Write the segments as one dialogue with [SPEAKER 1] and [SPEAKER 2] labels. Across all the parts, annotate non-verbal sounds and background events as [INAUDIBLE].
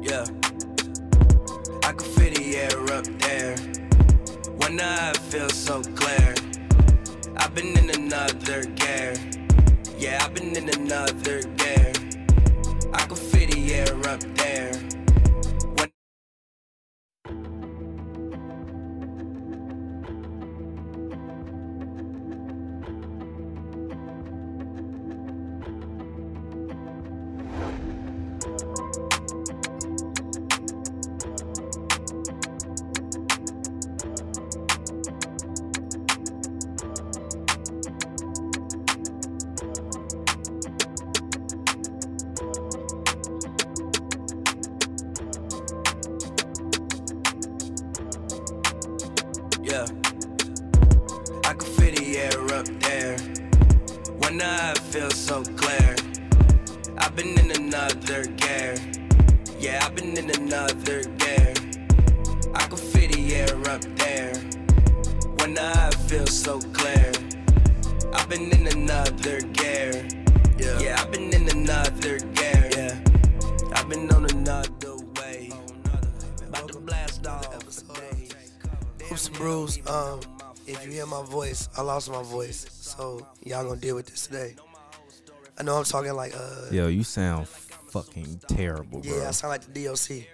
[SPEAKER 1] yeah. I could feel the air up there. When I feel so clear, I've been in another gear. Yeah, I've been in another gear. I could feel the air up there. When yeah. I could feel the air up there. When I feel so clear, I've been in another gear. Yeah, I've been in another gear. I could feel the air up there. When I feel so clear, I've been in another gear. Yeah, I've been in another gear. Yeah, I've been on another way. About to blast off today.
[SPEAKER 2] Hoops and brews. Um, if you hear my voice, I lost my voice, so y'all gonna deal with this today. I know I'm talking like uh, yeah,
[SPEAKER 3] Yo, you sound fucking terrible, bro.
[SPEAKER 2] I sound like the DOC.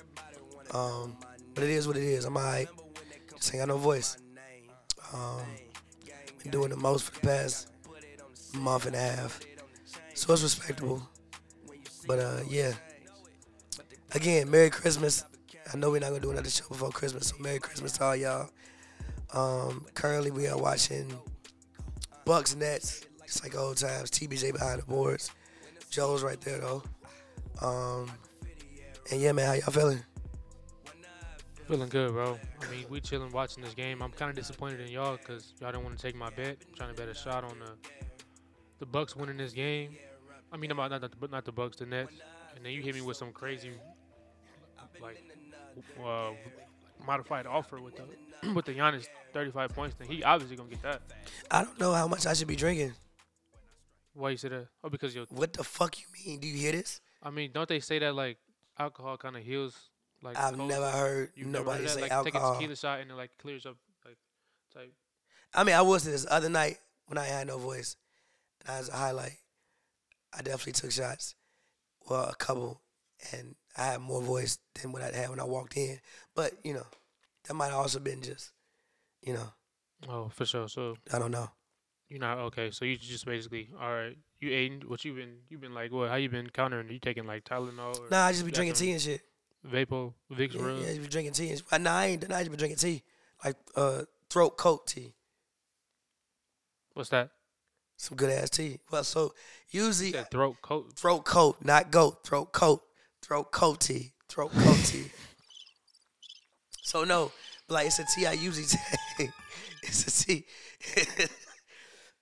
[SPEAKER 2] Um, but it is what it is. I'm alright. Just ain't got no voice. Um, been doing the most for the past month and a half, so it's respectable. But uh, yeah. Again, Merry Christmas. I know we're not gonna do another show before Christmas, so Merry Christmas to all y'all. Um, currently, we are watching Bucks Nets. It's like old times. TBJ behind the boards. Joe's right there though. Um, and yeah, man, how y'all feeling?
[SPEAKER 4] Feeling good, bro. I mean, we chilling watching this game. I'm kind of disappointed in y'all because y'all didn't want to take my bet. I'm trying to bet a shot on the the Bucks winning this game. I mean, not not not the, not the Bucks, the Nets. And then you hit me with some crazy like uh, modified offer with the [CLEARS THROAT] with the Giannis 35 points. Then he obviously gonna get that.
[SPEAKER 2] I don't know how much I should be drinking.
[SPEAKER 4] Why you say that? Oh, because you.
[SPEAKER 2] What the fuck you mean? Do you hear this?
[SPEAKER 4] I mean, don't they say that like alcohol kind of heals? Like
[SPEAKER 2] I've
[SPEAKER 4] cold?
[SPEAKER 2] never heard
[SPEAKER 4] You've never
[SPEAKER 2] nobody
[SPEAKER 4] heard that?
[SPEAKER 2] say
[SPEAKER 4] like, Take a
[SPEAKER 2] alcohol.
[SPEAKER 4] tequila shot and it like clears up like type.
[SPEAKER 2] I mean, I was this other night when I had no voice, and I was a highlight. I definitely took shots, well, a couple, and I had more voice than what I had when I walked in. But you know, that might have also been just, you know,
[SPEAKER 4] Oh, for sure. So
[SPEAKER 2] I don't know.
[SPEAKER 4] you're not okay. So you just basically all right. You Aiden, what you been? You been like what? How you been countering? You taking like Tylenol or
[SPEAKER 2] Nah, I just be
[SPEAKER 4] you got
[SPEAKER 2] drinking
[SPEAKER 4] some
[SPEAKER 2] tea and shit.
[SPEAKER 4] Vapo, Vicks,
[SPEAKER 2] Yeah,
[SPEAKER 4] Rub?
[SPEAKER 2] yeah, I just be drinking tea. And sh- nah, I ain't. Nah, I just be drinking tea, like uh, throat coat tea,
[SPEAKER 4] What's that?
[SPEAKER 2] some good ass tea. Well, so usually
[SPEAKER 4] That throat coat.
[SPEAKER 2] throat coat, not goat, throat coat, throat coat tea, throat coat tea. So no, but like it's a tea I usually [LAUGHS] take. it's a tea. [LAUGHS]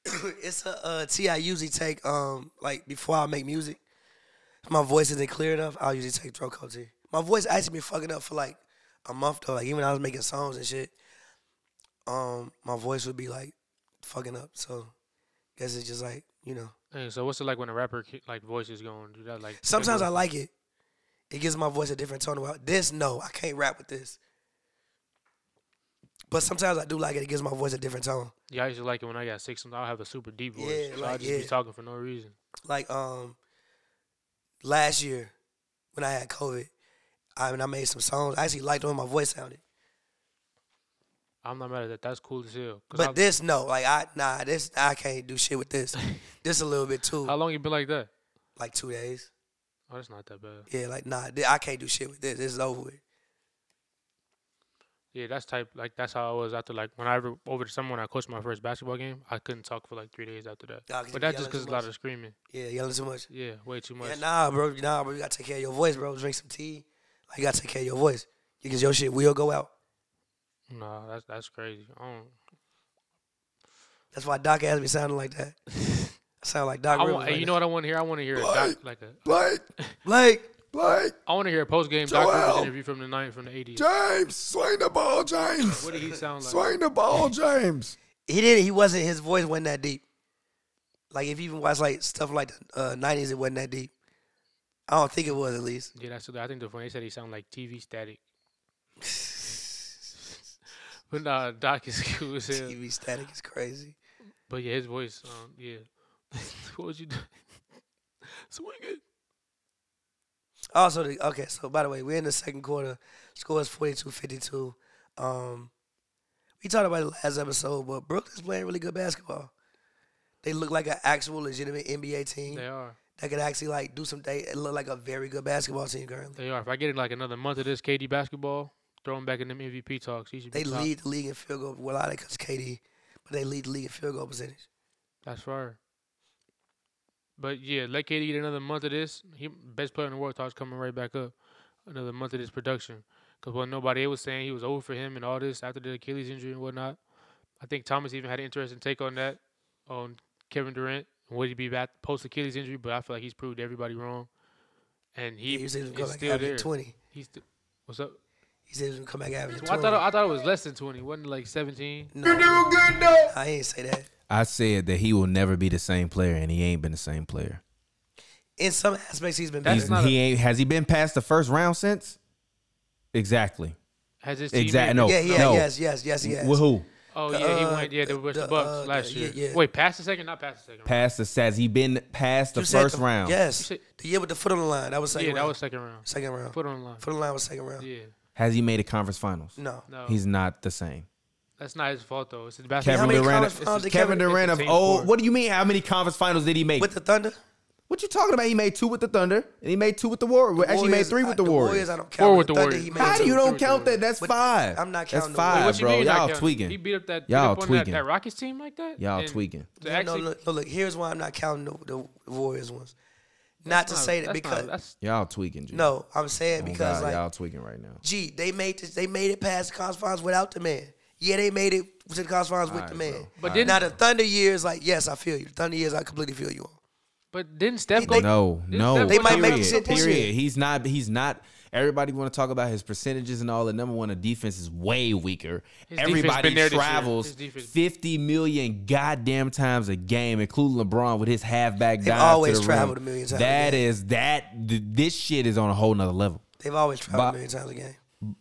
[SPEAKER 2] it's a uh, tea I usually take. Um, like before I make music, if my voice isn't clear enough. I'll usually take throat coat tea. My voice actually been fucking up for like a month though. Like even when I was making songs and shit, um, my voice would be like fucking up. So, guess it's just like you know.
[SPEAKER 4] Hey, so what's it like when a rapper ki- like voice is going? Do that like
[SPEAKER 2] Sometimes I
[SPEAKER 4] tremble?
[SPEAKER 2] like it. It gives my voice a different tone. Well, This, no, I can't rap with this. But sometimes I do like it. It gives my voice a different tone.
[SPEAKER 4] Yeah, I used to like it when I got sick. Sometimes I'll have a super deep voice.
[SPEAKER 2] Yeah,
[SPEAKER 4] so I'll
[SPEAKER 2] like,
[SPEAKER 4] just be
[SPEAKER 2] yeah.
[SPEAKER 4] talking for no reason.
[SPEAKER 2] Like um, last year when I had COVID, I mean I made some songs. I actually liked the way my voice sounded.
[SPEAKER 4] I'm not mad at that. That's cool as hell. 'Cause
[SPEAKER 2] But
[SPEAKER 4] I-
[SPEAKER 2] this, no, like I nah, this I can't do shit with
[SPEAKER 4] [LAUGHS]
[SPEAKER 2] this. this a little bit too,
[SPEAKER 4] how long you been like that?
[SPEAKER 2] like two days.
[SPEAKER 4] Oh, that's not that bad.
[SPEAKER 2] Yeah, like nah, th- I can't do shit with this. This is over with.
[SPEAKER 4] Yeah, that's type like that's how I was after like when I ever, over the summer when I coached my first basketball game, I couldn't talk for like three days after that.
[SPEAKER 2] Nah, 'cause you
[SPEAKER 4] but that's
[SPEAKER 2] yelling
[SPEAKER 4] just because
[SPEAKER 2] too
[SPEAKER 4] a lot
[SPEAKER 2] much.
[SPEAKER 4] of screaming.
[SPEAKER 2] Yeah, yelling too much.
[SPEAKER 4] Yeah, way too much.
[SPEAKER 2] Yeah, nah, bro. Nah, bro. You gotta take care of your voice, bro. Drink some tea. Like, you gotta take care of your voice because your shit will go out.
[SPEAKER 4] Nah, that's that's crazy. I don't.
[SPEAKER 2] That's why Doc has me sounding like that. I sound like Doc.
[SPEAKER 4] I
[SPEAKER 2] Rivers
[SPEAKER 4] want,
[SPEAKER 2] right
[SPEAKER 4] you
[SPEAKER 2] now.
[SPEAKER 4] know what I want to hear? I want to hear a doc, like a.
[SPEAKER 5] Blake,
[SPEAKER 2] Blake,
[SPEAKER 5] Blake,
[SPEAKER 4] I want to hear a post game doc Rivers
[SPEAKER 5] Joel!
[SPEAKER 4] interview from the night from the eighties.
[SPEAKER 5] James, swing the ball, James.
[SPEAKER 4] What did he sound like?
[SPEAKER 5] Swing the
[SPEAKER 4] [LAUGHS]
[SPEAKER 5] ball, James.
[SPEAKER 2] he didn't. He wasn't. His voice wasn't uh, that deep. Like if you even watch like stuff like the nineties, it wasn't that deep. I don't think it was at
[SPEAKER 4] [LAUGHS]
[SPEAKER 2] least.
[SPEAKER 4] Yeah, that's what I think the funny. They said he sounded like TV static. but nah, [LAUGHS] Doc is cool as hell.
[SPEAKER 2] TV static is crazy.
[SPEAKER 4] But yeah, his voice, um, yeah. [LAUGHS] what was you doing? [LAUGHS] Swing it.
[SPEAKER 2] Also, the, okay. So by the way, we're in the second quarter. Score is 42-52. Um, we talked about it last episode, but Brooklyn's playing really good basketball. They look like an actual legitimate NBA team
[SPEAKER 4] They are.
[SPEAKER 2] that could actually like do some. They look like a very good basketball team currently.
[SPEAKER 4] They are. If I get it like another month of this KD basketball, throw him back in them MVP talks. He should be
[SPEAKER 2] They
[SPEAKER 4] top.
[SPEAKER 2] lead the league in field goal. Well, I think because KD, but they lead the league in field goal percentage.
[SPEAKER 4] That's fire. But yeah, let KD get another month of this. He best player in the world talks coming right back up. Another month of this production. Cause what nobody was saying he was over for him and all this after the Achilles injury and whatnot. I think Thomas even had an interesting take on that, on Kevin Durant. Would he be back post Achilles injury? But I feel like he's proved everybody wrong. And he,
[SPEAKER 2] He, was able to
[SPEAKER 4] is
[SPEAKER 2] go like
[SPEAKER 4] still
[SPEAKER 2] average
[SPEAKER 4] there.
[SPEAKER 2] twenty.
[SPEAKER 4] He's st- what's up?
[SPEAKER 2] He's able to come back average
[SPEAKER 4] Well, I
[SPEAKER 2] twenty.
[SPEAKER 4] thought I thought it was less than twenty. Wasn't it like seventeen?
[SPEAKER 2] no, I ain't say that.
[SPEAKER 3] I said that he will never be the same player, and he ain't been the same player.
[SPEAKER 2] In some aspects, he's been
[SPEAKER 4] That's
[SPEAKER 2] better.
[SPEAKER 3] He's-
[SPEAKER 4] not
[SPEAKER 3] he ain't has he been past the first round since? Exactly.
[SPEAKER 4] Has his team
[SPEAKER 3] Exactly.
[SPEAKER 4] been-
[SPEAKER 3] No.
[SPEAKER 2] yeah, yeah,
[SPEAKER 3] no.
[SPEAKER 2] yes, yes, yes, yes.
[SPEAKER 3] With who?
[SPEAKER 4] Oh yeah, he
[SPEAKER 2] Uh,
[SPEAKER 4] went. Yeah, they were the
[SPEAKER 2] the-
[SPEAKER 4] Bucks
[SPEAKER 2] uh,
[SPEAKER 4] last
[SPEAKER 2] the-
[SPEAKER 4] year.
[SPEAKER 2] yeah, yeah.
[SPEAKER 4] Wait, past the second, not past the second. round.
[SPEAKER 3] Past the says he been past the
[SPEAKER 2] You said
[SPEAKER 3] first round.
[SPEAKER 2] Yes,
[SPEAKER 4] You said-
[SPEAKER 2] the year with the foot on the line. That was second
[SPEAKER 4] Yeah,
[SPEAKER 2] round.
[SPEAKER 4] that was second round.
[SPEAKER 2] second round. Foot,
[SPEAKER 4] Put on the line.
[SPEAKER 2] on the line was second round.
[SPEAKER 4] Yeah,
[SPEAKER 3] Has he made a conference finals?
[SPEAKER 2] No.
[SPEAKER 4] no,
[SPEAKER 3] He's not the same.
[SPEAKER 4] that's not his fault though. It's the
[SPEAKER 3] Kevin
[SPEAKER 4] basketball.
[SPEAKER 2] many
[SPEAKER 3] Durant.
[SPEAKER 2] conference finals did
[SPEAKER 3] Kevin
[SPEAKER 2] Kevin-
[SPEAKER 3] Durant
[SPEAKER 4] It's
[SPEAKER 3] of
[SPEAKER 4] a team
[SPEAKER 3] old.
[SPEAKER 4] sport.
[SPEAKER 3] What do you mean? How many conference finals did he make?
[SPEAKER 2] With the Thunder,
[SPEAKER 3] what you talking about? He made two with the Thunder, and he made two with the Warriors. Actually, he made
[SPEAKER 2] Warriors,
[SPEAKER 3] three
[SPEAKER 2] I,
[SPEAKER 3] with the
[SPEAKER 2] the
[SPEAKER 3] Warriors.
[SPEAKER 2] I don't count.
[SPEAKER 4] Four
[SPEAKER 2] with
[SPEAKER 4] with the
[SPEAKER 2] the Thunder,
[SPEAKER 4] Warriors.
[SPEAKER 2] he made
[SPEAKER 3] How do
[SPEAKER 2] two.
[SPEAKER 3] you
[SPEAKER 4] Two
[SPEAKER 3] don't
[SPEAKER 4] with the
[SPEAKER 3] count that?
[SPEAKER 4] Warriors.
[SPEAKER 3] That's
[SPEAKER 2] But
[SPEAKER 3] five.
[SPEAKER 2] I'm not
[SPEAKER 3] That's
[SPEAKER 2] counting the Warriors.
[SPEAKER 3] five,
[SPEAKER 4] What you
[SPEAKER 3] bro.
[SPEAKER 4] mean not
[SPEAKER 3] Y'all
[SPEAKER 4] counting?
[SPEAKER 3] tweaking.
[SPEAKER 4] He beat up that.
[SPEAKER 3] Y'all
[SPEAKER 4] Y'all up on that,
[SPEAKER 3] tweaking.
[SPEAKER 4] that Rockets team like that.
[SPEAKER 3] Y'all
[SPEAKER 4] And
[SPEAKER 3] tweaking.
[SPEAKER 4] to
[SPEAKER 2] Yeah,
[SPEAKER 4] actually-
[SPEAKER 2] no, look, no, look, here's why I'm not counting the, the Warriors ones. Not to
[SPEAKER 4] no,
[SPEAKER 2] say that
[SPEAKER 4] that's not-
[SPEAKER 2] because
[SPEAKER 4] that's
[SPEAKER 3] Y'all tweaking, G.
[SPEAKER 2] no, I'm saying
[SPEAKER 3] Oh,
[SPEAKER 2] because
[SPEAKER 3] God,
[SPEAKER 2] like,
[SPEAKER 3] y'all tweaking right now.
[SPEAKER 2] gee, they made this, they made it past the conference finals without the man. Yeah, they made it to the conference finals with
[SPEAKER 3] All
[SPEAKER 2] the man.
[SPEAKER 3] right, bro.
[SPEAKER 4] But
[SPEAKER 3] All
[SPEAKER 4] didn't-
[SPEAKER 2] Now the Thunder years, like, yes, I feel you. The Thunder years, I completely feel you on.
[SPEAKER 4] but didn't Steph
[SPEAKER 2] They-
[SPEAKER 4] go?
[SPEAKER 3] No,
[SPEAKER 4] This-
[SPEAKER 3] no.
[SPEAKER 4] that They
[SPEAKER 2] might make
[SPEAKER 3] period,
[SPEAKER 2] it to the postseason.
[SPEAKER 3] Period. He's not. He's not. Everybody want to talk about his percentages and all. The number one, the defense is way weaker.
[SPEAKER 4] His defense
[SPEAKER 3] Everybody
[SPEAKER 4] been there this year.
[SPEAKER 3] travels
[SPEAKER 4] His defense-
[SPEAKER 3] fifty million goddamn times a game, including LeBron with his halfback dive.
[SPEAKER 2] always
[SPEAKER 3] to the
[SPEAKER 2] traveled
[SPEAKER 3] rim.
[SPEAKER 2] a million times a
[SPEAKER 3] That
[SPEAKER 2] game.
[SPEAKER 3] is that. th- This shit is on a whole nother level.
[SPEAKER 2] They've always traveled
[SPEAKER 3] Bob-
[SPEAKER 2] a million times a game.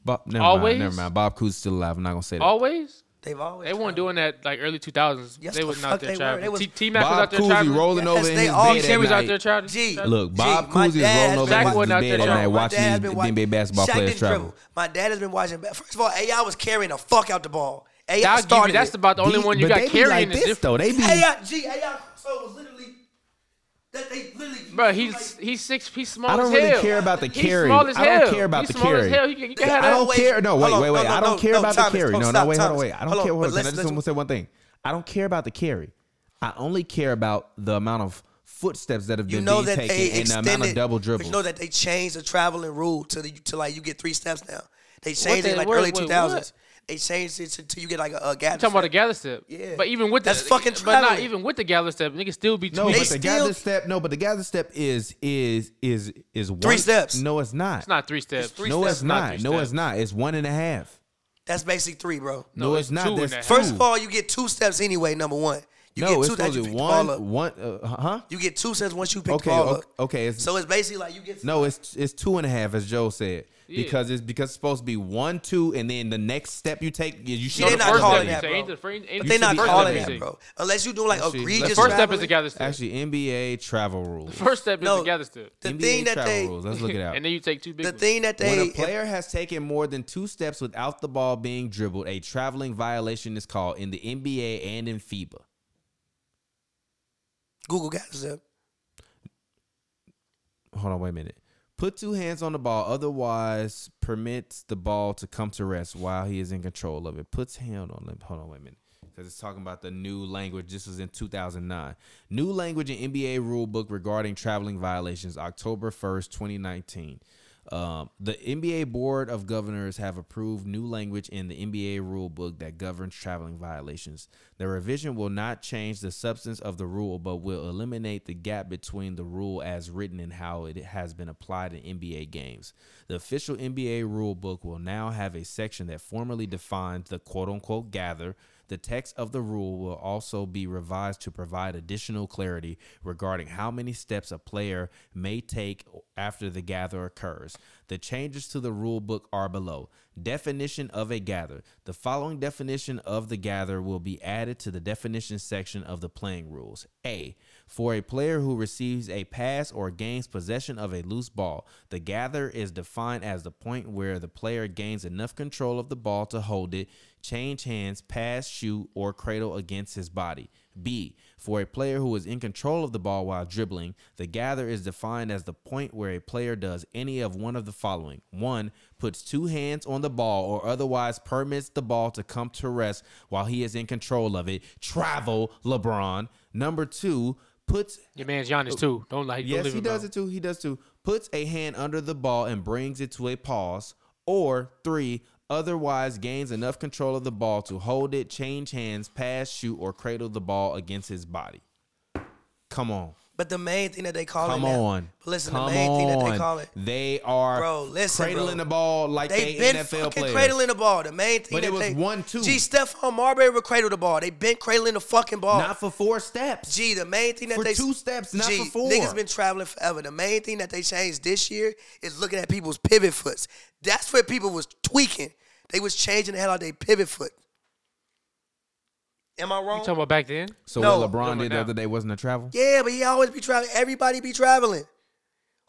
[SPEAKER 3] Bob, never
[SPEAKER 4] Always?
[SPEAKER 3] mind. Never mind. Bob Coos still alive. I'm not gonna say that.
[SPEAKER 4] Always.
[SPEAKER 2] They've always.
[SPEAKER 4] They weren't
[SPEAKER 2] traveled.
[SPEAKER 4] doing that like early 2000s.
[SPEAKER 2] Yes,
[SPEAKER 4] they
[SPEAKER 2] the
[SPEAKER 4] was
[SPEAKER 2] fuck
[SPEAKER 4] not
[SPEAKER 2] they
[SPEAKER 4] there
[SPEAKER 2] were.
[SPEAKER 4] traveling.
[SPEAKER 2] They was-
[SPEAKER 4] T- T-Mac was
[SPEAKER 3] Bob
[SPEAKER 4] out there
[SPEAKER 3] Cousy
[SPEAKER 4] traveling.
[SPEAKER 3] rolling
[SPEAKER 2] Yes,
[SPEAKER 3] over in
[SPEAKER 2] they
[SPEAKER 3] his
[SPEAKER 2] all-
[SPEAKER 3] bed
[SPEAKER 4] He
[SPEAKER 3] at
[SPEAKER 4] was out
[SPEAKER 3] night.
[SPEAKER 4] there traveling.
[SPEAKER 2] Gee,
[SPEAKER 4] traveling.
[SPEAKER 3] Look, Bob
[SPEAKER 2] my
[SPEAKER 3] Cousy is
[SPEAKER 2] dad's
[SPEAKER 3] rolling over
[SPEAKER 2] been
[SPEAKER 3] in
[SPEAKER 4] Shaq
[SPEAKER 3] his
[SPEAKER 4] wasn't out there
[SPEAKER 3] bed at night
[SPEAKER 4] traveling.
[SPEAKER 2] My
[SPEAKER 3] watching
[SPEAKER 2] dad's
[SPEAKER 3] these
[SPEAKER 2] been watch-
[SPEAKER 3] NBA basketball
[SPEAKER 2] Shaq
[SPEAKER 3] players
[SPEAKER 2] didn't
[SPEAKER 3] travel.
[SPEAKER 2] dribble. My dad has been watching. ba- First of all, AI was carrying the fuck out the ball. AI
[SPEAKER 4] I'll give you-
[SPEAKER 2] started.
[SPEAKER 4] that's
[SPEAKER 2] it.
[SPEAKER 4] about the only
[SPEAKER 3] These-
[SPEAKER 4] one you
[SPEAKER 3] but
[SPEAKER 4] got
[SPEAKER 3] they be
[SPEAKER 4] carrying
[SPEAKER 3] like
[SPEAKER 4] is
[SPEAKER 3] this
[SPEAKER 4] different.
[SPEAKER 3] though. They be
[SPEAKER 2] AI, gee, AI so was literally that they literally.
[SPEAKER 4] Bro,
[SPEAKER 2] like,
[SPEAKER 4] he's he's six. He's small.
[SPEAKER 3] I don't
[SPEAKER 4] as
[SPEAKER 3] really
[SPEAKER 4] hell.
[SPEAKER 3] care about the
[SPEAKER 4] he's
[SPEAKER 3] carry.
[SPEAKER 4] Small as
[SPEAKER 3] I don't
[SPEAKER 4] hell.
[SPEAKER 3] care about
[SPEAKER 4] he's
[SPEAKER 3] the
[SPEAKER 4] small As
[SPEAKER 3] carry.
[SPEAKER 4] hell. He can, he can
[SPEAKER 2] I
[SPEAKER 4] have
[SPEAKER 3] I
[SPEAKER 4] that.
[SPEAKER 3] don't
[SPEAKER 2] Always-
[SPEAKER 3] care. No, wait,
[SPEAKER 2] hold on,
[SPEAKER 3] wait,
[SPEAKER 2] no,
[SPEAKER 3] wait.
[SPEAKER 2] no,
[SPEAKER 3] I don't
[SPEAKER 2] no,
[SPEAKER 3] care
[SPEAKER 2] no,
[SPEAKER 3] about
[SPEAKER 2] Thomas,
[SPEAKER 3] the carry.
[SPEAKER 2] hold-
[SPEAKER 3] No, no,
[SPEAKER 2] stop,
[SPEAKER 3] wait, hold on,
[SPEAKER 2] Thomas.
[SPEAKER 3] wait. I don't
[SPEAKER 2] Hold on,
[SPEAKER 3] care. Hold
[SPEAKER 2] but
[SPEAKER 3] on. Can I
[SPEAKER 2] let's-
[SPEAKER 3] just
[SPEAKER 2] let's-
[SPEAKER 3] want to say one thing. I don't care about the carry. I only care about the amount of footsteps that have
[SPEAKER 2] You
[SPEAKER 3] been
[SPEAKER 2] know
[SPEAKER 3] being
[SPEAKER 2] that
[SPEAKER 3] taken
[SPEAKER 2] they
[SPEAKER 3] and the
[SPEAKER 2] extended.
[SPEAKER 3] amount of um, double
[SPEAKER 2] but
[SPEAKER 3] dribbles.
[SPEAKER 2] You know that they changed the traveling rule to the to like you get three steps now. They changed
[SPEAKER 4] the-
[SPEAKER 2] it like
[SPEAKER 4] wait,
[SPEAKER 2] early
[SPEAKER 4] wait,
[SPEAKER 2] two thousands. They changed it to, to you get like a, a gap.
[SPEAKER 4] You talking about the gather step?
[SPEAKER 2] Yeah.
[SPEAKER 4] But even with the-
[SPEAKER 2] That's fucking
[SPEAKER 4] But not
[SPEAKER 2] traveling.
[SPEAKER 4] even with the gather step, niggas still be
[SPEAKER 3] no,
[SPEAKER 4] tweaking.
[SPEAKER 3] but
[SPEAKER 2] They
[SPEAKER 3] the
[SPEAKER 2] still-
[SPEAKER 3] gather step. No, but the gather step is is is is one,
[SPEAKER 2] steps.
[SPEAKER 3] No, it's not.
[SPEAKER 4] It's not three steps.
[SPEAKER 2] three
[SPEAKER 3] no,
[SPEAKER 2] steps,
[SPEAKER 3] it's not.
[SPEAKER 4] three
[SPEAKER 3] No, it's
[SPEAKER 4] steps.
[SPEAKER 3] not. It's one and a half.
[SPEAKER 2] That's basically three, bro.
[SPEAKER 3] No,
[SPEAKER 4] No,
[SPEAKER 3] it's,
[SPEAKER 4] it's two
[SPEAKER 3] not.
[SPEAKER 4] and
[SPEAKER 3] That's
[SPEAKER 4] a half.
[SPEAKER 2] First of all, you get two steps anyway. Number one, you
[SPEAKER 3] no,
[SPEAKER 2] get
[SPEAKER 3] it's
[SPEAKER 2] two that
[SPEAKER 3] supposed
[SPEAKER 2] you
[SPEAKER 3] to
[SPEAKER 2] pick
[SPEAKER 3] be
[SPEAKER 2] the ball up.
[SPEAKER 3] one. One. Uh, huh?
[SPEAKER 2] You get two steps once you pick
[SPEAKER 3] Okay.
[SPEAKER 2] the ball
[SPEAKER 3] o-
[SPEAKER 2] up.
[SPEAKER 3] Okay. It's
[SPEAKER 2] So it's basically like you get
[SPEAKER 3] No, it's it's two and a half, as Joe said, because it's because it's supposed to be one, two, and then the next step you take, you should.
[SPEAKER 2] they're
[SPEAKER 3] be
[SPEAKER 2] not
[SPEAKER 3] elevated.
[SPEAKER 2] calling
[SPEAKER 4] step,
[SPEAKER 2] that,
[SPEAKER 4] you say, ain't
[SPEAKER 2] bro.
[SPEAKER 4] the first- ain't
[SPEAKER 2] But
[SPEAKER 4] the
[SPEAKER 2] they
[SPEAKER 3] should
[SPEAKER 2] not
[SPEAKER 3] be
[SPEAKER 4] first
[SPEAKER 2] calling
[SPEAKER 4] step
[SPEAKER 2] that,
[SPEAKER 4] you take.
[SPEAKER 2] bro. Unless you're doing like
[SPEAKER 3] Actually,
[SPEAKER 2] egregious.
[SPEAKER 3] let's-
[SPEAKER 4] The first step is
[SPEAKER 2] traveling.
[SPEAKER 4] the gather step.
[SPEAKER 3] Actually, NBA travel rules.
[SPEAKER 4] First step is
[SPEAKER 2] No.
[SPEAKER 4] the gather step.
[SPEAKER 2] The
[SPEAKER 3] NBA
[SPEAKER 2] thing that
[SPEAKER 3] travel
[SPEAKER 2] they,
[SPEAKER 3] rules. Let's look
[SPEAKER 2] [LAUGHS]
[SPEAKER 3] it out.
[SPEAKER 4] And then you take two big
[SPEAKER 2] the
[SPEAKER 4] ones.
[SPEAKER 2] thing that
[SPEAKER 3] when
[SPEAKER 2] they,
[SPEAKER 3] a player has taken more than two steps without the ball being dribbled, a traveling violation is called in the NBA and in FIBA.
[SPEAKER 2] Google got us up.
[SPEAKER 3] Hold on, wait a minute. Put two hands on the ball, otherwise permits the ball to come to rest while he is in control of it. Puts hand on it. Hold on, wait a minute. Because it's talking about the new language. This was in 2009. New language in NBA rulebook regarding traveling violations, October 1st, 2019. Um, the NBA Board of Governors have approved new language in the NBA rulebook that governs traveling violations. The revision will not change the substance of the rule, but will eliminate the gap between the rule as written and how it has been applied in NBA games. The official NBA rulebook will now have a section that formally defines the quote unquote gather, The text of the rule will also be revised to provide additional clarity regarding how many steps a player may take after the gather occurs. The changes to the rule book are below. Definition of a gather. The following definition of the gather will be added to the definition section of the playing rules. A. For a player who receives a pass or gains possession of a loose ball, the gather is defined as the point where the player gains enough control of the ball to hold it, change hands, pass, shoot, or cradle against his body. B. For a player who is in control of the ball while dribbling, the gather is defined as the point where a player does any of one of the following. 1. Puts two hands on the ball or otherwise permits the ball to come to rest while he is in control of it. Travel, LeBron. Number 2. Puts
[SPEAKER 4] Your man's Giannis too. Don't like. don't
[SPEAKER 3] Oh. Yes,
[SPEAKER 4] leave
[SPEAKER 3] he
[SPEAKER 4] him out.
[SPEAKER 3] does it too. He does too. Puts a hand under the ball and brings it to a pause. Or three, otherwise gains enough control of the ball to hold it, change hands, pass, shoot, or cradle the ball against his body. Come on.
[SPEAKER 2] But the main thing that they call
[SPEAKER 3] Come
[SPEAKER 2] it now,
[SPEAKER 3] on.
[SPEAKER 2] But listen,
[SPEAKER 3] Come
[SPEAKER 2] the main thing that
[SPEAKER 3] on.
[SPEAKER 2] they call it,
[SPEAKER 3] They are
[SPEAKER 2] Bro, listen,
[SPEAKER 3] cradling
[SPEAKER 2] bro.
[SPEAKER 3] the ball like they,
[SPEAKER 2] they've been
[SPEAKER 3] NFL
[SPEAKER 2] fucking
[SPEAKER 3] players.
[SPEAKER 2] cradling the ball. The main thing
[SPEAKER 3] But
[SPEAKER 2] that
[SPEAKER 3] it was
[SPEAKER 2] they,
[SPEAKER 3] one, two.
[SPEAKER 2] Gee, Stephon Marbury would cradle the ball. They been cradling the fucking ball.
[SPEAKER 3] Not for four steps.
[SPEAKER 2] Gee, the main thing that
[SPEAKER 3] For
[SPEAKER 2] they
[SPEAKER 3] two steps, not
[SPEAKER 2] Gee,
[SPEAKER 3] for four.
[SPEAKER 2] Niggas been traveling forever. The main thing that they changed this year is looking at people's pivot foots. That's where people was tweaking. They was changing the hell out their pivot foot. Am I
[SPEAKER 4] You
[SPEAKER 2] wrong?
[SPEAKER 4] talking about back then?
[SPEAKER 3] so
[SPEAKER 2] No.
[SPEAKER 3] what LeBron
[SPEAKER 4] No,
[SPEAKER 3] did the
[SPEAKER 4] no.
[SPEAKER 3] other day wasn't a travel?
[SPEAKER 2] yeah, but he always be traveling. Everybody be traveling.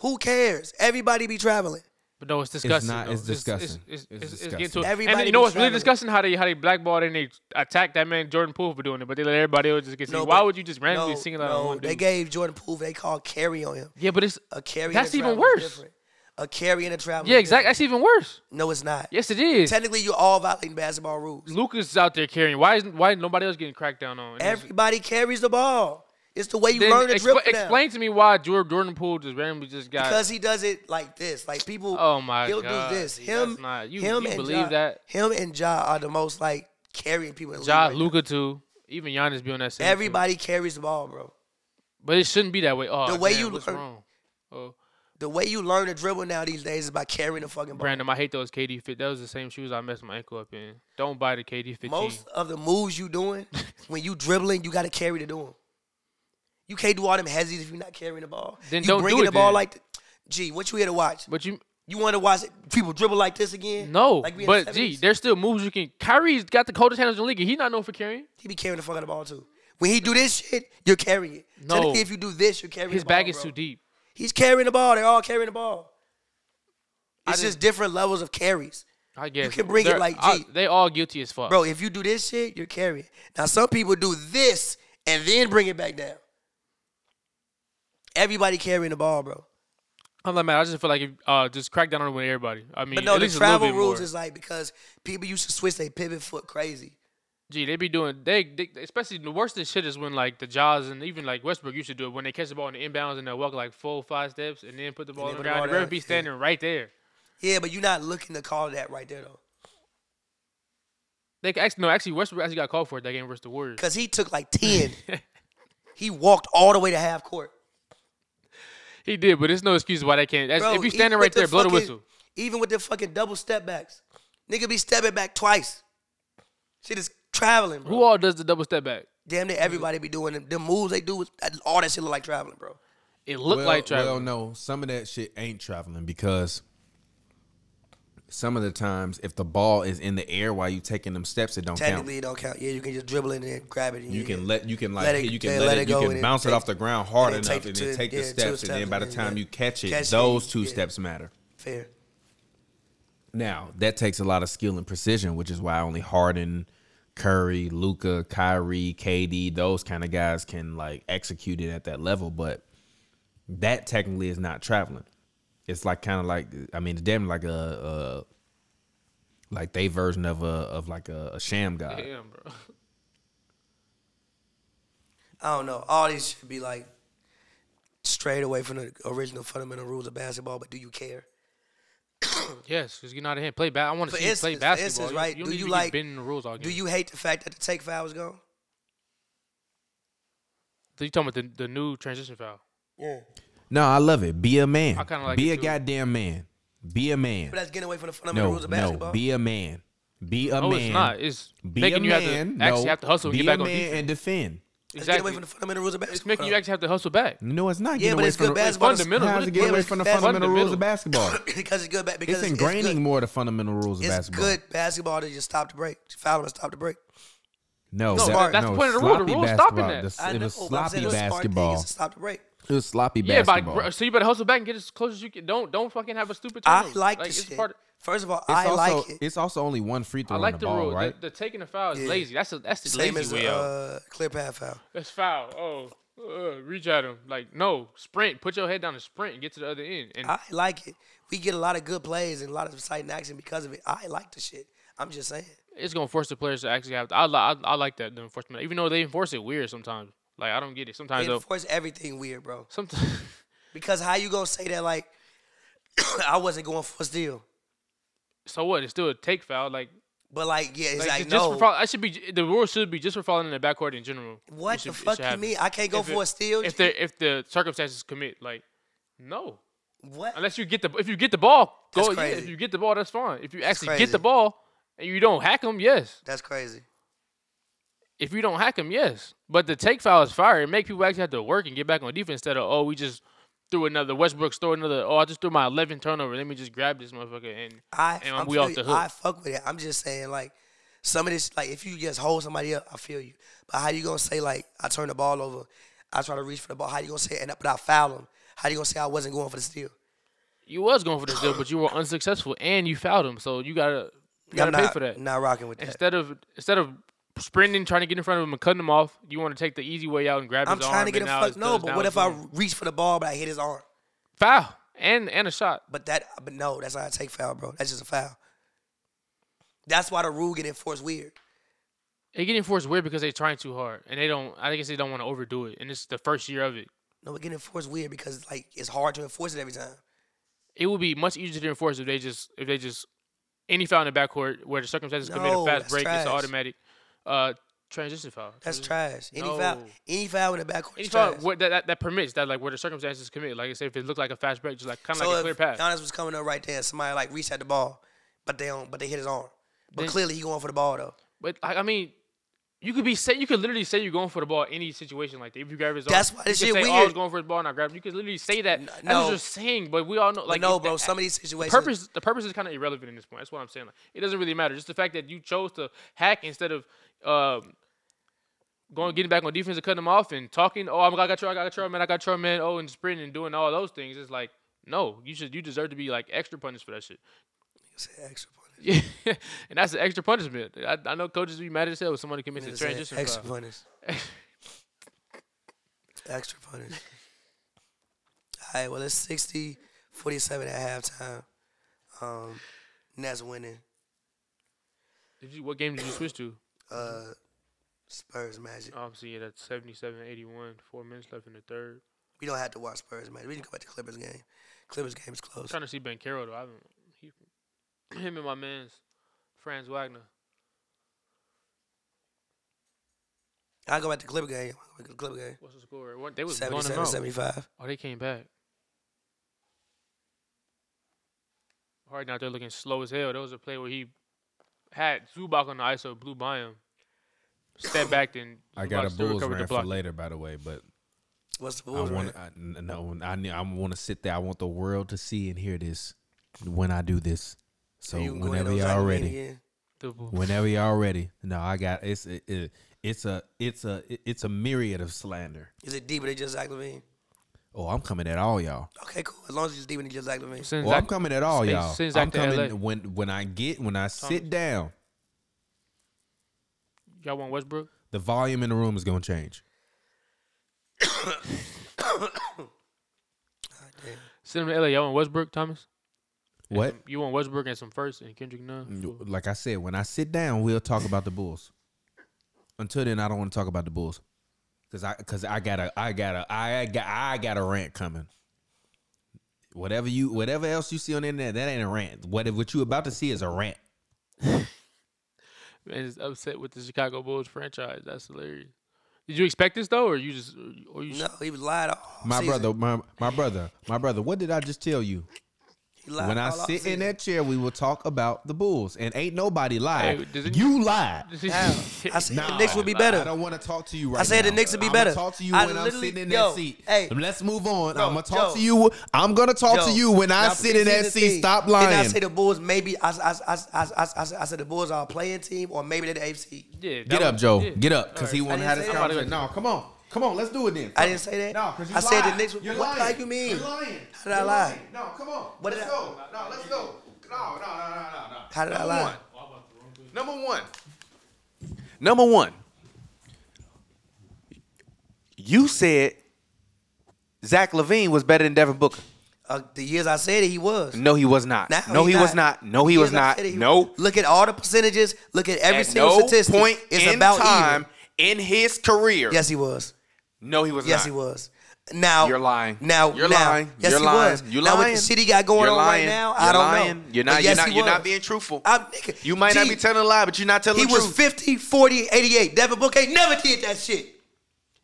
[SPEAKER 2] Who cares? Everybody be traveling.
[SPEAKER 4] But no, it's disgusting.
[SPEAKER 3] not-
[SPEAKER 4] though.
[SPEAKER 3] it's
[SPEAKER 4] It's,
[SPEAKER 3] disgusting. It's
[SPEAKER 4] it's, it's, it's
[SPEAKER 3] disgusting.
[SPEAKER 4] getting to
[SPEAKER 2] Everybody
[SPEAKER 4] and
[SPEAKER 2] be
[SPEAKER 4] you know what's really
[SPEAKER 2] traveling.
[SPEAKER 4] disgalled how they how they blackballed and they attacked that man Jordan Poole for doing it, but they let everybody else just get. seen. Why
[SPEAKER 2] but-
[SPEAKER 4] would you just randomly
[SPEAKER 2] no,
[SPEAKER 4] single out on
[SPEAKER 2] No,
[SPEAKER 4] one
[SPEAKER 2] they
[SPEAKER 4] dude?
[SPEAKER 2] gave Jordan Poole. They called carry on him.
[SPEAKER 4] yeah, but it's
[SPEAKER 2] A carry. and
[SPEAKER 4] That's
[SPEAKER 2] a
[SPEAKER 4] even
[SPEAKER 2] travel is
[SPEAKER 4] worse.
[SPEAKER 2] different. A carry and a travel.
[SPEAKER 4] yeah,
[SPEAKER 2] is different.
[SPEAKER 4] exactly. That's even worse.
[SPEAKER 2] No, it's not.
[SPEAKER 4] Yes, it is.
[SPEAKER 2] Technically, you're all violating basketball rules.
[SPEAKER 4] Lucas is out there carrying. Why isn't why nobody else getting cracked down on? And it's-
[SPEAKER 2] Everybody carries the ball. It's the way you
[SPEAKER 4] then
[SPEAKER 2] learn to
[SPEAKER 4] expl-
[SPEAKER 2] dribble now.
[SPEAKER 4] Explain to me why Jordan Jordan Poole just randomly just got.
[SPEAKER 2] because he does it like this. Like people,
[SPEAKER 4] Oh my
[SPEAKER 2] he'll
[SPEAKER 4] God,
[SPEAKER 2] do this.
[SPEAKER 4] see,
[SPEAKER 2] Him,
[SPEAKER 4] that's not- you-
[SPEAKER 2] him
[SPEAKER 4] you
[SPEAKER 2] and
[SPEAKER 4] believe
[SPEAKER 2] Ja,
[SPEAKER 4] that?
[SPEAKER 2] Him and Ja are the most like carrying people. In the
[SPEAKER 4] Ja,
[SPEAKER 2] league right now.
[SPEAKER 4] Luca too. Even Giannis be on that same. team.
[SPEAKER 2] Everybody carries the ball, bro.
[SPEAKER 4] but it shouldn't be that way. Oh,
[SPEAKER 2] The way
[SPEAKER 4] damn,
[SPEAKER 2] you
[SPEAKER 4] what's
[SPEAKER 2] learn-
[SPEAKER 4] wrong? Oh,
[SPEAKER 2] The way you learn to dribble now these days is by carrying the fucking ball.
[SPEAKER 4] Brandon, I hate those KD fit. That was the same shoes I messed my ankle up in. Don't buy the KD fifteen.
[SPEAKER 2] Most of the moves you
[SPEAKER 4] [LAUGHS]
[SPEAKER 2] doing when you dribbling, you got to carry to do them. You can't do all them hezzies if you're not carrying the ball.
[SPEAKER 4] Then
[SPEAKER 2] you
[SPEAKER 4] don't do
[SPEAKER 2] bringing
[SPEAKER 4] it
[SPEAKER 2] the ball
[SPEAKER 4] then.
[SPEAKER 2] like, th- gee, what you here to watch?
[SPEAKER 4] but you
[SPEAKER 2] You want to watch people dribble like this again?
[SPEAKER 4] no.
[SPEAKER 2] like we in the
[SPEAKER 4] but gee,
[SPEAKER 2] 70s?
[SPEAKER 4] there's still moves you can. Kyrie's got the coldest hands in the league. and He not known for carrying.
[SPEAKER 2] he be carrying the fuck out of the ball too. When he do this shit, you're carrying it.
[SPEAKER 4] No.
[SPEAKER 2] Technically, if you do this, you're carrying
[SPEAKER 4] His
[SPEAKER 2] the ball,
[SPEAKER 4] bag is
[SPEAKER 2] bro.
[SPEAKER 4] too deep.
[SPEAKER 2] He's carrying the ball. They're all carrying the ball.
[SPEAKER 4] I
[SPEAKER 2] It's just
[SPEAKER 4] didn't-
[SPEAKER 2] different levels of carries.
[SPEAKER 4] I guess
[SPEAKER 2] can bring it
[SPEAKER 4] They're-
[SPEAKER 2] like
[SPEAKER 4] I-
[SPEAKER 2] G.
[SPEAKER 4] They all guilty as fuck.
[SPEAKER 2] Bro, if you do this shit, you're carrying. Now, some people do this and then bring it back down. Everybody carrying the ball, bro.
[SPEAKER 4] I'm like man, I just feel like if, uh, just crack down on it with everybody. I mean,
[SPEAKER 2] But no,
[SPEAKER 4] at
[SPEAKER 2] the
[SPEAKER 4] least a little
[SPEAKER 2] travel
[SPEAKER 4] bit
[SPEAKER 2] rules
[SPEAKER 4] more.
[SPEAKER 2] is like because people used to switch their pivot foot crazy.
[SPEAKER 4] Gee, they be doing they, they especially the worst of this shit is when like the Jaws and even like Westbrook used to do it when they catch the ball in the inbounds and they walk like four five steps and then put the ball
[SPEAKER 2] then put
[SPEAKER 4] on the
[SPEAKER 2] the
[SPEAKER 4] ground.
[SPEAKER 2] ball
[SPEAKER 4] The ref
[SPEAKER 2] down,
[SPEAKER 4] be
[SPEAKER 2] yeah.
[SPEAKER 4] standing right there.
[SPEAKER 2] Yeah, but you're not looking to call that right there though,
[SPEAKER 4] They ca- actually no, actually Westbrook actually got called for it that game versus the Warriors.
[SPEAKER 2] because he took like
[SPEAKER 4] [LAUGHS]
[SPEAKER 2] ten. he walked all the way to half court.
[SPEAKER 4] He did, but there's no excuse why they can't. That's,
[SPEAKER 2] Bro,
[SPEAKER 4] if you
[SPEAKER 2] even
[SPEAKER 4] standing
[SPEAKER 2] with
[SPEAKER 4] right there, blow the
[SPEAKER 2] fucking-
[SPEAKER 4] whistle.
[SPEAKER 2] Even with the fucking double step backs, nigga be stepping back twice. Shit is traveling, bro.
[SPEAKER 4] Who all does the double step back?
[SPEAKER 2] Damn near everybody be doing them. The moves they do, is- that- all that shit look like traveling, bro.
[SPEAKER 4] It looked like travel.
[SPEAKER 3] Well, no, some of that shit ain't traveling because some of the times, if the ball is in the air while you taking them steps, it don't count.
[SPEAKER 2] Technically, it don't count. Yeah, you can just dribble it and then grab it. And
[SPEAKER 3] You can let you can like
[SPEAKER 2] Let it-
[SPEAKER 3] you can
[SPEAKER 2] yeah,
[SPEAKER 3] let,
[SPEAKER 2] let
[SPEAKER 3] it,
[SPEAKER 2] it
[SPEAKER 3] you
[SPEAKER 2] go
[SPEAKER 3] can
[SPEAKER 2] and it
[SPEAKER 3] bounce it
[SPEAKER 2] take-
[SPEAKER 3] off the ground hard
[SPEAKER 2] and it
[SPEAKER 3] enough
[SPEAKER 2] take
[SPEAKER 3] and then
[SPEAKER 2] two-
[SPEAKER 3] take the
[SPEAKER 2] yeah, two
[SPEAKER 3] steps and then
[SPEAKER 2] steps
[SPEAKER 3] by the
[SPEAKER 2] and then
[SPEAKER 3] time you catch it,
[SPEAKER 2] catch it,
[SPEAKER 3] those two
[SPEAKER 2] yeah.
[SPEAKER 3] steps matter.
[SPEAKER 2] fair.
[SPEAKER 3] Now that takes a lot of skill and precision, which is why only Harden, Curry, Luca, Kyrie, KD, those kind of guys can like execute it at that level. But that technically is not traveling. It's like kind of like I mean, it's damn like a, a like they version of a of like a, a sham guy.
[SPEAKER 4] Damn, bro. [LAUGHS]
[SPEAKER 2] I don't know. All these should be like straight away from the original fundamental rules of basketball. But do you care?
[SPEAKER 4] Yes, just getting out of hand. Play ba- I want to
[SPEAKER 2] For
[SPEAKER 4] see you play
[SPEAKER 2] instance- for
[SPEAKER 4] basketball.
[SPEAKER 2] instance,
[SPEAKER 4] You-
[SPEAKER 2] right,
[SPEAKER 4] You,
[SPEAKER 2] do
[SPEAKER 4] need
[SPEAKER 2] you
[SPEAKER 4] to be
[SPEAKER 2] like-
[SPEAKER 4] bending the rules all game?
[SPEAKER 2] Do you hate the fact that the take foul is gone?
[SPEAKER 4] So you talking about the, the new transition foul?
[SPEAKER 2] Yeah.
[SPEAKER 3] No, I love it. Be a man.
[SPEAKER 4] I kinda like
[SPEAKER 3] Be
[SPEAKER 4] it
[SPEAKER 3] a
[SPEAKER 4] too.
[SPEAKER 3] goddamn man. Be a man.
[SPEAKER 2] But that's getting away from the fundamental
[SPEAKER 3] No,
[SPEAKER 2] rules of
[SPEAKER 3] no.
[SPEAKER 2] basketball.
[SPEAKER 3] Be a man. Be a
[SPEAKER 4] No,
[SPEAKER 3] man.
[SPEAKER 4] Oh, it's not. It's
[SPEAKER 3] Be
[SPEAKER 4] making
[SPEAKER 3] a
[SPEAKER 4] you have to
[SPEAKER 3] man.
[SPEAKER 4] actually
[SPEAKER 3] no.
[SPEAKER 4] have to hustle and
[SPEAKER 3] Be
[SPEAKER 4] get back
[SPEAKER 3] a
[SPEAKER 4] on
[SPEAKER 3] man
[SPEAKER 4] defense.
[SPEAKER 3] and defend.
[SPEAKER 2] Let's Get away
[SPEAKER 4] Exactly.
[SPEAKER 2] from the fundamental rules of basketball.
[SPEAKER 4] It's making you actually have to hustle back.
[SPEAKER 3] No, it's not.
[SPEAKER 2] Yeah, but
[SPEAKER 3] Get away
[SPEAKER 2] it's
[SPEAKER 3] from
[SPEAKER 2] good
[SPEAKER 3] the-
[SPEAKER 2] basketball.
[SPEAKER 3] it's
[SPEAKER 4] fundamentals.
[SPEAKER 3] How to get
[SPEAKER 2] Yeah,
[SPEAKER 3] away
[SPEAKER 2] but
[SPEAKER 3] from the
[SPEAKER 2] it's bas-
[SPEAKER 3] fundamental rules of basketball?
[SPEAKER 2] [COUGHS] because it's good back. Because
[SPEAKER 3] It's
[SPEAKER 2] it's,
[SPEAKER 3] ingraining
[SPEAKER 2] good-
[SPEAKER 3] more of the fundamental rules of
[SPEAKER 2] It's
[SPEAKER 3] basketball.
[SPEAKER 2] good basketball to just stop the break. To foul them and stop the break. No,
[SPEAKER 3] No, that-
[SPEAKER 2] smart.
[SPEAKER 4] That's
[SPEAKER 3] no,
[SPEAKER 4] the point of the rule. The
[SPEAKER 3] sloppy
[SPEAKER 4] rule's stopping
[SPEAKER 3] basketball.
[SPEAKER 4] that.
[SPEAKER 3] That's-
[SPEAKER 2] I
[SPEAKER 3] It
[SPEAKER 2] know,
[SPEAKER 3] was
[SPEAKER 2] but I'm saying
[SPEAKER 3] sloppy
[SPEAKER 2] the smart thing is
[SPEAKER 3] basketball.
[SPEAKER 2] to stop the break.
[SPEAKER 3] It was sloppy
[SPEAKER 4] Yeah, but like,
[SPEAKER 3] basketball.
[SPEAKER 4] bro, so you better hustle back and get as close as you can. Don't don't fucking have a stupid
[SPEAKER 2] I
[SPEAKER 4] turnover.
[SPEAKER 2] like, the
[SPEAKER 4] it's
[SPEAKER 2] shit.
[SPEAKER 4] part-
[SPEAKER 2] First of all,
[SPEAKER 3] It's
[SPEAKER 2] I
[SPEAKER 3] also,
[SPEAKER 2] like it.
[SPEAKER 3] It's also only one free throw
[SPEAKER 4] I like
[SPEAKER 3] on the,
[SPEAKER 4] the,
[SPEAKER 3] ball,
[SPEAKER 4] rule.
[SPEAKER 3] right?
[SPEAKER 4] The, the taking a foul is
[SPEAKER 2] Yeah.
[SPEAKER 4] lazy. That's a, that's the
[SPEAKER 2] Same as
[SPEAKER 4] lazy way
[SPEAKER 2] the
[SPEAKER 4] out.
[SPEAKER 2] uh, clear path foul.
[SPEAKER 4] That's foul. Oh, uh, reach at him. Like no, sprint. Put your head down and sprint and get to the other end. And
[SPEAKER 2] I like it. We get a lot of good plays and a lot of exciting action because of it. I like the shit. I'm just saying.
[SPEAKER 4] it's gonna force the players to actually have. I, li- I I like that the enforcement, even though they enforce it weird sometimes. Like I don't get it. Sometimes
[SPEAKER 2] They
[SPEAKER 4] though,
[SPEAKER 2] enforce everything weird, bro.
[SPEAKER 4] sometimes
[SPEAKER 2] Because how you gonna say that like [COUGHS] I wasn't going for a steal,
[SPEAKER 4] [LAUGHS] so what? It's still a take foul. Like,
[SPEAKER 2] but like yeah, it's
[SPEAKER 4] like,
[SPEAKER 2] like,
[SPEAKER 4] just
[SPEAKER 2] no.
[SPEAKER 4] for foul. I should be the rule should be just for falling in the backcourt in general. It
[SPEAKER 2] what
[SPEAKER 4] should-
[SPEAKER 2] the
[SPEAKER 4] it
[SPEAKER 2] fuck
[SPEAKER 4] should
[SPEAKER 2] you
[SPEAKER 4] happen.
[SPEAKER 2] mean? I can't go
[SPEAKER 4] If
[SPEAKER 2] for
[SPEAKER 4] it-
[SPEAKER 2] a steal.
[SPEAKER 4] if the if the circumstances commit like no
[SPEAKER 2] what?
[SPEAKER 4] unless you get the if you get the ball go
[SPEAKER 2] That's
[SPEAKER 4] yeah, if
[SPEAKER 2] crazy.
[SPEAKER 4] you get the ball that's fine if you actually get
[SPEAKER 2] crazy.
[SPEAKER 4] the ball and you don't hack them yes
[SPEAKER 2] That's crazy.
[SPEAKER 4] if you don't hack them yes but the take foul is fire it make people actually have to work and get back on defense instead of oh we just threw another Westbrook throw another oh I just threw my 11 turnover let me just grab this motherfucker and
[SPEAKER 2] I
[SPEAKER 4] and
[SPEAKER 2] I'm
[SPEAKER 4] we off
[SPEAKER 2] feel
[SPEAKER 4] the
[SPEAKER 2] you.
[SPEAKER 4] hook
[SPEAKER 2] I fuck with it. I'm just saying like some of this like if you just hold somebody up, I feel you. But how you gonna say like I turn the ball over, I try to reach for the ball. How you gonna say and but I foul him? How you gonna say I wasn't going for the steal?
[SPEAKER 4] you was going for this deal but you were unsuccessful and you fouled him so you gotta you gotta
[SPEAKER 2] I'm
[SPEAKER 4] pay
[SPEAKER 2] not,
[SPEAKER 4] for that
[SPEAKER 2] Not rocking with that.
[SPEAKER 4] instead of instead of sprinting, trying to get in front of him and cutting him off, you want to take the easy way out and grab
[SPEAKER 2] I'm
[SPEAKER 4] his
[SPEAKER 2] trying
[SPEAKER 4] arm.
[SPEAKER 2] to get
[SPEAKER 4] and
[SPEAKER 2] him
[SPEAKER 4] now
[SPEAKER 2] fucked.
[SPEAKER 4] it's-
[SPEAKER 2] No,
[SPEAKER 4] it's
[SPEAKER 2] but
[SPEAKER 4] now
[SPEAKER 2] what
[SPEAKER 4] it's
[SPEAKER 2] if I
[SPEAKER 4] going-
[SPEAKER 2] reach for the ball but I hit his arm?
[SPEAKER 4] foul and and a shot?
[SPEAKER 2] But that, but no, that's not a take foul, bro. That's just a foul. That's why the rule get enforced weird.
[SPEAKER 4] They get enforced weird because they're trying too hard and they don't. I guess they don't want to overdo it, and it's the first year of it.
[SPEAKER 2] No, it get enforced weird because like it's hard to enforce it every time.
[SPEAKER 4] It would be much easier to enforce if they just if they just any foul in the backcourt where the circumstances commit
[SPEAKER 2] No,
[SPEAKER 4] a fast
[SPEAKER 2] that's
[SPEAKER 4] break, it's
[SPEAKER 2] trash.
[SPEAKER 4] an automatic uh, transition foul.
[SPEAKER 2] That's
[SPEAKER 4] Transition-
[SPEAKER 2] trash. Any
[SPEAKER 4] Mm. No.
[SPEAKER 2] foul, any foul in the backcourt.
[SPEAKER 4] Any
[SPEAKER 2] is
[SPEAKER 4] foul
[SPEAKER 2] trash.
[SPEAKER 4] where, that, that that permits that like where the circumstances commit. Like I said, if it looked like a fast break, just like kind of
[SPEAKER 2] so
[SPEAKER 4] like a
[SPEAKER 2] if
[SPEAKER 4] clear pass.
[SPEAKER 2] Giannis was coming up right there, and somebody like reached at the ball, but they don't, but they hit his arm. But
[SPEAKER 4] Then-
[SPEAKER 2] clearly he going for the ball though.
[SPEAKER 4] But I, I mean, you could be say you could literally say you're going for the ball any situation like that. If you grab his
[SPEAKER 2] That's
[SPEAKER 4] arm,
[SPEAKER 2] why this
[SPEAKER 4] you could
[SPEAKER 2] shit
[SPEAKER 4] say, "Oh, I was
[SPEAKER 2] weird."
[SPEAKER 4] going for his ball and I grabbed. it." You could literally say that.
[SPEAKER 2] N-
[SPEAKER 4] That's what
[SPEAKER 2] no.
[SPEAKER 4] you're saying, but we all know like
[SPEAKER 2] But no,
[SPEAKER 4] if
[SPEAKER 2] bro.
[SPEAKER 4] the-
[SPEAKER 2] Some of these
[SPEAKER 4] the
[SPEAKER 2] situations.
[SPEAKER 4] purpose the purpose is kind of irrelevant in this point. That's what I'm saying. Like, it doesn't really matter. Just the fact that you chose to hack instead of um, going getting back on defense and cutting them off and talking. Oh, I'm, I got your, I got your man, I got your man. Oh, and sprinting and doing all those things. It's like no, you should you deserve to be like extra punished for that shit. [LAUGHS]
[SPEAKER 2] It's an extra point.
[SPEAKER 4] Yeah, and that's an extra punishment. I, I know coaches be mad as hell when somebody commits a
[SPEAKER 2] It's an
[SPEAKER 4] transition
[SPEAKER 2] extra
[SPEAKER 4] foul.
[SPEAKER 2] punters.
[SPEAKER 4] [LAUGHS]
[SPEAKER 2] extra punters. All right, well, it's 60 47 at halftime. Um, Nets winning.
[SPEAKER 4] Did you, what game did you switch to?
[SPEAKER 2] Uh, Spurs Magic.
[SPEAKER 4] Obviously, yeah, that's 77-81, Four minutes left in the third.
[SPEAKER 2] We don't have to watch Spurs Magic. We can go back to Clippers game. Clippers game is
[SPEAKER 4] I'm
[SPEAKER 2] close.
[SPEAKER 4] trying to see Ben Carroll though. I haven't. He, him and my man's Franz Wagner.
[SPEAKER 2] I'll go back to Clipper game. I'll go back to Clipper game.
[SPEAKER 4] What's the score? What, they was blowing
[SPEAKER 2] 77
[SPEAKER 4] them out.
[SPEAKER 2] 75.
[SPEAKER 4] Oh, they came back. Harden out there looking slow as hell. There was a play where he had Zubac on the ISO, blew by him, step back, and
[SPEAKER 3] I
[SPEAKER 4] Zubac
[SPEAKER 3] got a
[SPEAKER 4] still
[SPEAKER 3] Bulls
[SPEAKER 4] recovered the
[SPEAKER 3] rant for
[SPEAKER 4] block.
[SPEAKER 3] later, by the way, but
[SPEAKER 2] What's the
[SPEAKER 3] I
[SPEAKER 2] Bulls
[SPEAKER 3] want
[SPEAKER 2] right?
[SPEAKER 3] I, n- no, I ne- I want to sit there. I want the world to see and hear this when I do this. So
[SPEAKER 2] You can go in
[SPEAKER 3] whenever
[SPEAKER 2] on
[SPEAKER 3] y'all
[SPEAKER 2] Zion
[SPEAKER 3] ready,
[SPEAKER 2] again.
[SPEAKER 4] The Bulls.
[SPEAKER 3] whenever y'all ready. No, I got it's it, it, it's a it's a it- it's a myriad of slander.
[SPEAKER 2] Is it deeper than just Zach Levine?
[SPEAKER 3] Oh, I'm coming at all y'all.
[SPEAKER 2] Okay, cool. As long as it's deeper than just Zach Levine. [COUGHS]
[SPEAKER 4] Since
[SPEAKER 3] Oh,
[SPEAKER 4] I-
[SPEAKER 3] I'm coming at all
[SPEAKER 4] Since-
[SPEAKER 3] y'all.
[SPEAKER 4] since
[SPEAKER 3] I'm
[SPEAKER 4] after LA.
[SPEAKER 3] coming when when I get when I sit down,
[SPEAKER 4] Y'all want Westbrook?
[SPEAKER 3] the volume in the room is gonna change.
[SPEAKER 4] Send him to LA. Y'all want Westbrook, Thomas? And
[SPEAKER 3] What?
[SPEAKER 4] some- you want Westbrook and some first and Kendrick Nunn?
[SPEAKER 3] Like I said, when I sit down, we'll talk about the Bulls. Until then, I don't want to talk about the Bulls because I because I got a I got a I got I got a rant coming. Whatever you whatever else you see on the internet, that ain't a rant. What what you about to see is a rant.
[SPEAKER 4] Man is upset with the Chicago Bulls franchise. That's hilarious. Did you expect this though, or you just or you? [LAUGHS]
[SPEAKER 2] No, he was lied all
[SPEAKER 3] My
[SPEAKER 2] season.
[SPEAKER 3] brother, my my brother, my brother. What did I just tell you?
[SPEAKER 2] He lied
[SPEAKER 6] when I
[SPEAKER 2] all
[SPEAKER 6] sit in
[SPEAKER 2] offseason.
[SPEAKER 6] that chair, we will talk about the Bulls. And ain't nobody lied.
[SPEAKER 4] Hey, does it-
[SPEAKER 6] you lied.
[SPEAKER 2] I said
[SPEAKER 6] Nah.
[SPEAKER 2] the Knicks would be
[SPEAKER 6] I
[SPEAKER 2] better.
[SPEAKER 6] don't want to talk to you right now.
[SPEAKER 2] said the Knicks would be
[SPEAKER 6] I'ma
[SPEAKER 2] better.
[SPEAKER 6] talk to you
[SPEAKER 2] I
[SPEAKER 6] when I'm
[SPEAKER 2] literally-
[SPEAKER 6] sitting in
[SPEAKER 2] yo,
[SPEAKER 6] that seat.
[SPEAKER 2] hey.
[SPEAKER 6] Let's move on.
[SPEAKER 2] Bro,
[SPEAKER 6] I'm gonna talk
[SPEAKER 2] yo.
[SPEAKER 6] to you. I'm gonna talk to
[SPEAKER 2] Yo,
[SPEAKER 6] you when I
[SPEAKER 2] now,
[SPEAKER 6] sit in that
[SPEAKER 2] see,
[SPEAKER 6] seat.
[SPEAKER 2] see,
[SPEAKER 6] Stop
[SPEAKER 2] Did I
[SPEAKER 6] lying.
[SPEAKER 2] say the Bulls? Maybe I, I, I, I, I, I, I said the Bulls are a playing team, or maybe they're the AFC.
[SPEAKER 4] Yeah, that
[SPEAKER 6] Get up,
[SPEAKER 4] was-
[SPEAKER 6] Joe.
[SPEAKER 4] yeah.
[SPEAKER 6] Get up, because he
[SPEAKER 4] Alright.
[SPEAKER 6] want to
[SPEAKER 2] I
[SPEAKER 6] have
[SPEAKER 2] didn't
[SPEAKER 6] this
[SPEAKER 2] say
[SPEAKER 6] conversation.
[SPEAKER 2] that.
[SPEAKER 6] No, come on, come on. Let's do it then.
[SPEAKER 2] I didn't say that.
[SPEAKER 6] No, because you
[SPEAKER 2] I said the
[SPEAKER 6] lied.
[SPEAKER 2] Knicks. would-
[SPEAKER 6] You're
[SPEAKER 2] what
[SPEAKER 6] lying.
[SPEAKER 2] the you mean?
[SPEAKER 6] You're lying.
[SPEAKER 2] How did I
[SPEAKER 6] You're
[SPEAKER 2] lie?
[SPEAKER 6] lying. No, come on.
[SPEAKER 2] What
[SPEAKER 6] let's
[SPEAKER 2] did I-
[SPEAKER 6] go. No, let's go. No, no, no, no, no. no.
[SPEAKER 2] How did I
[SPEAKER 6] Number
[SPEAKER 2] lie?
[SPEAKER 6] one. Number one. Number one.
[SPEAKER 3] You said Zach Levine was better than Devin Booker.
[SPEAKER 2] Uh, the years I said it, he was.
[SPEAKER 3] No, he was not.
[SPEAKER 2] Now
[SPEAKER 3] no, he
[SPEAKER 2] he's
[SPEAKER 3] was not. No, he
[SPEAKER 2] The
[SPEAKER 3] was
[SPEAKER 2] years I
[SPEAKER 3] not.
[SPEAKER 2] said it, he
[SPEAKER 3] No.
[SPEAKER 2] was. Look at all the percentages. Look at every
[SPEAKER 3] At
[SPEAKER 2] single
[SPEAKER 3] no
[SPEAKER 2] statistic.
[SPEAKER 3] point
[SPEAKER 2] it's
[SPEAKER 3] in
[SPEAKER 2] about
[SPEAKER 3] time
[SPEAKER 2] even.
[SPEAKER 3] in his career.
[SPEAKER 2] Yes, he was.
[SPEAKER 3] No, he was
[SPEAKER 2] Yes,
[SPEAKER 3] not.
[SPEAKER 2] he was. Now
[SPEAKER 3] You're lying.
[SPEAKER 2] Now
[SPEAKER 3] you're
[SPEAKER 2] now,
[SPEAKER 3] lying.
[SPEAKER 2] Yes,
[SPEAKER 3] you're
[SPEAKER 2] he
[SPEAKER 3] lying.
[SPEAKER 2] was.
[SPEAKER 3] You're
[SPEAKER 2] now
[SPEAKER 3] lying.
[SPEAKER 2] with the city got going
[SPEAKER 3] You're
[SPEAKER 2] on
[SPEAKER 3] lying.
[SPEAKER 2] right now,
[SPEAKER 3] You're
[SPEAKER 2] I don't
[SPEAKER 3] lying.
[SPEAKER 2] know.
[SPEAKER 3] You're
[SPEAKER 2] But
[SPEAKER 3] not.
[SPEAKER 2] yes,
[SPEAKER 3] you're
[SPEAKER 2] he
[SPEAKER 3] not. You're
[SPEAKER 2] was.
[SPEAKER 3] not being truthful.
[SPEAKER 2] I'm, nigga,
[SPEAKER 3] you might not
[SPEAKER 2] G,
[SPEAKER 3] be telling a lie, but you're not telling
[SPEAKER 2] He
[SPEAKER 3] the
[SPEAKER 2] was
[SPEAKER 3] truth.
[SPEAKER 2] 50, 40, 88. Devin Booker ain't never did that shit.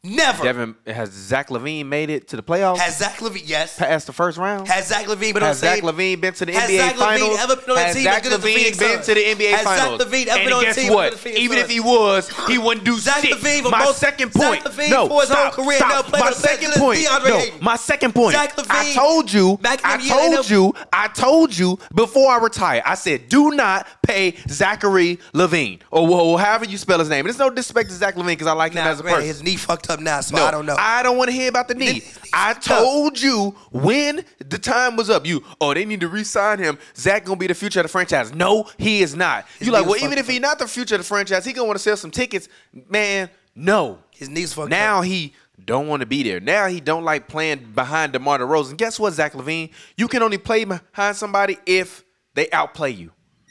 [SPEAKER 2] Never.
[SPEAKER 3] Devin has Zach Levine made it to the playoffs
[SPEAKER 2] Has Zach Levine? Yes.
[SPEAKER 3] past the first round.
[SPEAKER 2] Has Zach Levine been on
[SPEAKER 3] Has
[SPEAKER 2] the same?
[SPEAKER 3] Zach Levine been to the
[SPEAKER 2] Has
[SPEAKER 3] NBA
[SPEAKER 2] Zach Levine
[SPEAKER 3] Finals?
[SPEAKER 2] ever been on a
[SPEAKER 3] Has
[SPEAKER 2] team as
[SPEAKER 3] Zach
[SPEAKER 2] good as the
[SPEAKER 3] Levine
[SPEAKER 2] Phoenix
[SPEAKER 3] been
[SPEAKER 2] Suns?
[SPEAKER 3] to the NBA
[SPEAKER 2] Has Zach
[SPEAKER 3] Finals?
[SPEAKER 2] Levine ever
[SPEAKER 3] and
[SPEAKER 2] been on a
[SPEAKER 3] guess
[SPEAKER 2] team as
[SPEAKER 3] what?
[SPEAKER 2] good as the Phoenix
[SPEAKER 3] Even if
[SPEAKER 2] Suns?
[SPEAKER 3] he was, he wouldn't do
[SPEAKER 2] Zach
[SPEAKER 3] shit.
[SPEAKER 2] Levine for
[SPEAKER 3] my
[SPEAKER 2] most-
[SPEAKER 3] second
[SPEAKER 2] Zach
[SPEAKER 3] point.
[SPEAKER 2] Levine
[SPEAKER 3] no,
[SPEAKER 2] for his
[SPEAKER 3] stop,
[SPEAKER 2] whole career
[SPEAKER 3] stop.
[SPEAKER 2] now playing
[SPEAKER 3] my
[SPEAKER 2] on the
[SPEAKER 3] second
[SPEAKER 2] Lakers
[SPEAKER 3] point.
[SPEAKER 2] is DeAndre
[SPEAKER 3] no,
[SPEAKER 2] Ayton.
[SPEAKER 3] my second point.
[SPEAKER 2] Zach
[SPEAKER 3] I
[SPEAKER 2] Levine,
[SPEAKER 3] told you.
[SPEAKER 2] back in
[SPEAKER 3] I
[SPEAKER 2] them years, they
[SPEAKER 3] told
[SPEAKER 2] never-
[SPEAKER 3] you. I told you before I retire. I said, do not pay Zachary Levine or, or however you spell his name. And there's no disrespect to Zach Levine because I like him
[SPEAKER 2] Now,
[SPEAKER 3] as a
[SPEAKER 2] granted,
[SPEAKER 3] person.
[SPEAKER 2] his knee fucked up now, so
[SPEAKER 3] No,
[SPEAKER 2] I don't know.
[SPEAKER 3] I don't want to hear about the knee. I told you when the time was up. You, oh, they need to re-sign him. Zach gonna be the future of the franchise. No, he is not. You like,
[SPEAKER 2] knee was
[SPEAKER 3] well, even
[SPEAKER 2] fucked
[SPEAKER 3] if he's not the future of the franchise, he gonna want to sell some tickets, man. No.
[SPEAKER 2] His knees fucked
[SPEAKER 3] now
[SPEAKER 2] up.
[SPEAKER 3] he don't want to be there. Now he don't like playing behind DeMar DeRozan. Guess what, Zach Levine? You can only play behind somebody if they outplay you,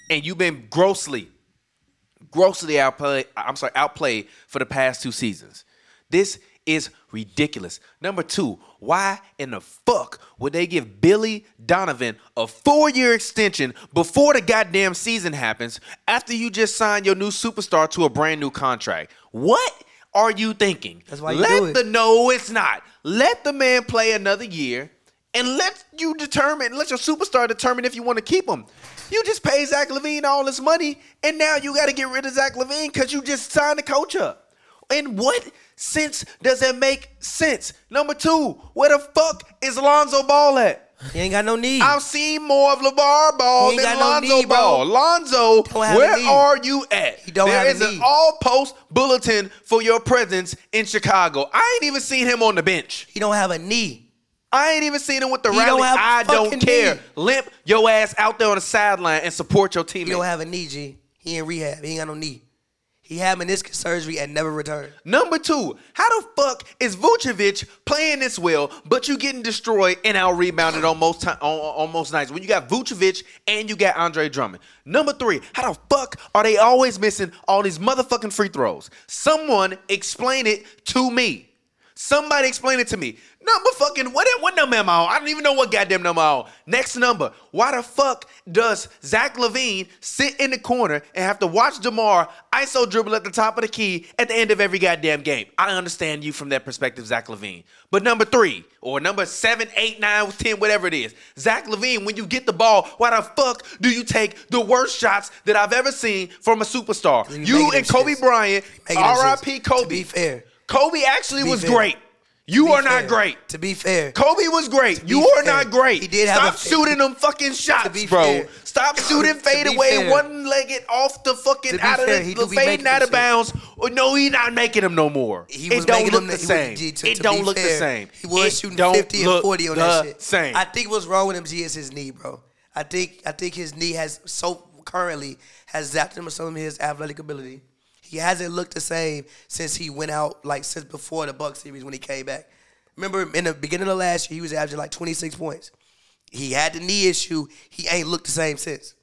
[SPEAKER 3] and you've been grossly grossly outplayed. I'm sorry, outplayed for the past two seasons. This is ridiculous. Number two, why in the fuck would they give Billy Donovan a four-year extension before the goddamn season happens? After you just signed your new superstar to a brand new contract, what are you thinking?
[SPEAKER 2] That's why you
[SPEAKER 3] Let
[SPEAKER 2] do it.
[SPEAKER 3] the no, it's not. Let the man play another year. And let you determine, let your superstar determine if you want to keep him. You just pay Zach Levine all this money, and now you got to get rid of Zach Levine because you just signed the coach up. In what sense does that make sense? Number two, where the fuck is Lonzo Ball at?
[SPEAKER 2] he ain't got no knee.
[SPEAKER 3] I've seen more of LeVar Ball
[SPEAKER 2] He
[SPEAKER 3] than
[SPEAKER 2] ain't got no
[SPEAKER 3] Lonzo
[SPEAKER 2] need, bro.
[SPEAKER 3] Ball. Lonzo,
[SPEAKER 2] Don't have a
[SPEAKER 3] where
[SPEAKER 2] need.
[SPEAKER 3] are you at?
[SPEAKER 2] He don't
[SPEAKER 3] There
[SPEAKER 2] have a
[SPEAKER 3] is
[SPEAKER 2] need.
[SPEAKER 3] an all-post bulletin for your presence in Chicago. I ain't even seen him on the bench.
[SPEAKER 2] he don't have a knee.
[SPEAKER 3] I ain't even seen him with the
[SPEAKER 2] He
[SPEAKER 3] rally.
[SPEAKER 2] don't have a
[SPEAKER 3] I don't
[SPEAKER 2] fucking
[SPEAKER 3] care.
[SPEAKER 2] knee.
[SPEAKER 3] Limp your ass out there on the sideline and support your
[SPEAKER 2] He don't
[SPEAKER 3] teammate.
[SPEAKER 2] have a knee, G. He in rehab. He ain't got no knee. He had meniscus surgery and never returned.
[SPEAKER 3] Number two, how the fuck is Vucevic playing this well, but you getting destroyed and out rebounded on most time, on, on- on most nights when you got Vucevic and you got Andre Drummond? Number three, how the fuck are they always missing all these motherfucking free throws? Someone explain it to me. Somebody explain it to me. Number fucking what? What number am I on? I don't even know what goddamn number I'm on. Next number. Why the fuck does Zach Levine sit in the corner and have to watch Demar ISO dribble at the top of the key at the end of every goddamn game? I understand you from that perspective, Zach Levine. But number three or number seven, eight, nine, ten, whatever it is, Zach Levine. When you get the ball, why the fuck do you take the worst shots that I've ever seen from a superstar?
[SPEAKER 2] He
[SPEAKER 3] You
[SPEAKER 2] making
[SPEAKER 3] and
[SPEAKER 2] them
[SPEAKER 3] Kobe
[SPEAKER 2] shits.
[SPEAKER 3] Bryant,
[SPEAKER 2] Making them
[SPEAKER 3] R.I.P.
[SPEAKER 2] shits.
[SPEAKER 3] Kobe.
[SPEAKER 2] To be fair.
[SPEAKER 3] Kobe actually
[SPEAKER 2] Be
[SPEAKER 3] was
[SPEAKER 2] fair.
[SPEAKER 3] great.
[SPEAKER 2] To
[SPEAKER 3] You
[SPEAKER 2] be
[SPEAKER 3] are not
[SPEAKER 2] fair.
[SPEAKER 3] great.
[SPEAKER 2] To be fair.
[SPEAKER 3] Kobe was great. You are
[SPEAKER 2] fair.
[SPEAKER 3] not great.
[SPEAKER 2] He did have
[SPEAKER 3] Stop
[SPEAKER 2] a-
[SPEAKER 3] shooting them fucking shots,
[SPEAKER 2] be
[SPEAKER 3] bro.
[SPEAKER 2] fair.
[SPEAKER 3] Stop
[SPEAKER 2] [COUGHS]
[SPEAKER 3] shooting
[SPEAKER 2] To be
[SPEAKER 3] fadeaway,
[SPEAKER 2] fair.
[SPEAKER 3] one legged off the fucking
[SPEAKER 2] To be
[SPEAKER 3] out
[SPEAKER 2] fair,
[SPEAKER 3] of
[SPEAKER 2] he do
[SPEAKER 3] the, the
[SPEAKER 2] be
[SPEAKER 3] fading
[SPEAKER 2] making
[SPEAKER 3] out
[SPEAKER 2] them
[SPEAKER 3] of bounds. Oh, no, he not making them no more.
[SPEAKER 2] He
[SPEAKER 3] it
[SPEAKER 2] was
[SPEAKER 3] don't
[SPEAKER 2] making
[SPEAKER 3] look
[SPEAKER 2] them-
[SPEAKER 3] the
[SPEAKER 2] he was-
[SPEAKER 3] same.
[SPEAKER 2] G, to-
[SPEAKER 3] it
[SPEAKER 2] to
[SPEAKER 3] don't
[SPEAKER 2] be
[SPEAKER 3] look the
[SPEAKER 2] fair,
[SPEAKER 3] same.
[SPEAKER 2] He was
[SPEAKER 3] It
[SPEAKER 2] shooting
[SPEAKER 3] don't
[SPEAKER 2] 50 and
[SPEAKER 3] look
[SPEAKER 2] 40 on
[SPEAKER 3] the
[SPEAKER 2] that shit.
[SPEAKER 3] Same.
[SPEAKER 2] I think what's wrong with him, G, is his knee, bro. I think I think his knee has so currently has zapped him of some of his athletic ability. He hasn't looked the same since he went out, like since before the Buck series when he came back. Remember in the beginning of last year, he was averaging like 26 points. He had the knee issue. He ain't looked the same since.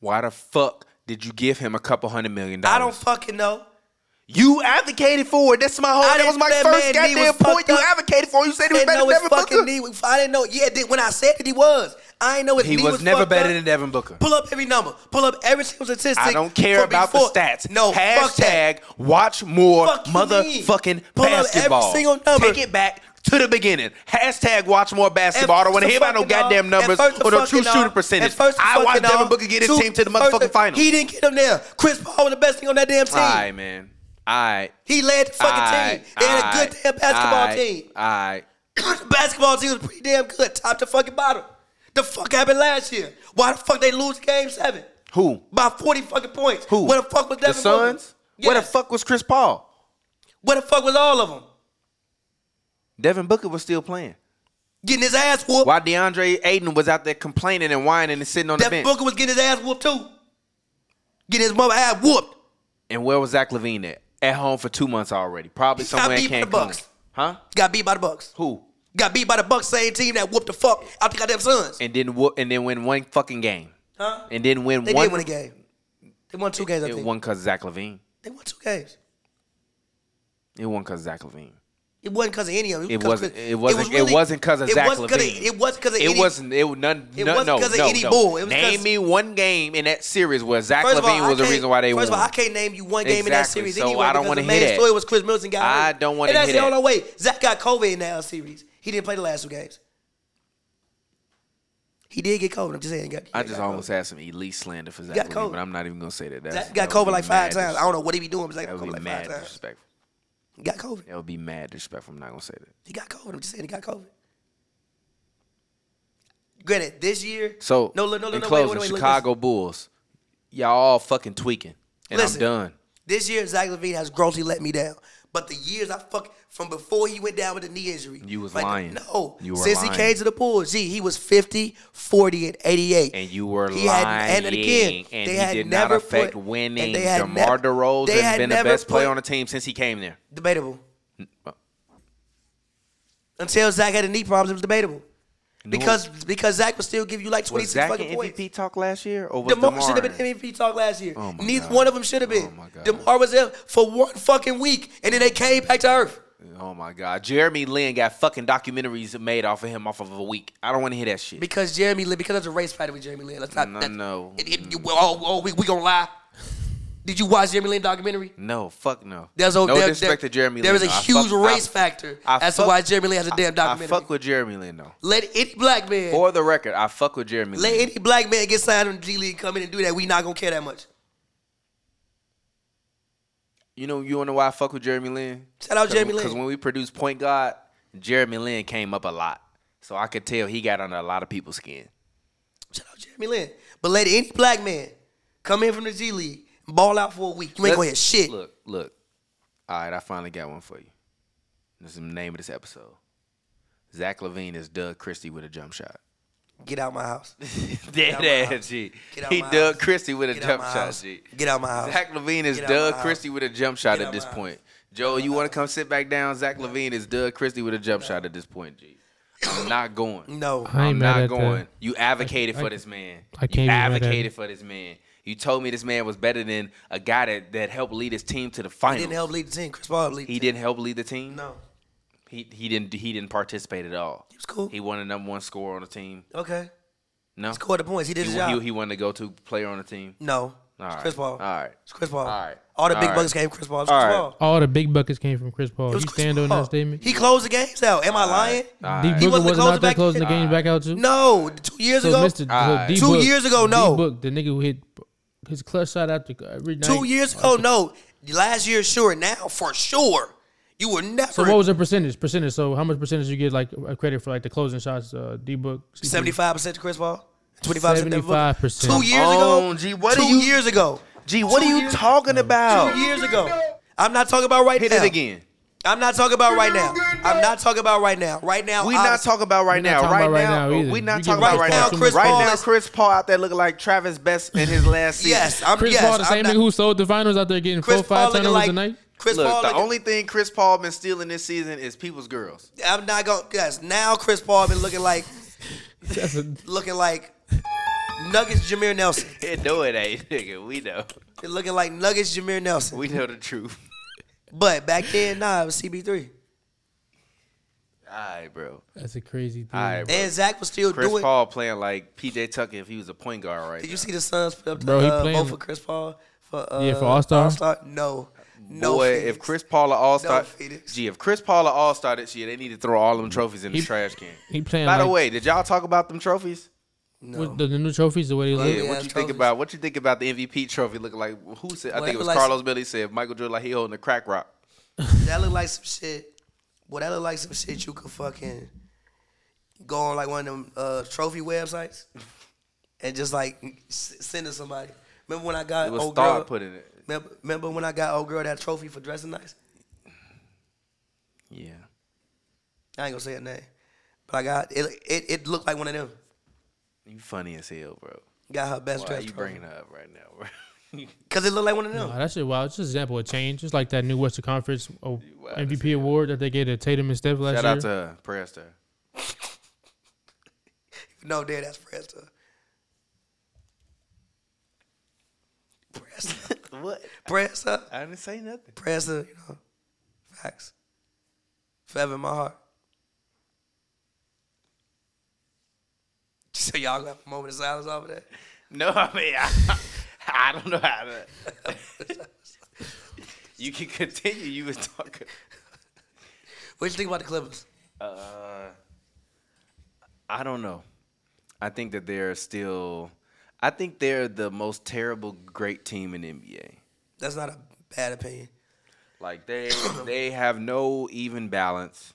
[SPEAKER 3] Why the fuck did you give him a couple hundred million dollars?
[SPEAKER 2] I don't fucking know.
[SPEAKER 3] You advocated for it. That's my whole.
[SPEAKER 2] I
[SPEAKER 3] That
[SPEAKER 2] didn't
[SPEAKER 3] was my
[SPEAKER 2] know that
[SPEAKER 3] first
[SPEAKER 2] man knee
[SPEAKER 3] goddamn
[SPEAKER 2] was
[SPEAKER 3] point.
[SPEAKER 2] fucked
[SPEAKER 3] You
[SPEAKER 2] up.
[SPEAKER 3] advocated for. it. You said he was
[SPEAKER 2] didn't
[SPEAKER 3] better
[SPEAKER 2] know
[SPEAKER 3] than
[SPEAKER 2] his
[SPEAKER 3] Devin
[SPEAKER 2] fucking
[SPEAKER 3] Booker.
[SPEAKER 2] knee. I didn't know. Yeah, then when I said that he was, I ain't know his
[SPEAKER 3] He
[SPEAKER 2] knee
[SPEAKER 3] was never
[SPEAKER 2] fucked
[SPEAKER 3] better
[SPEAKER 2] up.
[SPEAKER 3] than Devin Booker.
[SPEAKER 2] Pull up every number. Pull up every single statistic.
[SPEAKER 3] I don't care
[SPEAKER 2] for
[SPEAKER 3] about
[SPEAKER 2] before-
[SPEAKER 3] the stats.
[SPEAKER 2] No,
[SPEAKER 3] hashtag
[SPEAKER 2] fuck that.
[SPEAKER 3] watch more
[SPEAKER 2] Fuck you mean.
[SPEAKER 3] motherfucking
[SPEAKER 2] Pull up every
[SPEAKER 3] basketball.
[SPEAKER 2] single number.
[SPEAKER 3] Take it back to the beginning. Hashtag watch more basketball. I don't want to hear about
[SPEAKER 2] uh,
[SPEAKER 3] no goddamn numbers or no true shooting percentage. I watched Devin Booker get his team to the motherfucking final.
[SPEAKER 2] He didn't get them there. Chris Paul was the best thing on that damn team.
[SPEAKER 3] All right, man. All right.
[SPEAKER 2] He led the fucking team. They had a good damn basketball team.
[SPEAKER 3] All right.
[SPEAKER 2] the basketball team [CLEARS THROAT] was pretty damn good, top to fucking bottom. The fuck happened last year? Why the fuck they lose game seven
[SPEAKER 3] Who?
[SPEAKER 2] by forty fucking points?
[SPEAKER 3] Who?
[SPEAKER 2] Where the fuck was
[SPEAKER 3] The
[SPEAKER 2] Devin? Booker?
[SPEAKER 3] Suns? Where the
[SPEAKER 2] Yes.
[SPEAKER 3] fuck was Chris Paul?
[SPEAKER 2] Where the fuck was all of them?
[SPEAKER 3] Devin Booker was still playing.
[SPEAKER 2] Getting his ass whooped.
[SPEAKER 3] While DeAndre Aiden was out there complaining and whining and sitting on the
[SPEAKER 2] Devin
[SPEAKER 3] bench.
[SPEAKER 2] Booker was getting his ass whooped too. Getting his mother ass whooped.
[SPEAKER 3] And where was Zach Levine at? At home for two months already. Probably
[SPEAKER 2] got
[SPEAKER 3] somewhere in
[SPEAKER 2] beat by the
[SPEAKER 3] Cancun.
[SPEAKER 2] Bucks.
[SPEAKER 3] Huh?
[SPEAKER 2] Got beat by the Bucks.
[SPEAKER 3] Who?
[SPEAKER 2] Got beat by the Bucks, same team that whooped the fuck out the goddamn Suns.
[SPEAKER 3] And then wo- and then win one fucking game.
[SPEAKER 2] Huh?
[SPEAKER 3] And then win
[SPEAKER 2] They
[SPEAKER 3] one.
[SPEAKER 2] did win a game. They won two games, I
[SPEAKER 3] It
[SPEAKER 2] think.
[SPEAKER 3] won because Zach Levine.
[SPEAKER 2] They won two games.
[SPEAKER 3] It won because Zach Levine.
[SPEAKER 2] It wasn't because of any of them.
[SPEAKER 3] It
[SPEAKER 2] 'cause
[SPEAKER 3] wasn't.
[SPEAKER 2] of-
[SPEAKER 3] It wasn't.
[SPEAKER 2] was really-
[SPEAKER 3] it wasn't because of Zach
[SPEAKER 2] wasn't 'cause
[SPEAKER 3] Levine.
[SPEAKER 2] It wasn't because of
[SPEAKER 3] It
[SPEAKER 2] any-
[SPEAKER 3] wasn't. It was none.
[SPEAKER 2] it
[SPEAKER 3] no,
[SPEAKER 2] wasn't
[SPEAKER 3] no,
[SPEAKER 2] 'cause of
[SPEAKER 3] no,
[SPEAKER 2] Eddie
[SPEAKER 3] no.
[SPEAKER 2] Bull. It was
[SPEAKER 3] Name
[SPEAKER 2] 'cause-
[SPEAKER 3] me one game in that series where Zach
[SPEAKER 2] First of
[SPEAKER 3] Levine
[SPEAKER 2] all, I
[SPEAKER 3] was the
[SPEAKER 2] can't-
[SPEAKER 3] reason why they
[SPEAKER 2] first
[SPEAKER 3] won.
[SPEAKER 2] of all, I can't name you one game in that
[SPEAKER 3] Exactly.
[SPEAKER 2] series
[SPEAKER 3] So
[SPEAKER 2] anyway.
[SPEAKER 3] I don't
[SPEAKER 2] because
[SPEAKER 3] wanna
[SPEAKER 2] the
[SPEAKER 3] hear
[SPEAKER 2] main
[SPEAKER 3] that.
[SPEAKER 2] story was Chris Middleton got
[SPEAKER 3] I
[SPEAKER 2] hurt.
[SPEAKER 3] don't wanna
[SPEAKER 2] And that's
[SPEAKER 3] hear
[SPEAKER 2] the
[SPEAKER 3] that.
[SPEAKER 2] only way. Zach got COVID in that series. He didn't play the last two games. He did get COVID. I'm just saying. he Got, he
[SPEAKER 3] I
[SPEAKER 2] got
[SPEAKER 3] just
[SPEAKER 2] COVID.
[SPEAKER 3] almost had some elite slander for Zach
[SPEAKER 2] got
[SPEAKER 3] Levine,
[SPEAKER 2] COVID.
[SPEAKER 3] but I'm not even gonna say that. That's,
[SPEAKER 2] Zach got
[SPEAKER 3] that would
[SPEAKER 2] COVID
[SPEAKER 3] be
[SPEAKER 2] like five
[SPEAKER 3] mad
[SPEAKER 2] times.
[SPEAKER 3] dis-
[SPEAKER 2] I don't know what he be doing. But Zach
[SPEAKER 3] That
[SPEAKER 2] got
[SPEAKER 3] would
[SPEAKER 2] COVID
[SPEAKER 3] be
[SPEAKER 2] like
[SPEAKER 3] mad
[SPEAKER 2] five times.
[SPEAKER 3] disrespectful.
[SPEAKER 2] He got COVID.
[SPEAKER 3] That would be mad disrespectful. I'm not gonna say that.
[SPEAKER 2] He got COVID. I'm just saying. He got COVID. Granted, this year.
[SPEAKER 3] So
[SPEAKER 2] no, no, no, no.
[SPEAKER 3] in
[SPEAKER 2] wait,
[SPEAKER 3] closing,
[SPEAKER 2] wait, wait, wait,
[SPEAKER 3] Chicago Bulls, y'all all fucking tweaking, and
[SPEAKER 2] Listen.
[SPEAKER 3] I'm done.
[SPEAKER 2] This year, Zach Levine has grossly let me down. But the years I fuck from before he went down with the knee injury.
[SPEAKER 3] You was
[SPEAKER 2] like,
[SPEAKER 3] lying.
[SPEAKER 2] No.
[SPEAKER 3] You were
[SPEAKER 2] Since
[SPEAKER 3] lying.
[SPEAKER 2] he came to the Bulls, gee, he was 50, 40, and 88.
[SPEAKER 3] And you were
[SPEAKER 2] He had-
[SPEAKER 3] lying.
[SPEAKER 2] and again,
[SPEAKER 3] and
[SPEAKER 2] they
[SPEAKER 3] he
[SPEAKER 2] had
[SPEAKER 3] did
[SPEAKER 2] never
[SPEAKER 3] not affect
[SPEAKER 2] put-
[SPEAKER 3] winning.
[SPEAKER 2] and they had
[SPEAKER 3] DeMar
[SPEAKER 2] nev-
[SPEAKER 3] DeRozan
[SPEAKER 2] they had
[SPEAKER 3] been the
[SPEAKER 2] never
[SPEAKER 3] best player
[SPEAKER 2] put-
[SPEAKER 3] on the team since he came there. uh,
[SPEAKER 2] Debatable. Until Zach had a knee problems, it was debatable. Because because Zach would still give you like 26
[SPEAKER 3] was Zach
[SPEAKER 2] fucking
[SPEAKER 3] in
[SPEAKER 2] points.
[SPEAKER 3] MVP talk last year, or was
[SPEAKER 2] DeMar,
[SPEAKER 3] DeMar?
[SPEAKER 2] should have been MVP talk last year.
[SPEAKER 3] Oh my
[SPEAKER 2] Neither
[SPEAKER 3] God.
[SPEAKER 2] one of them should have been.
[SPEAKER 3] Oh my God.
[SPEAKER 2] DeMar was there for one fucking week, and then they came back to earth.
[SPEAKER 3] oh my God, Jeremy Lin got fucking documentaries made off of him off of a week. I don't want to hear that shit.
[SPEAKER 2] Because Jeremy Lin, because there's a race fighter with Jeremy Lin. Let's not.
[SPEAKER 3] No,
[SPEAKER 2] that's-
[SPEAKER 3] no.
[SPEAKER 2] It, it, you, oh, oh, we, we gonna lie. Did you watch Jeremy Lin documentary?
[SPEAKER 3] no, fuck no.
[SPEAKER 2] There's a,
[SPEAKER 3] no
[SPEAKER 2] there,
[SPEAKER 3] disrespect
[SPEAKER 2] there,
[SPEAKER 3] to Jeremy
[SPEAKER 2] There
[SPEAKER 3] Lin.
[SPEAKER 2] is a
[SPEAKER 3] though. I
[SPEAKER 2] huge
[SPEAKER 3] fuck-
[SPEAKER 2] race
[SPEAKER 3] I-
[SPEAKER 2] factor
[SPEAKER 3] I
[SPEAKER 2] as
[SPEAKER 3] fuck-
[SPEAKER 2] to why Jeremy Lin has a damn
[SPEAKER 3] I, I
[SPEAKER 2] documentary.
[SPEAKER 3] fuck with Jeremy Lin though.
[SPEAKER 2] let any black man,
[SPEAKER 3] For the record, I fuck with Jeremy
[SPEAKER 2] let
[SPEAKER 3] Lin.
[SPEAKER 2] any black man get signed on the G League, come in and do that. We not gonna care that much.
[SPEAKER 3] You know, you wanna why I fuck with Jeremy Lin?
[SPEAKER 2] Shout out Jeremy
[SPEAKER 3] Because
[SPEAKER 2] Lin.
[SPEAKER 3] when we produced Point Guard, Jeremy Lin came up a lot, so I could tell he got under a lot of people's skin.
[SPEAKER 2] Shout out Jeremy Lin. But let any black man come in from the G League and ball out for a week. You ain't gonna hear
[SPEAKER 3] Let's-
[SPEAKER 2] shit.
[SPEAKER 3] Look, look. All right, I finally got one for you. This is the name of this episode. Zach Levine is Doug Christie with a
[SPEAKER 2] [LAUGHS]
[SPEAKER 3] jump shot.
[SPEAKER 2] Get out my
[SPEAKER 3] [LAUGHS]
[SPEAKER 2] house. out
[SPEAKER 3] Dead
[SPEAKER 2] my
[SPEAKER 3] ass, G.
[SPEAKER 2] Get out
[SPEAKER 3] He
[SPEAKER 2] my
[SPEAKER 3] Doug
[SPEAKER 2] house.
[SPEAKER 3] Christie with a
[SPEAKER 2] Get out
[SPEAKER 3] jump
[SPEAKER 2] my
[SPEAKER 3] shot,
[SPEAKER 2] house.
[SPEAKER 3] G.
[SPEAKER 2] Get out my house.
[SPEAKER 3] Zach Levine is
[SPEAKER 2] Get out my
[SPEAKER 3] Doug
[SPEAKER 2] house.
[SPEAKER 3] Christie with a jump shot
[SPEAKER 2] Get
[SPEAKER 3] at
[SPEAKER 2] out
[SPEAKER 3] this
[SPEAKER 2] my
[SPEAKER 3] point. Joe, you want to come sit back down? Zach Levine is Doug Christie with a jump shot at this point, G. I'm not going.
[SPEAKER 2] No.
[SPEAKER 4] I
[SPEAKER 3] I'm
[SPEAKER 4] ain't mad
[SPEAKER 3] not
[SPEAKER 4] at that.
[SPEAKER 3] going. You advocated
[SPEAKER 4] I-
[SPEAKER 3] for
[SPEAKER 4] I-
[SPEAKER 3] this man.
[SPEAKER 4] I can't be
[SPEAKER 3] You
[SPEAKER 4] mad at
[SPEAKER 3] advocated for this man. You told me this man was better than a guy that, that helped lead his team to the finals.
[SPEAKER 2] Didn't help lead the team. Chris Paul helped lead the
[SPEAKER 3] He
[SPEAKER 2] team.
[SPEAKER 3] didn't help lead the team.
[SPEAKER 2] No.
[SPEAKER 3] he he didn't he didn't participate at all.
[SPEAKER 2] He was cool.
[SPEAKER 3] He won a number one scorer on the team.
[SPEAKER 2] okay.
[SPEAKER 3] No,
[SPEAKER 2] Scored the points. He did
[SPEAKER 3] he,
[SPEAKER 2] his job.
[SPEAKER 3] he, he won the go to player on the team.
[SPEAKER 2] No.
[SPEAKER 3] All
[SPEAKER 2] It's
[SPEAKER 3] right.
[SPEAKER 2] Chris Paul.
[SPEAKER 3] All right.
[SPEAKER 2] It's Chris Paul.
[SPEAKER 3] All right.
[SPEAKER 2] All the big
[SPEAKER 3] All right.
[SPEAKER 2] bucks came Chris Paul. It's
[SPEAKER 3] All
[SPEAKER 2] Chris
[SPEAKER 3] right.
[SPEAKER 2] Paul.
[SPEAKER 4] All the big buckets came from Chris
[SPEAKER 2] It
[SPEAKER 4] Paul. Oh, You
[SPEAKER 2] was Chris
[SPEAKER 4] stand on
[SPEAKER 2] Paul.
[SPEAKER 4] that statement?
[SPEAKER 2] He closed the games out. Am I lying?
[SPEAKER 3] All
[SPEAKER 4] D
[SPEAKER 3] right.
[SPEAKER 2] He
[SPEAKER 4] Booker
[SPEAKER 2] wasn't
[SPEAKER 4] wasn't
[SPEAKER 2] closing
[SPEAKER 4] out there
[SPEAKER 2] back-
[SPEAKER 4] closing the game back out too.
[SPEAKER 2] No. Two years
[SPEAKER 4] so
[SPEAKER 2] ago.
[SPEAKER 4] Mr. so D
[SPEAKER 2] Two
[SPEAKER 4] Book-
[SPEAKER 2] years ago, no.
[SPEAKER 4] D Book, the nigga who hit his clutch shot after uh, every night.
[SPEAKER 2] Two years ago, no. Last year, sure. Now, for sure. You were never
[SPEAKER 4] So what was the percentage? Percentage. So how much percentage you get like a credit for like the closing shots? Uh, D Book
[SPEAKER 2] 75% to Chris Paul. 25% to Devin Booker.
[SPEAKER 4] 75%.
[SPEAKER 2] Two years
[SPEAKER 3] Come
[SPEAKER 2] ago.
[SPEAKER 3] on, G, what
[SPEAKER 2] two
[SPEAKER 3] are you-
[SPEAKER 2] years ago.
[SPEAKER 3] Gee, what
[SPEAKER 2] Two
[SPEAKER 3] are you
[SPEAKER 2] years-
[SPEAKER 3] talking about?
[SPEAKER 2] Two years ago. I'm not talking about right
[SPEAKER 3] Hit
[SPEAKER 2] now.
[SPEAKER 3] it again.
[SPEAKER 2] I'm not talking about right now. I'm not talking about right now. Right now,
[SPEAKER 3] We not
[SPEAKER 2] obviously-
[SPEAKER 3] talking about right
[SPEAKER 4] We not
[SPEAKER 3] now.
[SPEAKER 4] talking
[SPEAKER 3] Right,
[SPEAKER 4] about right
[SPEAKER 3] now,
[SPEAKER 4] now either.
[SPEAKER 3] we
[SPEAKER 4] You
[SPEAKER 3] not
[SPEAKER 4] give
[SPEAKER 3] talking about right
[SPEAKER 4] Chris Paul
[SPEAKER 3] now.
[SPEAKER 4] too
[SPEAKER 2] much
[SPEAKER 3] right now,
[SPEAKER 2] credit.
[SPEAKER 3] Chris Paul out there looking like Travis Best in his last season.
[SPEAKER 2] Yes, I'm
[SPEAKER 4] Chris
[SPEAKER 2] yes,
[SPEAKER 4] Paul, the
[SPEAKER 2] I'm
[SPEAKER 4] same
[SPEAKER 2] not-
[SPEAKER 4] nigga who sold the finals out there getting
[SPEAKER 2] Chris
[SPEAKER 4] four, five
[SPEAKER 2] Paul looking
[SPEAKER 4] turnovers
[SPEAKER 2] like
[SPEAKER 4] a night. [LAUGHS]
[SPEAKER 2] Chris
[SPEAKER 3] Look,
[SPEAKER 2] Paul.
[SPEAKER 3] the
[SPEAKER 2] looking-
[SPEAKER 3] only thing Chris Paul been stealing this season is people's girls. [LAUGHS]
[SPEAKER 2] I'm not going. to Yes, now Chris Paul been looking like
[SPEAKER 4] That's a,
[SPEAKER 2] looking like Nuggets Jameer Nelson.
[SPEAKER 3] no, it ain't, nigga. We know.
[SPEAKER 2] Been looking like Nuggets Jameer Nelson.
[SPEAKER 3] We know the [LAUGHS] truth.
[SPEAKER 2] But back then, nah, it was CB3,
[SPEAKER 3] All right, bro.
[SPEAKER 4] that's a crazy thing.
[SPEAKER 3] All right, bro.
[SPEAKER 2] and Zach was still
[SPEAKER 3] Chris
[SPEAKER 2] doing.
[SPEAKER 3] Paul playing like PJ Tucker if he was a point guard right
[SPEAKER 2] Did
[SPEAKER 3] now.
[SPEAKER 2] you see the Suns put up
[SPEAKER 4] Bro, he
[SPEAKER 2] uh,
[SPEAKER 4] playing-
[SPEAKER 2] vote for Chris Paul for uh,
[SPEAKER 4] Yeah, for All-Star?
[SPEAKER 2] No, No
[SPEAKER 3] Boy,
[SPEAKER 2] Phoenix.
[SPEAKER 3] if Chris Paul All Star,
[SPEAKER 2] Phoenix.
[SPEAKER 3] gee, if Chris Paul All Star this year, they need to throw all them trophies in the
[SPEAKER 4] He-
[SPEAKER 3] trash
[SPEAKER 2] [LAUGHS]
[SPEAKER 3] can.
[SPEAKER 4] He playing.
[SPEAKER 3] By the
[SPEAKER 4] like-
[SPEAKER 3] way, did y'all talk about them trophies?
[SPEAKER 2] No.
[SPEAKER 4] with the, the new trophies, the way they look.
[SPEAKER 3] Yeah,
[SPEAKER 2] yeah,
[SPEAKER 3] what you think
[SPEAKER 2] trophies.
[SPEAKER 3] about what you think about the MVP trophy looking like? Who said? I
[SPEAKER 2] Well,
[SPEAKER 3] think
[SPEAKER 2] that
[SPEAKER 3] it
[SPEAKER 2] look
[SPEAKER 3] was
[SPEAKER 2] like-
[SPEAKER 3] Carlos Billy said Michael Jordan like he holding a crack rock.
[SPEAKER 2] That look like some shit. Well, that look like some shit you could fucking go on like one of them uh, trophy websites and just like s- send to somebody. Remember when I got
[SPEAKER 3] It was
[SPEAKER 2] old
[SPEAKER 3] Star
[SPEAKER 2] Oh, girl?
[SPEAKER 3] putting it.
[SPEAKER 2] remember, remember when I got old girl that trophy for dressing nice?
[SPEAKER 3] Yeah.
[SPEAKER 2] I ain't gonna say her name, but I got it. It, it looked like one of them.
[SPEAKER 3] You funny as hell, bro.
[SPEAKER 2] Got her best
[SPEAKER 3] Why
[SPEAKER 2] dress.
[SPEAKER 3] you bringing her up right now, bro? [LAUGHS]
[SPEAKER 2] Cause it looked like one of them.
[SPEAKER 4] Nah, that shit wow. It's just an example of change. It's like that new Western Conference oh,
[SPEAKER 3] wild as
[SPEAKER 4] MVP award that they gave to Tatum and Steph last
[SPEAKER 3] Shout
[SPEAKER 4] year.
[SPEAKER 3] out to her. Prayers to her.
[SPEAKER 2] No, there, that's Presta.
[SPEAKER 3] [LAUGHS]
[SPEAKER 2] Presta,
[SPEAKER 3] What?
[SPEAKER 2] Presta,
[SPEAKER 3] I didn't say nothing.
[SPEAKER 2] Presta. You know, facts. Forever in my heart. So y'all gonna have a moment of silence over that?
[SPEAKER 3] No, [LAUGHS] I mean, I, I don't know how to. [LAUGHS] you can continue. You was talking.
[SPEAKER 2] What you think about the Clippers?
[SPEAKER 3] Uh, I don't know. I think that they're still. I think they're the most terrible great team in the NBA.
[SPEAKER 2] That's not a bad opinion.
[SPEAKER 3] Like they they have no even balance.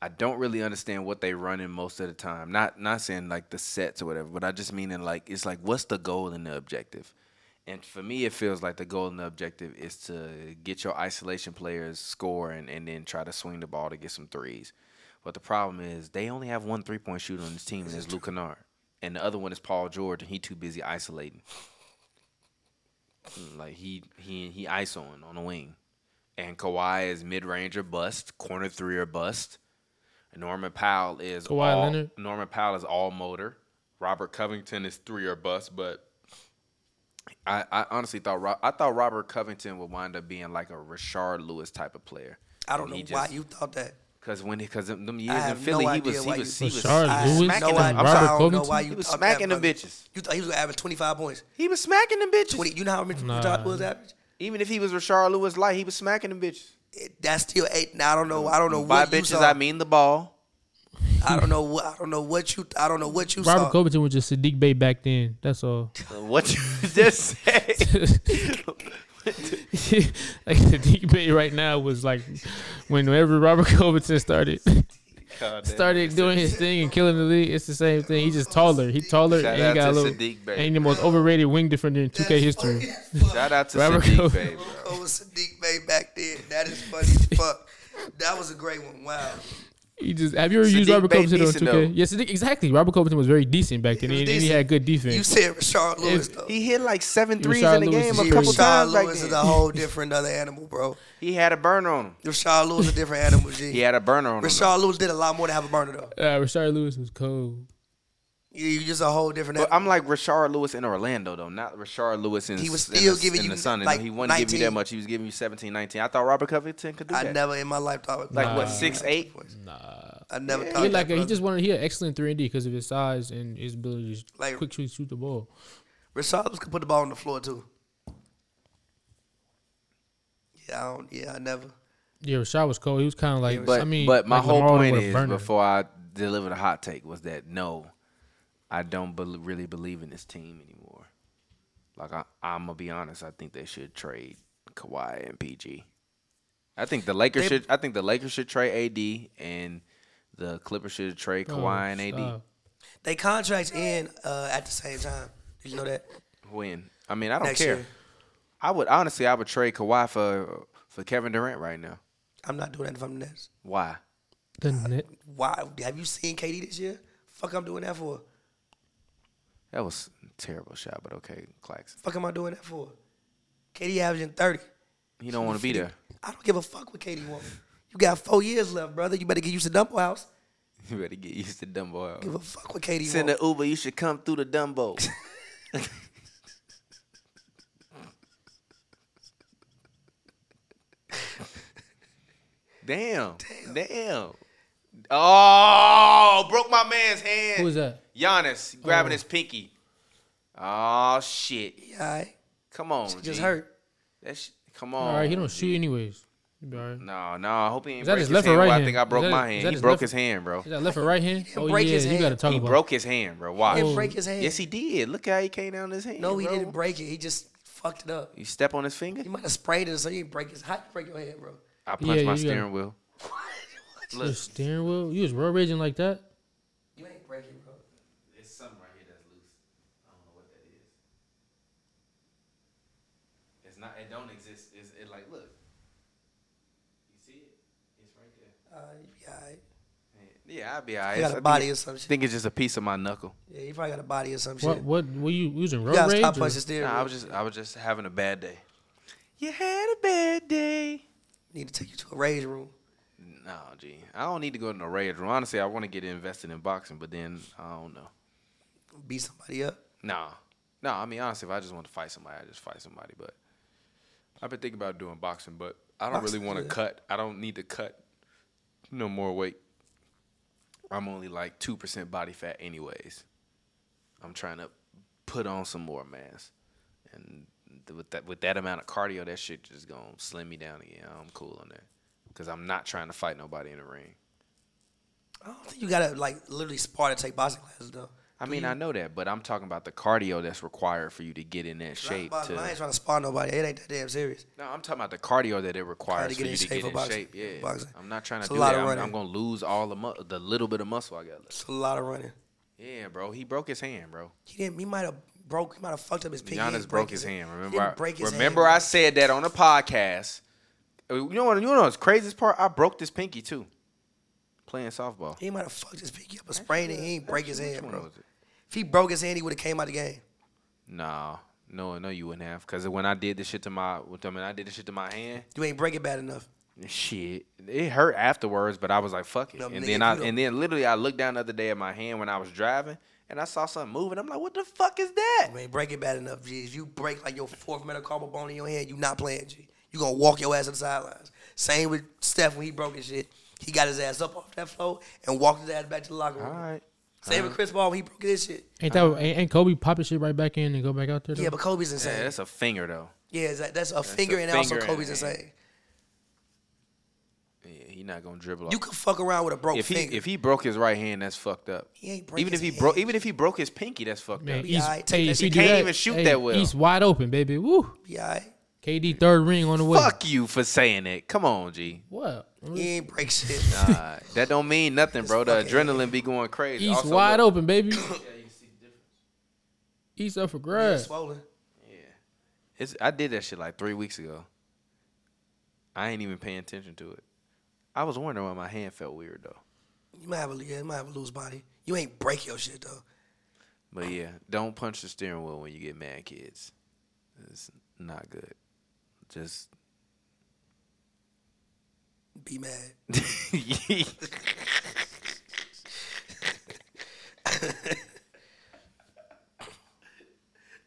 [SPEAKER 3] I don't really understand what they run in most of the time. Not not saying like the sets or whatever, but I just mean in like it's like what's the goal and the objective? And for me it feels like the goal and the objective is to get your isolation players scoring and then try to swing the ball to get some threes. But the problem is they only have one three point shooter on this team and it's Luke Kennard. And the other one is Paul George and he too busy isolating. Like he he he isoing on the wing, and Kawhi is mid range or bust, corner three or bust. Norman Powell is
[SPEAKER 4] Kawhi
[SPEAKER 3] all,
[SPEAKER 4] Leonard?
[SPEAKER 3] Norman Powell is all motor. Robert Covington is three or bust, but I, I honestly thought Ro- I thought Robert Covington would wind up being like a Richard Lewis type of player.
[SPEAKER 2] I don't
[SPEAKER 3] And he
[SPEAKER 2] know why
[SPEAKER 3] just-
[SPEAKER 2] you thought that.
[SPEAKER 3] Cause when because them them
[SPEAKER 2] I
[SPEAKER 3] years in
[SPEAKER 2] have
[SPEAKER 3] Philly,
[SPEAKER 2] no
[SPEAKER 3] he
[SPEAKER 2] idea
[SPEAKER 3] was he
[SPEAKER 2] why
[SPEAKER 3] was
[SPEAKER 2] you-
[SPEAKER 3] he was,
[SPEAKER 4] Richard
[SPEAKER 3] he was
[SPEAKER 4] Lewis
[SPEAKER 3] smacking
[SPEAKER 2] no
[SPEAKER 3] them.
[SPEAKER 2] idea.
[SPEAKER 3] I'm
[SPEAKER 2] I
[SPEAKER 3] sorry,
[SPEAKER 2] don't know
[SPEAKER 4] Covington?
[SPEAKER 2] why you
[SPEAKER 3] he was
[SPEAKER 2] thought that,
[SPEAKER 3] smacking them
[SPEAKER 2] brother.
[SPEAKER 3] bitches.
[SPEAKER 2] You thought he was gonna average 25 points.
[SPEAKER 3] He was smacking them bitches.
[SPEAKER 2] 20, you know how much
[SPEAKER 4] Nah.
[SPEAKER 2] Todd was average?
[SPEAKER 3] Even if he was Richard Lewis light, he was smacking them bitches.
[SPEAKER 2] It, that's still eight. Now I don't know. I don't know
[SPEAKER 3] By
[SPEAKER 2] what you
[SPEAKER 3] bitches,
[SPEAKER 2] saw.
[SPEAKER 3] I mean the ball.
[SPEAKER 2] I don't know what I don't know what you I don't know what you
[SPEAKER 4] Robert
[SPEAKER 2] saw.
[SPEAKER 4] Covington was just Sadiq Bay back then. That's all. [LAUGHS]
[SPEAKER 3] What you [LAUGHS] just say?
[SPEAKER 4] like Sadiq Bay right now was like whenever Robert [LAUGHS]
[SPEAKER 3] [LAUGHS]
[SPEAKER 4] Covington started started doing his thing and killing the league. It's the same thing. He's just taller. He taller
[SPEAKER 3] Shout
[SPEAKER 4] and
[SPEAKER 3] out
[SPEAKER 4] he got a
[SPEAKER 3] to
[SPEAKER 4] little.
[SPEAKER 3] Sadiq Bey.
[SPEAKER 4] And he the most overrated wing defender in 2K history.
[SPEAKER 3] Shout out to
[SPEAKER 4] Robert
[SPEAKER 3] Sadiq
[SPEAKER 4] Covey.
[SPEAKER 3] Bey, bro.
[SPEAKER 2] Over Oh, Sadiq Bay back then. That is funny as fuck. That was a great one. Wow.
[SPEAKER 4] He just have you ever used
[SPEAKER 3] Sadiq
[SPEAKER 4] Robert
[SPEAKER 3] Bey
[SPEAKER 4] Covington on
[SPEAKER 3] decent,
[SPEAKER 4] 2K?
[SPEAKER 3] though.
[SPEAKER 4] Yes, Sadiq, exactly. Robert Covington was very decent back then,
[SPEAKER 2] was
[SPEAKER 4] and, and he
[SPEAKER 2] decent.
[SPEAKER 4] had good
[SPEAKER 2] You
[SPEAKER 4] defense.
[SPEAKER 2] said Rashard Lewis though.
[SPEAKER 3] He hit like seven threes
[SPEAKER 4] Rashard
[SPEAKER 3] in the
[SPEAKER 4] Lewis
[SPEAKER 3] game
[SPEAKER 4] is
[SPEAKER 3] a
[SPEAKER 4] crazy.
[SPEAKER 3] couple
[SPEAKER 2] Rashard
[SPEAKER 3] times. back
[SPEAKER 2] Lewis is
[SPEAKER 3] then.
[SPEAKER 2] a whole different other animal, bro.
[SPEAKER 3] He had a burner on him.
[SPEAKER 2] Rashard Lewis is a different animal, G.
[SPEAKER 3] He had a burner on him.
[SPEAKER 2] Rashard Lewis did a lot more than have a burner though.
[SPEAKER 4] uh, Rashard Lewis was cold.
[SPEAKER 2] You you just a whole different
[SPEAKER 3] But
[SPEAKER 2] animal.
[SPEAKER 3] I'm like Rashard Lewis in Orlando though, not Rashard Lewis in
[SPEAKER 2] He was
[SPEAKER 3] in the-
[SPEAKER 2] still giving
[SPEAKER 3] in the
[SPEAKER 2] you,
[SPEAKER 3] sun.
[SPEAKER 2] like,
[SPEAKER 3] he wasn't giving you that
[SPEAKER 2] 19.
[SPEAKER 3] much. He was giving you 17, 19. I thought Robert Covington could do
[SPEAKER 2] I
[SPEAKER 3] that.
[SPEAKER 2] never in my life thought
[SPEAKER 3] like what
[SPEAKER 4] Nah.
[SPEAKER 3] six eight?
[SPEAKER 2] I never
[SPEAKER 4] He
[SPEAKER 2] thought
[SPEAKER 4] like
[SPEAKER 2] that,
[SPEAKER 4] a, he
[SPEAKER 2] brother.
[SPEAKER 4] just wanted he had excellent three and D because of his size and his ability to
[SPEAKER 2] Like-
[SPEAKER 4] quick shoot shoot the ball.
[SPEAKER 2] Rashard Lewis could put the ball on the floor too. Yeah, I don't, yeah, I never.
[SPEAKER 4] Yeah, Rashad was cold. He was kind of like
[SPEAKER 3] But
[SPEAKER 4] I mean,
[SPEAKER 3] but my
[SPEAKER 4] like
[SPEAKER 3] whole
[SPEAKER 4] Lamar
[SPEAKER 3] point
[SPEAKER 4] with a
[SPEAKER 3] is
[SPEAKER 4] burner.
[SPEAKER 3] before I delivered a hot take was that no, I don't bel really believe in this team anymore. Like I, I'm gonna be honest, I think they should trade Kawhi and PG. I think the Lakers
[SPEAKER 2] They-
[SPEAKER 3] should. I think the Lakers should trade AD and the Clippers should trade
[SPEAKER 4] Oh,
[SPEAKER 3] Kawhi and AD.
[SPEAKER 4] stop.
[SPEAKER 2] They contracts end uh, at the same time. Did you know that?
[SPEAKER 3] When I mean I don't
[SPEAKER 2] Next
[SPEAKER 3] care.
[SPEAKER 2] year.
[SPEAKER 3] I would honestly I would trade Kawhi for for Kevin Durant right now.
[SPEAKER 2] I'm not doing that if I'm the Nets.
[SPEAKER 3] Why?
[SPEAKER 4] The net.
[SPEAKER 2] Why? Have you seen KD this year? Fuck, I'm doing that for.
[SPEAKER 3] That was a terrible shot, but okay, Claxton.
[SPEAKER 2] Fuck, am I doing that for? KD averaging 30.
[SPEAKER 3] He don't want to be there.
[SPEAKER 2] I don't give a fuck what KD wants. You got four years left, brother. You better get used to Dumbo House.
[SPEAKER 3] [LAUGHS] You better get used to Dumbo.
[SPEAKER 2] Give a fuck what KD
[SPEAKER 3] Send an
[SPEAKER 2] wants.
[SPEAKER 3] Uber. You should come through the Dumbo. [LAUGHS] damn, damn, Oh, broke my man's hand.
[SPEAKER 4] Who was that?
[SPEAKER 3] Giannis grabbing
[SPEAKER 4] Oh.
[SPEAKER 3] his pinky. Oh shit!
[SPEAKER 2] Yeah, all right.
[SPEAKER 3] Come on,
[SPEAKER 2] She just
[SPEAKER 3] G.
[SPEAKER 2] hurt.
[SPEAKER 3] That sh- Come on.
[SPEAKER 4] All right, he don't shoot anyways. He be all right.
[SPEAKER 3] No, no. I hope he ain't
[SPEAKER 4] Is that
[SPEAKER 3] break
[SPEAKER 4] his
[SPEAKER 3] his,
[SPEAKER 4] left or
[SPEAKER 3] hand.
[SPEAKER 4] right
[SPEAKER 3] Well,
[SPEAKER 4] hand?
[SPEAKER 3] I think I
[SPEAKER 4] Is
[SPEAKER 3] broke
[SPEAKER 4] that-
[SPEAKER 3] my
[SPEAKER 4] is
[SPEAKER 3] hand.
[SPEAKER 4] that
[SPEAKER 3] He
[SPEAKER 4] his
[SPEAKER 3] broke
[SPEAKER 4] left-
[SPEAKER 3] his hand, bro.
[SPEAKER 4] Is that left or right hand? Oh yeah,
[SPEAKER 2] break his
[SPEAKER 4] you
[SPEAKER 2] hand.
[SPEAKER 4] gotta talk
[SPEAKER 3] He
[SPEAKER 4] about. Oh.
[SPEAKER 3] broke his hand, bro. Watch.
[SPEAKER 2] didn't break his hand.
[SPEAKER 3] Oh. Yes, he did. Look how he came down his hand.
[SPEAKER 2] No, he
[SPEAKER 3] bro.
[SPEAKER 2] didn't break it. He just fucked it up.
[SPEAKER 3] You step on his finger.
[SPEAKER 2] He might have sprayed it, so you didn't break his. How you break your hand, bro?
[SPEAKER 3] I punched
[SPEAKER 4] yeah,
[SPEAKER 3] my
[SPEAKER 4] you
[SPEAKER 3] steering
[SPEAKER 4] gotta-
[SPEAKER 3] wheel.
[SPEAKER 4] Your steering wheel. You was road raging like that.
[SPEAKER 2] You ain't break it, bro.
[SPEAKER 7] It's something right here that's loose. I don't know what that is. It's not. It don't exist. It's it like look. You see it? It's right there.
[SPEAKER 2] Uh, you be all right.
[SPEAKER 3] Yeah, I'll be alright.
[SPEAKER 2] He got a body or some
[SPEAKER 3] I
[SPEAKER 2] shit.
[SPEAKER 3] think it's just a piece of my knuckle.
[SPEAKER 2] Yeah, he probably got a body or some
[SPEAKER 4] What?
[SPEAKER 2] shit.
[SPEAKER 4] What? Were you using
[SPEAKER 2] You
[SPEAKER 4] road
[SPEAKER 2] gotta
[SPEAKER 4] rage?
[SPEAKER 2] stop
[SPEAKER 4] or-
[SPEAKER 2] punching steering.
[SPEAKER 3] Nah, I
[SPEAKER 2] wheel.
[SPEAKER 3] was just, I was just having a bad day. You had a bad day.
[SPEAKER 2] Need to take you to a rage room.
[SPEAKER 3] No, gee, I don't need to go to the rage room. Honestly, I want to get invested in boxing, but then I don't know.
[SPEAKER 2] Beat somebody up.
[SPEAKER 3] Nah, no. I mean, honestly, if I just want to fight somebody, I just fight somebody. But I've been thinking about doing boxing, but I don't
[SPEAKER 2] Boxing's
[SPEAKER 3] really want to
[SPEAKER 2] good.
[SPEAKER 3] cut. I don't need to cut no more weight. I'm only like two percent body fat, anyways. I'm trying to put on some more mass, and th- with that with that amount of cardio, that shit just gonna slim me down again. I'm cool on that because I'm not trying to fight nobody in the ring.
[SPEAKER 2] I don't think you gotta like literally spar to take boxing classes though.
[SPEAKER 3] I mean, I know that, but I'm talking about the cardio that's required for you to get in that shape.
[SPEAKER 2] I,
[SPEAKER 3] To,
[SPEAKER 2] I ain't trying to spar nobody. It ain't that damn serious.
[SPEAKER 3] no, I'm talking about the cardio that it
[SPEAKER 2] Trying
[SPEAKER 3] requires
[SPEAKER 2] to
[SPEAKER 3] for
[SPEAKER 2] get
[SPEAKER 3] you
[SPEAKER 2] in
[SPEAKER 3] to
[SPEAKER 2] shape
[SPEAKER 3] get
[SPEAKER 2] for
[SPEAKER 3] in
[SPEAKER 2] boxing.
[SPEAKER 3] shape. Yeah,
[SPEAKER 2] Boxing.
[SPEAKER 3] I'm not trying to
[SPEAKER 2] It's a
[SPEAKER 3] do
[SPEAKER 2] lot
[SPEAKER 3] that.
[SPEAKER 2] of
[SPEAKER 3] I'm,
[SPEAKER 2] running.
[SPEAKER 3] I'm gonna lose all the mu- the little bit of muscle I got left.
[SPEAKER 2] It's a lot of running.
[SPEAKER 3] Yeah, bro, he broke his hand, bro.
[SPEAKER 2] He didn't. He might have broke. He might have fucked up his pinky. He
[SPEAKER 3] Giannis
[SPEAKER 2] didn't
[SPEAKER 3] broke
[SPEAKER 2] break
[SPEAKER 3] his hand.
[SPEAKER 2] he
[SPEAKER 3] Remember,
[SPEAKER 2] didn't
[SPEAKER 3] I,
[SPEAKER 2] break his
[SPEAKER 3] remember, I
[SPEAKER 2] hand,
[SPEAKER 3] said that on the podcast. Uh, You know what? You know what's craziest part? I broke this pinky too, playing softball.
[SPEAKER 2] He might have fucked his pinky up and sprained it. He ain't break his
[SPEAKER 3] Which
[SPEAKER 2] hand,
[SPEAKER 3] one
[SPEAKER 2] bro.
[SPEAKER 3] was it?
[SPEAKER 2] If he broke his hand, he would have came out of the game.
[SPEAKER 3] Nah, no, no, you wouldn't have. Cause when I did this shit to my, I mean, I did this shit to my hand.
[SPEAKER 2] You ain't break it bad enough.
[SPEAKER 3] Shit, it hurt afterwards, but I was like, "Fuck it."
[SPEAKER 2] No,
[SPEAKER 3] and
[SPEAKER 2] nigga,
[SPEAKER 3] then
[SPEAKER 2] you
[SPEAKER 3] I,
[SPEAKER 2] don't-
[SPEAKER 3] and then literally, I looked down the other day at my hand when I was driving, and I saw something moving. I'm like, "What the fuck is that?"
[SPEAKER 2] You ain't break it bad enough, G. If you break like your fourth metacarpal bone in your hand, you not playing, G. You gonna walk your ass to the sidelines. Same with Steph when he broke his shit. He got his ass up off that floor and walked his ass back to the locker room.
[SPEAKER 3] All right,
[SPEAKER 2] Same with Chris Paul when he broke his shit.
[SPEAKER 4] Ain't that? Ain't, ain't Kobe pop his shit right back in and go back out there? Though?
[SPEAKER 2] Yeah, but Kobe's insane.
[SPEAKER 3] yeah,
[SPEAKER 2] Yeah,
[SPEAKER 3] that's a finger though.
[SPEAKER 2] that- that's, a finger
[SPEAKER 3] a
[SPEAKER 2] and
[SPEAKER 3] finger
[SPEAKER 2] also
[SPEAKER 3] and
[SPEAKER 2] Kobe's
[SPEAKER 3] a hand.
[SPEAKER 2] insane.
[SPEAKER 3] Yeah, he not gonna dribble.
[SPEAKER 2] You
[SPEAKER 3] off.
[SPEAKER 2] can fuck around with a broke
[SPEAKER 3] if he
[SPEAKER 2] finger.
[SPEAKER 3] if he broke his right hand, that's fucked up.
[SPEAKER 2] He ain't break
[SPEAKER 3] even
[SPEAKER 2] his
[SPEAKER 3] if he
[SPEAKER 2] hand.
[SPEAKER 3] broke even if he broke his pinky, that's fucked
[SPEAKER 4] Man,
[SPEAKER 3] up.
[SPEAKER 4] East,
[SPEAKER 2] alright, take
[SPEAKER 4] hey,
[SPEAKER 2] that-
[SPEAKER 4] if
[SPEAKER 2] he
[SPEAKER 4] you do
[SPEAKER 3] can't
[SPEAKER 4] that,
[SPEAKER 3] even shoot
[SPEAKER 4] hey,
[SPEAKER 3] that well.
[SPEAKER 4] East wide open, baby. Woo.
[SPEAKER 2] yeah, all right.
[SPEAKER 4] KD third ring on the way.
[SPEAKER 3] Fuck you for saying it. Come on, G.
[SPEAKER 4] What?
[SPEAKER 2] he ain't break shit.
[SPEAKER 3] [LAUGHS] Nah, that don't mean nothing, bro. The
[SPEAKER 2] fucking
[SPEAKER 3] adrenaline be going crazy.
[SPEAKER 4] East
[SPEAKER 3] Also,
[SPEAKER 4] wide
[SPEAKER 3] look- [COUGHS]
[SPEAKER 4] open, baby. East up for grabs.
[SPEAKER 2] Swollen.
[SPEAKER 3] It's, I did that shit like three weeks ago. I ain't even paying attention to it. I was wondering why my hand felt weird though.
[SPEAKER 2] You might have a yeah, you might have a loose body. You ain't break your shit though.
[SPEAKER 3] But yeah, don't punch the steering wheel when you get mad, kids. It's not good. Just [LAUGHS]
[SPEAKER 2] Be
[SPEAKER 3] [LAUGHS]
[SPEAKER 2] mad.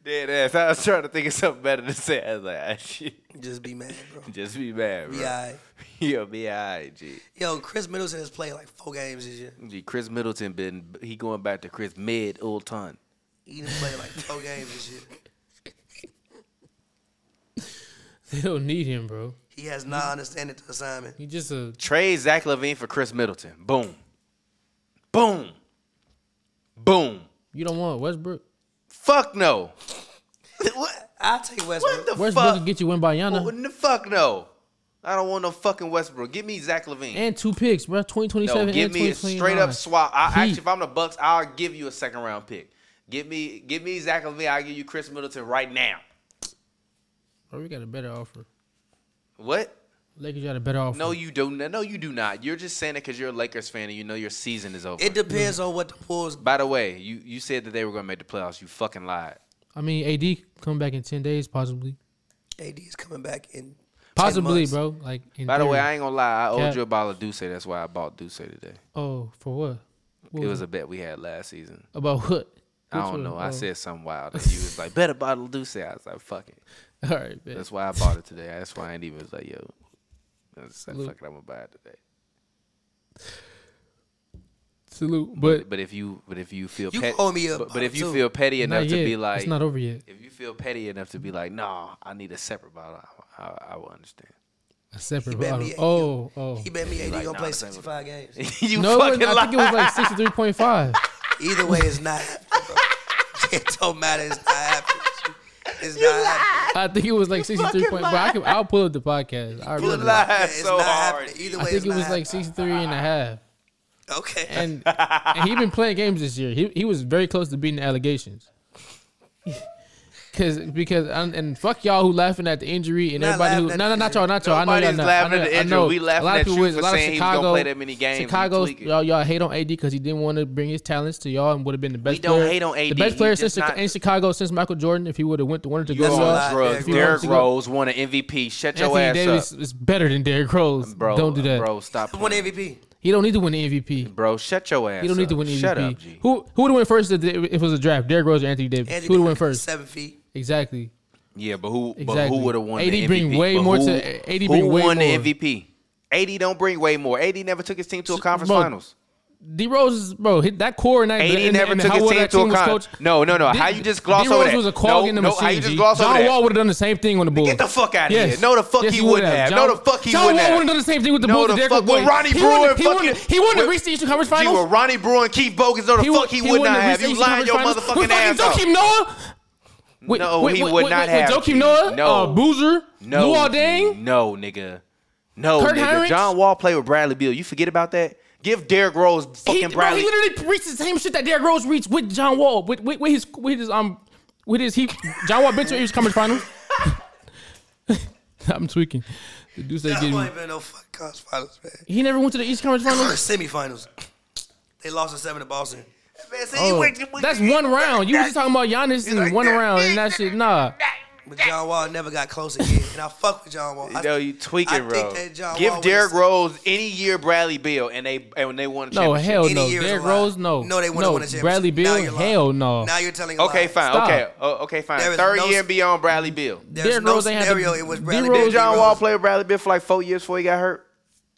[SPEAKER 3] dead ass. I was trying to think of something better to say. I was like, ah, shit.
[SPEAKER 2] Just be mad, bro.
[SPEAKER 3] just be mad, bro.
[SPEAKER 2] Be all right.
[SPEAKER 3] [LAUGHS] You'll be alright, G.
[SPEAKER 2] Yo, Chris Middleton has played like four games this year.
[SPEAKER 3] Gee, Chris Middleton been he going back to Chris Mid Ulton.
[SPEAKER 2] He done played like four games this year.
[SPEAKER 4] They don't need him, bro.
[SPEAKER 2] He has
[SPEAKER 4] Mm-hmm.
[SPEAKER 2] not understanding the assignment.
[SPEAKER 4] He just a
[SPEAKER 3] Trade Zach Levine for Chris Middleton. Boom. Boom. Boom.
[SPEAKER 4] you don't want Westbrook.
[SPEAKER 3] Fuck no.
[SPEAKER 2] [LAUGHS] what? I take
[SPEAKER 3] What
[SPEAKER 2] Westbrook.
[SPEAKER 3] the
[SPEAKER 4] Westbrook
[SPEAKER 3] fuck?
[SPEAKER 4] can get you win by
[SPEAKER 3] What
[SPEAKER 4] Yana
[SPEAKER 3] in the fuck no? I don't want no fucking Westbrook. Give me Zach Levine.
[SPEAKER 4] and two picks, bro. Twenty twenty
[SPEAKER 3] no,
[SPEAKER 4] seven.
[SPEAKER 3] give me a straight up swap. I
[SPEAKER 4] Heat.
[SPEAKER 3] actually, if I'm the Bucks, I'll give you a second round pick. Give me, give me Zach Levine. I'll give you Chris Middleton right now.
[SPEAKER 4] Bro, we got a better offer.
[SPEAKER 3] What?
[SPEAKER 4] Lakers got a better offer.
[SPEAKER 3] No, you don't. No, you do not. You're just saying it because you're a Lakers fan and you know your season is over.
[SPEAKER 2] It depends
[SPEAKER 4] Mm-hmm.
[SPEAKER 2] on what the pools.
[SPEAKER 3] By the way, you you said that they were gonna make the playoffs. You fucking lied.
[SPEAKER 4] I mean, AD come back in ten days, possibly.
[SPEAKER 2] AD is coming back in. 10
[SPEAKER 4] Possibly,
[SPEAKER 2] months.
[SPEAKER 4] bro. Like in
[SPEAKER 3] By the way,
[SPEAKER 4] theory.
[SPEAKER 3] I ain't gonna lie. I owed
[SPEAKER 4] Cap.
[SPEAKER 3] you a bottle of Douce. That's why I bought Douce today.
[SPEAKER 4] oh, for what? What
[SPEAKER 3] It was a bet we had last season.
[SPEAKER 4] about what?
[SPEAKER 3] I
[SPEAKER 4] Which
[SPEAKER 3] don't
[SPEAKER 4] one?
[SPEAKER 3] know.
[SPEAKER 4] Oh.
[SPEAKER 3] I said something wild, and you was like, "Bet a bottle of Douce." I was like, "Fuck it."
[SPEAKER 4] [LAUGHS] All right, bet.
[SPEAKER 3] That's why I bought it today. That's why I ain't even was like, yo, I was just like,
[SPEAKER 4] Look.
[SPEAKER 3] fuck it, I'm gonna buy it today.
[SPEAKER 4] Salute. But
[SPEAKER 3] But if you but if you feel
[SPEAKER 2] You
[SPEAKER 3] pet-
[SPEAKER 2] owe me a
[SPEAKER 3] but, but if you
[SPEAKER 2] bottle,
[SPEAKER 3] feel petty
[SPEAKER 4] not
[SPEAKER 3] enough
[SPEAKER 4] yet.
[SPEAKER 3] to be like
[SPEAKER 4] it's not over yet.
[SPEAKER 3] if you feel petty enough to be like, nah, I need a separate bottle, I, I, I will understand. [LAUGHS]
[SPEAKER 4] A separate
[SPEAKER 2] bet
[SPEAKER 4] bottle.
[SPEAKER 2] me-
[SPEAKER 4] Oh, oh.
[SPEAKER 2] He bet me AD
[SPEAKER 3] like,
[SPEAKER 2] gonna
[SPEAKER 3] nah,
[SPEAKER 2] play
[SPEAKER 3] this ain't
[SPEAKER 2] 65 games.
[SPEAKER 3] you
[SPEAKER 4] No, it
[SPEAKER 3] fucking
[SPEAKER 4] wasn't. I think it was
[SPEAKER 3] lie.
[SPEAKER 4] like sixty three
[SPEAKER 3] [LAUGHS]
[SPEAKER 4] point five.
[SPEAKER 2] Either way, it's not. happening, [LAUGHS] bro. it don't matter. It's not happening. It's not happening.
[SPEAKER 4] I think it was like sixty three point. But I can, I'll pull up the podcast. I
[SPEAKER 3] You
[SPEAKER 4] remember.
[SPEAKER 3] lied
[SPEAKER 2] Yeah, It's
[SPEAKER 3] so
[SPEAKER 2] not
[SPEAKER 3] hard.
[SPEAKER 2] happening. Either way,
[SPEAKER 4] I
[SPEAKER 2] it's
[SPEAKER 4] think it
[SPEAKER 2] not
[SPEAKER 4] was like 63 and a half.
[SPEAKER 2] happening. okay.
[SPEAKER 4] And, and he been playing games this year. He he was very close to beating the allegations. [LAUGHS] Cause because and, and fuck y'all who laughing at the injury and
[SPEAKER 2] Not
[SPEAKER 4] everybody who
[SPEAKER 2] laughing at
[SPEAKER 4] no no
[SPEAKER 2] the
[SPEAKER 4] not y'all not y'all I know
[SPEAKER 3] Nobody's
[SPEAKER 4] y'all not.
[SPEAKER 3] laughing
[SPEAKER 4] I know,
[SPEAKER 3] at the
[SPEAKER 4] I know.
[SPEAKER 3] injury. We laughing
[SPEAKER 4] a lot
[SPEAKER 3] at
[SPEAKER 4] of people
[SPEAKER 3] you
[SPEAKER 4] with-
[SPEAKER 3] for
[SPEAKER 4] a lot of
[SPEAKER 3] saying he was
[SPEAKER 4] Chicago,
[SPEAKER 3] gonna play that many games and
[SPEAKER 4] Chicago
[SPEAKER 3] he tweaking.
[SPEAKER 4] y'all y'all hate on AD because he didn't want to bring his talents to y'all and would have been the best.
[SPEAKER 3] don't
[SPEAKER 4] player-
[SPEAKER 3] hate on
[SPEAKER 4] The
[SPEAKER 3] AD.
[SPEAKER 4] best
[SPEAKER 3] He
[SPEAKER 4] player
[SPEAKER 3] just
[SPEAKER 4] since
[SPEAKER 3] not-
[SPEAKER 4] in Chicago since Michael Jordan if he would have went wanted to
[SPEAKER 3] You
[SPEAKER 4] go.
[SPEAKER 2] That's
[SPEAKER 3] on
[SPEAKER 2] a
[SPEAKER 4] y'all.
[SPEAKER 2] lie,
[SPEAKER 3] drugs.
[SPEAKER 2] Derrick
[SPEAKER 3] Derrick
[SPEAKER 4] Rose.
[SPEAKER 3] Rose won an MVP. Shut your
[SPEAKER 4] Anthony
[SPEAKER 3] ass
[SPEAKER 4] Davis
[SPEAKER 3] up.
[SPEAKER 4] is better than Derrick Rose.
[SPEAKER 3] Bro,
[SPEAKER 4] don't do that.
[SPEAKER 3] Bro, stop.
[SPEAKER 2] [LAUGHS] One
[SPEAKER 3] playing.
[SPEAKER 2] MVP.
[SPEAKER 4] He don't need to win the MVP.
[SPEAKER 3] Bro, shut your ass
[SPEAKER 4] He don't need to
[SPEAKER 3] up.
[SPEAKER 4] win MVP.
[SPEAKER 3] Shut up, G.
[SPEAKER 4] Who who would have went first if it if it was a draft? Derrick Rose or Anthony Davis?
[SPEAKER 2] Anthony
[SPEAKER 4] who would have
[SPEAKER 2] Davis,
[SPEAKER 4] went first?
[SPEAKER 2] Seven feet.
[SPEAKER 4] Exactly.
[SPEAKER 3] Yeah, but who but
[SPEAKER 4] Exactly.
[SPEAKER 3] who would have won
[SPEAKER 4] AD
[SPEAKER 3] the MVP?
[SPEAKER 4] bring way
[SPEAKER 3] But
[SPEAKER 4] more
[SPEAKER 3] who,
[SPEAKER 4] to- AD
[SPEAKER 3] who
[SPEAKER 4] bring way
[SPEAKER 3] won the
[SPEAKER 4] more.
[SPEAKER 3] MVP? AD don't bring way more. AD never took his team to a conference
[SPEAKER 4] bro,
[SPEAKER 3] finals.
[SPEAKER 4] D Rose is bro. Hit that core and that.
[SPEAKER 3] AD
[SPEAKER 4] and,
[SPEAKER 3] never
[SPEAKER 4] and
[SPEAKER 3] took
[SPEAKER 4] how
[SPEAKER 3] his
[SPEAKER 4] well
[SPEAKER 3] team
[SPEAKER 4] that
[SPEAKER 3] to a
[SPEAKER 4] was
[SPEAKER 3] con.
[SPEAKER 4] coached.
[SPEAKER 3] No, no, no.
[SPEAKER 4] D-
[SPEAKER 3] how you just gloss
[SPEAKER 4] D-Rose
[SPEAKER 3] over that?
[SPEAKER 4] was a cog
[SPEAKER 3] no,
[SPEAKER 4] in the
[SPEAKER 3] no,
[SPEAKER 4] machine.
[SPEAKER 3] How you just
[SPEAKER 4] G.
[SPEAKER 3] gloss
[SPEAKER 4] John
[SPEAKER 3] over that?
[SPEAKER 4] Wall would have done the same thing on the Bulls.
[SPEAKER 3] Get the fuck out of here. No, the fuck
[SPEAKER 4] Yes,
[SPEAKER 3] he
[SPEAKER 4] would
[SPEAKER 3] wouldn't have. No, the fuck he
[SPEAKER 4] John
[SPEAKER 3] wouldn't
[SPEAKER 4] Wall
[SPEAKER 3] have.
[SPEAKER 4] would have done the same thing with the
[SPEAKER 3] No,
[SPEAKER 4] Bulls.
[SPEAKER 3] the
[SPEAKER 4] and Derrick
[SPEAKER 3] fucking-
[SPEAKER 4] Rose.
[SPEAKER 3] with Ronnie
[SPEAKER 4] He
[SPEAKER 3] Brewer,
[SPEAKER 4] wouldn't- He wouldn't.
[SPEAKER 3] fucking-
[SPEAKER 4] He wouldn't have
[SPEAKER 3] with-
[SPEAKER 4] reached the Eastern Conference
[SPEAKER 3] Gee, with
[SPEAKER 4] Finals.
[SPEAKER 3] Ronnie Brewer and Keith Bogus, no, the fuck
[SPEAKER 4] wouldn't-
[SPEAKER 3] he would
[SPEAKER 4] wouldn't
[SPEAKER 3] not have.
[SPEAKER 4] reached the
[SPEAKER 3] You
[SPEAKER 4] Eastern
[SPEAKER 3] lying your
[SPEAKER 4] Conference Finals
[SPEAKER 3] motherfucking ass
[SPEAKER 4] with
[SPEAKER 3] off.
[SPEAKER 4] fucking Joakim Noah. With-
[SPEAKER 3] No,
[SPEAKER 4] with-
[SPEAKER 3] he
[SPEAKER 4] with-
[SPEAKER 3] would
[SPEAKER 4] with-
[SPEAKER 3] not
[SPEAKER 4] with
[SPEAKER 3] have.
[SPEAKER 4] Joakim
[SPEAKER 3] G.
[SPEAKER 4] Noah,
[SPEAKER 3] No.
[SPEAKER 4] uh, Boozer,
[SPEAKER 3] No,
[SPEAKER 4] Luol
[SPEAKER 3] G.
[SPEAKER 4] Deng.
[SPEAKER 3] No, nigga. No,
[SPEAKER 4] Kurt
[SPEAKER 3] nigga.
[SPEAKER 4] Heinrich?
[SPEAKER 3] John Wall played with Bradley Beal. You forget about that? Give Derrick Rose
[SPEAKER 4] He,
[SPEAKER 3] fucking
[SPEAKER 4] bro,
[SPEAKER 3] Bradley.
[SPEAKER 4] he literally reached the same shit that Derrick Rose reached with John Wall with with, with his with his um with his he John Wall been to his conference finals. [LAUGHS] I'm tweaking. The dude said
[SPEAKER 2] That's
[SPEAKER 4] get
[SPEAKER 2] why
[SPEAKER 4] me.
[SPEAKER 2] ain't been in no fucking conference finals, man.
[SPEAKER 4] He never went to the East Conference Finals.
[SPEAKER 2] Semifinals. They lost in seven to Boston.
[SPEAKER 3] Man, see,
[SPEAKER 4] Oh,
[SPEAKER 3] you went-
[SPEAKER 4] that's one round. You was just talking about Giannis in
[SPEAKER 3] like
[SPEAKER 4] one
[SPEAKER 3] that.
[SPEAKER 4] round and that shit. Nah,
[SPEAKER 2] But John Wall never got close again. And I fuck with John Wall. I,
[SPEAKER 3] No, you
[SPEAKER 2] I
[SPEAKER 3] tweaking,
[SPEAKER 2] think
[SPEAKER 3] bro.
[SPEAKER 2] that John
[SPEAKER 3] Give
[SPEAKER 2] Wall
[SPEAKER 3] Derrick
[SPEAKER 2] would've-
[SPEAKER 3] Rose any year Bradley Beal, and they and when they won. A
[SPEAKER 4] no,
[SPEAKER 3] championship.
[SPEAKER 4] hell
[SPEAKER 2] Any
[SPEAKER 4] no.
[SPEAKER 2] year is a
[SPEAKER 4] Derrick
[SPEAKER 2] lie.
[SPEAKER 4] Rose, no,
[SPEAKER 2] No, they wouldn't
[SPEAKER 4] no.
[SPEAKER 2] win a championship.
[SPEAKER 4] Bradley
[SPEAKER 2] Now
[SPEAKER 4] Beell,
[SPEAKER 2] you're lying.
[SPEAKER 4] hell no.
[SPEAKER 2] Now you're telling a lie.
[SPEAKER 3] Okay, fine.
[SPEAKER 4] Stop.
[SPEAKER 3] Okay, oh, okay, fine.
[SPEAKER 2] There is
[SPEAKER 3] Third
[SPEAKER 2] no
[SPEAKER 3] year
[SPEAKER 2] s-
[SPEAKER 3] and beyond Bradley Beal.
[SPEAKER 2] There's
[SPEAKER 4] Derrick
[SPEAKER 2] no
[SPEAKER 4] Rose ain't had the-
[SPEAKER 2] scenario. it was Bradley
[SPEAKER 4] D-Rose-
[SPEAKER 2] Beal.
[SPEAKER 3] Did John
[SPEAKER 2] D-Rose.
[SPEAKER 3] Wall play with Bradley Beal for like four years before he got hurt?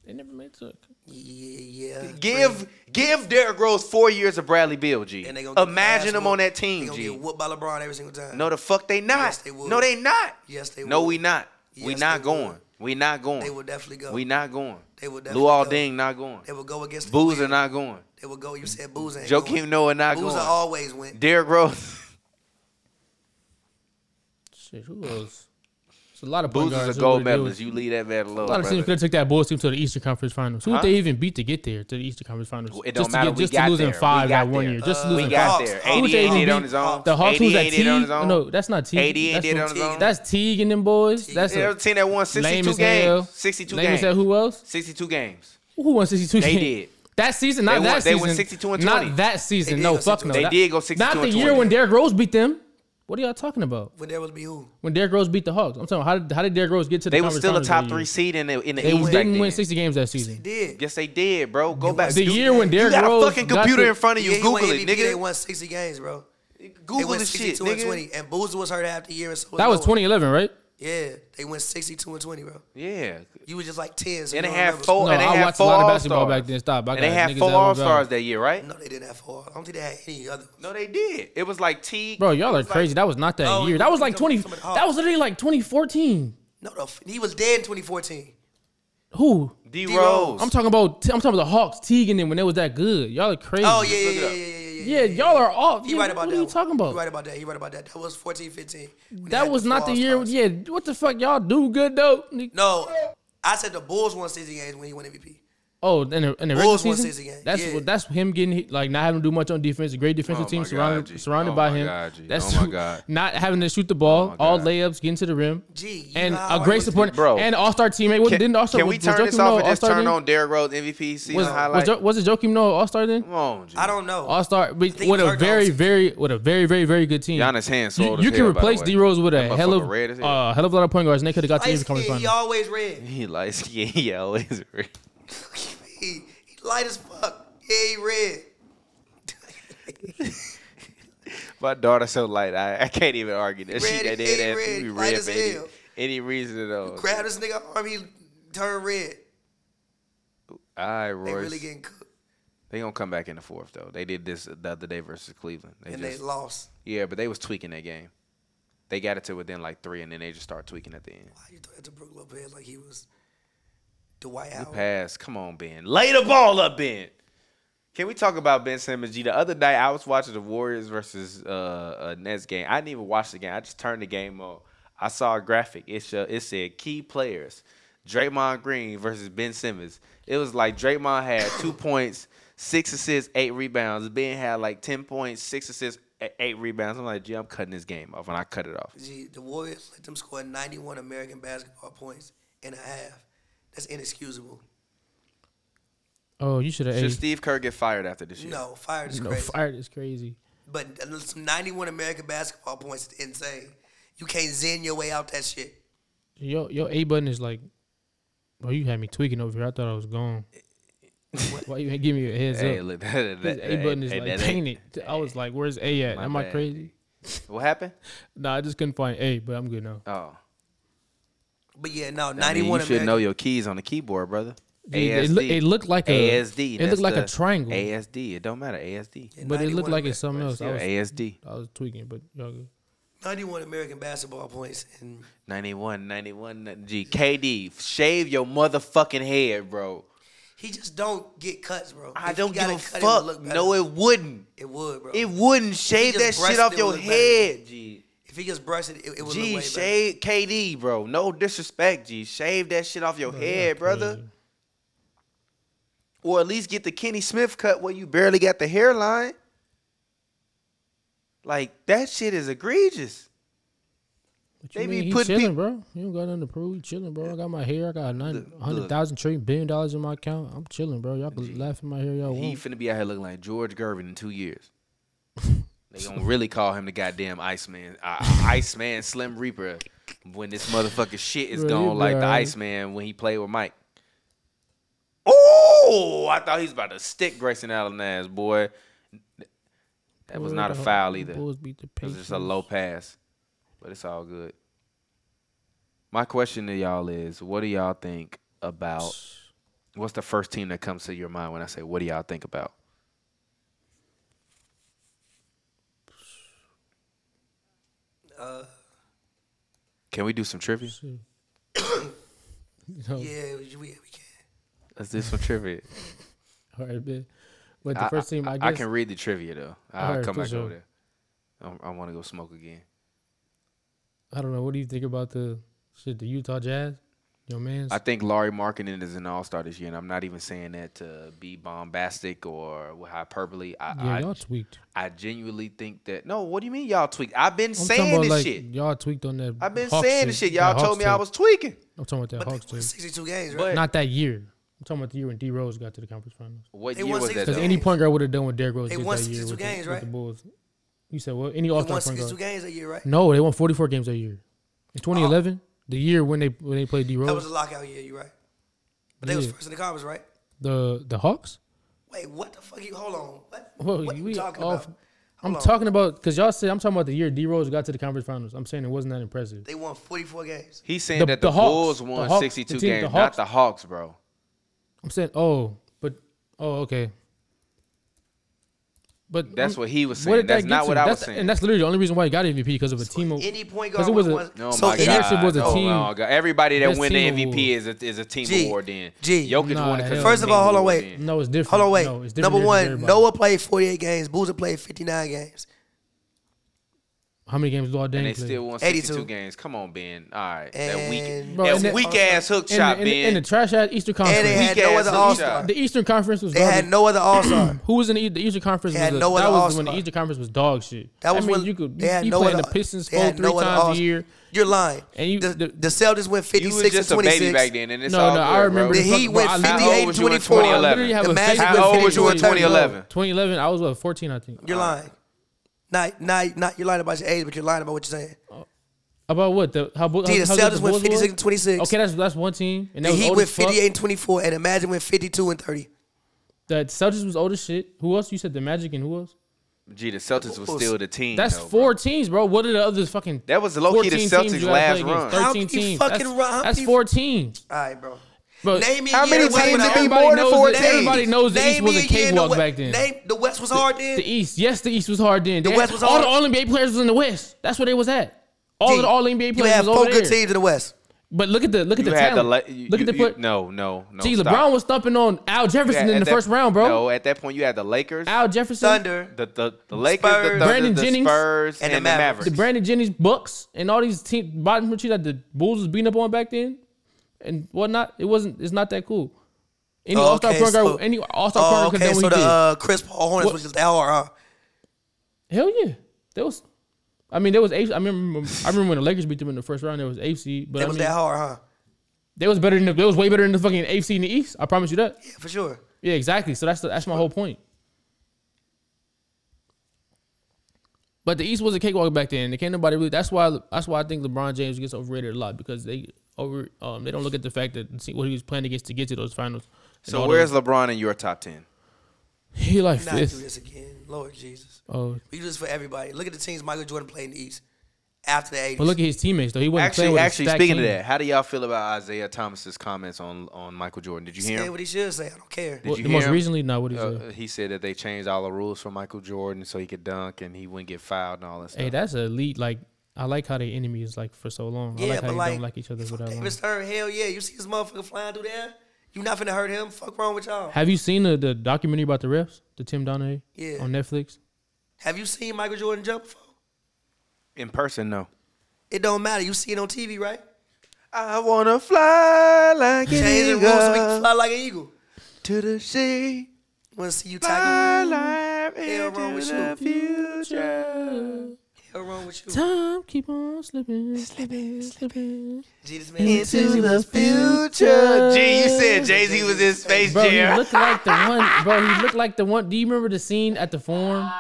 [SPEAKER 4] They never made it to-
[SPEAKER 2] Yeah, yeah.
[SPEAKER 3] Give give Derrick Rose four years of Bradley Beal, G.
[SPEAKER 2] And they gonna get
[SPEAKER 3] Imagine
[SPEAKER 2] ass
[SPEAKER 3] him on
[SPEAKER 2] whooped.
[SPEAKER 3] that
[SPEAKER 2] They
[SPEAKER 3] team,
[SPEAKER 2] gonna
[SPEAKER 3] G.
[SPEAKER 2] get whooped by LeBron every single time.
[SPEAKER 3] No, the fuck they not.
[SPEAKER 2] Yes, they would.
[SPEAKER 3] No, they not.
[SPEAKER 2] Yes, they
[SPEAKER 3] No,
[SPEAKER 2] would.
[SPEAKER 3] we not. we
[SPEAKER 2] Yes,
[SPEAKER 3] not
[SPEAKER 2] they would.
[SPEAKER 3] going. We not going.
[SPEAKER 2] They will definitely go.
[SPEAKER 3] We not going.
[SPEAKER 2] They will definitely
[SPEAKER 3] Luol
[SPEAKER 2] go.
[SPEAKER 3] Deng not going.
[SPEAKER 2] They will go against the
[SPEAKER 3] Boozer
[SPEAKER 2] wind.
[SPEAKER 3] not going.
[SPEAKER 2] They will go. You said Boozer. ain't
[SPEAKER 3] Joakim
[SPEAKER 2] going.
[SPEAKER 3] Noah not
[SPEAKER 2] Boozer
[SPEAKER 3] going.
[SPEAKER 2] always went.
[SPEAKER 3] Derrick
[SPEAKER 4] [LAUGHS]
[SPEAKER 3] Rose.
[SPEAKER 4] Shit, who else? It's a lot of point
[SPEAKER 3] Boozer's
[SPEAKER 4] guards
[SPEAKER 3] a
[SPEAKER 4] who
[SPEAKER 3] gold
[SPEAKER 4] would've did
[SPEAKER 3] medalist.
[SPEAKER 4] it.
[SPEAKER 3] You leave that man alone.
[SPEAKER 4] A lot of teams could
[SPEAKER 3] brother.
[SPEAKER 4] have took that Bulls team to the Eastern Conference Finals. Who would they even beat to get there to the Eastern Conference Finals?
[SPEAKER 3] It don't
[SPEAKER 4] just
[SPEAKER 3] matter.
[SPEAKER 4] To
[SPEAKER 3] we
[SPEAKER 4] just
[SPEAKER 3] got
[SPEAKER 4] to lose
[SPEAKER 3] there.
[SPEAKER 4] in five
[SPEAKER 3] we got
[SPEAKER 4] that one
[SPEAKER 3] there.
[SPEAKER 4] year. Just to
[SPEAKER 2] Uh,
[SPEAKER 4] lose
[SPEAKER 3] we
[SPEAKER 4] in
[SPEAKER 3] got
[SPEAKER 4] five.
[SPEAKER 2] Hawks.
[SPEAKER 3] there.
[SPEAKER 2] Who
[SPEAKER 3] AD
[SPEAKER 4] they even
[SPEAKER 3] did it
[SPEAKER 4] beat?
[SPEAKER 3] on his own.
[SPEAKER 4] The Hawks was
[SPEAKER 3] AD
[SPEAKER 4] that
[SPEAKER 3] did it on his
[SPEAKER 4] Teague.
[SPEAKER 3] own.
[SPEAKER 4] No, that's not Teague.
[SPEAKER 3] AD did
[SPEAKER 4] that's
[SPEAKER 3] it
[SPEAKER 4] no
[SPEAKER 3] on his
[SPEAKER 4] Teague.
[SPEAKER 3] own.
[SPEAKER 4] That's Teague and them boys. That's
[SPEAKER 3] There
[SPEAKER 4] a,
[SPEAKER 3] was a team that won
[SPEAKER 4] lame
[SPEAKER 3] 62
[SPEAKER 4] as hell.
[SPEAKER 3] games. 62
[SPEAKER 4] lame as
[SPEAKER 3] games.
[SPEAKER 4] hell. Who else?
[SPEAKER 3] 62 games.
[SPEAKER 4] Who won 62 [LAUGHS]
[SPEAKER 3] They
[SPEAKER 4] games?
[SPEAKER 3] did.
[SPEAKER 4] That season, not
[SPEAKER 3] They won-
[SPEAKER 4] that
[SPEAKER 3] they
[SPEAKER 4] season.
[SPEAKER 3] won 62 and 20.
[SPEAKER 4] Not that season.
[SPEAKER 2] did
[SPEAKER 4] No,
[SPEAKER 2] go
[SPEAKER 4] fuck no.
[SPEAKER 2] 62.
[SPEAKER 4] That-
[SPEAKER 3] They did go 62
[SPEAKER 4] Not the
[SPEAKER 3] and
[SPEAKER 4] year
[SPEAKER 3] 20.
[SPEAKER 4] when Derrick Rose beat them. What are y'all talking about?
[SPEAKER 2] When there was be who?
[SPEAKER 4] When Derrick Rose beat the Hawks. I'm talking. How did how did Derrick Rose get to the?
[SPEAKER 3] They were
[SPEAKER 4] conference
[SPEAKER 3] still a
[SPEAKER 4] finals that
[SPEAKER 3] top
[SPEAKER 4] year?
[SPEAKER 3] three seed in the in the
[SPEAKER 4] They
[SPEAKER 3] East. back
[SPEAKER 4] didn't
[SPEAKER 3] then.
[SPEAKER 4] win 60 games that season.
[SPEAKER 2] They did.
[SPEAKER 3] Yes, they did, bro. Go back.
[SPEAKER 4] The
[SPEAKER 3] You-
[SPEAKER 4] year when
[SPEAKER 3] you
[SPEAKER 4] Derrick
[SPEAKER 3] got
[SPEAKER 4] Rose
[SPEAKER 3] a fucking
[SPEAKER 4] got
[SPEAKER 3] computer
[SPEAKER 4] to-
[SPEAKER 3] in front of you.
[SPEAKER 2] Yeah, he won
[SPEAKER 3] Google it,
[SPEAKER 2] MVP, They
[SPEAKER 3] nigga.
[SPEAKER 2] won 60 games, bro. They
[SPEAKER 3] Google
[SPEAKER 2] went
[SPEAKER 3] the shit,
[SPEAKER 2] 62 and 20.
[SPEAKER 3] nigga.
[SPEAKER 2] And Boozer was hurt after year. And so
[SPEAKER 4] That was
[SPEAKER 2] Noah.
[SPEAKER 4] 2011, right?
[SPEAKER 2] Yeah, they went 62 and 20, bro.
[SPEAKER 3] Yeah,
[SPEAKER 2] You was just like 10. So
[SPEAKER 3] and
[SPEAKER 2] you don't
[SPEAKER 3] they had
[SPEAKER 2] remember.
[SPEAKER 3] four.
[SPEAKER 4] No,
[SPEAKER 3] and they
[SPEAKER 4] I
[SPEAKER 3] had
[SPEAKER 4] watched a
[SPEAKER 3] four
[SPEAKER 4] lot of
[SPEAKER 3] All-Stars.
[SPEAKER 4] basketball back then. Stop. I
[SPEAKER 3] And they
[SPEAKER 4] got
[SPEAKER 3] had
[SPEAKER 4] niggas
[SPEAKER 3] four
[SPEAKER 4] that was
[SPEAKER 3] All Stars
[SPEAKER 4] out.
[SPEAKER 3] that year, right?
[SPEAKER 2] No, they didn't have four. I don't think they had any other.
[SPEAKER 3] No, they did. It was like T.
[SPEAKER 4] Bro, y'all
[SPEAKER 3] it
[SPEAKER 4] are
[SPEAKER 3] was like- oh,
[SPEAKER 4] crazy. That was not that
[SPEAKER 2] No,
[SPEAKER 4] year.
[SPEAKER 2] you-
[SPEAKER 4] That was
[SPEAKER 2] you
[SPEAKER 4] like
[SPEAKER 2] talking
[SPEAKER 4] 20.
[SPEAKER 2] about somebody
[SPEAKER 4] That was literally like 2014.
[SPEAKER 2] No, no. He was dead in 2014.
[SPEAKER 4] Who?
[SPEAKER 3] D
[SPEAKER 2] D.
[SPEAKER 3] Rose.
[SPEAKER 4] I'm talking about. I'm talking about the Hawks, Teague, and them when they was that good. Y'all are crazy.
[SPEAKER 2] Oh, yeah, yeah,
[SPEAKER 3] look it
[SPEAKER 2] yeah,
[SPEAKER 3] up.
[SPEAKER 2] yeah, yeah, yeah.
[SPEAKER 4] Yeah, y'all are off.
[SPEAKER 2] He
[SPEAKER 4] Yeah,
[SPEAKER 2] right about
[SPEAKER 4] what
[SPEAKER 2] that.
[SPEAKER 4] are you
[SPEAKER 2] one.
[SPEAKER 4] talking about?
[SPEAKER 2] He right about that. He right about that. That was 14, 15. when they
[SPEAKER 4] that
[SPEAKER 2] had
[SPEAKER 4] was not
[SPEAKER 2] four
[SPEAKER 4] the year.
[SPEAKER 2] All-Stars.
[SPEAKER 4] Yeah, what the fuck? Y'all do good though.
[SPEAKER 2] No, I said the Bulls won 60 games when he won MVP.
[SPEAKER 4] Oh, and the, and the regular
[SPEAKER 2] Bulls won
[SPEAKER 4] season.
[SPEAKER 2] 60 games.
[SPEAKER 4] That's
[SPEAKER 2] Yeah.
[SPEAKER 4] what. That's him getting hit, like not having to do much on defense. A great defensive
[SPEAKER 3] Oh
[SPEAKER 4] team
[SPEAKER 3] my God,
[SPEAKER 4] surrounded
[SPEAKER 3] G.
[SPEAKER 4] surrounded
[SPEAKER 3] Oh
[SPEAKER 4] by
[SPEAKER 3] my
[SPEAKER 4] him.
[SPEAKER 3] God, G.
[SPEAKER 4] That's [LAUGHS]
[SPEAKER 3] Oh my God. Oh
[SPEAKER 4] not having to shoot the ball.
[SPEAKER 3] my
[SPEAKER 4] all
[SPEAKER 3] God.
[SPEAKER 4] layups, getting to the rim.
[SPEAKER 2] Gee, you
[SPEAKER 4] and
[SPEAKER 2] know how
[SPEAKER 4] a
[SPEAKER 2] hard it
[SPEAKER 4] great
[SPEAKER 2] was to-
[SPEAKER 4] support.
[SPEAKER 3] Bro.
[SPEAKER 4] and All Star teammate. What,
[SPEAKER 3] Can,
[SPEAKER 4] didn't All Star?
[SPEAKER 3] can we turn this off and just turn on Derrick Rose MVP season
[SPEAKER 4] Was, was,
[SPEAKER 3] highlight?
[SPEAKER 4] jo- was it Joakim Noah All Star then?
[SPEAKER 3] Come on, G.
[SPEAKER 2] I don't know.
[SPEAKER 4] All Star with
[SPEAKER 2] he was
[SPEAKER 4] a
[SPEAKER 2] hurt
[SPEAKER 4] very,
[SPEAKER 2] last-
[SPEAKER 4] very, with a very, very, very good team.
[SPEAKER 3] Giannis' hands
[SPEAKER 4] You,
[SPEAKER 3] swollen
[SPEAKER 4] you
[SPEAKER 3] as
[SPEAKER 4] can
[SPEAKER 3] hell, by the
[SPEAKER 4] replace
[SPEAKER 3] way.
[SPEAKER 4] D Rose with a
[SPEAKER 3] That
[SPEAKER 4] hell of
[SPEAKER 3] motherfucker red as hell.
[SPEAKER 4] uh, hell of a lot of point guards, and they could have got to the
[SPEAKER 2] Light
[SPEAKER 4] Eastern Conference
[SPEAKER 2] skin, he
[SPEAKER 4] Finals.
[SPEAKER 2] always red. [LAUGHS]
[SPEAKER 3] He likes. Yeah, he always. re-
[SPEAKER 2] he, he light as fuck. Yeah, he red.
[SPEAKER 3] My daughter so light, I, I can't even argue that she
[SPEAKER 2] Red,
[SPEAKER 3] that
[SPEAKER 2] he
[SPEAKER 3] did that.
[SPEAKER 2] red,
[SPEAKER 3] She be
[SPEAKER 2] light
[SPEAKER 3] red
[SPEAKER 2] as
[SPEAKER 3] for any,
[SPEAKER 2] hell.
[SPEAKER 3] any reason at all.
[SPEAKER 2] Grab this nigga arm, he turn red.
[SPEAKER 3] All right,
[SPEAKER 2] They
[SPEAKER 3] Royce.
[SPEAKER 2] really getting cooked.
[SPEAKER 3] They gonna come back in the fourth though. They did this the other day versus Cleveland. They
[SPEAKER 2] and
[SPEAKER 3] just,
[SPEAKER 2] they lost.
[SPEAKER 3] yeah, but they was tweaking that game. They got it to within like three, and then they just start tweaking at the end.
[SPEAKER 2] Why you throw that to Brooke Lopez like he was Dwight
[SPEAKER 3] We
[SPEAKER 2] Howard?
[SPEAKER 3] pass. Come on, Ben. Lay the ball up, Ben. Can we talk about Ben Simmons? G? The other night I was watching the Warriors versus uh, uh, Nets game. I didn't even watch the game. I just turned the game on. I saw a graphic. It sho- it said key players: Draymond Green versus Ben Simmons. It was like Draymond had two [LAUGHS] points, six assists, eight rebounds. Ben had like ten points, six assists, e- eight rebounds. I'm like, gee, I'm cutting this game off, and I cut it off.
[SPEAKER 2] Gee, the Warriors let them score 91 American basketball points in a half. That's inexcusable.
[SPEAKER 4] Oh, you should have.
[SPEAKER 3] Should Steve Kerr get fired after this year?
[SPEAKER 2] No, fire is
[SPEAKER 4] No,
[SPEAKER 2] crazy.
[SPEAKER 4] fired is crazy.
[SPEAKER 2] But some 91 American basketball points is insane. You can't zen your way out that shit.
[SPEAKER 4] Yo, your A button is like, oh, you had me tweaking over here. I thought I was gone. Why you ain't give me a heads
[SPEAKER 3] Hey,
[SPEAKER 4] up?
[SPEAKER 3] look, that,
[SPEAKER 4] His
[SPEAKER 3] that-
[SPEAKER 4] A button is
[SPEAKER 3] hey,
[SPEAKER 4] like
[SPEAKER 3] that- that- [LAUGHS]
[SPEAKER 4] painted. I was like, "Where's A at?
[SPEAKER 3] My
[SPEAKER 4] Am I
[SPEAKER 3] bad.
[SPEAKER 4] crazy?"
[SPEAKER 3] What happened?
[SPEAKER 4] Nah, I just couldn't find A, but I'm good now.
[SPEAKER 3] Oh.
[SPEAKER 2] But yeah, no,
[SPEAKER 3] I mean,
[SPEAKER 2] 91
[SPEAKER 3] you should
[SPEAKER 2] American.
[SPEAKER 3] know your keys on the keyboard, brother.
[SPEAKER 4] Dude, it loo- it looked like a-
[SPEAKER 3] ASD.
[SPEAKER 4] it
[SPEAKER 3] that's
[SPEAKER 4] looked like a
[SPEAKER 3] the-
[SPEAKER 4] triangle.
[SPEAKER 3] ASD. It don't matter. ASD.
[SPEAKER 2] Yeah,
[SPEAKER 4] But it looked
[SPEAKER 2] 91
[SPEAKER 4] like it's something
[SPEAKER 3] But
[SPEAKER 4] else.
[SPEAKER 3] still,
[SPEAKER 4] I was,
[SPEAKER 3] ASD.
[SPEAKER 4] I was tweaking, but y'all good.
[SPEAKER 2] 91 American basketball points and
[SPEAKER 3] 91, 91. G. KD, shave your motherfucking head, bro.
[SPEAKER 2] he just don't get cuts, bro.
[SPEAKER 3] I
[SPEAKER 2] If
[SPEAKER 3] don't
[SPEAKER 2] he
[SPEAKER 3] give
[SPEAKER 2] got
[SPEAKER 3] a
[SPEAKER 2] it cut, it would
[SPEAKER 3] fuck.
[SPEAKER 2] look better.
[SPEAKER 3] No, it wouldn't.
[SPEAKER 2] it would, bro.
[SPEAKER 3] It wouldn't. Shave that
[SPEAKER 2] just
[SPEAKER 3] shit
[SPEAKER 2] brushed
[SPEAKER 3] off
[SPEAKER 2] it, it
[SPEAKER 3] your
[SPEAKER 2] would look better.
[SPEAKER 3] head, G.
[SPEAKER 2] if he just brushed it, it, it would look
[SPEAKER 3] G,
[SPEAKER 2] way better.
[SPEAKER 3] shave KD, bro. No disrespect, G. Shave that shit off your head, brother.
[SPEAKER 4] crazy.
[SPEAKER 3] Or at least get the Kenny Smith cut where you barely got the hairline. Like that shit is egregious.
[SPEAKER 4] What you
[SPEAKER 3] They be
[SPEAKER 4] mean? He
[SPEAKER 3] putting
[SPEAKER 4] chilling,
[SPEAKER 3] peop-
[SPEAKER 4] bro. You don't got nothing to prove. You Chilling, bro. I got my hair. I got nine
[SPEAKER 3] Look,
[SPEAKER 4] hundred
[SPEAKER 3] look.
[SPEAKER 4] thousand trillion billion dollars in my account. I'm chilling, bro. Y'all can laugh in my hair. Y'all
[SPEAKER 3] He
[SPEAKER 4] want.
[SPEAKER 3] finna be out here looking like George Gervin in two
[SPEAKER 4] [LAUGHS]
[SPEAKER 3] years. they gonna really call him the goddamn Iceman, uh, Iceman Slim Reaper when this motherfucking shit is
[SPEAKER 4] Bro, you
[SPEAKER 3] gone like the
[SPEAKER 4] right.
[SPEAKER 3] Iceman when he played with Mike. Oh, I thought he was about to stick Grayson Allen ass, boy. That was
[SPEAKER 4] Boy,
[SPEAKER 3] not a
[SPEAKER 4] the
[SPEAKER 3] foul either.
[SPEAKER 4] Bulls beat the
[SPEAKER 3] It was just a
[SPEAKER 4] Patriots.
[SPEAKER 3] low pass, but it's all good. My question to y'all is, what do y'all think about? What's the first team that comes to your mind when I say, what do y'all think about? Uh, Can we do some trivia?
[SPEAKER 4] No.
[SPEAKER 2] Yeah, we, we, we can.
[SPEAKER 3] Let's do some trivia.
[SPEAKER 4] All right, man. But the
[SPEAKER 3] I-
[SPEAKER 4] first team, I, guess.
[SPEAKER 3] I can read the trivia though. I'll
[SPEAKER 4] Alright,
[SPEAKER 3] come
[SPEAKER 4] for
[SPEAKER 3] back
[SPEAKER 4] sure.
[SPEAKER 3] over there. I'm- I want to go smoke again.
[SPEAKER 4] I don't know. What do you think about the shit? The Utah Jazz, your man's.
[SPEAKER 3] I think Laurie Markkinen is an All Star this year, and I'm not even saying that to be bombastic or with hyperbole. I,
[SPEAKER 4] yeah,
[SPEAKER 3] I
[SPEAKER 4] y'all tweaked.
[SPEAKER 3] I genuinely think that. No, what do you mean y'all tweaked? I've been
[SPEAKER 4] I'm talking
[SPEAKER 3] saying
[SPEAKER 4] about
[SPEAKER 3] this
[SPEAKER 4] like
[SPEAKER 3] shit.
[SPEAKER 4] y'all tweaked on that.
[SPEAKER 3] I've been
[SPEAKER 4] Hawks
[SPEAKER 3] saying this shit.
[SPEAKER 4] shit.
[SPEAKER 3] Y'all
[SPEAKER 4] That
[SPEAKER 3] told
[SPEAKER 4] Hawks
[SPEAKER 3] me I
[SPEAKER 4] tape.
[SPEAKER 3] was tweaking.
[SPEAKER 4] I'm talking about that
[SPEAKER 2] But
[SPEAKER 4] Hawks
[SPEAKER 2] they won
[SPEAKER 4] team.
[SPEAKER 2] 62 games, right?
[SPEAKER 3] But
[SPEAKER 4] Not that year. I'm talking about the year when D Rose got to the conference finals.
[SPEAKER 3] what
[SPEAKER 2] They
[SPEAKER 3] year
[SPEAKER 2] won
[SPEAKER 3] was that?
[SPEAKER 4] Because
[SPEAKER 3] Though?
[SPEAKER 2] sixty-two
[SPEAKER 4] any point guard would have done what Derrick Rose
[SPEAKER 2] They
[SPEAKER 4] did
[SPEAKER 2] won
[SPEAKER 4] that year
[SPEAKER 2] 62
[SPEAKER 4] with,
[SPEAKER 2] games,
[SPEAKER 4] the, with the
[SPEAKER 2] right?
[SPEAKER 4] Bulls. You said well, any
[SPEAKER 2] They
[SPEAKER 4] All Star
[SPEAKER 2] won
[SPEAKER 4] point
[SPEAKER 2] 62
[SPEAKER 4] guard.
[SPEAKER 2] games a year, right?
[SPEAKER 4] No, they won 44 games that year. In 2011, the year when they when they played D
[SPEAKER 2] That was a
[SPEAKER 4] Rose,
[SPEAKER 2] lockout year, you right. But they was
[SPEAKER 4] Yeah.
[SPEAKER 2] first in the conference, right?
[SPEAKER 4] the the Hawks.
[SPEAKER 2] Wait, what the fuck? You hold on. What?
[SPEAKER 4] Well,
[SPEAKER 2] what you
[SPEAKER 4] we
[SPEAKER 2] talking
[SPEAKER 4] off-
[SPEAKER 2] about?
[SPEAKER 4] I'm
[SPEAKER 2] Hold on.
[SPEAKER 4] talking about because y'all said I'm talking about the year D Rose got to the conference finals. I'm saying it wasn't that impressive.
[SPEAKER 2] They won 44 games.
[SPEAKER 3] He's saying
[SPEAKER 4] The-
[SPEAKER 3] that the,
[SPEAKER 4] the Hawks.
[SPEAKER 3] Bulls
[SPEAKER 4] The
[SPEAKER 3] won
[SPEAKER 4] Hawks.
[SPEAKER 3] 62
[SPEAKER 4] The team- the
[SPEAKER 3] games,
[SPEAKER 4] Hawks.
[SPEAKER 3] not the Hawks, bro.
[SPEAKER 4] I'm saying oh, but oh okay. But
[SPEAKER 3] That's
[SPEAKER 4] I'm-
[SPEAKER 3] what he was
[SPEAKER 4] What
[SPEAKER 3] saying.
[SPEAKER 4] did
[SPEAKER 3] That's
[SPEAKER 4] that get
[SPEAKER 3] not
[SPEAKER 4] to?
[SPEAKER 3] what I was
[SPEAKER 4] That's-
[SPEAKER 3] saying.
[SPEAKER 4] And that's literally the only reason why he got MVP because of a team of
[SPEAKER 2] Any point
[SPEAKER 4] Because
[SPEAKER 2] guard
[SPEAKER 4] it was
[SPEAKER 2] would've
[SPEAKER 4] a-
[SPEAKER 2] won.
[SPEAKER 3] No,
[SPEAKER 2] so
[SPEAKER 3] my
[SPEAKER 2] any-
[SPEAKER 4] it actually
[SPEAKER 3] God.
[SPEAKER 4] was a
[SPEAKER 3] Oh,
[SPEAKER 4] team-
[SPEAKER 3] my God. Everybody that
[SPEAKER 4] Best
[SPEAKER 3] win the
[SPEAKER 4] team
[SPEAKER 3] MVP is a, is a team
[SPEAKER 2] G.
[SPEAKER 3] award. Then
[SPEAKER 2] G.
[SPEAKER 3] Jokic
[SPEAKER 4] Nah,
[SPEAKER 3] won it because
[SPEAKER 4] hell
[SPEAKER 2] First of
[SPEAKER 3] team
[SPEAKER 2] all, hold on,
[SPEAKER 3] award
[SPEAKER 2] wait.
[SPEAKER 3] then.
[SPEAKER 4] No, it's different.
[SPEAKER 2] Hold on, wait.
[SPEAKER 4] No, it's different.
[SPEAKER 2] Number
[SPEAKER 4] It's
[SPEAKER 2] one,
[SPEAKER 4] everybody.
[SPEAKER 2] Noah played 48 games. Boozer played 59 games.
[SPEAKER 4] How many games do all
[SPEAKER 3] And
[SPEAKER 4] Dame
[SPEAKER 3] they
[SPEAKER 4] play?
[SPEAKER 3] still won
[SPEAKER 2] 82.
[SPEAKER 3] 62 games. Come on, Ben. All right, that
[SPEAKER 2] And-
[SPEAKER 3] weak,
[SPEAKER 4] Bro, and
[SPEAKER 3] that
[SPEAKER 4] that-
[SPEAKER 3] weak ass hook
[SPEAKER 4] in
[SPEAKER 3] shot,
[SPEAKER 4] the, in, the,
[SPEAKER 3] Ben.
[SPEAKER 4] in the trash ass Eastern Conference.
[SPEAKER 2] And they had
[SPEAKER 3] Weak
[SPEAKER 2] no
[SPEAKER 3] ass
[SPEAKER 2] other
[SPEAKER 3] hook
[SPEAKER 2] All
[SPEAKER 3] shot.
[SPEAKER 2] Star.
[SPEAKER 4] the Eastern Conference was
[SPEAKER 2] They had
[SPEAKER 4] garbage.
[SPEAKER 2] no other All
[SPEAKER 4] [CLEARS THROAT]
[SPEAKER 2] Star.
[SPEAKER 4] Who was in the, the Eastern Conference?
[SPEAKER 2] They
[SPEAKER 4] was
[SPEAKER 2] had
[SPEAKER 4] a-
[SPEAKER 2] no
[SPEAKER 4] that
[SPEAKER 2] other
[SPEAKER 4] was when the
[SPEAKER 2] all-star.
[SPEAKER 4] Eastern Conference was dog shit.
[SPEAKER 2] That was
[SPEAKER 4] I mean,
[SPEAKER 2] when
[SPEAKER 4] you could
[SPEAKER 2] they
[SPEAKER 4] you,
[SPEAKER 2] had
[SPEAKER 4] you
[SPEAKER 2] no
[SPEAKER 4] playing
[SPEAKER 2] other.
[SPEAKER 4] the Pistons
[SPEAKER 2] they
[SPEAKER 4] four
[SPEAKER 2] had
[SPEAKER 4] three
[SPEAKER 2] no other
[SPEAKER 4] times
[SPEAKER 2] all-
[SPEAKER 4] a year.
[SPEAKER 2] You're lying.
[SPEAKER 4] And you-
[SPEAKER 2] the,
[SPEAKER 4] the-
[SPEAKER 2] the Celtics went
[SPEAKER 3] You
[SPEAKER 2] 56
[SPEAKER 3] was just
[SPEAKER 2] to
[SPEAKER 3] a
[SPEAKER 2] 26.
[SPEAKER 3] baby back then, and it's
[SPEAKER 4] No,
[SPEAKER 3] all good,
[SPEAKER 4] no, I remember
[SPEAKER 3] bro.
[SPEAKER 2] The Heat
[SPEAKER 4] Bro,
[SPEAKER 2] went
[SPEAKER 4] I literally-
[SPEAKER 3] How old
[SPEAKER 2] 58
[SPEAKER 3] was you in
[SPEAKER 2] 24.
[SPEAKER 4] I literally have
[SPEAKER 2] The
[SPEAKER 4] a
[SPEAKER 2] Magic
[SPEAKER 4] statement.
[SPEAKER 2] went
[SPEAKER 3] How old was you in
[SPEAKER 2] 54.
[SPEAKER 3] 2011?
[SPEAKER 4] 2011, I was what 14, I think.
[SPEAKER 2] You're lying. Not, not, not you're lying about your age, but you're lying about what you're saying.
[SPEAKER 4] About what? The how, bu- how,
[SPEAKER 2] Gee, the
[SPEAKER 4] how good
[SPEAKER 2] Celtics went
[SPEAKER 4] Bulls
[SPEAKER 2] 56
[SPEAKER 4] was?
[SPEAKER 2] and 26.
[SPEAKER 4] Okay, that's that's one team, and that
[SPEAKER 2] The
[SPEAKER 4] was
[SPEAKER 2] Heat
[SPEAKER 4] old
[SPEAKER 2] went
[SPEAKER 4] as fuck.
[SPEAKER 2] 58 and 24, and the Magic went 52 and 30.
[SPEAKER 4] The Celtics was old as shit. Who else? You said the Magic and who else?
[SPEAKER 3] Gee, the Celtics was still the team.
[SPEAKER 4] That's
[SPEAKER 3] though, bro.
[SPEAKER 4] four teams, bro. What are the others fucking?
[SPEAKER 3] That was low-key the
[SPEAKER 4] 14 teams
[SPEAKER 3] Celtics'
[SPEAKER 4] you gotta play
[SPEAKER 3] last
[SPEAKER 4] against?
[SPEAKER 3] run.
[SPEAKER 2] How
[SPEAKER 4] 13
[SPEAKER 2] can you
[SPEAKER 4] teams.
[SPEAKER 2] fucking
[SPEAKER 4] that's
[SPEAKER 2] run- how
[SPEAKER 4] that's
[SPEAKER 2] can you-
[SPEAKER 4] 14.
[SPEAKER 2] All right, bro.
[SPEAKER 4] But
[SPEAKER 2] name me a
[SPEAKER 3] how
[SPEAKER 2] year
[SPEAKER 3] many
[SPEAKER 2] the West
[SPEAKER 3] teams
[SPEAKER 2] was
[SPEAKER 3] it be
[SPEAKER 2] hard.
[SPEAKER 3] more
[SPEAKER 4] everybody
[SPEAKER 3] than
[SPEAKER 4] knows
[SPEAKER 3] 14.
[SPEAKER 4] that, everybody knows the
[SPEAKER 2] Name
[SPEAKER 4] East was
[SPEAKER 2] me
[SPEAKER 4] a
[SPEAKER 2] year the
[SPEAKER 4] cakewalk
[SPEAKER 2] West-
[SPEAKER 4] back then.
[SPEAKER 2] Name the West was hard then.
[SPEAKER 4] The East, yes, the East was hard then. The
[SPEAKER 2] West was
[SPEAKER 4] all the
[SPEAKER 2] hard.
[SPEAKER 4] All NBA players was in the West. That's where they was at. All of the All NBA
[SPEAKER 2] You
[SPEAKER 4] players
[SPEAKER 2] had
[SPEAKER 4] was
[SPEAKER 2] four
[SPEAKER 4] over there.
[SPEAKER 2] good teams in the West.
[SPEAKER 4] But look at the look at
[SPEAKER 3] You
[SPEAKER 4] the
[SPEAKER 3] had
[SPEAKER 4] talent.
[SPEAKER 3] the le- you,
[SPEAKER 4] look
[SPEAKER 3] you,
[SPEAKER 4] at the
[SPEAKER 3] you,
[SPEAKER 4] put.
[SPEAKER 3] no, no, no.
[SPEAKER 4] See,
[SPEAKER 3] stop.
[SPEAKER 4] LeBron was thumping on Al
[SPEAKER 3] You had-
[SPEAKER 4] Jefferson in
[SPEAKER 3] at
[SPEAKER 4] the
[SPEAKER 3] that-
[SPEAKER 4] first round, bro.
[SPEAKER 3] No, at that point you had the Lakers,
[SPEAKER 4] Al Jefferson,
[SPEAKER 2] Thunder.
[SPEAKER 3] the the, the Lakers,
[SPEAKER 2] Spurs.
[SPEAKER 3] the Thunder,
[SPEAKER 4] Brandon
[SPEAKER 3] the
[SPEAKER 4] Jennings.
[SPEAKER 3] Spurs, and, the Mavericks.
[SPEAKER 4] the Brandon Jennings Bucks, and all these team bottom teams that the Bulls was beating up on back then, and whatnot. It wasn't. It's not that cool. Any All Star point guard,
[SPEAKER 2] Oh, so-
[SPEAKER 4] any All Star
[SPEAKER 2] oh,
[SPEAKER 4] point guard could
[SPEAKER 2] okay,
[SPEAKER 4] have done
[SPEAKER 2] so
[SPEAKER 4] what
[SPEAKER 2] the
[SPEAKER 4] he did.
[SPEAKER 2] uh, Chris Paul Hornets
[SPEAKER 4] What-
[SPEAKER 2] was just that hard, huh?
[SPEAKER 4] Hell yeah, there was. I mean, there was. eight- I remember. I remember when the Lakers beat them in the first round. There was eight seed, but
[SPEAKER 2] It
[SPEAKER 4] I
[SPEAKER 2] was
[SPEAKER 4] mean,
[SPEAKER 2] that hard, huh?
[SPEAKER 4] they was better than. The, they was way better than the fucking eight seed in the East. I promise you that.
[SPEAKER 2] Yeah, for sure.
[SPEAKER 4] Yeah, exactly. So that's the, that's my whole point. But the East was a cakewalk back then. They can't nobody really. That's why. That's why I think LeBron James gets overrated a lot because they over. Um, they don't look at the fact that see what he was playing against to get to those finals. and
[SPEAKER 3] So
[SPEAKER 4] all
[SPEAKER 3] where's
[SPEAKER 4] those-
[SPEAKER 3] LeBron in your top ten?
[SPEAKER 4] he like
[SPEAKER 2] Not do
[SPEAKER 4] this?
[SPEAKER 2] this again, Lord Jesus.
[SPEAKER 4] Oh,
[SPEAKER 2] We do this for everybody. Look at the teams Michael Jordan played in the East after the eighties.
[SPEAKER 4] but look at his teammates though. He wasn't playing
[SPEAKER 3] Actually,
[SPEAKER 4] with a
[SPEAKER 3] actually,
[SPEAKER 4] stacked
[SPEAKER 3] speaking of
[SPEAKER 4] team.
[SPEAKER 3] that, how do y'all feel about Isaiah Thomas's comments on on Michael Jordan? Did you hear?
[SPEAKER 2] Say
[SPEAKER 3] him?
[SPEAKER 2] what he should say. I don't care.
[SPEAKER 3] Did
[SPEAKER 4] Well,
[SPEAKER 3] you
[SPEAKER 4] the
[SPEAKER 3] hear
[SPEAKER 4] most
[SPEAKER 3] him?
[SPEAKER 4] recently, not what he
[SPEAKER 3] Uh,
[SPEAKER 4] said.
[SPEAKER 3] he said that they changed all the rules for Michael Jordan so he could dunk and he wouldn't get fouled and all that stuff.
[SPEAKER 4] hey, that's elite. Like I like how they enemies like for so long. I
[SPEAKER 2] Yeah,
[SPEAKER 4] like how
[SPEAKER 2] but
[SPEAKER 4] they
[SPEAKER 2] like,
[SPEAKER 4] don't like each other for that long.
[SPEAKER 2] David Stern, hell yeah. You see this motherfucker flying through there? You not finna hurt him? Fuck wrong with y'all?
[SPEAKER 4] Have you seen the, the documentary about the refs, the Tim Donahue
[SPEAKER 2] Yeah.
[SPEAKER 4] on Netflix?
[SPEAKER 2] Have you seen Michael Jordan jump before?
[SPEAKER 3] In person, no.
[SPEAKER 2] It don't matter. You see it on TV, right?
[SPEAKER 3] I wanna fly like an
[SPEAKER 2] Change the rules so we can
[SPEAKER 3] eagle
[SPEAKER 2] fly like an eagle.
[SPEAKER 3] to the sea,
[SPEAKER 2] Wanna see you
[SPEAKER 3] fly
[SPEAKER 2] tackle?
[SPEAKER 3] life
[SPEAKER 2] Hell wrong
[SPEAKER 3] into the
[SPEAKER 2] with
[SPEAKER 3] future.
[SPEAKER 2] Hell wrong with you.
[SPEAKER 4] Time keep on slipping, slipping, slipping.
[SPEAKER 2] Jesus man. It's
[SPEAKER 3] Into
[SPEAKER 4] [LAUGHS]
[SPEAKER 3] the future. Gee, you said Jay Z was in Space
[SPEAKER 4] Bro,
[SPEAKER 3] Jam.
[SPEAKER 4] he looked like the one. Bro, he looked like the one. Do you remember the scene at the forum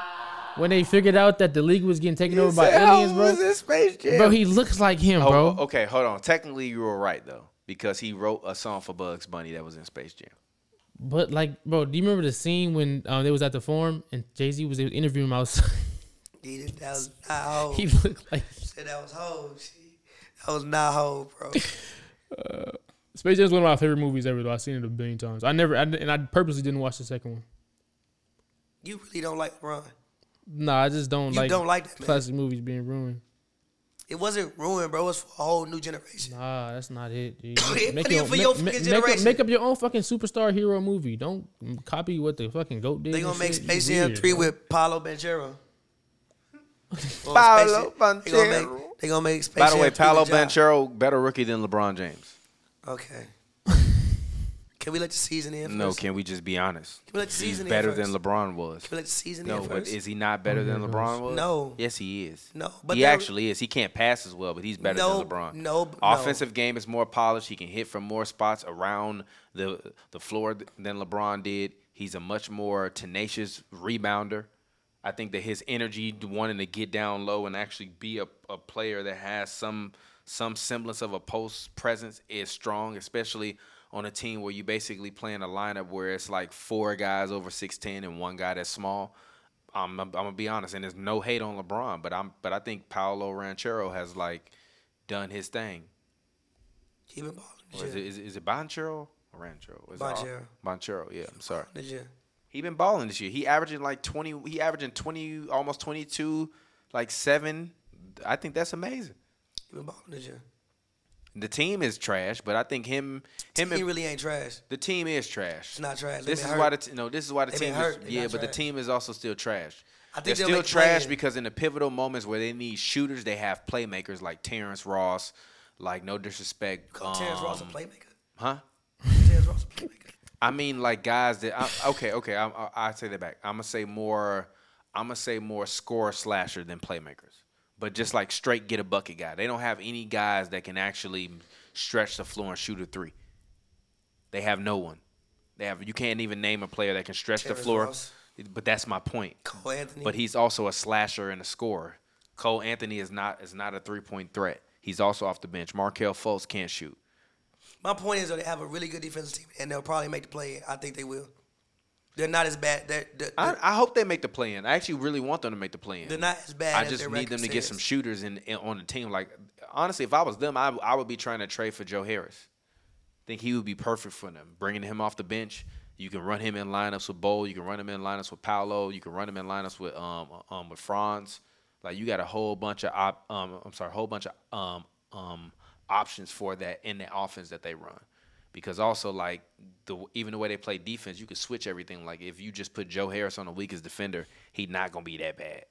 [SPEAKER 4] when they figured out that the league was getting taken over by aliens, bro?
[SPEAKER 3] in Space Jam.
[SPEAKER 4] Bro, he looks like him,
[SPEAKER 3] Oh,
[SPEAKER 4] bro.
[SPEAKER 3] okay, hold on. Technically, you were right though, because he wrote a song for Bugs Bunny that was in Space Jam.
[SPEAKER 4] But like, bro, do you remember the scene when um, they was at the forum and Jay Z was they was interviewing him outside? [LAUGHS]
[SPEAKER 2] That was not whole.
[SPEAKER 4] he looked like
[SPEAKER 2] Said that was whole. shit. That was not whole,
[SPEAKER 4] [LAUGHS]
[SPEAKER 2] bro.
[SPEAKER 4] Space Jam is one of my favorite movies ever. Though I've seen it a billion times. I never I, and I purposely didn't watch the second one.
[SPEAKER 2] You really don't like LeBron.
[SPEAKER 4] Nah, I just don't
[SPEAKER 2] You
[SPEAKER 4] like
[SPEAKER 2] don't like that, man.
[SPEAKER 4] classic movies being ruined.
[SPEAKER 2] It wasn't ruined, bro. It was for a whole new generation.
[SPEAKER 4] Nah, that's not it,
[SPEAKER 2] [LAUGHS]
[SPEAKER 4] dude.
[SPEAKER 2] It
[SPEAKER 4] Make
[SPEAKER 2] fit
[SPEAKER 4] your,
[SPEAKER 2] for
[SPEAKER 4] make,
[SPEAKER 2] your
[SPEAKER 4] make-
[SPEAKER 2] fucking
[SPEAKER 4] make up-
[SPEAKER 2] generation.
[SPEAKER 4] make up your own fucking superstar hero movie. Don't mm, copy what the fucking goat did.
[SPEAKER 2] They
[SPEAKER 4] and
[SPEAKER 2] gonna make
[SPEAKER 4] shit. You
[SPEAKER 2] Space Jam
[SPEAKER 4] weird,
[SPEAKER 2] three
[SPEAKER 4] bro.
[SPEAKER 2] with Paolo Banchero.
[SPEAKER 3] Paolo
[SPEAKER 2] They gonna make, they gonna make Space
[SPEAKER 3] By the
[SPEAKER 2] Jam
[SPEAKER 3] way,
[SPEAKER 2] 3 with
[SPEAKER 3] Paolo
[SPEAKER 2] Ja.
[SPEAKER 3] Banchero better rookie than LeBron James.
[SPEAKER 2] Okay. can we let the season in? First?
[SPEAKER 3] No, can we just be honest?
[SPEAKER 2] Can we let the
[SPEAKER 3] He's
[SPEAKER 2] season in
[SPEAKER 3] better
[SPEAKER 2] first?
[SPEAKER 3] than LeBron was.
[SPEAKER 2] Can we let the season
[SPEAKER 3] No,
[SPEAKER 2] in
[SPEAKER 3] but
[SPEAKER 2] first?
[SPEAKER 3] is he not better than LeBron was?
[SPEAKER 2] No.
[SPEAKER 3] Yes, he is.
[SPEAKER 2] No, but
[SPEAKER 3] he
[SPEAKER 2] there-
[SPEAKER 3] actually is. He can't pass as well, but he's better
[SPEAKER 2] No,
[SPEAKER 3] than LeBron.
[SPEAKER 2] no, b- no.
[SPEAKER 3] offensive game is more polished. He can hit from more spots around the the floor th- than LeBron did. He's a much more tenacious rebounder. I think that his energy, wanting to get down low and actually be a, a player that has some some semblance of a post presence, is strong, especially on a team where you basically playing a lineup where it's like four guys over six ten and one guy that's small. I'm, I'm, gonna be honest, and there's no hate on LeBron, but I'm but I think Paolo Ranchero has like done his thing.
[SPEAKER 2] Keep it balling.
[SPEAKER 3] Or is, it, is, it- is it Banchero or Ranchero? Is it all-
[SPEAKER 2] Banchero.
[SPEAKER 3] Banchero, yeah. I'm sorry.
[SPEAKER 2] The gym.
[SPEAKER 3] He been balling this year. He averaging like twenty. He averaging twenty, almost twenty two, like seven. I think that's amazing.
[SPEAKER 2] Keep it balling. The gym.
[SPEAKER 3] The team is trash, but I think him him
[SPEAKER 2] He
[SPEAKER 3] and,
[SPEAKER 2] really ain't trash.
[SPEAKER 3] the team is trash.
[SPEAKER 2] It's not trash. They
[SPEAKER 3] This is
[SPEAKER 2] been
[SPEAKER 3] why the
[SPEAKER 2] hurt.
[SPEAKER 3] t- no. This is why the
[SPEAKER 2] They
[SPEAKER 3] team
[SPEAKER 2] been
[SPEAKER 3] is
[SPEAKER 2] hurt. They
[SPEAKER 3] yeah,
[SPEAKER 2] not
[SPEAKER 3] but the
[SPEAKER 2] trash.
[SPEAKER 3] team is also still trash.
[SPEAKER 2] I think they'll
[SPEAKER 3] They're still
[SPEAKER 2] make the
[SPEAKER 3] trash
[SPEAKER 2] play-in.
[SPEAKER 3] because in the pivotal moments where they need shooters, they have playmakers like Terrence Ross. Like no disrespect, um,
[SPEAKER 2] Terrence Ross a playmaker.
[SPEAKER 3] huh?
[SPEAKER 2] Terrence Ross a playmaker.
[SPEAKER 3] I mean like guys that I, okay, okay. I, I, I say that back. I'm gonna say more. I'm gonna say more score slasher than playmakers, but just like straight get a bucket guy. They don't have any guys that can actually stretch the floor and shoot a three. They have no one. They have you can't even name a player that can stretch the
[SPEAKER 2] Terrence
[SPEAKER 3] floor.
[SPEAKER 2] Ross.
[SPEAKER 3] But that's my point.
[SPEAKER 2] Cole Anthony.
[SPEAKER 3] But he's also a slasher and a scorer. Cole Anthony is not is not a three point threat. He's also off the bench. Markel Fultz can't shoot.
[SPEAKER 2] My point is, though, they have a really good defensive team, and they'll probably make the play. I think they will. They're not as bad. They're, they're,
[SPEAKER 3] I, I hope they make the play in. I actually really want them to make the play in.
[SPEAKER 2] they're not as bad.
[SPEAKER 3] I
[SPEAKER 2] as
[SPEAKER 3] just
[SPEAKER 2] their
[SPEAKER 3] need
[SPEAKER 2] record
[SPEAKER 3] them to get
[SPEAKER 2] says.
[SPEAKER 3] some shooters in, in- on the team. Like honestly, if I was them, I I would be trying to trade for Joe Harris. think he would be perfect for them. Bringing him off the bench, you can run him in lineups with Bowl. You can run him in lineups with Paolo. You can run him in lineups with um um with Franz. Like you got a whole bunch of op, um I'm sorry, a whole bunch of um um options for that in the offense that they run. Because also like the even the way they play defense, you can switch everything. Like if you just put Joe Harris on the weakest defender, he not gonna be that bad.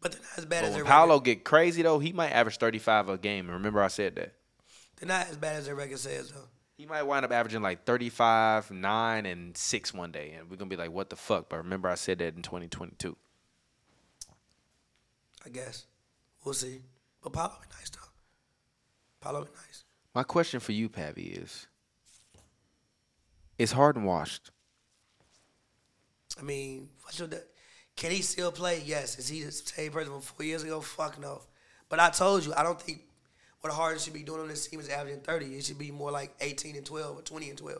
[SPEAKER 2] But they're not as bad
[SPEAKER 3] But
[SPEAKER 2] as
[SPEAKER 3] when
[SPEAKER 2] their
[SPEAKER 3] Paolo
[SPEAKER 2] record.
[SPEAKER 3] get crazy though, he might average 35 a game. Remember I said that.
[SPEAKER 2] They're not as bad as their record says though.
[SPEAKER 3] He might wind up averaging like 35, 9, and 6 one day. And we're going to be like, what the fuck? But remember, I said that in 2022.
[SPEAKER 2] I guess we'll see. But Paolo be nice though. Paolo be nice.
[SPEAKER 3] My question for you, Pavi, is Is Harden washed?
[SPEAKER 2] I mean, what should that, can he still play? Yes. Is he the same person from four years ago? Fuck no. But I told you, I don't think what Harden should be doing on this team is averaging 30. It should be more like 18 and 12 or 20 and 12.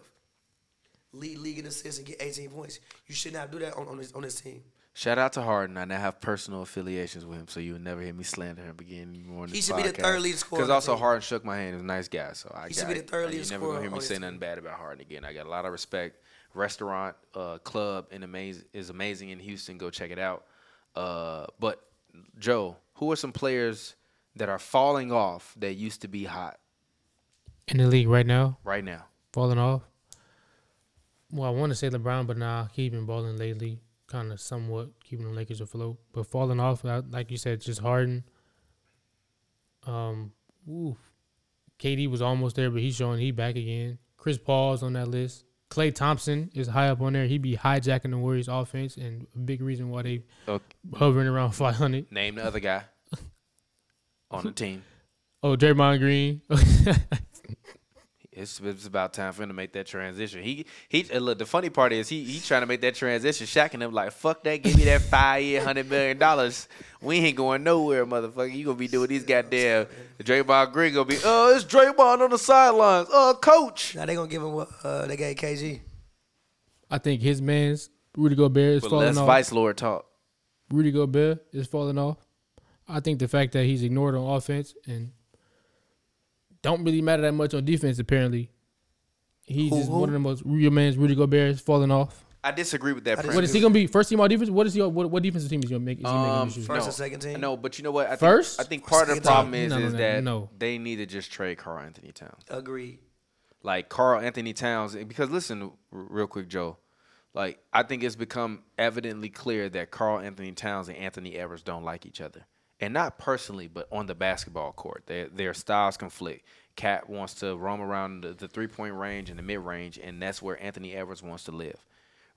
[SPEAKER 2] Lead league in assists and get 18 points. You should not do that on, on, this, on this team.
[SPEAKER 3] Shout out to Harden. I now have personal affiliations with him, so you'll never hear me slander him again anymore.
[SPEAKER 2] He should be the third leading scorer on
[SPEAKER 3] Because
[SPEAKER 2] the
[SPEAKER 3] also
[SPEAKER 2] team.
[SPEAKER 3] Harden shook my hand. He was a nice guy, so I
[SPEAKER 2] He
[SPEAKER 3] got.
[SPEAKER 2] should be the third
[SPEAKER 3] You're
[SPEAKER 2] leading
[SPEAKER 3] never gonna
[SPEAKER 2] scorer
[SPEAKER 3] hear me
[SPEAKER 2] on
[SPEAKER 3] say
[SPEAKER 2] his
[SPEAKER 3] nothing bad about Harden again. I got a lot of respect. Restaurant, uh, club, and amazing is amazing in Houston. Go check it out. Uh, but Joe, who are some players that are falling off that used to be hot
[SPEAKER 8] In the league right now,
[SPEAKER 3] right now?
[SPEAKER 8] falling off.
[SPEAKER 4] Well, I want to say LeBron, but nah, he been balling lately, kind of somewhat keeping the Lakers afloat. But falling off, uh, like you said, just Harden. Um, oof. KD was almost there, but he's showing he back again. Chris Paul's on that list. Clay Thompson is high up on there. He be hijacking the Warriors' offense, and a big reason why they
[SPEAKER 3] Okay.
[SPEAKER 4] hovering around [LAUGHS] 500.
[SPEAKER 3] Name the other guy on the team.
[SPEAKER 4] Oh, Draymond Green. [LAUGHS]
[SPEAKER 3] It's, it's about time for him to make that transition. He he. and Look, the funny part is he he trying to make that transition. Shaq and him like fuck that. Give me that five year hundred million dollars. We ain't going nowhere, motherfucker. You gonna be doing these goddamn Draymond Green gonna be. Oh, it's Draymond on the sidelines. Oh, coach.
[SPEAKER 2] Now they going to give him what uh, they gave KG.
[SPEAKER 4] I think his man's Rudy Gobert is
[SPEAKER 3] But
[SPEAKER 4] falling
[SPEAKER 3] less
[SPEAKER 4] off.
[SPEAKER 3] vice lord talk.
[SPEAKER 4] Rudy Gobert is falling off. I think the fact that he's ignored on offense and don't really matter that much on defense apparently. He's just one of the most your man's Rudy Gobert is falling off.
[SPEAKER 3] I disagree with that.
[SPEAKER 2] I
[SPEAKER 3] premise.
[SPEAKER 4] What is he gonna be? First team all defense? What is he what, what defensive team is he gonna make? Is he
[SPEAKER 3] Um,
[SPEAKER 4] making this year?
[SPEAKER 2] First and second team?
[SPEAKER 3] No, but you know what? I think,
[SPEAKER 4] First?
[SPEAKER 3] I think part of the
[SPEAKER 2] second
[SPEAKER 3] problem
[SPEAKER 4] team?
[SPEAKER 3] is
[SPEAKER 4] No, no,
[SPEAKER 3] is
[SPEAKER 4] no,
[SPEAKER 3] that
[SPEAKER 4] no.
[SPEAKER 3] they need to just trade Carl Anthony Towns.
[SPEAKER 2] Agreed.
[SPEAKER 3] like Carl Anthony Towns. Because listen, r- real quick, Joe. Like I think it's become evidently clear that Carl Anthony Towns and Anthony Edwards don't like each other, and not personally, but on the basketball court, their their styles conflict. Cat wants to roam around the, the three point range and the mid range, and that's where Anthony Edwards wants to live.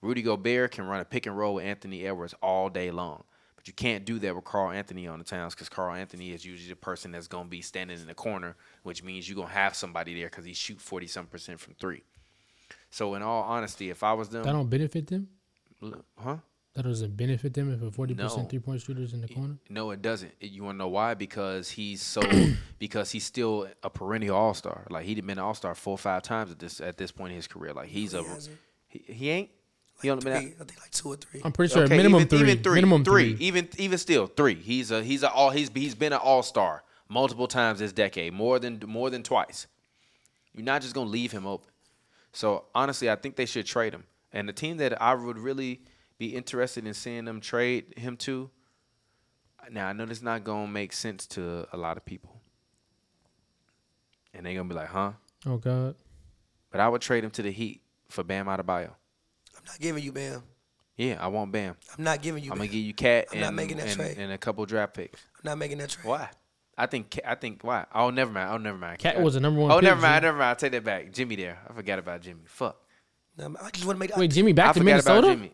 [SPEAKER 3] Rudy Gobert can run a pick and roll with Anthony Edwards all day long. But you can't do that with Carl Anthony on the towns because Carl Anthony is usually the person that's going to be standing in the corner, which means you're going to have somebody there because he shoot 40 some percent from three. So, in all honesty, if I was
[SPEAKER 4] That
[SPEAKER 3] them,
[SPEAKER 4] don't benefit them?
[SPEAKER 3] huh?
[SPEAKER 4] That doesn't benefit them if a forty
[SPEAKER 3] No.
[SPEAKER 4] percent three point shooters in the corner.
[SPEAKER 3] No, it doesn't. It- You want to know why? Because he's so because he's still a perennial all star. Like he'd been an all star four or five times at this at this point in his career. Like he's a
[SPEAKER 2] hasn't.
[SPEAKER 3] he, he ain't he only
[SPEAKER 2] Three,
[SPEAKER 3] been
[SPEAKER 2] I
[SPEAKER 3] out,
[SPEAKER 2] think like two or three.
[SPEAKER 4] I'm pretty sure
[SPEAKER 3] Okay,
[SPEAKER 4] minimum
[SPEAKER 3] even,
[SPEAKER 4] three.
[SPEAKER 3] even three,
[SPEAKER 4] Minimum
[SPEAKER 3] three,
[SPEAKER 4] three.
[SPEAKER 3] even even still three. He's a he's a all he's he's been an all star multiple times this decade, more than more than twice. You're not just gonna leave him open. So honestly, I think they should trade him. And the team that I would really be interested in seeing them trade him to. Now I know this not gonna make sense to a lot of people, and they're gonna be like, huh?
[SPEAKER 4] Oh god.
[SPEAKER 3] But I would trade him to the Heat for Bam Adebayo.
[SPEAKER 2] I'm not giving you Bam.
[SPEAKER 3] Yeah, I want Bam.
[SPEAKER 2] I'm not giving you
[SPEAKER 3] I'm
[SPEAKER 2] Bam.
[SPEAKER 3] gonna give you Cat
[SPEAKER 2] I'm not
[SPEAKER 3] and,
[SPEAKER 2] making that
[SPEAKER 3] and,
[SPEAKER 2] trade.
[SPEAKER 3] and a couple draft picks.
[SPEAKER 2] I'm not making that trade.
[SPEAKER 3] Why? I think Ca- I think why? Oh, never mind. Oh, never mind.
[SPEAKER 4] Cat
[SPEAKER 3] Uh,
[SPEAKER 4] was the number one
[SPEAKER 3] Oh,
[SPEAKER 4] pick,
[SPEAKER 3] never mind.
[SPEAKER 4] Jimmy.
[SPEAKER 3] Never mind. I take that back. Jimmy there. I forgot about Jimmy. Fuck.
[SPEAKER 2] No, I just want to make
[SPEAKER 4] Wait, Jimmy
[SPEAKER 3] I
[SPEAKER 4] back to
[SPEAKER 3] forgot about
[SPEAKER 4] Minnesota?
[SPEAKER 3] Jimmy.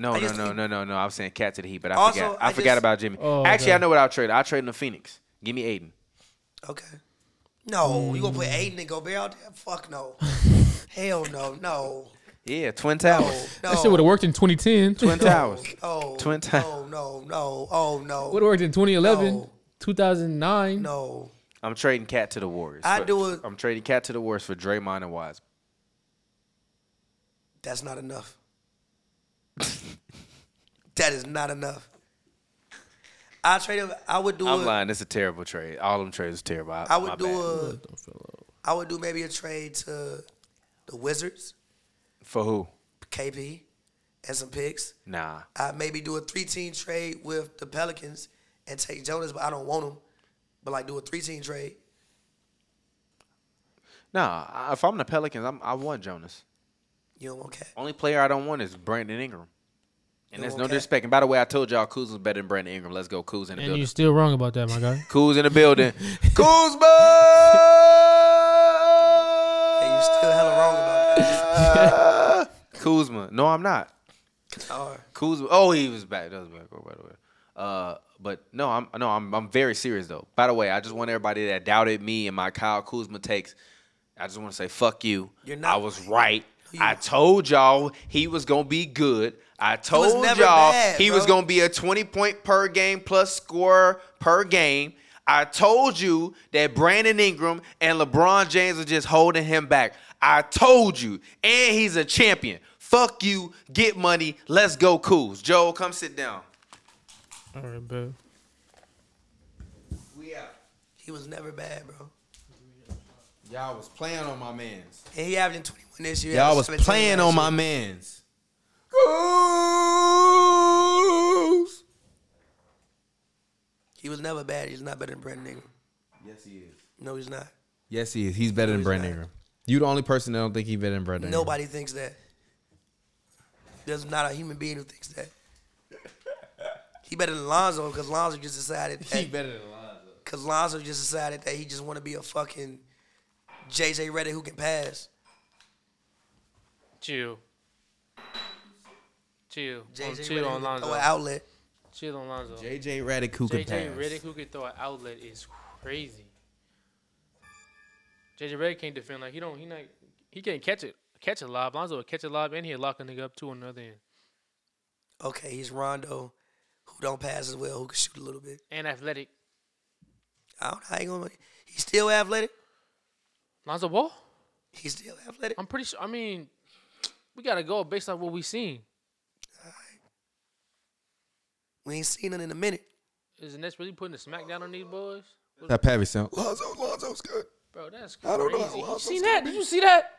[SPEAKER 3] No,
[SPEAKER 2] I
[SPEAKER 3] no,
[SPEAKER 2] just
[SPEAKER 3] no,
[SPEAKER 2] think-
[SPEAKER 3] no, no, no. I was saying cat to the heat, but I
[SPEAKER 2] Also,
[SPEAKER 3] forgot. I,
[SPEAKER 2] I
[SPEAKER 3] forgot
[SPEAKER 2] just-
[SPEAKER 3] about Jimmy.
[SPEAKER 4] Oh,
[SPEAKER 3] Actually, I
[SPEAKER 4] okay.
[SPEAKER 3] know what I'll trade. I'll trade him to Phoenix. Give me Aiden.
[SPEAKER 2] Okay. No, you gonna put
[SPEAKER 4] Mm.
[SPEAKER 2] Aiden and Gobert out there? Fuck
[SPEAKER 4] [LAUGHS]
[SPEAKER 2] no. Hell no, no,
[SPEAKER 3] Yeah, Twin
[SPEAKER 2] no,
[SPEAKER 3] Towers.
[SPEAKER 2] no.
[SPEAKER 4] That shit would have worked in twenty
[SPEAKER 2] [LAUGHS]
[SPEAKER 4] ten. [LAUGHS]
[SPEAKER 3] Twin Towers.
[SPEAKER 2] Oh,
[SPEAKER 3] [LAUGHS] Twin Towers.
[SPEAKER 2] no, no, no, oh no,
[SPEAKER 4] Would have worked in 2011,
[SPEAKER 2] No.
[SPEAKER 4] 2009.
[SPEAKER 2] no.
[SPEAKER 3] I'm trading cat to the Warriors.
[SPEAKER 2] I
[SPEAKER 3] for-
[SPEAKER 2] do it-
[SPEAKER 3] I'm trading cat to the Warriors for Draymond and Wise.
[SPEAKER 2] That's not enough. that is not enough. I trade him. I would do.
[SPEAKER 3] I'm
[SPEAKER 2] a-
[SPEAKER 3] lying. It's a terrible trade. All them trades are terrible. I,
[SPEAKER 2] I would
[SPEAKER 3] my
[SPEAKER 2] do
[SPEAKER 3] bad.
[SPEAKER 2] a. I would do maybe a trade to the Wizards,
[SPEAKER 9] For who?
[SPEAKER 2] KP, and some picks.
[SPEAKER 9] Nah.
[SPEAKER 2] I maybe do a three-team trade with the Pelicans and take Jonas, but I don't want him. But like do a three-team trade.
[SPEAKER 9] Nah. I- If I'm the Pelicans, I'm, I want Jonas.
[SPEAKER 2] You don't want Cat.
[SPEAKER 9] Only player I don't want is Brandon Ingram. And there's no
[SPEAKER 2] Okay.
[SPEAKER 9] disrespect. And by the way, I told y'all Kuzma's better than Brandon Ingram. Let's go, Kuz in the
[SPEAKER 10] And
[SPEAKER 9] building.
[SPEAKER 10] you're still wrong about that, my guy.
[SPEAKER 9] Kuz in the
[SPEAKER 2] [LAUGHS]
[SPEAKER 9] building. Kuzma!
[SPEAKER 2] And you still hella wrong about that.
[SPEAKER 9] [LAUGHS] Kuzma. No, I'm not.
[SPEAKER 2] Or
[SPEAKER 9] Kuzma. Oh, he was back. That was back. Oh, by the way. Uh, but no, I'm no, I'm I'm very serious though. By the way, I just want everybody that doubted me and my Kyle Kuzma takes. I just want to say, fuck you.
[SPEAKER 2] You're not
[SPEAKER 9] I was right. I told y'all he was gonna be good. I
[SPEAKER 2] was
[SPEAKER 9] told y'all
[SPEAKER 2] never bad,
[SPEAKER 9] he was
[SPEAKER 2] bro.
[SPEAKER 9] gonna be a 20 point per game plus scorer per game. I told you that Brandon Ingram and LeBron James are just holding him back. I told you. And he's a champion. Fuck you. Get money. Let's go, Coos. Joel, come sit down.
[SPEAKER 10] [LAUGHS] All right, bet.
[SPEAKER 9] We out.
[SPEAKER 2] he was never bad, bro.
[SPEAKER 3] Y'all was playing on my man's.
[SPEAKER 2] And he averaging 21 this year.
[SPEAKER 3] Y'all was
[SPEAKER 2] 17
[SPEAKER 3] playing
[SPEAKER 2] last
[SPEAKER 3] on
[SPEAKER 2] year.
[SPEAKER 3] my man's.
[SPEAKER 9] Coos.
[SPEAKER 2] He was never bad. He's not better than Brandon Ingram.
[SPEAKER 3] Yes, he is.
[SPEAKER 2] No, he's not.
[SPEAKER 3] Yes, he is. He's better than
[SPEAKER 2] he's
[SPEAKER 3] Brandon
[SPEAKER 2] not.
[SPEAKER 3] Ingram. You the only person that don't think he's better than Brandon. Ingram.
[SPEAKER 2] Nobody thinks that. There's not a human being who thinks
[SPEAKER 4] [LAUGHS]
[SPEAKER 2] that. He better than Lonzo because Lonzo just
[SPEAKER 3] [LAUGHS]
[SPEAKER 2] decided
[SPEAKER 3] He
[SPEAKER 2] that
[SPEAKER 3] better than Lonzo.
[SPEAKER 2] because Lonzo just decided that he just want to be a fucking JJ Reddick who can pass.
[SPEAKER 4] Chill. Chill. On,
[SPEAKER 2] JJ
[SPEAKER 4] chill
[SPEAKER 2] Redick who
[SPEAKER 4] on
[SPEAKER 2] can
[SPEAKER 4] Lonzo.
[SPEAKER 2] throw an outlet.
[SPEAKER 4] Chill on Lonzo.
[SPEAKER 3] JJ Redick who can pass.
[SPEAKER 4] JJ Redick who could throw an outlet is crazy. JJ Redick can't defend like he don't he not he can't catch it catch a lob. Lonzo will catch a lob and he'll lock a nigga up too on the other end.
[SPEAKER 2] Okay, he's Rondo, who don't pass as well, who can shoot a little bit.
[SPEAKER 4] And athletic.
[SPEAKER 2] I don't. I ain't gonna. He's still athletic.
[SPEAKER 4] Lonzo Ball?
[SPEAKER 2] He's still athletic.
[SPEAKER 4] I'm pretty sure I mean we gotta go based on what we seen.
[SPEAKER 2] We ain't seen it in a minute.
[SPEAKER 4] Is the Nets really putting the smack down on these boys?
[SPEAKER 3] That Pappy sound.
[SPEAKER 5] Lonzo, Lonzo's good.
[SPEAKER 4] Bro, that's crazy.
[SPEAKER 5] I don't know how
[SPEAKER 4] You
[SPEAKER 5] Lonzo's
[SPEAKER 4] seen
[SPEAKER 5] gonna
[SPEAKER 4] that?
[SPEAKER 5] be.
[SPEAKER 4] Did you see that?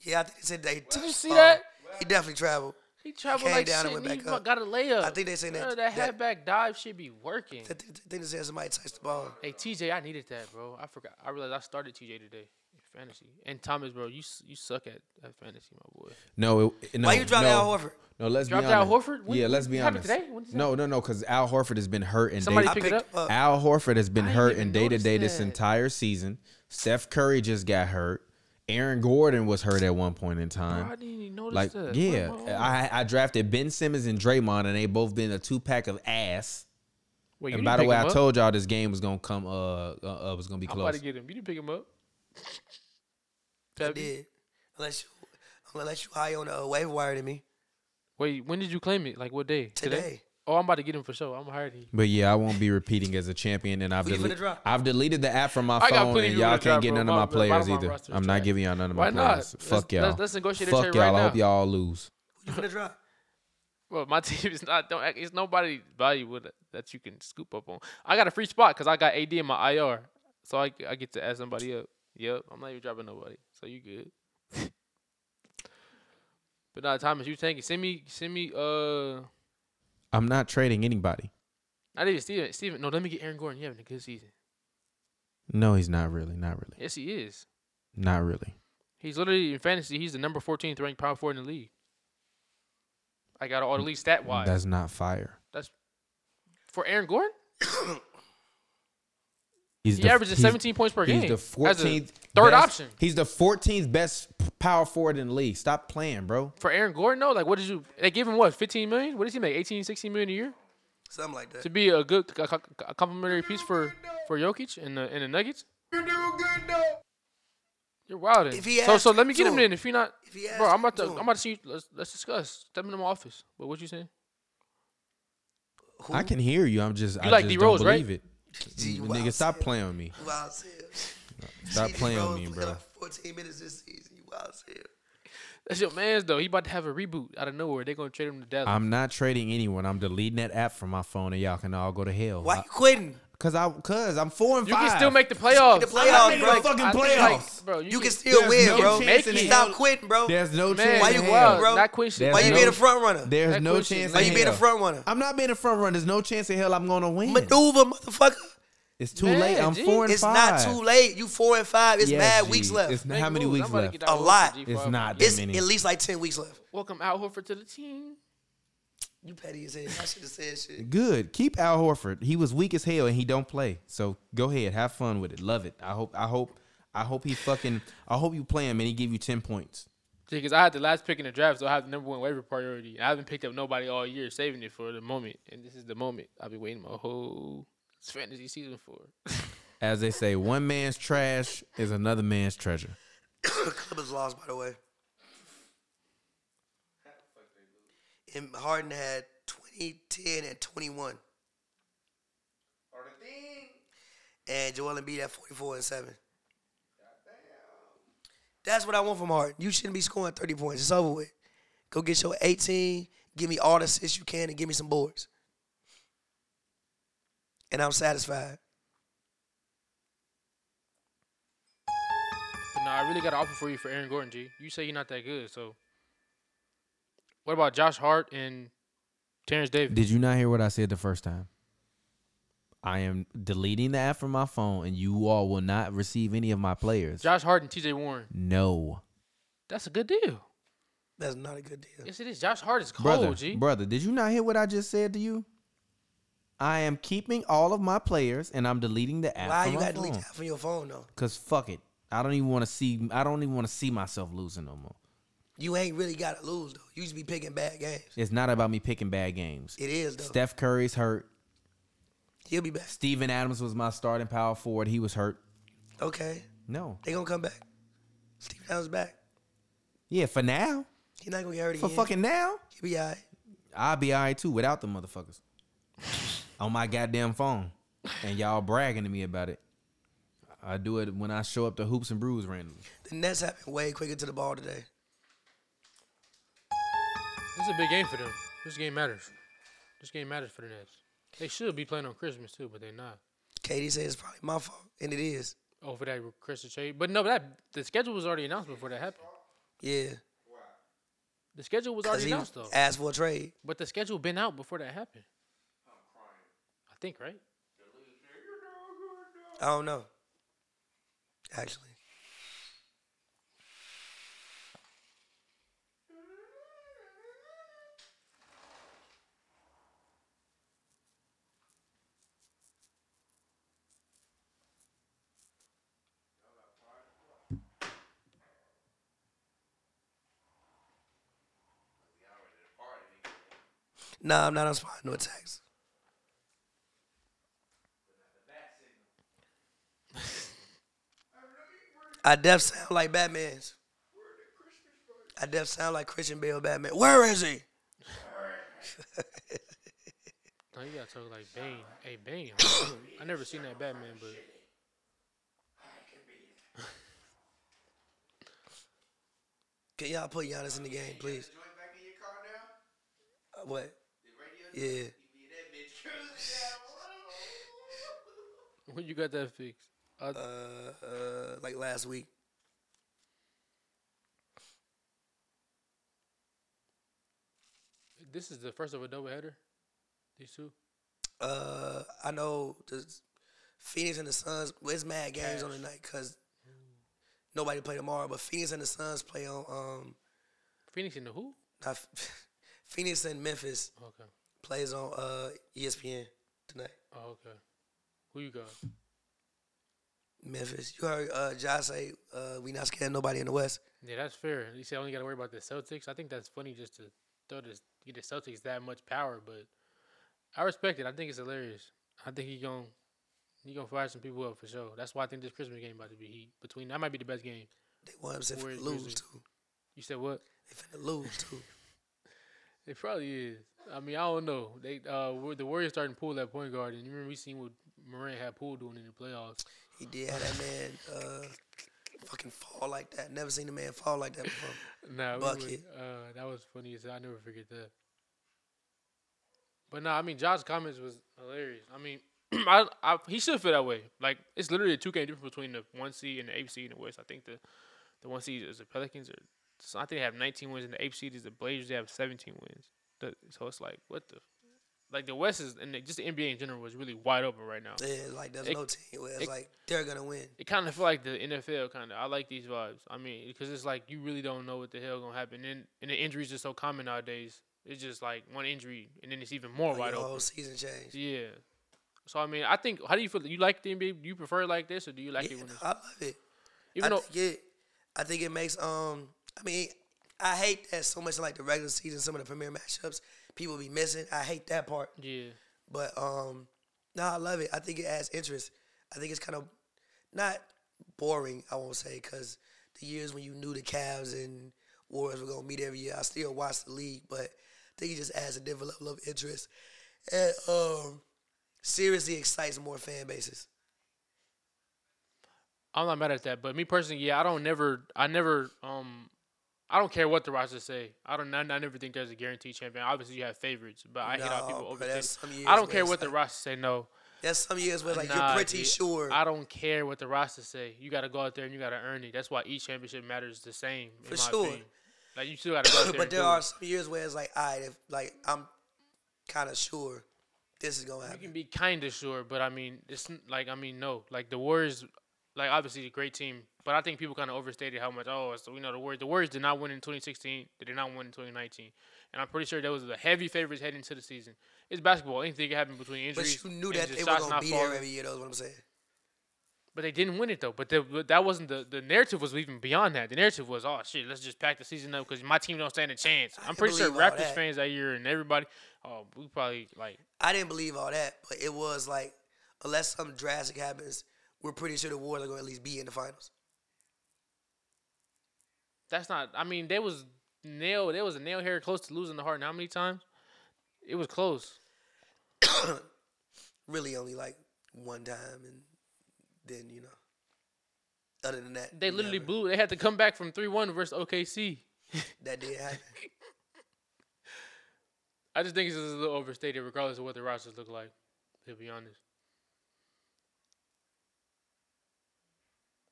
[SPEAKER 2] Yeah, I think they said they. Did
[SPEAKER 4] you see that?
[SPEAKER 2] He definitely traveled.
[SPEAKER 4] He traveled
[SPEAKER 2] came
[SPEAKER 4] like
[SPEAKER 2] down and
[SPEAKER 4] shit.
[SPEAKER 2] went
[SPEAKER 4] And he
[SPEAKER 2] back
[SPEAKER 4] fu-
[SPEAKER 2] up.
[SPEAKER 4] got a layup.
[SPEAKER 2] I think they said that-
[SPEAKER 4] Bro, that,
[SPEAKER 2] that-
[SPEAKER 4] halfback dive should be working.
[SPEAKER 2] I think I think they said somebody touched the ball.
[SPEAKER 4] Hey TJ, I needed that, bro. I forgot. I realized I started TJ today in fantasy. And Thomas, bro, you s- you suck at, at fantasy, my boy.
[SPEAKER 3] No, it, no.
[SPEAKER 2] Why you dropped
[SPEAKER 3] no.
[SPEAKER 2] Al Horford?
[SPEAKER 3] No, let's
[SPEAKER 4] Dropped
[SPEAKER 3] be
[SPEAKER 4] Al
[SPEAKER 3] honest.
[SPEAKER 4] Horford? When-
[SPEAKER 3] yeah, let's be
[SPEAKER 4] it happened
[SPEAKER 3] honest.
[SPEAKER 4] today? When does that
[SPEAKER 3] No, no, no, because Al Horford has been hurt and
[SPEAKER 4] Somebody
[SPEAKER 3] day.
[SPEAKER 2] I
[SPEAKER 4] pick
[SPEAKER 2] picked
[SPEAKER 4] it
[SPEAKER 2] up.
[SPEAKER 4] up.
[SPEAKER 3] Al Horford has been
[SPEAKER 4] I
[SPEAKER 3] hurt in
[SPEAKER 4] didn't even
[SPEAKER 3] day to day
[SPEAKER 4] notice
[SPEAKER 3] this
[SPEAKER 4] that.
[SPEAKER 3] entire season. Steph Curry just got hurt. Aaron Gordon was hurt at one point in time.
[SPEAKER 4] I didn't even notice
[SPEAKER 3] like,
[SPEAKER 4] that. What
[SPEAKER 3] yeah,
[SPEAKER 4] am I on?
[SPEAKER 3] I, I drafted Ben Simmons and Draymond, and they both been a two pack of ass.
[SPEAKER 4] Wait, you
[SPEAKER 3] and
[SPEAKER 4] didn't
[SPEAKER 3] by the
[SPEAKER 4] pick
[SPEAKER 3] way,
[SPEAKER 4] him
[SPEAKER 3] I
[SPEAKER 4] up?
[SPEAKER 3] told y'all this game was gonna come. Uh, uh, uh was gonna be
[SPEAKER 4] I'm about
[SPEAKER 3] close.
[SPEAKER 4] to get him. You didn't pick him up.
[SPEAKER 2] I
[SPEAKER 4] Peppy.
[SPEAKER 2] did. Unless you, unless you high on a waiver wire than me
[SPEAKER 4] Wait, when did you claim it? Like what day?
[SPEAKER 2] today.
[SPEAKER 4] Oh, I'm about to get him for sure. I'm hiring him.
[SPEAKER 3] But yeah, I won't be repeating as a champion, and I've
[SPEAKER 2] Who you finna
[SPEAKER 3] deleted.
[SPEAKER 2] drop?
[SPEAKER 3] I've deleted the app from my
[SPEAKER 4] I got
[SPEAKER 3] phone,
[SPEAKER 4] plenty
[SPEAKER 3] and
[SPEAKER 4] of people
[SPEAKER 3] y'all
[SPEAKER 4] to
[SPEAKER 3] can't
[SPEAKER 4] drop,
[SPEAKER 3] get
[SPEAKER 4] bro.
[SPEAKER 3] none
[SPEAKER 4] My-
[SPEAKER 3] of my
[SPEAKER 4] my
[SPEAKER 3] players
[SPEAKER 4] bottom
[SPEAKER 3] either.
[SPEAKER 4] roster is
[SPEAKER 3] I'm not
[SPEAKER 4] trash.
[SPEAKER 3] giving y'all none of my
[SPEAKER 4] Why not?
[SPEAKER 3] players.
[SPEAKER 4] Let's-
[SPEAKER 3] Fuck y'all.
[SPEAKER 4] let's- let's negotiate a
[SPEAKER 3] Fuck
[SPEAKER 4] trade
[SPEAKER 3] y'all.
[SPEAKER 4] right
[SPEAKER 3] I hope
[SPEAKER 4] now.
[SPEAKER 3] y'all lose.
[SPEAKER 2] Who you finna drop?
[SPEAKER 4] Well, my [LAUGHS] team is not. Don't. act- It's nobody valuable that, that you can scoop up on. I got a free spot because I got AD in my IR, so I, I get to add somebody up. Yep, I'm not even dropping nobody, so you good. [LAUGHS] but nah, Thomas, you tanking. Send me, send me. Uh,
[SPEAKER 3] I'm not trading anybody.
[SPEAKER 4] not even Steven. Steven, no, let me get Aaron Gordon. You having a good season?
[SPEAKER 3] No, he's not really. Not really.
[SPEAKER 4] Yes, he is.
[SPEAKER 3] Not really.
[SPEAKER 4] He's literally in fantasy. He's the number 14th ranked power forward in the league. I got all the league stat wise.
[SPEAKER 3] That's not fire.
[SPEAKER 4] That's for Aaron Gordon.
[SPEAKER 3] He's
[SPEAKER 4] He
[SPEAKER 3] the-
[SPEAKER 4] averages
[SPEAKER 3] he's-
[SPEAKER 4] 17 points per
[SPEAKER 3] He's
[SPEAKER 4] game
[SPEAKER 3] the
[SPEAKER 4] as a
[SPEAKER 3] 14th
[SPEAKER 4] third
[SPEAKER 3] best-
[SPEAKER 4] option.
[SPEAKER 3] He's the 14th best power forward in the league. Stop playing, bro.
[SPEAKER 4] For Aaron Gordon, though, like, what did you? They give him what, 15 million? What does he make? 18, 16 million a year
[SPEAKER 2] Something like that.
[SPEAKER 4] to be a good, a, a complimentary piece for for Jokic and the and the Nuggets. You're wilding.
[SPEAKER 2] If he
[SPEAKER 4] so
[SPEAKER 2] asked
[SPEAKER 4] so let me get
[SPEAKER 2] to
[SPEAKER 4] him
[SPEAKER 2] him.
[SPEAKER 4] then. If you're not,
[SPEAKER 2] If he
[SPEAKER 4] bro,
[SPEAKER 2] asked
[SPEAKER 4] I'm about to
[SPEAKER 2] to him.
[SPEAKER 4] I'm about to see. You, let's let's discuss. Step into my office. But what you saying?
[SPEAKER 3] I can hear you. I'm just. I
[SPEAKER 4] like
[SPEAKER 3] just
[SPEAKER 4] D.
[SPEAKER 3] don't
[SPEAKER 4] Rose, right?
[SPEAKER 3] believe it.
[SPEAKER 2] Gee, wow,
[SPEAKER 3] Nigga, stop
[SPEAKER 2] Sam.
[SPEAKER 3] playing with me.
[SPEAKER 2] You wild as hell. [LAUGHS]
[SPEAKER 3] Stop
[SPEAKER 2] Gee,
[SPEAKER 3] playing
[SPEAKER 2] Rose
[SPEAKER 3] with me,
[SPEAKER 2] played
[SPEAKER 3] bro.
[SPEAKER 2] like 14 minutes this season. You wild as hell.
[SPEAKER 4] That's your man's though. He about to have a reboot out of nowhere. They're gonna trade him to Dallas.
[SPEAKER 3] I'm not trading anyone. I'm deleting that app from my phone, and y'all can all go to hell.
[SPEAKER 2] Why you quitting?
[SPEAKER 3] Cause I, cause I'm four and
[SPEAKER 4] You
[SPEAKER 3] five.
[SPEAKER 4] can still make the playoffs.
[SPEAKER 2] The
[SPEAKER 3] I
[SPEAKER 2] playoffs,
[SPEAKER 3] made
[SPEAKER 2] bro.
[SPEAKER 3] the fucking
[SPEAKER 4] I think, like,
[SPEAKER 3] playoffs.
[SPEAKER 4] bro. You,
[SPEAKER 2] you can
[SPEAKER 4] can,
[SPEAKER 2] still
[SPEAKER 3] There's
[SPEAKER 2] win,
[SPEAKER 3] no
[SPEAKER 2] bro.
[SPEAKER 3] chance
[SPEAKER 4] in
[SPEAKER 2] Stop
[SPEAKER 3] hell.
[SPEAKER 2] quitting, bro.
[SPEAKER 3] There's no
[SPEAKER 4] man,
[SPEAKER 3] chance.
[SPEAKER 2] Why
[SPEAKER 3] in
[SPEAKER 2] you
[SPEAKER 3] hell.
[SPEAKER 2] wild, bro?
[SPEAKER 4] Not quit shit.
[SPEAKER 3] There's
[SPEAKER 2] Why you
[SPEAKER 3] no-
[SPEAKER 2] being a front runner?
[SPEAKER 3] There's
[SPEAKER 4] That
[SPEAKER 3] no
[SPEAKER 4] question-
[SPEAKER 3] chance.
[SPEAKER 4] Why
[SPEAKER 3] in
[SPEAKER 2] you being a
[SPEAKER 3] hell.
[SPEAKER 2] front runner?
[SPEAKER 3] I'm not being a front runner. There's no chance in hell I'm gonna win.
[SPEAKER 2] Maneuver, motherfucker.
[SPEAKER 3] It's too
[SPEAKER 4] Man,
[SPEAKER 3] late. I'm
[SPEAKER 4] G.
[SPEAKER 3] four and
[SPEAKER 2] It's
[SPEAKER 3] five.
[SPEAKER 2] not too late. You four and five. It's
[SPEAKER 3] Yes,
[SPEAKER 2] mad
[SPEAKER 3] G.
[SPEAKER 2] weeks left.
[SPEAKER 3] It's
[SPEAKER 2] It's,
[SPEAKER 3] not, how many weeks left?
[SPEAKER 2] A lot.
[SPEAKER 3] It's not that
[SPEAKER 2] it's
[SPEAKER 3] many.
[SPEAKER 2] at least like ten weeks left.
[SPEAKER 4] Welcome Al Horford to the team.
[SPEAKER 2] You petty as hell. I should have said shit.
[SPEAKER 3] Good. Keep Al Horford. He was weak as hell and he don't play. So go ahead, have fun with it. Love it. I hope. I hope. I hope he fucking. I hope you play him and he give you ten points.
[SPEAKER 4] Because I had the last pick in the draft, so I have the number one waiver priority. I haven't picked up nobody all year, saving it for the moment. And this is the moment I've been waiting my whole fantasy season for. [LAUGHS]
[SPEAKER 3] As they say, one man's trash is another man's treasure.
[SPEAKER 2] Clippers lost, by the way. And Harden had 20, 10, and 21. And Joel Embiid had 44 and 7. That's what I want from Harden. You shouldn't be scoring 30 points. It's over with. Go get your 18, give me all the assists you can, and give me some boards. And I'm satisfied.
[SPEAKER 4] But no, I really got an offer for you for Aaron Gordon, G. You say you're not that good, so what about Josh Hart and Terrence Davis?
[SPEAKER 3] Did you not hear what I said the first time? I am deleting the app from my phone, and you all will not receive any of my players.
[SPEAKER 4] Josh Hart and T.J. Warren.
[SPEAKER 3] No,
[SPEAKER 4] That's a good deal.
[SPEAKER 2] That's not a good deal.
[SPEAKER 4] Yes, it is. Josh Hart is cold,
[SPEAKER 3] brother,
[SPEAKER 4] G.
[SPEAKER 3] brother, did you not hear what I just said to you? I am keeping all of my players, and I'm deleting the app.
[SPEAKER 2] Why
[SPEAKER 3] from
[SPEAKER 2] you
[SPEAKER 3] my
[SPEAKER 2] got to delete
[SPEAKER 3] phone.
[SPEAKER 2] that from your phone, though?
[SPEAKER 3] Cause fuck it, I don't even want to see. I don't even want to see myself losing no more.
[SPEAKER 2] You ain't really got to lose, though. You just be picking bad games.
[SPEAKER 3] It's not about me picking bad games.
[SPEAKER 2] It is though.
[SPEAKER 3] Steph Curry's hurt.
[SPEAKER 2] He'll be back.
[SPEAKER 3] Steven Adams was my starting power forward. He was hurt.
[SPEAKER 2] Okay.
[SPEAKER 3] No,
[SPEAKER 2] They gonna come back. Steve Adams back.
[SPEAKER 3] yeah, for now,
[SPEAKER 2] He not gonna get hurt
[SPEAKER 3] for
[SPEAKER 2] again.
[SPEAKER 3] fucking now,
[SPEAKER 2] He'll be alright.
[SPEAKER 3] I'll be alright too without the motherfuckers on my goddamn phone, and y'all bragging to me about it. I do it when I show up to hoops and brews randomly.
[SPEAKER 2] The Nets happened way quicker to the ball today.
[SPEAKER 4] This is a big game for them. This game matters. This game matters for the Nets. They should be playing on Christmas too, but they're not.
[SPEAKER 2] KD said it's probably my fault, and it is.
[SPEAKER 4] Oh, for that Christmas trade. But no, that the schedule was already announced before that happened.
[SPEAKER 2] Yeah,
[SPEAKER 4] The schedule was
[SPEAKER 2] because
[SPEAKER 4] already
[SPEAKER 2] he
[SPEAKER 4] announced though.
[SPEAKER 2] asked for a trade.
[SPEAKER 4] But the schedule been out before that happened. I think right.
[SPEAKER 2] I don't know. Actually, nah, I'm not responding to attacks. I def sound like Batman's. I def sound like Christian Bale Batman. Where is he?
[SPEAKER 4] No, you gotta talk like Bane. Hey Bane. huh? I never seen that Batman, but [LAUGHS]
[SPEAKER 2] Can y'all put Giannis in the game, please? Uh, What? Yeah.
[SPEAKER 4] when you got that fixed. Uh,
[SPEAKER 2] Uh, uh, like last week.
[SPEAKER 4] this is the first of a double header. These two.
[SPEAKER 2] Uh, I know the Phoenix and the Suns. Well, it's mad games on the night because nobody play tomorrow. But Phoenix and the Suns play on um,
[SPEAKER 4] Phoenix and the who?
[SPEAKER 2] not [LAUGHS] Phoenix and Memphis
[SPEAKER 4] Okay.
[SPEAKER 2] plays on uh ESPN tonight.
[SPEAKER 4] Oh, okay. Who you got?
[SPEAKER 2] Memphis. You heard uh, Josh say uh, we not scared of nobody in the West.
[SPEAKER 4] Yeah, that's fair. You said I only got to worry about the Celtics. I think that's funny just to throw this, get the Celtics that much power, but I respect it. I think it's hilarious. I think he gon' he gonna fire some people up for sure. That's why I think this Christmas game about to be heat between. That might be the best game.
[SPEAKER 2] They want them to
[SPEAKER 4] Warriors,
[SPEAKER 2] finna lose
[SPEAKER 4] Grizzlies.
[SPEAKER 2] too.
[SPEAKER 4] You said what?
[SPEAKER 2] They finna lose too.
[SPEAKER 4] It probably is. I mean, I don't know. They uh, wa- the Warriors starting pool at point guard, and you remember we seen what Morant had pool doing in the playoffs.
[SPEAKER 2] He did have that man uh, fucking fall like that. Never seen a man fall like that before.
[SPEAKER 4] Nah, we
[SPEAKER 2] Bucket.
[SPEAKER 4] would- uh, that was funny. as I never forget that. But no, I mean [CLEARS THROAT] Josh's comments was hilarious. I mean, I, I, he should feel that way. Like it's literally a two game difference between the one seed and the eight seed in the West. I think the the one seed is the Pelicans or so I think they have 19 wins and the eight seed is the Blazers. They have 17 wins. The- so it's like what the like the West is and the, just the NBA in general is really wide open right now.
[SPEAKER 2] Yeah, like there's
[SPEAKER 4] It-
[SPEAKER 2] no team where it's
[SPEAKER 4] it-
[SPEAKER 2] like they're gonna win.
[SPEAKER 4] It kind of feel like the NFL kind of. I like these vibes. I mean, because it's like you really don't know what the hell gonna happen, and and the injuries are so common nowadays. It's just like one injury, and then it's even more
[SPEAKER 2] Like
[SPEAKER 4] wide
[SPEAKER 2] the
[SPEAKER 4] open.
[SPEAKER 2] whole season change.
[SPEAKER 4] Yeah. So I mean, I think. How do you feel? You like the NBA? Do you prefer it like this, or do you like
[SPEAKER 2] Yeah,
[SPEAKER 4] it when
[SPEAKER 2] no,
[SPEAKER 4] it's
[SPEAKER 2] I love it.
[SPEAKER 4] even
[SPEAKER 2] I
[SPEAKER 4] though?
[SPEAKER 2] think it, I think it makes um. I mean, I hate that so much. Like the regular season, some of the premier matchups, people be missing. I hate that part.
[SPEAKER 4] Yeah.
[SPEAKER 2] But um, no, I love it. I think it adds interest. I think it's kind of not boring. I won't say because the years when you knew the Cavs and Warriors were gonna meet every year, I still watched the league, but I think it just adds a different level of interest and um, seriously excites more fan bases.
[SPEAKER 4] I'm not mad at that, but me personally, yeah, I don't never, I never, um, I don't care what the rosters say. I don't, I, I never think there's a guaranteed champion. Obviously, you have favorites, but I hate
[SPEAKER 2] No,
[SPEAKER 4] how people
[SPEAKER 2] bro, that's some
[SPEAKER 4] overthink.
[SPEAKER 2] years
[SPEAKER 4] I don't
[SPEAKER 2] where
[SPEAKER 4] care
[SPEAKER 2] it's
[SPEAKER 4] what the
[SPEAKER 2] like-
[SPEAKER 4] rosters say. No,
[SPEAKER 2] There's some years where like
[SPEAKER 4] Nah,
[SPEAKER 2] you're pretty
[SPEAKER 4] dude.
[SPEAKER 2] sure.
[SPEAKER 4] I don't care what the rosters say. You got to go out there and you got to earn it. That's why each championship matters the same. In
[SPEAKER 2] For
[SPEAKER 4] my
[SPEAKER 2] sure.
[SPEAKER 4] Opinion. Like you still got to go out
[SPEAKER 2] [COUGHS]
[SPEAKER 4] there.
[SPEAKER 2] but
[SPEAKER 4] and do
[SPEAKER 2] there
[SPEAKER 4] it.
[SPEAKER 2] are some years where it's like, all right, if like I'm kind of sure this is gonna
[SPEAKER 4] You
[SPEAKER 2] happen.
[SPEAKER 4] can be kind of sure, but I mean, it's n- like I mean, no, like the Warriors, like obviously a great team, but I think people kind of overstated how much. Oh, so we know the Warriors. The Warriors did not win in 2016. They did not win in 2019, and I'm pretty sure that was the heavy favorites heading into the season. It's basketball. Anything can happen between injuries.
[SPEAKER 2] But you knew
[SPEAKER 4] and
[SPEAKER 2] that
[SPEAKER 4] just
[SPEAKER 2] they were
[SPEAKER 4] shots
[SPEAKER 2] gonna
[SPEAKER 4] not
[SPEAKER 2] be
[SPEAKER 4] falling.
[SPEAKER 2] there every year. That's what I'm saying.
[SPEAKER 4] But they didn't win it though. But, the, but that wasn't the the narrative was even beyond that. The narrative was, oh shit, let's just pack the season up because my team don't stand a chance. I'm
[SPEAKER 2] can
[SPEAKER 4] pretty sure
[SPEAKER 2] believe all
[SPEAKER 4] Raptors
[SPEAKER 2] that.
[SPEAKER 4] fans that year and everybody, oh, we probably like
[SPEAKER 2] I didn't believe all that, but it was like, unless something drastic happens, we're pretty sure the Warriors are gonna at least be in the finals.
[SPEAKER 4] that's not. I mean, they was nail. They was a nail hair close to losing the heart. How many times? It was close.
[SPEAKER 2] Really, only like one time, and then you know. Other than that,
[SPEAKER 4] They literally
[SPEAKER 2] never.
[SPEAKER 4] blew. They had to come back from three one versus OKC.
[SPEAKER 2] that did
[SPEAKER 4] [LAUGHS]
[SPEAKER 2] happen.
[SPEAKER 4] I just think it's just a little overstated, regardless of what the rosters look like. To be honest,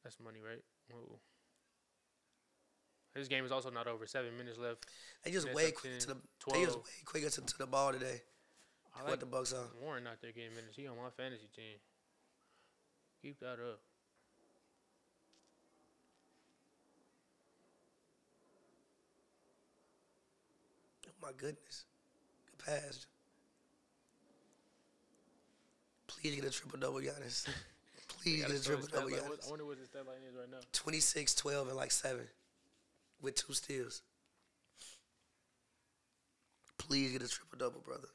[SPEAKER 4] that's money, right? Whoa. This game is also not over. Seven minutes left.
[SPEAKER 2] They just
[SPEAKER 4] That's
[SPEAKER 2] way
[SPEAKER 4] up
[SPEAKER 2] quicker
[SPEAKER 4] 10,
[SPEAKER 2] to the. They just
[SPEAKER 4] 12.
[SPEAKER 2] way quicker to, to the ball today.
[SPEAKER 4] I
[SPEAKER 2] What
[SPEAKER 4] like
[SPEAKER 2] the Bucks on?
[SPEAKER 4] Warren out there getting minutes. He on my fantasy team. Keep that up.
[SPEAKER 2] Oh my goodness. Good pass. Please get a triple double,
[SPEAKER 4] [LAUGHS]
[SPEAKER 2] Giannis. Please get
[SPEAKER 4] Gotta
[SPEAKER 2] a
[SPEAKER 4] show
[SPEAKER 2] triple
[SPEAKER 4] his
[SPEAKER 2] double,
[SPEAKER 4] stat line. I
[SPEAKER 2] Giannis.
[SPEAKER 4] wonder what his stat line is right now.
[SPEAKER 2] 26, 12, and like seven with two steals. Please get a triple double, brother.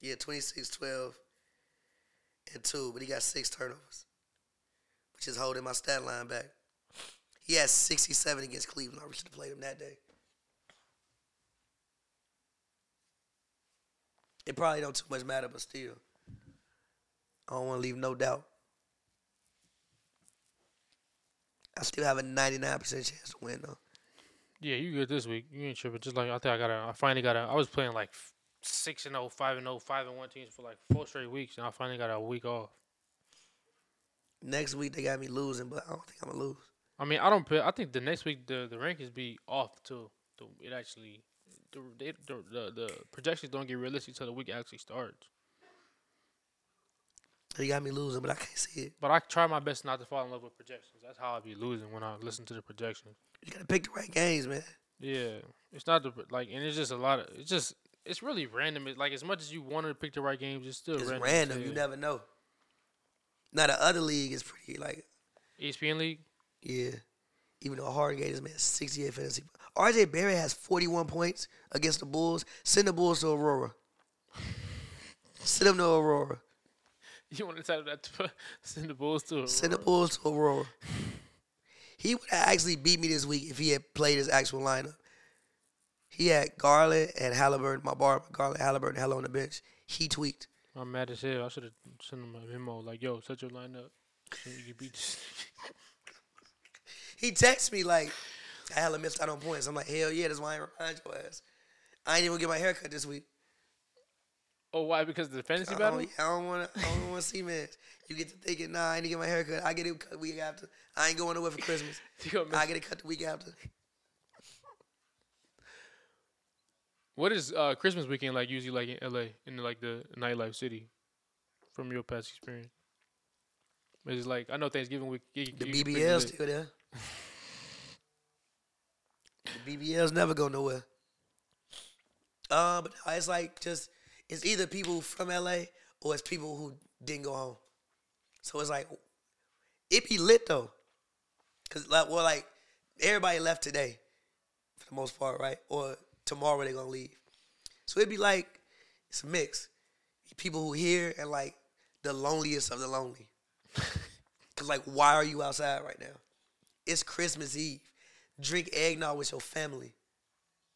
[SPEAKER 2] Yeah, 26, 12, and two, but he got six turnovers, which is holding my stat line back. He had 67 against Cleveland. I should have played him that day. It probably don't too much matter, but still, I don't want to leave no doubt. I still have a 99% chance to win, though.
[SPEAKER 4] Yeah, you good this week. You ain't tripping. Just like I think I got a. I finally got a. I was playing like f- six and 0, 5 and 0, 5 and one teams for like four straight weeks, and I finally got a week off.
[SPEAKER 2] Next week, they got me losing, but I don't think I'm going to lose.
[SPEAKER 4] I mean, I don't. Pay, I think the next week the the rankings be off too. The, it actually, the, they, the the the projections don't get realistic till the week actually starts.
[SPEAKER 2] They got me losing, but I can't see it.
[SPEAKER 4] But I try my best not to fall in love with projections. That's how I be losing when I listen to the projections.
[SPEAKER 2] You got to pick the right games, man.
[SPEAKER 4] Yeah, it's not the like, and it's just a lot of. It's just it's really random. It's like as much as you want to pick the right games, it's still
[SPEAKER 2] It's
[SPEAKER 4] random.
[SPEAKER 2] random.
[SPEAKER 4] as
[SPEAKER 2] You
[SPEAKER 4] hell.
[SPEAKER 2] never know. Now, the other league is pretty, like,
[SPEAKER 4] ESPN league. [LAUGHS]
[SPEAKER 2] yeah. Even though Harden gave this man 68 fantasy. RJ Barrett has 41 points against the Bulls. Send the Bulls to Aurora. Send them to Aurora.
[SPEAKER 4] You want to tell that to [LAUGHS] send the Bulls to a
[SPEAKER 2] Send the
[SPEAKER 4] roar.
[SPEAKER 2] Bulls to Aurora. He would have actually beat me this week if he had played his actual lineup. He had Garland and Halliburton, my bar, Garland, Halliburton, Hella on the bench. He tweaked.
[SPEAKER 4] I'm mad as hell. I should have sent him a memo like, "Yo, set your lineup so you can beat." This.
[SPEAKER 2] He texted me like, I hella missed out on points. I'm like, hell yeah, that's why I ain't remind your ass. I ain't even get my haircut this week.
[SPEAKER 4] [LAUGHS] Oh, why? Because of the fantasy
[SPEAKER 2] I
[SPEAKER 4] battle?
[SPEAKER 2] don't, e, I don't want to. I don't want to see Max. You get to thinking, nah, I need to get my hair cut. I get it cut the week after. I ain't going nowhere for Christmas.
[SPEAKER 4] [LAUGHS] You gonna miss-
[SPEAKER 2] I get it cut the week after.
[SPEAKER 4] What is uh, Christmas weekend like usually like in LA in like the nightlife city, from your past experience? Is it like I know Thanksgiving week? you-
[SPEAKER 2] The
[SPEAKER 4] you can pick
[SPEAKER 2] BBL's
[SPEAKER 4] the-
[SPEAKER 2] still there. The BBL's never go nowhere. Uh, but no, it's like just it's either people from LA or it's people who didn't go home. So it's like it be lit though, cause like well like everybody left today for the most part, right? Or tomorrow they gonna leave. So it'd be like it's a mix. People who here and like the loneliest of the lonely. Cause like, why are you outside right now? It's Christmas Eve. Drink eggnog with your family.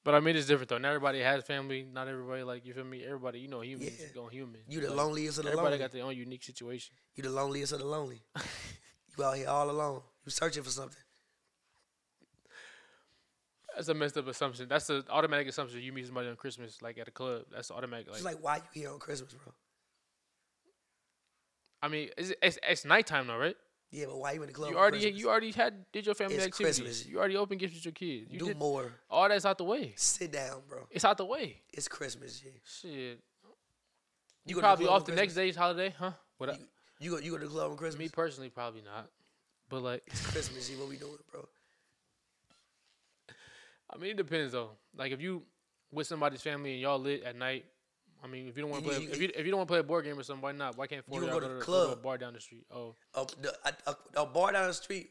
[SPEAKER 4] But I mean, it's different though. Not everybody has family. Not everybody like you feel me. Everybody, you know, humans
[SPEAKER 2] Yeah.
[SPEAKER 4] going human.
[SPEAKER 2] You the
[SPEAKER 4] Like,
[SPEAKER 2] loneliest of the
[SPEAKER 4] Everybody
[SPEAKER 2] lonely.
[SPEAKER 4] got their own unique situation.
[SPEAKER 2] you the loneliest of the
[SPEAKER 4] [LAUGHS]
[SPEAKER 2] lonely. you out here all alone. You searching for something.
[SPEAKER 4] That's a messed up assumption. That's an automatic assumption. You meet somebody on Christmas, like at a club. That's automatic. Like,
[SPEAKER 2] It's like, why you here on Christmas, bro?
[SPEAKER 4] I mean, it's, it's it's nighttime though, right?
[SPEAKER 2] Yeah, but why you in the club?
[SPEAKER 4] You
[SPEAKER 2] on
[SPEAKER 4] already
[SPEAKER 2] Christmas?
[SPEAKER 4] you already had did your family
[SPEAKER 2] It's
[SPEAKER 4] activities.
[SPEAKER 2] Christmas.
[SPEAKER 4] You already opened gifts with your kids. You
[SPEAKER 2] do
[SPEAKER 4] did
[SPEAKER 2] more.
[SPEAKER 4] all that's out the way.
[SPEAKER 2] Sit down, bro.
[SPEAKER 4] It's out the way.
[SPEAKER 2] It's Christmas. Yeah.
[SPEAKER 4] Shit.
[SPEAKER 2] You
[SPEAKER 4] You,
[SPEAKER 2] go to the
[SPEAKER 4] probably
[SPEAKER 2] club
[SPEAKER 4] off
[SPEAKER 2] on
[SPEAKER 4] the next day's holiday, huh? What? I,
[SPEAKER 2] You go. You go to the club on Christmas.
[SPEAKER 4] me personally, probably not. But like, [LAUGHS]
[SPEAKER 2] Christmas Eve. What we doing, bro?
[SPEAKER 4] I mean, it depends though. Like, if you with somebody's family and y'all lit at night, I mean, if you don't want
[SPEAKER 2] You-
[SPEAKER 4] to play,
[SPEAKER 2] you-
[SPEAKER 4] if you if you don't want to play a board game or something, why not? Why can't four
[SPEAKER 2] You gonna
[SPEAKER 4] of y'all
[SPEAKER 2] go
[SPEAKER 4] go,
[SPEAKER 2] to
[SPEAKER 4] to,
[SPEAKER 2] the
[SPEAKER 4] go to a
[SPEAKER 2] club.
[SPEAKER 4] bar down the street? Oh,
[SPEAKER 2] A, the, a, a, a bar down the street,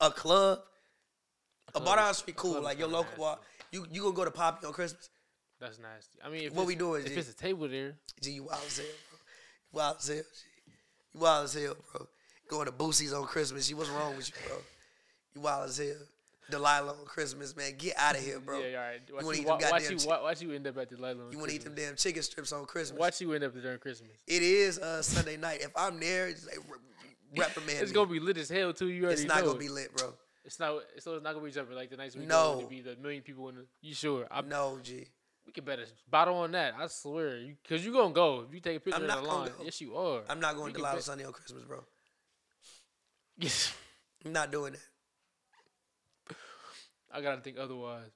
[SPEAKER 2] a club, a,
[SPEAKER 4] club
[SPEAKER 2] bar down the
[SPEAKER 4] is-
[SPEAKER 2] street.
[SPEAKER 4] a club
[SPEAKER 2] Cool,
[SPEAKER 4] is
[SPEAKER 2] like your
[SPEAKER 4] kinda
[SPEAKER 2] local bar. You you gonna go to Poppy on Christmas?
[SPEAKER 4] that's nasty. I mean, if
[SPEAKER 2] What
[SPEAKER 4] it's-
[SPEAKER 2] we doing,
[SPEAKER 4] If
[SPEAKER 2] G?
[SPEAKER 4] it's a table there,
[SPEAKER 2] G, you wild as hell, bro. You wild as hell, G. You wild as hell, bro. Going to Boosie's on Christmas. G, what's wrong with you, bro? You wild as hell. Delilah on Christmas, man. Get out of here, bro.
[SPEAKER 4] yeah, yeah, all right. Watch
[SPEAKER 2] wanna
[SPEAKER 4] you,
[SPEAKER 2] eat
[SPEAKER 4] wa-
[SPEAKER 2] them
[SPEAKER 4] watch,
[SPEAKER 2] goddamn
[SPEAKER 4] you,
[SPEAKER 2] chi-
[SPEAKER 4] wa- watch you end up at the Lilo. on
[SPEAKER 2] You want to eat them
[SPEAKER 4] Christmas.
[SPEAKER 2] damn chicken strips on Christmas.
[SPEAKER 4] Watch you end up there during Christmas.
[SPEAKER 2] It is uh, Sunday night. If I'm there, it's like re- reprimand
[SPEAKER 4] It's
[SPEAKER 2] me.
[SPEAKER 4] gonna be lit as hell too. You already
[SPEAKER 2] it's not
[SPEAKER 4] know.
[SPEAKER 2] going to be lit, bro.
[SPEAKER 4] It's not. So it's not gonna be jumping like the nights we go.
[SPEAKER 2] No.
[SPEAKER 4] It'll be the million people in. The, you sure? I,
[SPEAKER 2] No, G.
[SPEAKER 4] We can bet a bottle on that. I swear, you, cause you gonna go if you take a picture
[SPEAKER 2] I'm
[SPEAKER 4] of
[SPEAKER 2] not
[SPEAKER 4] the
[SPEAKER 2] gonna
[SPEAKER 4] line.
[SPEAKER 2] go.
[SPEAKER 4] Yes, you are.
[SPEAKER 2] I'm not going
[SPEAKER 4] You
[SPEAKER 2] to
[SPEAKER 4] can
[SPEAKER 2] Delilah
[SPEAKER 4] bet-
[SPEAKER 2] Sunday on Christmas, bro.
[SPEAKER 4] [LAUGHS] Yes,
[SPEAKER 2] I'm not doing that.
[SPEAKER 4] I gotta think otherwise.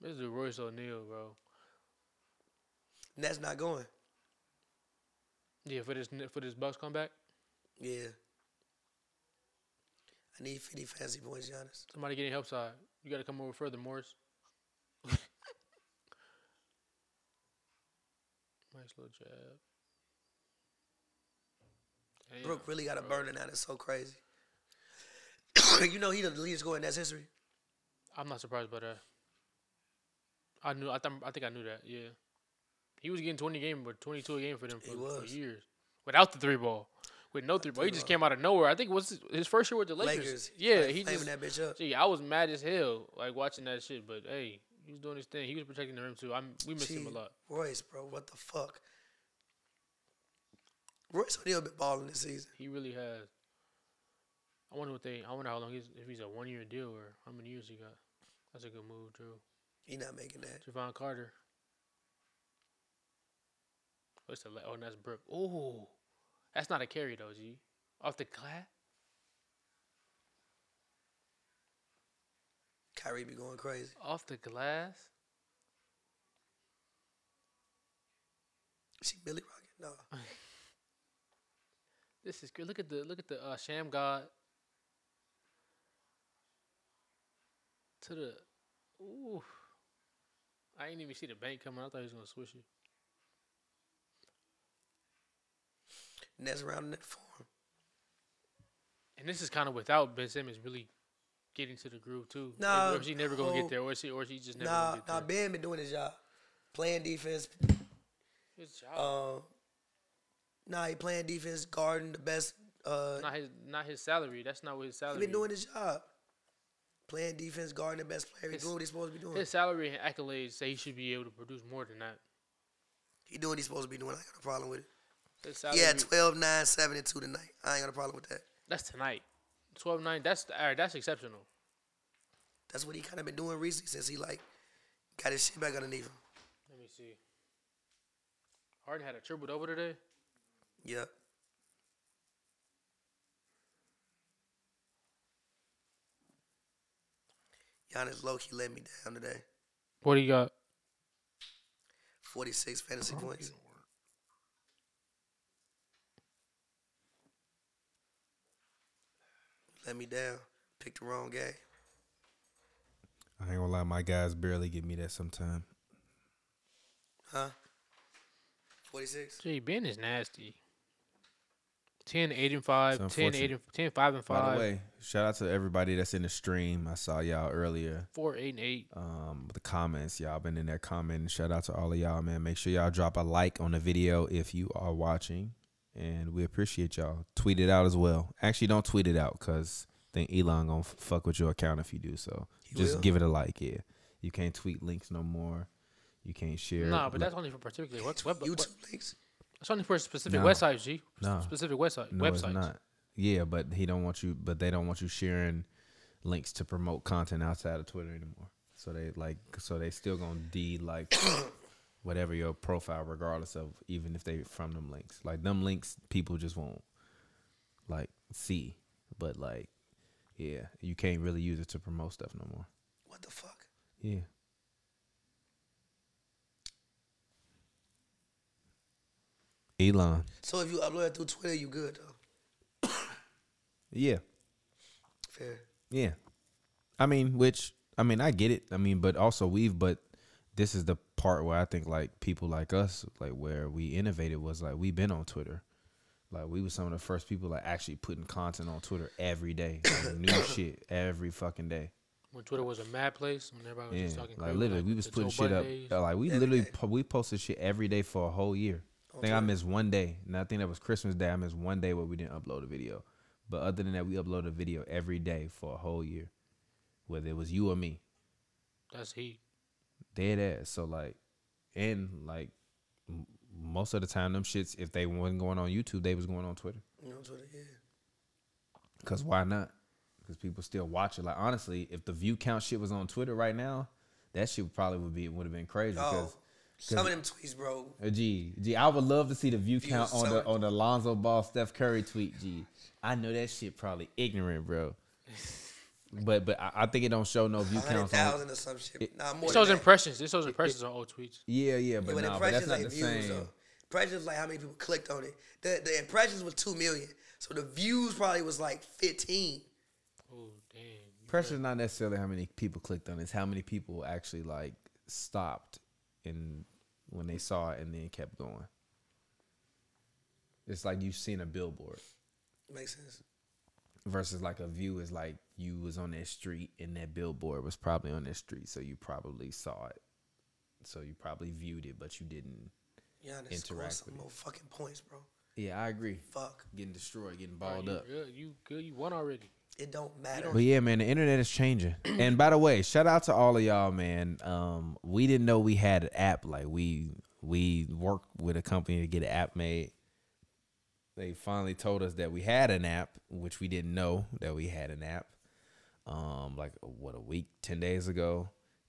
[SPEAKER 4] This is Royce O'Neal, bro.
[SPEAKER 2] That's not going.
[SPEAKER 4] Yeah, for this for this Bucks comeback,
[SPEAKER 2] Yeah. I need 50 fancy points, Giannis.
[SPEAKER 4] somebody getting help side. You gotta come over further, Morris. [LAUGHS] nice little jab. Damn.
[SPEAKER 2] Brooke really got a burner now. That's so crazy. [COUGHS] you know he the leading scorer in that's history.
[SPEAKER 4] I'm not surprised by that. I knew. I, th- I think I knew that. Yeah, he was getting 20 a game, but 22 a game for them for,
[SPEAKER 2] He
[SPEAKER 4] for
[SPEAKER 2] was.
[SPEAKER 4] years without the three ball, with no three ball. He just came out of nowhere. I think it was his- his first year with the Lakers.
[SPEAKER 2] Lakers.
[SPEAKER 4] Yeah,
[SPEAKER 2] like,
[SPEAKER 4] he
[SPEAKER 2] flaming that
[SPEAKER 4] just.
[SPEAKER 2] bitch up.
[SPEAKER 4] Gee, I was mad as hell like watching that shit. But hey, he was doing his thing. He was protecting the rim too. I'm we missed him a
[SPEAKER 2] Gee,
[SPEAKER 4] lot.
[SPEAKER 2] Royce, bro, what the fuck? Royce O'Neal been balling this season.
[SPEAKER 4] He really has. I wonder what they. I wonder how long he's if he's a one year deal or how many years he got. That's a good move, Drew.
[SPEAKER 2] He not making that.
[SPEAKER 4] Javon Carter. What's the la- oh and that's Brooke. Ooh. That's not a carry though, G. Off the clap?
[SPEAKER 2] Kyrie be going crazy.
[SPEAKER 4] Off the glass?
[SPEAKER 2] She Billy Rocket? No.
[SPEAKER 4] This is good. Look at the look at the uh, Sham God. To the ooh. I didn't even see the bank coming. I thought he was gonna swish it.
[SPEAKER 2] Nets rounding that form.
[SPEAKER 4] And this is kind of without Ben Simmons really getting to the groove too.
[SPEAKER 2] Nah,
[SPEAKER 4] like, or is he never gonna
[SPEAKER 2] no.
[SPEAKER 4] get there, or is he, or is he just never
[SPEAKER 2] Nah,
[SPEAKER 4] gonna get
[SPEAKER 2] nah,
[SPEAKER 4] there?
[SPEAKER 2] Ben been doing his job. Playing defense.
[SPEAKER 4] His job.
[SPEAKER 2] Uh, nah, he playing defense, guarding the best. Uh,
[SPEAKER 4] not his not his salary. That's not what his salary.
[SPEAKER 2] he
[SPEAKER 4] is.
[SPEAKER 2] been doing his job. Playing defense, guarding the best player. He
[SPEAKER 4] His-
[SPEAKER 2] doing what he's supposed to be doing.
[SPEAKER 4] His salary and accolades say he should be able to produce more than that.
[SPEAKER 2] He doing what he's supposed to be doing. I ain't got a problem with it.
[SPEAKER 4] His salary,
[SPEAKER 2] Yeah, 12, 9, 7, and 2 tonight. I ain't got a problem with that.
[SPEAKER 4] that's tonight. 12-9, that's all right, that's exceptional.
[SPEAKER 2] That's what he kind of been doing recently since he, like, got his shit back underneath him.
[SPEAKER 4] Let me see. Harden had a triple double today.
[SPEAKER 2] Yep. Giannis Loki let me down today.
[SPEAKER 4] What do you got?
[SPEAKER 2] 46 fantasy points. Let me down. Picked the wrong game.
[SPEAKER 3] I ain't gonna lie, my guys barely give me that sometime.
[SPEAKER 2] Huh? 46?
[SPEAKER 4] Gee, Ben is nasty. 10, 8, and 5.
[SPEAKER 3] It's
[SPEAKER 4] 10, 8, and, 10, 5, and 5.
[SPEAKER 3] By the way, shout out to everybody that's in the stream. I saw y'all earlier.
[SPEAKER 4] 4, 8, and 8.
[SPEAKER 3] Um, the comments, y'all been in there commenting. Shout out to all of y'all, man. Make sure y'all drop a like on the video if you are watching, and we appreciate y'all. Tweet it out as well. Actually, don't tweet it out because think Elon gonna f- fuck with your account if you do so. Just
[SPEAKER 2] will.
[SPEAKER 3] give it a like. Yeah, you can't tweet links no more. You can't share.
[SPEAKER 4] Nah, but
[SPEAKER 3] li-
[SPEAKER 4] that's only for particular web, web, web,
[SPEAKER 2] YouTube links?
[SPEAKER 4] That's only for specific
[SPEAKER 3] No.
[SPEAKER 4] websites, G.
[SPEAKER 3] No.
[SPEAKER 4] Specific website,
[SPEAKER 3] No,
[SPEAKER 4] websites.
[SPEAKER 3] it's not. Yeah, but he don't want you. But they don't want you sharing links to promote content outside of Twitter anymore. So they like. So they still gonna de like whatever your profile, regardless of even if they from them links. Like them links, people just won't like see. But like, yeah, you can't really use it to promote stuff no more.
[SPEAKER 2] What the fuck?
[SPEAKER 3] Yeah. Elon.
[SPEAKER 2] So if you upload it through Twitter, you good, though.
[SPEAKER 3] Yeah.
[SPEAKER 2] Fair.
[SPEAKER 3] Yeah. I mean, which I mean, I get it. I mean, but also we've but this is the part where I think like people like us, like where we innovated was like we've been on Twitter. Like we was some of the first people like actually putting content on Twitter every day. Like, new shit every fucking day.
[SPEAKER 4] When Twitter was a mad place, when everybody was
[SPEAKER 3] Yeah.
[SPEAKER 4] just talking
[SPEAKER 3] Like
[SPEAKER 4] crazy,
[SPEAKER 3] literally we was
[SPEAKER 4] the
[SPEAKER 3] putting
[SPEAKER 4] Joe
[SPEAKER 3] shit up.
[SPEAKER 4] Budden days.
[SPEAKER 3] uh, Like we literally po- we posted shit every day for a whole year. I think I missed one day. And I think that was Christmas Day. I missed one day where we didn't upload a video. But other than that, we uploaded a video every day for a whole year. Whether it was you or me.
[SPEAKER 4] That's heat.
[SPEAKER 3] dead ass. So like, and like, m- most of the time, them shits if they wasn't going on YouTube, they was going on Twitter.
[SPEAKER 2] You know, Twitter, yeah.
[SPEAKER 3] Cause why not? Cause people still watch it. Like honestly, if the view count shit was on Twitter right now, that shit probably would be would have been crazy.
[SPEAKER 2] Oh,
[SPEAKER 3] Cause
[SPEAKER 2] some of them tweets, bro.
[SPEAKER 3] Uh, Gee, gee, I would love to see the view count on the
[SPEAKER 2] so-
[SPEAKER 3] on the Lonzo Ball Steph Curry tweet. Gee, I know that shit probably
[SPEAKER 2] [LAUGHS]
[SPEAKER 3] ignorant, bro. But but I, I think it don't show no view counts. On,
[SPEAKER 2] 100,000 or some shit. Nah, more
[SPEAKER 4] It
[SPEAKER 2] than
[SPEAKER 4] shows
[SPEAKER 2] that.
[SPEAKER 4] impressions. It shows impressions on old tweets.
[SPEAKER 3] yeah, yeah,
[SPEAKER 2] Yeah,
[SPEAKER 3] but,
[SPEAKER 2] but
[SPEAKER 3] nah, but that's
[SPEAKER 2] impressions
[SPEAKER 3] not
[SPEAKER 2] ain't
[SPEAKER 3] the
[SPEAKER 2] views
[SPEAKER 3] same.
[SPEAKER 2] though. Impressions like how many people clicked on it. The the impressions was two million. So the views probably was like fifteen.
[SPEAKER 4] Oh damn.
[SPEAKER 3] Pressure is not necessarily how many people clicked on it. It's how many people actually like stopped and when they saw it and then kept going. It's like you've seen a billboard
[SPEAKER 2] Makes sense.
[SPEAKER 3] versus like a view is like you was on that street and that billboard was probably on that street, so you probably saw it. So you probably viewed it, but you didn't.
[SPEAKER 2] Giannis scored
[SPEAKER 3] Interact
[SPEAKER 2] some
[SPEAKER 3] with
[SPEAKER 2] more fucking points, bro.
[SPEAKER 3] Yeah, I agree.
[SPEAKER 2] Fuck.
[SPEAKER 3] Getting destroyed, getting
[SPEAKER 4] Bro,
[SPEAKER 3] balled
[SPEAKER 4] you
[SPEAKER 3] up.
[SPEAKER 4] Good. You good. You won already.
[SPEAKER 2] It don't matter.
[SPEAKER 3] But yeah, man, the internet is [CLEARS THROAT] changing. and by the way, shout out to all of y'all, man. Um, we didn't know we had an app. Like we we worked with a company to get an app made. They finally told us that we had an app, which we didn't know that we had an app. Um, like what a week, ten days ago.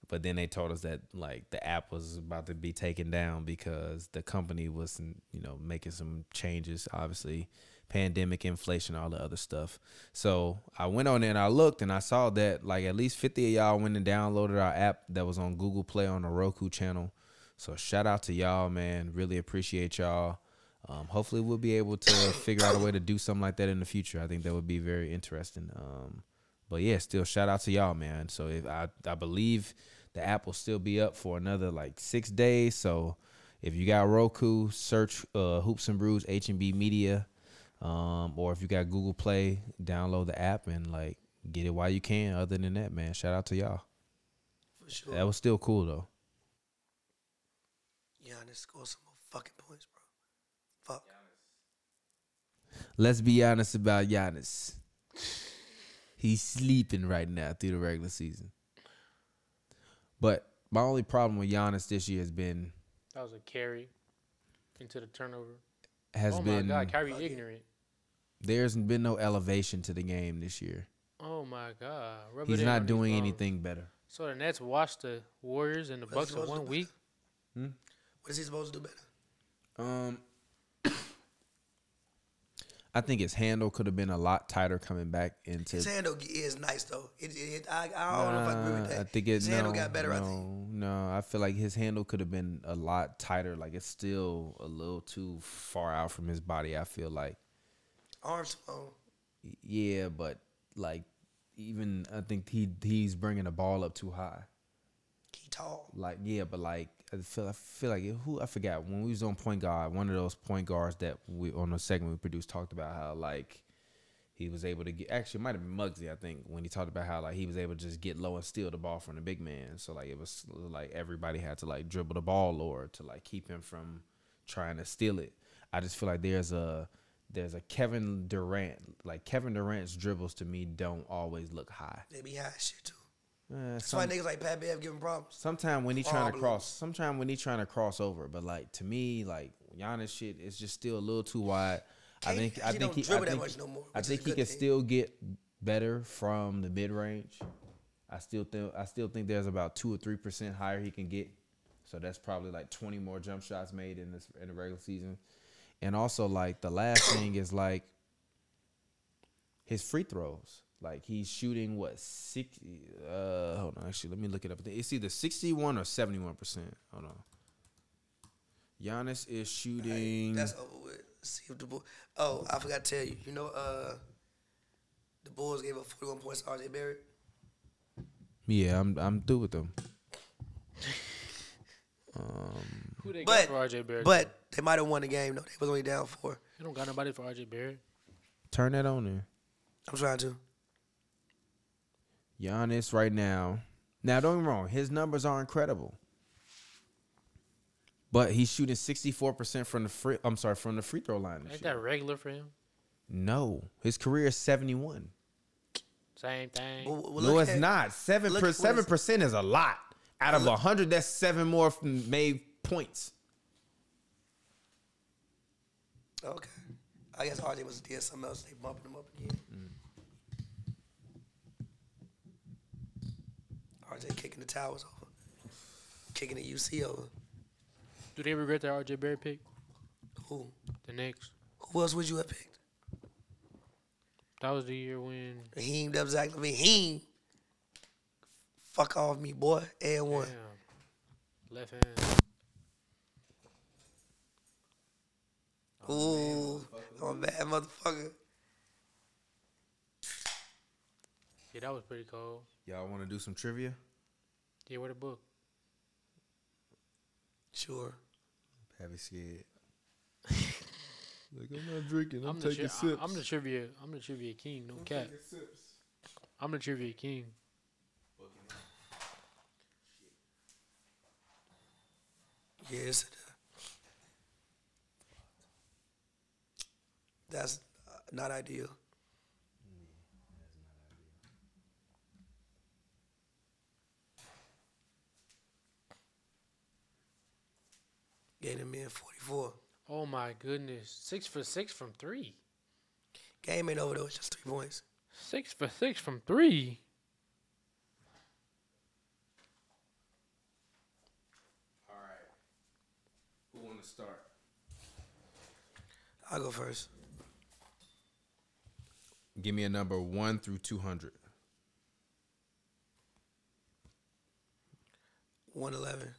[SPEAKER 3] But then they told us that like the app was about to be taken down because the company was you know making some changes, obviously pandemic, inflation, all the other stuff. So I went on there and I looked and I saw that like at least fifty of y'all went and downloaded our app that was on Google Play on the Roku channel. So shout out to y'all, man. Really appreciate y'all. Um, hopefully we'll be able to figure out a way to do something like that in the future. I think that would be very interesting. Um, but yeah, still shout out to y'all, man. So if I I believe the app will still be up for another like six days. So if you got Roku, search uh, Hoops and Brews H and B Media, um, or if you got Google Play, download the app and like get it while you can. Other than that, man, shout out to y'all.
[SPEAKER 2] For sure.
[SPEAKER 3] That was still cool though.
[SPEAKER 2] Giannis scored some more fucking points, bro. Fuck.
[SPEAKER 3] Let's be honest about Giannis. He's sleeping right now through the regular season. But my only problem with Giannis this year has been
[SPEAKER 4] That was a carry into the turnover.
[SPEAKER 3] has
[SPEAKER 4] oh my
[SPEAKER 3] been
[SPEAKER 4] god, Kyrie ignorant.
[SPEAKER 3] there's been no elevation to the game this year.
[SPEAKER 4] Oh my god. Rub it
[SPEAKER 3] He's
[SPEAKER 4] in on
[SPEAKER 3] not
[SPEAKER 4] these
[SPEAKER 3] doing
[SPEAKER 4] bums.
[SPEAKER 3] anything better.
[SPEAKER 4] So the Nets watched the Warriors and the
[SPEAKER 2] What is
[SPEAKER 4] Bucks
[SPEAKER 2] he
[SPEAKER 4] in
[SPEAKER 2] supposed to
[SPEAKER 4] one
[SPEAKER 3] Hmm?
[SPEAKER 2] do?
[SPEAKER 4] week.
[SPEAKER 2] What is he supposed to do better?
[SPEAKER 3] Um, [COUGHS] I think his handle could have been a lot tighter coming back into.
[SPEAKER 2] His handle is nice though. It, it, it- I, I don't know if I agree with
[SPEAKER 3] Nah,
[SPEAKER 2] that.
[SPEAKER 3] Uh, I think it,
[SPEAKER 2] his handle
[SPEAKER 3] no,
[SPEAKER 2] got better.
[SPEAKER 3] No,
[SPEAKER 2] I think.
[SPEAKER 3] no, I feel like his handle could have been a lot tighter. Like it's still a little too far out from his body. I feel like.
[SPEAKER 2] Arms long.
[SPEAKER 3] Yeah, but like even I think he he's bringing the ball up too high.
[SPEAKER 2] He tall.
[SPEAKER 3] Like yeah, but like I feel I feel like who I forgot when we was on point guard. One of those point guards that we on the segment we produced talked about how like he was able to get actually it might have been Muggsy I think when he talked about how like he was able to just get low and steal the ball from the big man. So like it was like everybody had to like dribble the ball or to like keep him from trying to steal it. I just feel like there's a there's a Kevin Durant like Kevin Durant's dribbles to me don't always look high.
[SPEAKER 2] They be high as shit too.
[SPEAKER 3] Eh,
[SPEAKER 2] That's why
[SPEAKER 3] some-
[SPEAKER 2] niggas like Pat Bev giving problems.
[SPEAKER 3] Sometime when he trying to
[SPEAKER 2] Problem.
[SPEAKER 3] cross, sometime when he trying to cross over, but like to me, like Giannis shit is just still a little too wide. I
[SPEAKER 2] He-
[SPEAKER 3] think I
[SPEAKER 2] he
[SPEAKER 3] think
[SPEAKER 2] don't
[SPEAKER 3] he I
[SPEAKER 2] dribble that
[SPEAKER 3] think-
[SPEAKER 2] much no more,
[SPEAKER 3] I
[SPEAKER 2] which is
[SPEAKER 3] think
[SPEAKER 2] a
[SPEAKER 3] he
[SPEAKER 2] good
[SPEAKER 3] can
[SPEAKER 2] thing.
[SPEAKER 3] still get better from the mid range. I still think I still think there's about two or three percent higher he can get. So that's probably like 20 more jump shots made in this in the regular season. And also like the last thing is like his free throws. Like he's shooting what sixty? Uh, hold on, actually, let me look it up. It's either sixty-one or seventy-one percent. Hold on. Giannis is shooting.
[SPEAKER 2] That's over with. See if the Bull- Oh, I forgot to tell you. You know, uh, the Bulls gave up 41 points to RJ Barrett.
[SPEAKER 3] yeah, I'm I'm through with them.
[SPEAKER 4] Who they
[SPEAKER 2] But-
[SPEAKER 4] got for RJ Barrett?
[SPEAKER 2] But they might have won the game though. They was only down four.
[SPEAKER 4] they don't got nobody for RJ Barrett.
[SPEAKER 3] Turn that on there.
[SPEAKER 2] I'm trying to.
[SPEAKER 3] Giannis right now. Now don't get me wrong, his numbers are incredible. But he's shooting sixty-four percent from the free. I'm sorry, from the free throw line. this
[SPEAKER 4] Ain't
[SPEAKER 3] year.
[SPEAKER 4] that regular for him?
[SPEAKER 3] No, his career is seventy-one.
[SPEAKER 4] Same thing.
[SPEAKER 2] Well, well,
[SPEAKER 3] no,
[SPEAKER 2] look
[SPEAKER 3] it's
[SPEAKER 2] at-
[SPEAKER 3] not. Seven
[SPEAKER 2] look at
[SPEAKER 3] per,
[SPEAKER 2] what
[SPEAKER 3] seven
[SPEAKER 2] it's-
[SPEAKER 3] percent is a lot. Out of a hundred, that's seven more f- made points.
[SPEAKER 2] Okay. I guess RJ was did something else. They bumping him up again. RJ kicking the towers over, kicking the UC over.
[SPEAKER 4] Do they regret that RJ Barrett pick?
[SPEAKER 2] Who?
[SPEAKER 4] The Knicks.
[SPEAKER 2] Who else would you have picked?
[SPEAKER 4] That was the year when.
[SPEAKER 2] Raheem Dub Zach Levine. He fuck off me, boy. And one.
[SPEAKER 4] Damn. Left hand.
[SPEAKER 2] Ooh, I'm a bad motherfucker.
[SPEAKER 4] Yeah, that was pretty cold.
[SPEAKER 3] Y'all want to do some trivia?
[SPEAKER 4] Yeah, where the book?
[SPEAKER 2] Sure.
[SPEAKER 3] Heavy scared.
[SPEAKER 5] Like, I'm not drinking.
[SPEAKER 4] I'm, the tri- I- I'm the trivia. I'm the trivia king. No cap. I'm the trivia king.
[SPEAKER 2] Yes. That's uh, not ideal. Gave him in 44.
[SPEAKER 4] Oh my goodness. Six for six from three.
[SPEAKER 2] Game ain't over though. It's just three points.
[SPEAKER 4] Six for six from three.
[SPEAKER 3] All right. Who want to start?
[SPEAKER 2] I'll go first.
[SPEAKER 3] Give me a number one through two hundred.
[SPEAKER 2] 111.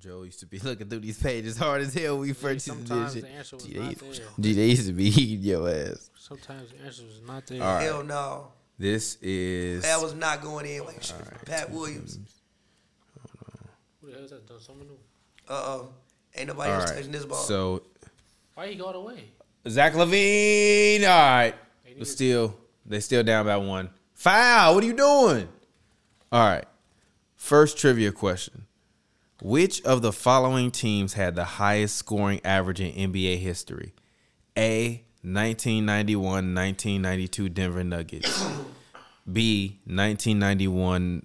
[SPEAKER 3] Joe used to be [LAUGHS] looking through these pages hard as hell. when We first used to do this
[SPEAKER 4] Sometimes
[SPEAKER 3] shit.
[SPEAKER 4] the answer was
[SPEAKER 3] Gee, they
[SPEAKER 4] not
[SPEAKER 3] used-
[SPEAKER 4] there.
[SPEAKER 3] gee, they used to be [LAUGHS] eating your ass.
[SPEAKER 4] Sometimes the answer was not there.
[SPEAKER 3] All right.
[SPEAKER 2] Hell no.
[SPEAKER 3] This is
[SPEAKER 2] That was not going in like shit. Pat Williams.
[SPEAKER 4] Who the hell's that done something new?
[SPEAKER 2] Uh oh. Ain't nobody
[SPEAKER 3] all
[SPEAKER 2] else
[SPEAKER 3] right.
[SPEAKER 2] touching this ball.
[SPEAKER 3] So
[SPEAKER 4] Why he got away?
[SPEAKER 3] Zach Levine. All right. But still, they still down by one. Foul. What are you doing? All right. First trivia question. Which of the following teams had the highest scoring average in NBA history? A 1991-1992 Denver Nuggets. B 1991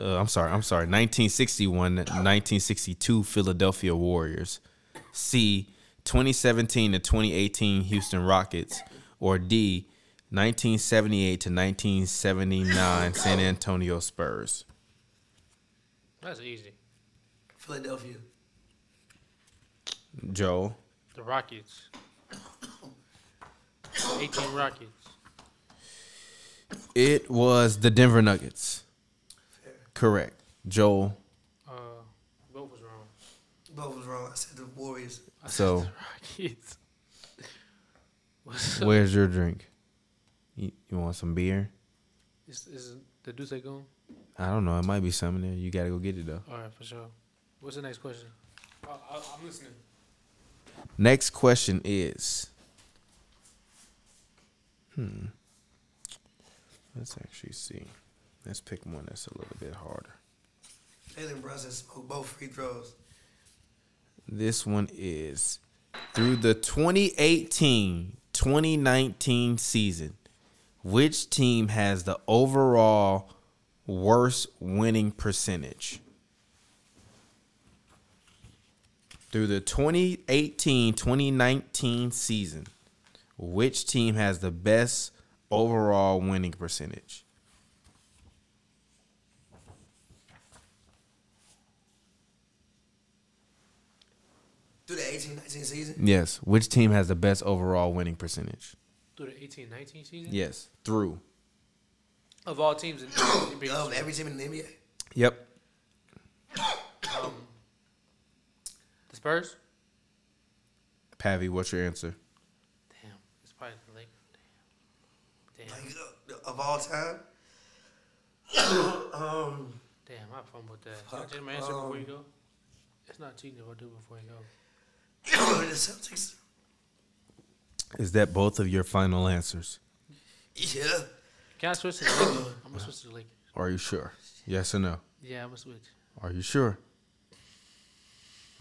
[SPEAKER 3] uh, I'm sorry, I'm sorry, 1961-1962 Philadelphia Warriors. C, 2017 to 2018 Houston Rockets, or D, 1978 to 1979 San Antonio Spurs.
[SPEAKER 4] That's easy.
[SPEAKER 2] Philadelphia.
[SPEAKER 3] Joel.
[SPEAKER 4] The Rockets. [COUGHS] 18 Rockets.
[SPEAKER 3] It was the Denver Nuggets. Correct. Joel.
[SPEAKER 4] Uh, what was wrong?
[SPEAKER 2] Both was wrong. I said the Warriors.
[SPEAKER 3] So
[SPEAKER 4] Rockets. [LAUGHS] What's up?
[SPEAKER 3] where's your drink? You, you want some beer?
[SPEAKER 4] Is, is the Duce gone?
[SPEAKER 3] I don't know. It might be something there. You gotta go get it though.
[SPEAKER 4] All right, for sure. What's the next question? I, am listening.
[SPEAKER 3] Next question is. Hmm. Let's actually see. Let's pick one that's a little bit harder.
[SPEAKER 2] Jalen Brunson smoked both free throws.
[SPEAKER 3] This one is through the 2018 2019 season, which team has the overall worst winning percentage? Through the 2018 2019 season, which team has the best overall winning percentage?
[SPEAKER 2] Through the 18 19 season?
[SPEAKER 3] Yes. Which team has the best overall winning percentage?
[SPEAKER 4] Through the 18 19 season?
[SPEAKER 3] Yes. Through.
[SPEAKER 4] Of all teams in the NBA.
[SPEAKER 2] Of every team in the NBA?
[SPEAKER 3] Yep.
[SPEAKER 4] The Spurs?
[SPEAKER 3] Pavi, what's your answer?
[SPEAKER 4] Damn. It's probably the Lakers. Damn. Damn.
[SPEAKER 2] Like, uh, of all time? [COUGHS] um, [COUGHS]
[SPEAKER 4] Damn, I fumbled that. Can I change my answer before you go? It's not cheating if I do before you go.
[SPEAKER 2] the Celtics?
[SPEAKER 3] Is that both of your final answers?
[SPEAKER 2] Yeah.
[SPEAKER 4] Can I switch to the Lakers?
[SPEAKER 2] [COUGHS]
[SPEAKER 4] I'm going to switch to the Lakers.
[SPEAKER 3] Are you sure? Yes or no?
[SPEAKER 4] Yeah, I'm going to switch.
[SPEAKER 3] Are you sure?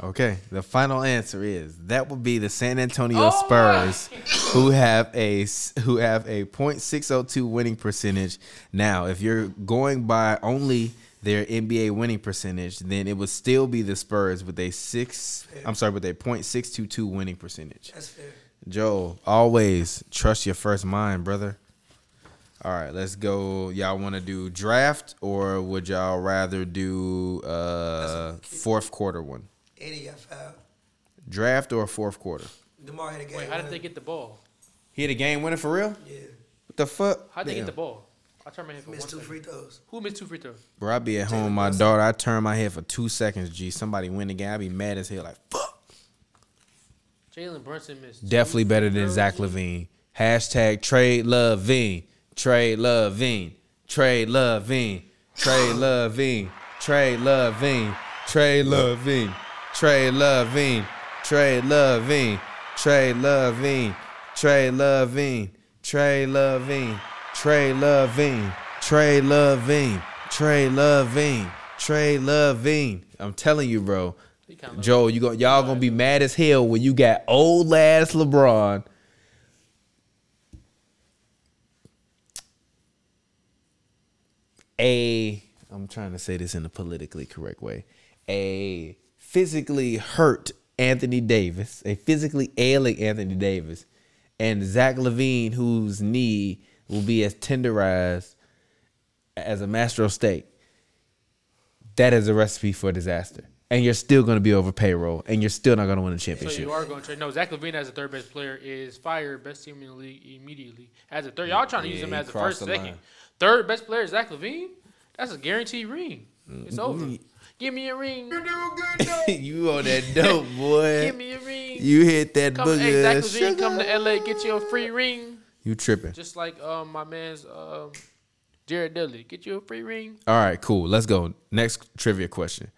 [SPEAKER 3] Okay, the final answer is that would be the San Antonio Spurs, who have a s- who have a .602 winning percentage. Now, if you're going by only their NBA winning percentage, then it would still be the Spurs with a six. I'm sorry, with a .622 winning percentage.
[SPEAKER 2] That's fair.
[SPEAKER 3] Joe, always trust your first mind, brother. All right, let's go. Y'all want to do draft or would y'all rather do uh fourth quarter one?
[SPEAKER 2] And he got fouled.
[SPEAKER 3] Draft or fourth quarter?
[SPEAKER 2] DeMar had a game.
[SPEAKER 4] Wait, how did
[SPEAKER 2] winner.
[SPEAKER 4] they get the ball?
[SPEAKER 3] He had a game winner for real?
[SPEAKER 2] Yeah.
[SPEAKER 3] What the fuck?
[SPEAKER 4] How did they get the
[SPEAKER 3] Damn.
[SPEAKER 4] ball? I turned my head for one
[SPEAKER 2] Missed two
[SPEAKER 4] second.
[SPEAKER 2] free throws.
[SPEAKER 4] Who missed two free throws?
[SPEAKER 3] Bro, I be at home with my daughter. I turn my head for two seconds, G. Somebody win the game. I be mad as hell. Like, fuck.
[SPEAKER 4] Jalen Brunson missed. two
[SPEAKER 3] Definitely better
[SPEAKER 4] free
[SPEAKER 3] than
[SPEAKER 4] throws.
[SPEAKER 3] Zach Levine. Hashtag trade Levine. Trade Levine. Trade Levine. Trade Levine. Trade Levine. Trade Levine. Trade Levine. Trade Levine. Trade Levine. Trade Levine. Trade Levine. Trade Levine. Trade Levine. Trade Levine. Trade Levine. I'm telling you, bro.
[SPEAKER 4] He kinda looked-
[SPEAKER 3] Joe, you go, y'all gonna be mad as hell when you got old ass LeBron. A, I'm trying to say this in a politically correct way. A physically hurt Anthony Davis, a physically ailing Anthony Davis, and Zach Levine, whose knee will be as tenderized as a master of steak that is a recipe for disaster. And you're still going to be over payroll, and you're still not going to win a
[SPEAKER 4] So
[SPEAKER 3] championship.
[SPEAKER 4] you are going to trade. No, Zach Levine as a third best player is fired, best team in the league immediately. As a third, y'all trying to use
[SPEAKER 3] Yeah,
[SPEAKER 4] him
[SPEAKER 3] he
[SPEAKER 4] as a
[SPEAKER 3] crossed
[SPEAKER 4] first,
[SPEAKER 3] the
[SPEAKER 4] second,
[SPEAKER 3] line.
[SPEAKER 4] third best player is Zach Levine. That's a guaranteed ring.
[SPEAKER 3] Mm-hmm.
[SPEAKER 4] It's over. Give me a ring.
[SPEAKER 3] [LAUGHS] You, on that
[SPEAKER 4] [LAUGHS]
[SPEAKER 3] dope, boy.
[SPEAKER 4] Give me a ring.
[SPEAKER 3] you hit that
[SPEAKER 4] come,
[SPEAKER 3] booger.
[SPEAKER 4] hey, Zach
[SPEAKER 3] sugar.
[SPEAKER 4] Levine, come to LA, get you a free ring.
[SPEAKER 3] you tripping.
[SPEAKER 4] Just like um, my man's um, Jared Dudley, get you a free ring.
[SPEAKER 3] All right, cool. Let's go. Next trivia question.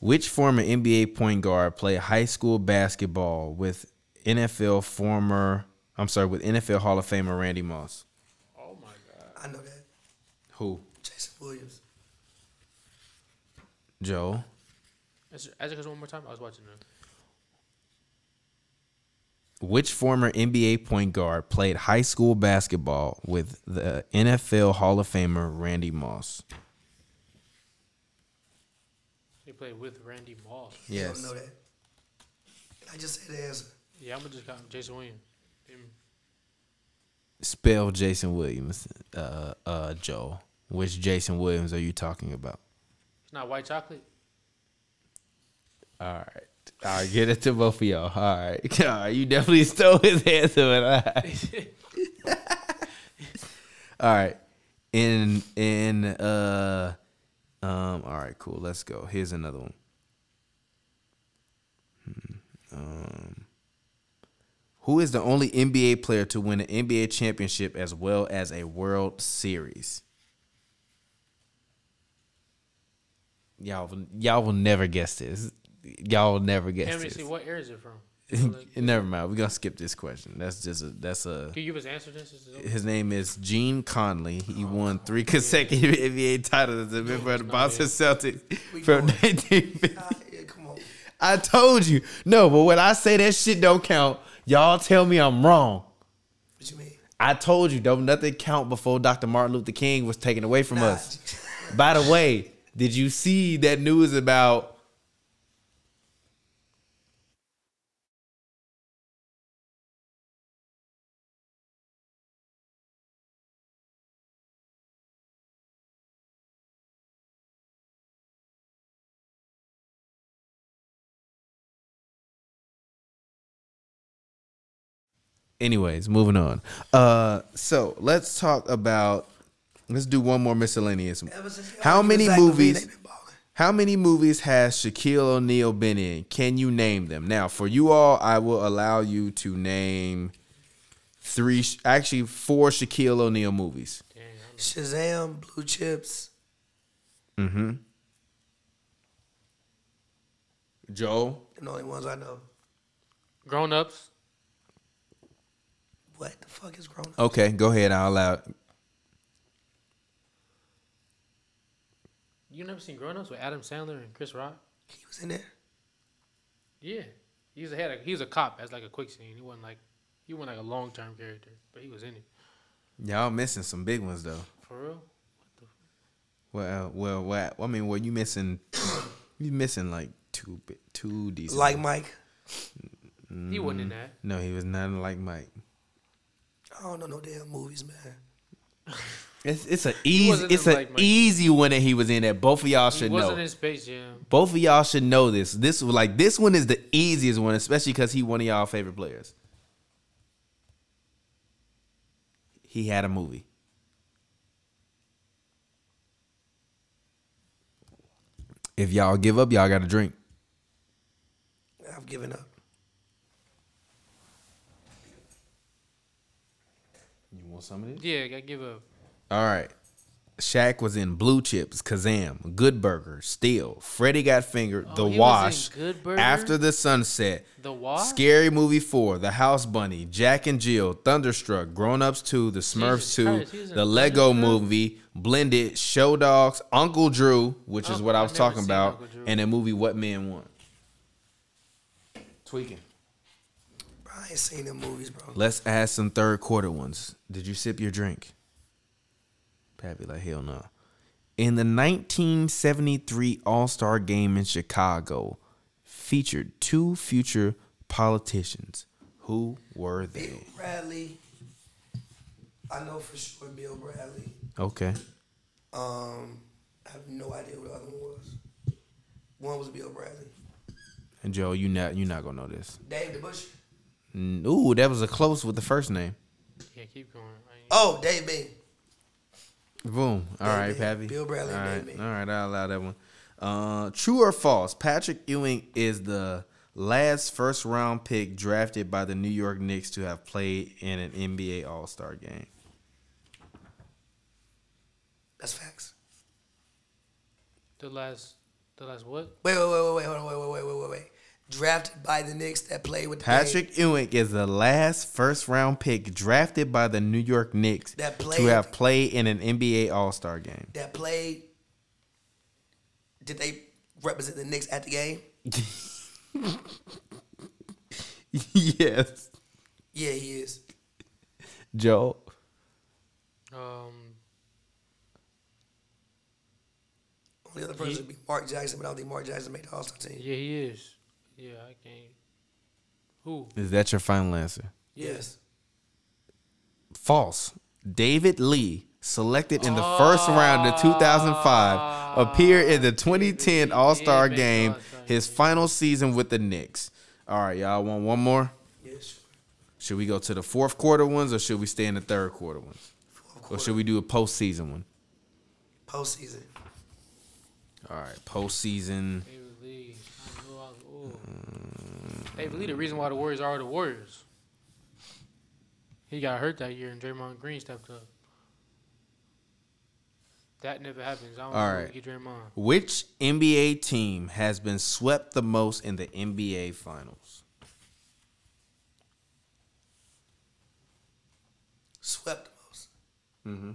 [SPEAKER 3] Which former NBA point guard played high school basketball with NFL former, I'm sorry, with NFL Hall of Famer Randy Moss?
[SPEAKER 4] Oh my God.
[SPEAKER 2] I know that.
[SPEAKER 3] Who?
[SPEAKER 2] Jason Williams.
[SPEAKER 3] Joe.
[SPEAKER 4] Ask ask us one more time. I was watching it.
[SPEAKER 3] Which former NBA point guard played high school basketball with the NFL Hall of Famer Randy Moss?
[SPEAKER 4] He played with Randy Moss.
[SPEAKER 2] I don't know that. I just said the answer.
[SPEAKER 4] Yeah, I'm gonna just call him Jason Williams. Him.
[SPEAKER 3] Spell Jason Williams, uh, uh, Joe. Which Jason Williams are you talking about?
[SPEAKER 4] It's not white chocolate.
[SPEAKER 3] All right. All right, get it to both of y'all. All right. [LAUGHS] All right. You definitely stole his answer. But I... all right. In, in, uh, um, all right, cool. Let's go. Here's another one. Hmm, Um, who is the only NBA player to win an NBA championship as well as a World Series? Y'all, will- y'all will never guess this. Y'all will never guess
[SPEAKER 4] Can't really
[SPEAKER 3] this.
[SPEAKER 4] see what era is it from.
[SPEAKER 3] Never mind. We're gonna skip this question. That's just a that's a
[SPEAKER 4] Can you [LAUGHS] give us answer this? This is-
[SPEAKER 3] his name is Gene Conley. He won three consecutive [LAUGHS] NBA titles as a member of the Boston Celtics from 1950.
[SPEAKER 2] Ah, yeah, come on.
[SPEAKER 3] I told you. No, but when I say that shit don't count, y'all tell me I'm wrong.
[SPEAKER 2] What you mean?
[SPEAKER 3] I told you, don't nothing count before Dr. Martin Luther King was taken away from us. By the way, did you see that news about anyways moving on uh so let's talk about let's do one more miscellaneous
[SPEAKER 2] [LAUGHS] Ever since y'all
[SPEAKER 3] how
[SPEAKER 2] was
[SPEAKER 3] many
[SPEAKER 2] Zach
[SPEAKER 3] movies
[SPEAKER 2] Levine, they been balling.
[SPEAKER 3] how many movies has shaquille o'neal been in can you name them now for you all i will allow you to name three actually four shaquille o'neal movies
[SPEAKER 2] Shazam, Blue Chips.
[SPEAKER 3] joe
[SPEAKER 2] They're the only ones I know.
[SPEAKER 4] Grown ups.
[SPEAKER 2] What the fuck is grown up?
[SPEAKER 3] okay go ahead i'll allow
[SPEAKER 4] You never seen Grown Ups with Adam Sandler and Chris Rock?
[SPEAKER 2] He was in there.
[SPEAKER 4] Yeah, he was a had a, he was a cop as like a quick scene. He wasn't like he wasn't like a long term character, but he was in it
[SPEAKER 3] y'all missing some big ones though
[SPEAKER 4] for real.
[SPEAKER 3] well uh, well well i mean well you missing [COUGHS] you missing like two bi- two decent
[SPEAKER 2] Like Mike.
[SPEAKER 4] He wasn't
[SPEAKER 3] Mm.
[SPEAKER 4] in that.
[SPEAKER 3] No, he was not like Mike.
[SPEAKER 2] I don't know no damn movies, man.
[SPEAKER 3] It's it's an easy
[SPEAKER 4] wasn't
[SPEAKER 3] it's
[SPEAKER 4] in
[SPEAKER 3] an
[SPEAKER 4] Like Mike.
[SPEAKER 3] easy one that he was in that both of y'all
[SPEAKER 4] He
[SPEAKER 3] should know.
[SPEAKER 4] wasn't in Space Jam.
[SPEAKER 3] both of y'all should know this. This was like this one is the easiest one, especially because he one of y'all favorite players. He had a movie. If y'all give up, y'all got a drink.
[SPEAKER 2] I've given up.
[SPEAKER 3] You want some of this?
[SPEAKER 4] Yeah, I give up.
[SPEAKER 3] All right. Shaq was in Blue Chips, Kazam, Good Burger, Steel, Freddy Got Fingered, The
[SPEAKER 4] Oh, he was in
[SPEAKER 3] Wash,
[SPEAKER 4] Good Burger?
[SPEAKER 3] After the Sunset,
[SPEAKER 4] The Wash?
[SPEAKER 3] Scary Movie 4, The House Bunny, Jack and Jill, Thunderstruck, Grown Ups 2, The
[SPEAKER 4] Jesus
[SPEAKER 3] Smurfs
[SPEAKER 4] Christ, he was
[SPEAKER 3] 2,
[SPEAKER 4] in
[SPEAKER 3] The Lego
[SPEAKER 4] Thunderstruck?
[SPEAKER 3] Movie, Blended, Show Dogs, Uncle Drew, which is
[SPEAKER 4] Oh,
[SPEAKER 3] what I
[SPEAKER 4] I
[SPEAKER 3] was
[SPEAKER 4] never
[SPEAKER 3] talking
[SPEAKER 4] seen
[SPEAKER 3] about,
[SPEAKER 4] Uncle Drew.
[SPEAKER 3] and the movie What Man Want. Tweaking.
[SPEAKER 2] Bro, I ain't seen them movies, bro.
[SPEAKER 3] Let's add some third quarter ones. Did you sip your drink? Pappy like hell no. In the 1973 All-Star game in Chicago, featured two future politicians. Who were they?
[SPEAKER 2] Bradley. I know for sure Bill Bradley.
[SPEAKER 3] Okay.
[SPEAKER 2] Um, I have no idea who the other one was. One was Bill Bradley.
[SPEAKER 3] And Joe, you not you not gonna know this.
[SPEAKER 2] Dave the Bush.
[SPEAKER 3] Mm, Ooh, that was a close with the first name.
[SPEAKER 4] Yeah, keep going. I ain't-
[SPEAKER 2] Oh, Dave Bean.
[SPEAKER 3] Boom. All right,
[SPEAKER 2] Baby.
[SPEAKER 3] Pappy.
[SPEAKER 2] Bill Bradley,
[SPEAKER 3] All right,
[SPEAKER 2] baby.
[SPEAKER 3] all right. I allow that one. Uh, true or false? Patrick Ewing is the last first round pick drafted by the New York Knicks to have played in an NBA All Star game.
[SPEAKER 2] That's facts.
[SPEAKER 4] The last, the last what?
[SPEAKER 2] Wait, wait, wait, wait, wait, hold on, wait, wait, wait, wait, wait, wait. Drafted by the Knicks that played with the
[SPEAKER 3] Patrick Ewing is the last first round pick drafted by the New York Knicks
[SPEAKER 2] That
[SPEAKER 3] to
[SPEAKER 2] played-
[SPEAKER 3] have played in an NBA All Star game. [LAUGHS]
[SPEAKER 2] that played. Did they represent the Knicks at the game?
[SPEAKER 3] yes,
[SPEAKER 2] Yeah, he is.
[SPEAKER 3] Joe.
[SPEAKER 4] Um,
[SPEAKER 2] Only other person would be Mark Jackson, but I don't think Mark Jackson made the All Star team.
[SPEAKER 4] yeah, he is. Yeah, I can't. Who?
[SPEAKER 3] Is that your final answer?
[SPEAKER 2] Yes.
[SPEAKER 3] False. David Lee, selected in the first round of 2005 appeared in the 2010 All Star
[SPEAKER 4] make the
[SPEAKER 3] game,
[SPEAKER 4] All-Star
[SPEAKER 3] his final season with the Knicks. All right, y'all want one more?
[SPEAKER 2] Yes.
[SPEAKER 3] Should we go to the fourth quarter ones or should we stay in the third quarter ones? Or should we do a postseason one?
[SPEAKER 2] Postseason.
[SPEAKER 3] All right, postseason.
[SPEAKER 4] Favorite league. I knew I was- ooh. Favorite league, the reason why the Warriors are the Warriors. He got hurt that year, and Draymond Green stepped up. That never happens. I don't
[SPEAKER 3] All
[SPEAKER 4] know
[SPEAKER 3] right.
[SPEAKER 4] if we get Draymond.
[SPEAKER 3] Which NBA team has been swept the most in the NBA Finals?
[SPEAKER 2] Swept the most.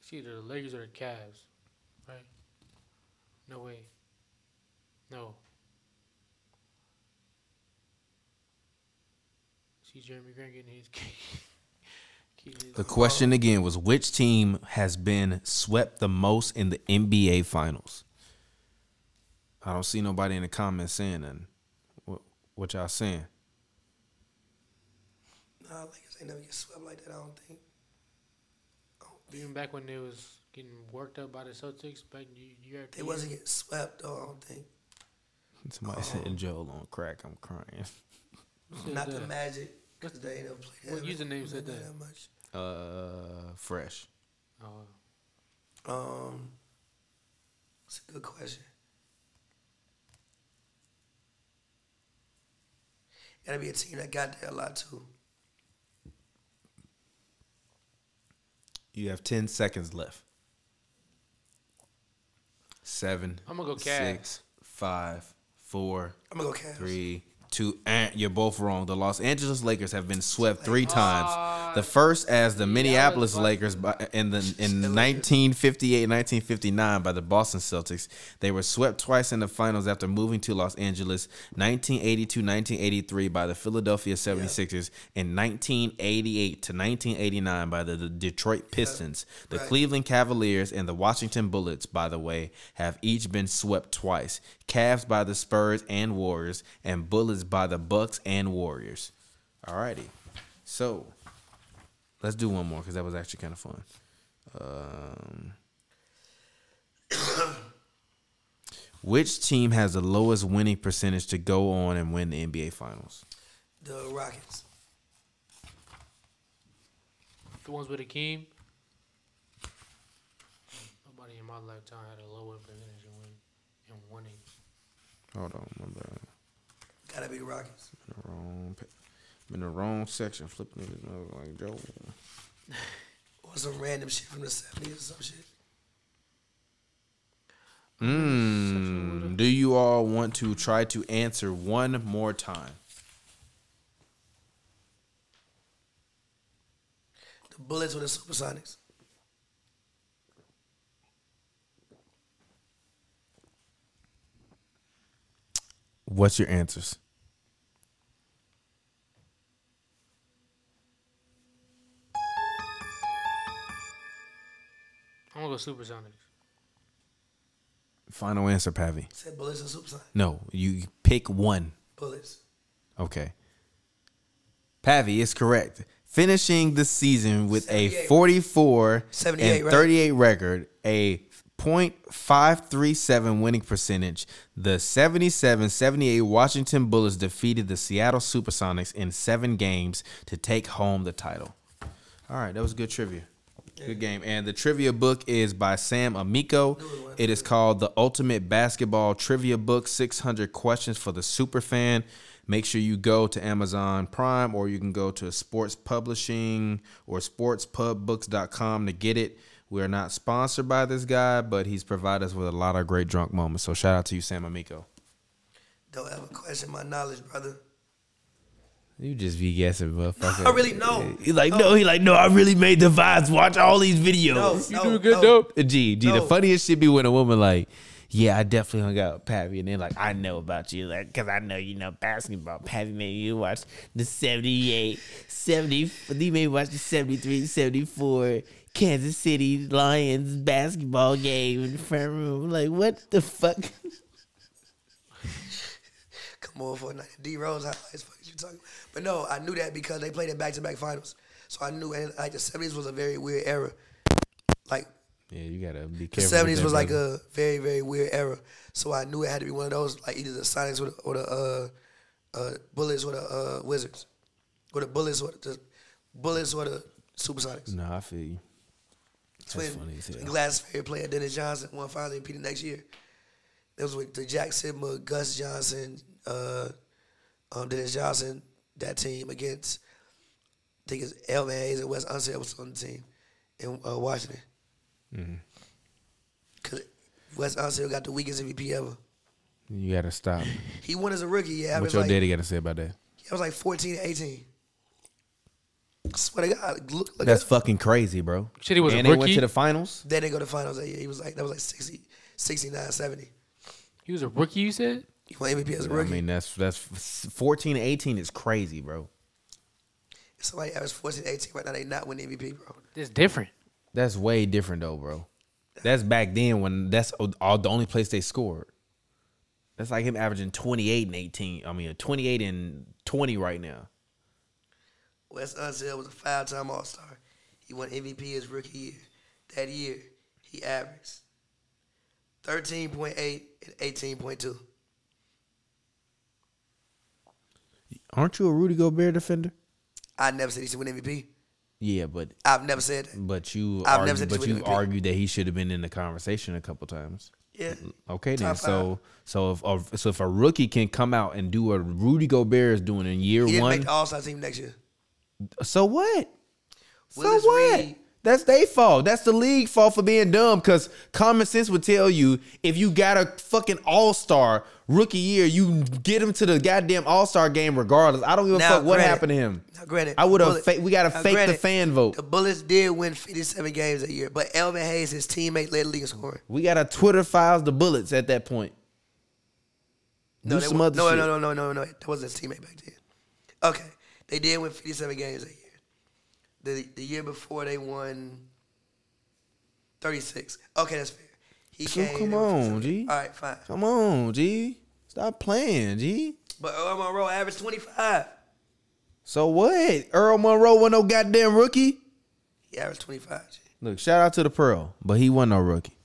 [SPEAKER 4] It's either the Lakers or the Cavs, right? No way. No. See Jeremy Grant getting his [LAUGHS] Keep his-
[SPEAKER 3] The question again was which team has been swept the most in the NBA Finals? I don't see nobody in the comments saying nothing. What, what y'all saying? [LAUGHS]
[SPEAKER 2] Nah, Lakers ain't never get swept like that. I don't think. I don't think
[SPEAKER 4] Even back when they was getting worked up by the Celtics, back y- year after
[SPEAKER 2] they
[SPEAKER 4] year.
[SPEAKER 2] wasn't getting swept though. I don't think.
[SPEAKER 3] Somebody said Joel on crack. I'm crying.
[SPEAKER 4] Said
[SPEAKER 2] Not the
[SPEAKER 4] that.
[SPEAKER 2] Magic. Cause they ain't never played.
[SPEAKER 4] What
[SPEAKER 2] that-
[SPEAKER 4] username said
[SPEAKER 2] that
[SPEAKER 4] that?
[SPEAKER 2] much.
[SPEAKER 3] Uh, fresh.
[SPEAKER 4] Oh,
[SPEAKER 2] Um, it's a good question. Gotta be a team that got there a lot too.
[SPEAKER 3] You have ten seconds left. Seven.
[SPEAKER 4] I'm gonna go Cavs.
[SPEAKER 3] Six, five, four,
[SPEAKER 2] I'm gonna go Cavs.
[SPEAKER 3] three, two. Eh, you're both wrong. The Los Angeles Lakers Ah, have been swept three times. The first as the Minneapolis Lakers by, in the in 1958-1959 by the Boston Celtics. They were swept twice in the finals after moving to Los Angeles, 1982-1983 by the Philadelphia 76ers, and 1988 to 1989 by the, the Detroit Pistons. The
[SPEAKER 2] Right.
[SPEAKER 3] Cleveland Cavaliers and the Washington Bullets, by the way, have each been swept twice. Cavs by the Spurs and Warriors, and Bullets by the Bucks and Warriors. Alrighty. So let's do one more because that was actually kind of fun. Um, [COUGHS] which team has the lowest winning percentage to go on and win the NBA Finals?
[SPEAKER 2] The Rockets.
[SPEAKER 4] the ones with Akeem. Nobody in my lifetime had a lower percentage in win in winning.
[SPEAKER 3] Hold on, my bad.
[SPEAKER 2] Gotta be the Rockets.
[SPEAKER 3] I'm in the wrong. pa- I'm in the wrong section. Flip niggas mother like Joe.
[SPEAKER 2] Or some random shit from the 70s or some shit.
[SPEAKER 3] Mm, do you all want to try to answer one more time?
[SPEAKER 2] The Bullets with the Supersonics.
[SPEAKER 3] What's your answers?
[SPEAKER 4] I'm gonna go Supersonics.
[SPEAKER 3] Final answer, Pavi.
[SPEAKER 2] Said Bullets and Supersonics.
[SPEAKER 3] No, you pick one.
[SPEAKER 2] Bullets.
[SPEAKER 3] Okay. Pavi is correct. Finishing the season with a
[SPEAKER 2] 78.
[SPEAKER 3] 44
[SPEAKER 2] 78,
[SPEAKER 3] and
[SPEAKER 2] right?
[SPEAKER 3] 38 record, a .537 winning percentage, the 77-78 Washington Bullets defeated the Seattle Supersonics in 7 games to take home the title. All right, that was good trivia. Good game. And the trivia book is by Sam Amico. It is called The Ultimate Basketball Trivia Book 600 Questions for the Superfan. Make sure you go to Amazon Prime or you can go to Sports Publishing or sportspubbooks.com to get it. We are not sponsored by this guy, but he's provided us with a lot of great drunk moments. So shout out to you, Sam Amico.
[SPEAKER 2] Don't ever question my knowledge, brother.
[SPEAKER 3] You just be guessing, motherfucker.
[SPEAKER 2] [LAUGHS] I really know.
[SPEAKER 3] He like, no, he like, no, I really made the vibes. Watch all these videos.
[SPEAKER 2] No,
[SPEAKER 4] You
[SPEAKER 2] no,
[SPEAKER 4] do good,
[SPEAKER 2] no.
[SPEAKER 4] dope.
[SPEAKER 3] Uh, Gee, gee, the
[SPEAKER 2] No.
[SPEAKER 3] funniest shit be when a woman like, yeah, I definitely hung out with Pappy, and then like, I know about you, like, cause I know you know basketball. Pappy made you watch the 78, 70, he made me watch the 73, 74 Kansas City Lions basketball game in the front room. Like, what the fuck?
[SPEAKER 2] Come come on for a night. D Rose highlights. Fuck is you talking? about? But no, I knew that because they played it back to back finals. So I knew and like the seventies was a very weird era. Like
[SPEAKER 3] Yeah, you gotta
[SPEAKER 2] the
[SPEAKER 3] be careful.
[SPEAKER 2] seventies was like a very very weird era. So I knew it had to be one of those like either the Sonics or the, or the uh, uh, Bullets or the uh, Wizards, or the Bullets or the Bullets or the Supersonics.
[SPEAKER 3] No, I feel you.
[SPEAKER 2] That's when
[SPEAKER 3] funny as hell.
[SPEAKER 2] Glass fair player Dennis Johnson won finals MVP the next year. It was with the Jack Sigma, Gus Johnson, uh, um, Dennis Johnson, that team against I think it's Elman Hayes and Wes Unseld was on the team in uh, Washington.
[SPEAKER 3] Mm-hmm.
[SPEAKER 2] Cause Wes Unseld got the weakest MVP ever.
[SPEAKER 3] You gotta stop.
[SPEAKER 2] He won as a rookie. Yeah, I
[SPEAKER 3] what
[SPEAKER 2] was
[SPEAKER 3] your
[SPEAKER 2] like,
[SPEAKER 3] daddy gotta say about that?
[SPEAKER 2] I was like fourteen to eighteen. Swear to God, look, look
[SPEAKER 3] That's
[SPEAKER 2] up.
[SPEAKER 3] fucking crazy, bro.
[SPEAKER 4] Shit, he was a
[SPEAKER 3] and they went
[SPEAKER 4] rookie?
[SPEAKER 3] to the finals.
[SPEAKER 2] Then they go to finals that year. He was like that was like 60, 69, 70.
[SPEAKER 4] He was a rookie, you said?
[SPEAKER 2] He won MVP as a
[SPEAKER 3] I
[SPEAKER 2] rookie.
[SPEAKER 3] mean, that's that's 14 to 18 is crazy, bro.
[SPEAKER 2] If somebody averaged 14, 18 right now, they not win MVP, bro.
[SPEAKER 4] It's different.
[SPEAKER 3] That's way different though, bro. That's back then when that's all the only place they scored. That's like him averaging 28 and 18. I mean, 28 and 20 right now.
[SPEAKER 2] Wes Unseld was a five-time All-Star. He won MVP his rookie year. That year, he averaged 13.8 and 18.2.
[SPEAKER 3] Aren't you a Rudy Gobert defender?
[SPEAKER 2] I never said he should win MVP.
[SPEAKER 3] Yeah, but
[SPEAKER 2] I've never said that.
[SPEAKER 3] but you
[SPEAKER 2] I've never
[SPEAKER 3] argue,
[SPEAKER 2] said this
[SPEAKER 3] but
[SPEAKER 2] with
[SPEAKER 3] you
[SPEAKER 2] MVP.
[SPEAKER 3] argued that he should have been in the conversation a couple times.
[SPEAKER 2] Yeah.
[SPEAKER 3] Okay, then
[SPEAKER 2] Top
[SPEAKER 3] so so if a, so if a rookie can come out and do what Rudy Gobert is doing in year
[SPEAKER 2] He didn't
[SPEAKER 3] one,
[SPEAKER 2] make the All-Star team next year.
[SPEAKER 3] so
[SPEAKER 2] uh,
[SPEAKER 3] what?
[SPEAKER 2] Willis
[SPEAKER 3] so what?
[SPEAKER 2] Reed-
[SPEAKER 3] That's their fault. That's the league fault for being dumb. Cause common sense would tell you if you got a fucking all star rookie year, you get him to the goddamn all star game regardless. I don't give a
[SPEAKER 2] Now,
[SPEAKER 3] fuck what
[SPEAKER 2] granted-
[SPEAKER 3] happened to him.
[SPEAKER 2] Now, granted,
[SPEAKER 3] I would have.
[SPEAKER 2] Bullet-
[SPEAKER 3] Fa- we gotta
[SPEAKER 2] now,
[SPEAKER 3] fake the
[SPEAKER 2] granted,
[SPEAKER 3] fan vote.
[SPEAKER 2] The Bullets did win 57 games that year, but Elvin Hayes, his teammate, led the league in scoring.
[SPEAKER 3] we gotta Twitter files the bullets at that point.
[SPEAKER 2] No,
[SPEAKER 3] Do
[SPEAKER 2] they
[SPEAKER 3] some
[SPEAKER 2] wa-
[SPEAKER 3] other
[SPEAKER 2] no,
[SPEAKER 3] shit.
[SPEAKER 2] no, no, no, no, no. That wasn't his teammate back then. Okay, they did win 57 games that year. The the year before they won 36. Okay, that's fair. He
[SPEAKER 3] So
[SPEAKER 2] came.
[SPEAKER 3] come
[SPEAKER 2] they won
[SPEAKER 3] on,
[SPEAKER 2] 57.
[SPEAKER 3] G.
[SPEAKER 2] All right, fine.
[SPEAKER 3] Come on, G. Stop playing, G.
[SPEAKER 2] But Earl Monroe averaged 25.
[SPEAKER 3] So what? Earl Monroe wasn't no goddamn rookie.
[SPEAKER 2] He averaged 25. G.
[SPEAKER 3] Look, shout out to the Pearl, but he wasn't no rookie.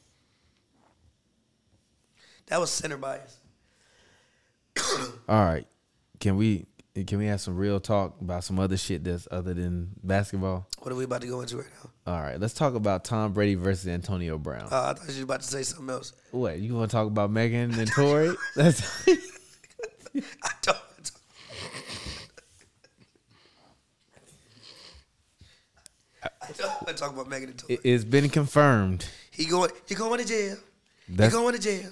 [SPEAKER 2] That was center bias.
[SPEAKER 3] All right, can we can we have some real talk about some other shit that's other than basketball?
[SPEAKER 2] What are we about to go into right now?
[SPEAKER 3] All right, let's talk about Tom Brady versus Antonio Brown.
[SPEAKER 2] Uh, I thought you was about to say something else. [LAUGHS]
[SPEAKER 3] what you want to talk about Megan and Tori? [LAUGHS] That's
[SPEAKER 2] I don't. [LAUGHS] I don't- I don't want to talk about Megan and Tori.
[SPEAKER 3] it, has been confirmed.
[SPEAKER 2] He going. He going to jail.
[SPEAKER 3] That's,
[SPEAKER 2] they going to jail.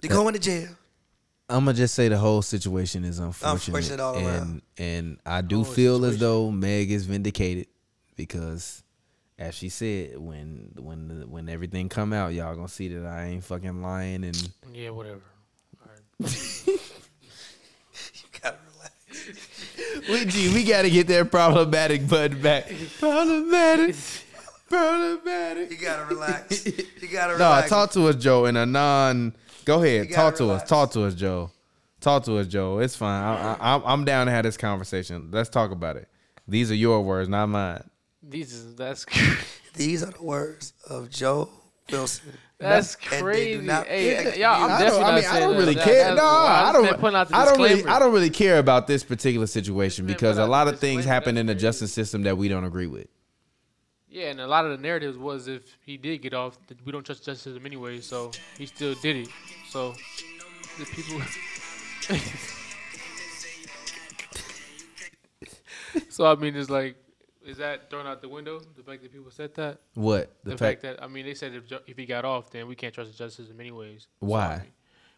[SPEAKER 2] They going to jail.
[SPEAKER 3] I'm gonna just say the whole situation is unfortunate,
[SPEAKER 2] Unfortunate all
[SPEAKER 3] and
[SPEAKER 2] around.
[SPEAKER 3] and I do feel as though Meg is vindicated because, as she said, when when the, when everything come out, y'all gonna see that I ain't fucking lying and.
[SPEAKER 4] Yeah, whatever.
[SPEAKER 2] [LAUGHS] You gotta relax.
[SPEAKER 3] [LAUGHS] We, gee, we gotta get that problematic button back. Problematic.
[SPEAKER 2] You
[SPEAKER 3] Problematic.
[SPEAKER 2] gotta relax. You gotta
[SPEAKER 3] [LAUGHS] No,
[SPEAKER 2] relax.
[SPEAKER 3] talk to us, Joe, in a non. Go ahead.
[SPEAKER 2] You gotta
[SPEAKER 3] Talk to us.
[SPEAKER 2] relax.
[SPEAKER 3] Talk to us, Joe. Talk to us, Joe. It's fine. I, I, I'm- I'm down to have this conversation. Let's talk about it. These are your words, not mine.
[SPEAKER 4] These is that's
[SPEAKER 3] [LAUGHS]
[SPEAKER 2] These are the words of Joe Wilson.
[SPEAKER 4] that's
[SPEAKER 2] And they do
[SPEAKER 4] crazy.
[SPEAKER 2] not protect
[SPEAKER 4] Hey, y'all,
[SPEAKER 2] you.
[SPEAKER 4] I'm
[SPEAKER 2] I
[SPEAKER 4] definitely
[SPEAKER 3] I
[SPEAKER 4] not
[SPEAKER 3] mean,
[SPEAKER 4] saying
[SPEAKER 3] I don't
[SPEAKER 4] that.
[SPEAKER 3] really
[SPEAKER 4] That-
[SPEAKER 3] care.
[SPEAKER 4] that's
[SPEAKER 3] No,
[SPEAKER 4] wild.
[SPEAKER 3] I
[SPEAKER 4] Just
[SPEAKER 3] don't.
[SPEAKER 4] putting out the
[SPEAKER 3] I don't really.
[SPEAKER 4] disclaimer.
[SPEAKER 3] I don't really care about this particular situation
[SPEAKER 4] Man,
[SPEAKER 3] because
[SPEAKER 4] put
[SPEAKER 3] a
[SPEAKER 4] out
[SPEAKER 3] lot
[SPEAKER 4] the
[SPEAKER 3] of things
[SPEAKER 4] disclaimer.
[SPEAKER 3] happen in the
[SPEAKER 4] That's
[SPEAKER 3] justice system that we don't agree with.
[SPEAKER 4] Yeah, and a lot of the narratives was if he did get off, that we don't trust the justice system anyway, so he still did it. So the people. [LAUGHS] so I mean, it's like, is that thrown out the window? The fact that people said that,
[SPEAKER 3] What
[SPEAKER 4] the, fact, that I mean, they said if, ju- if he got off, then we can't trust the justice system anyways. So, I
[SPEAKER 3] Why?
[SPEAKER 4] mean,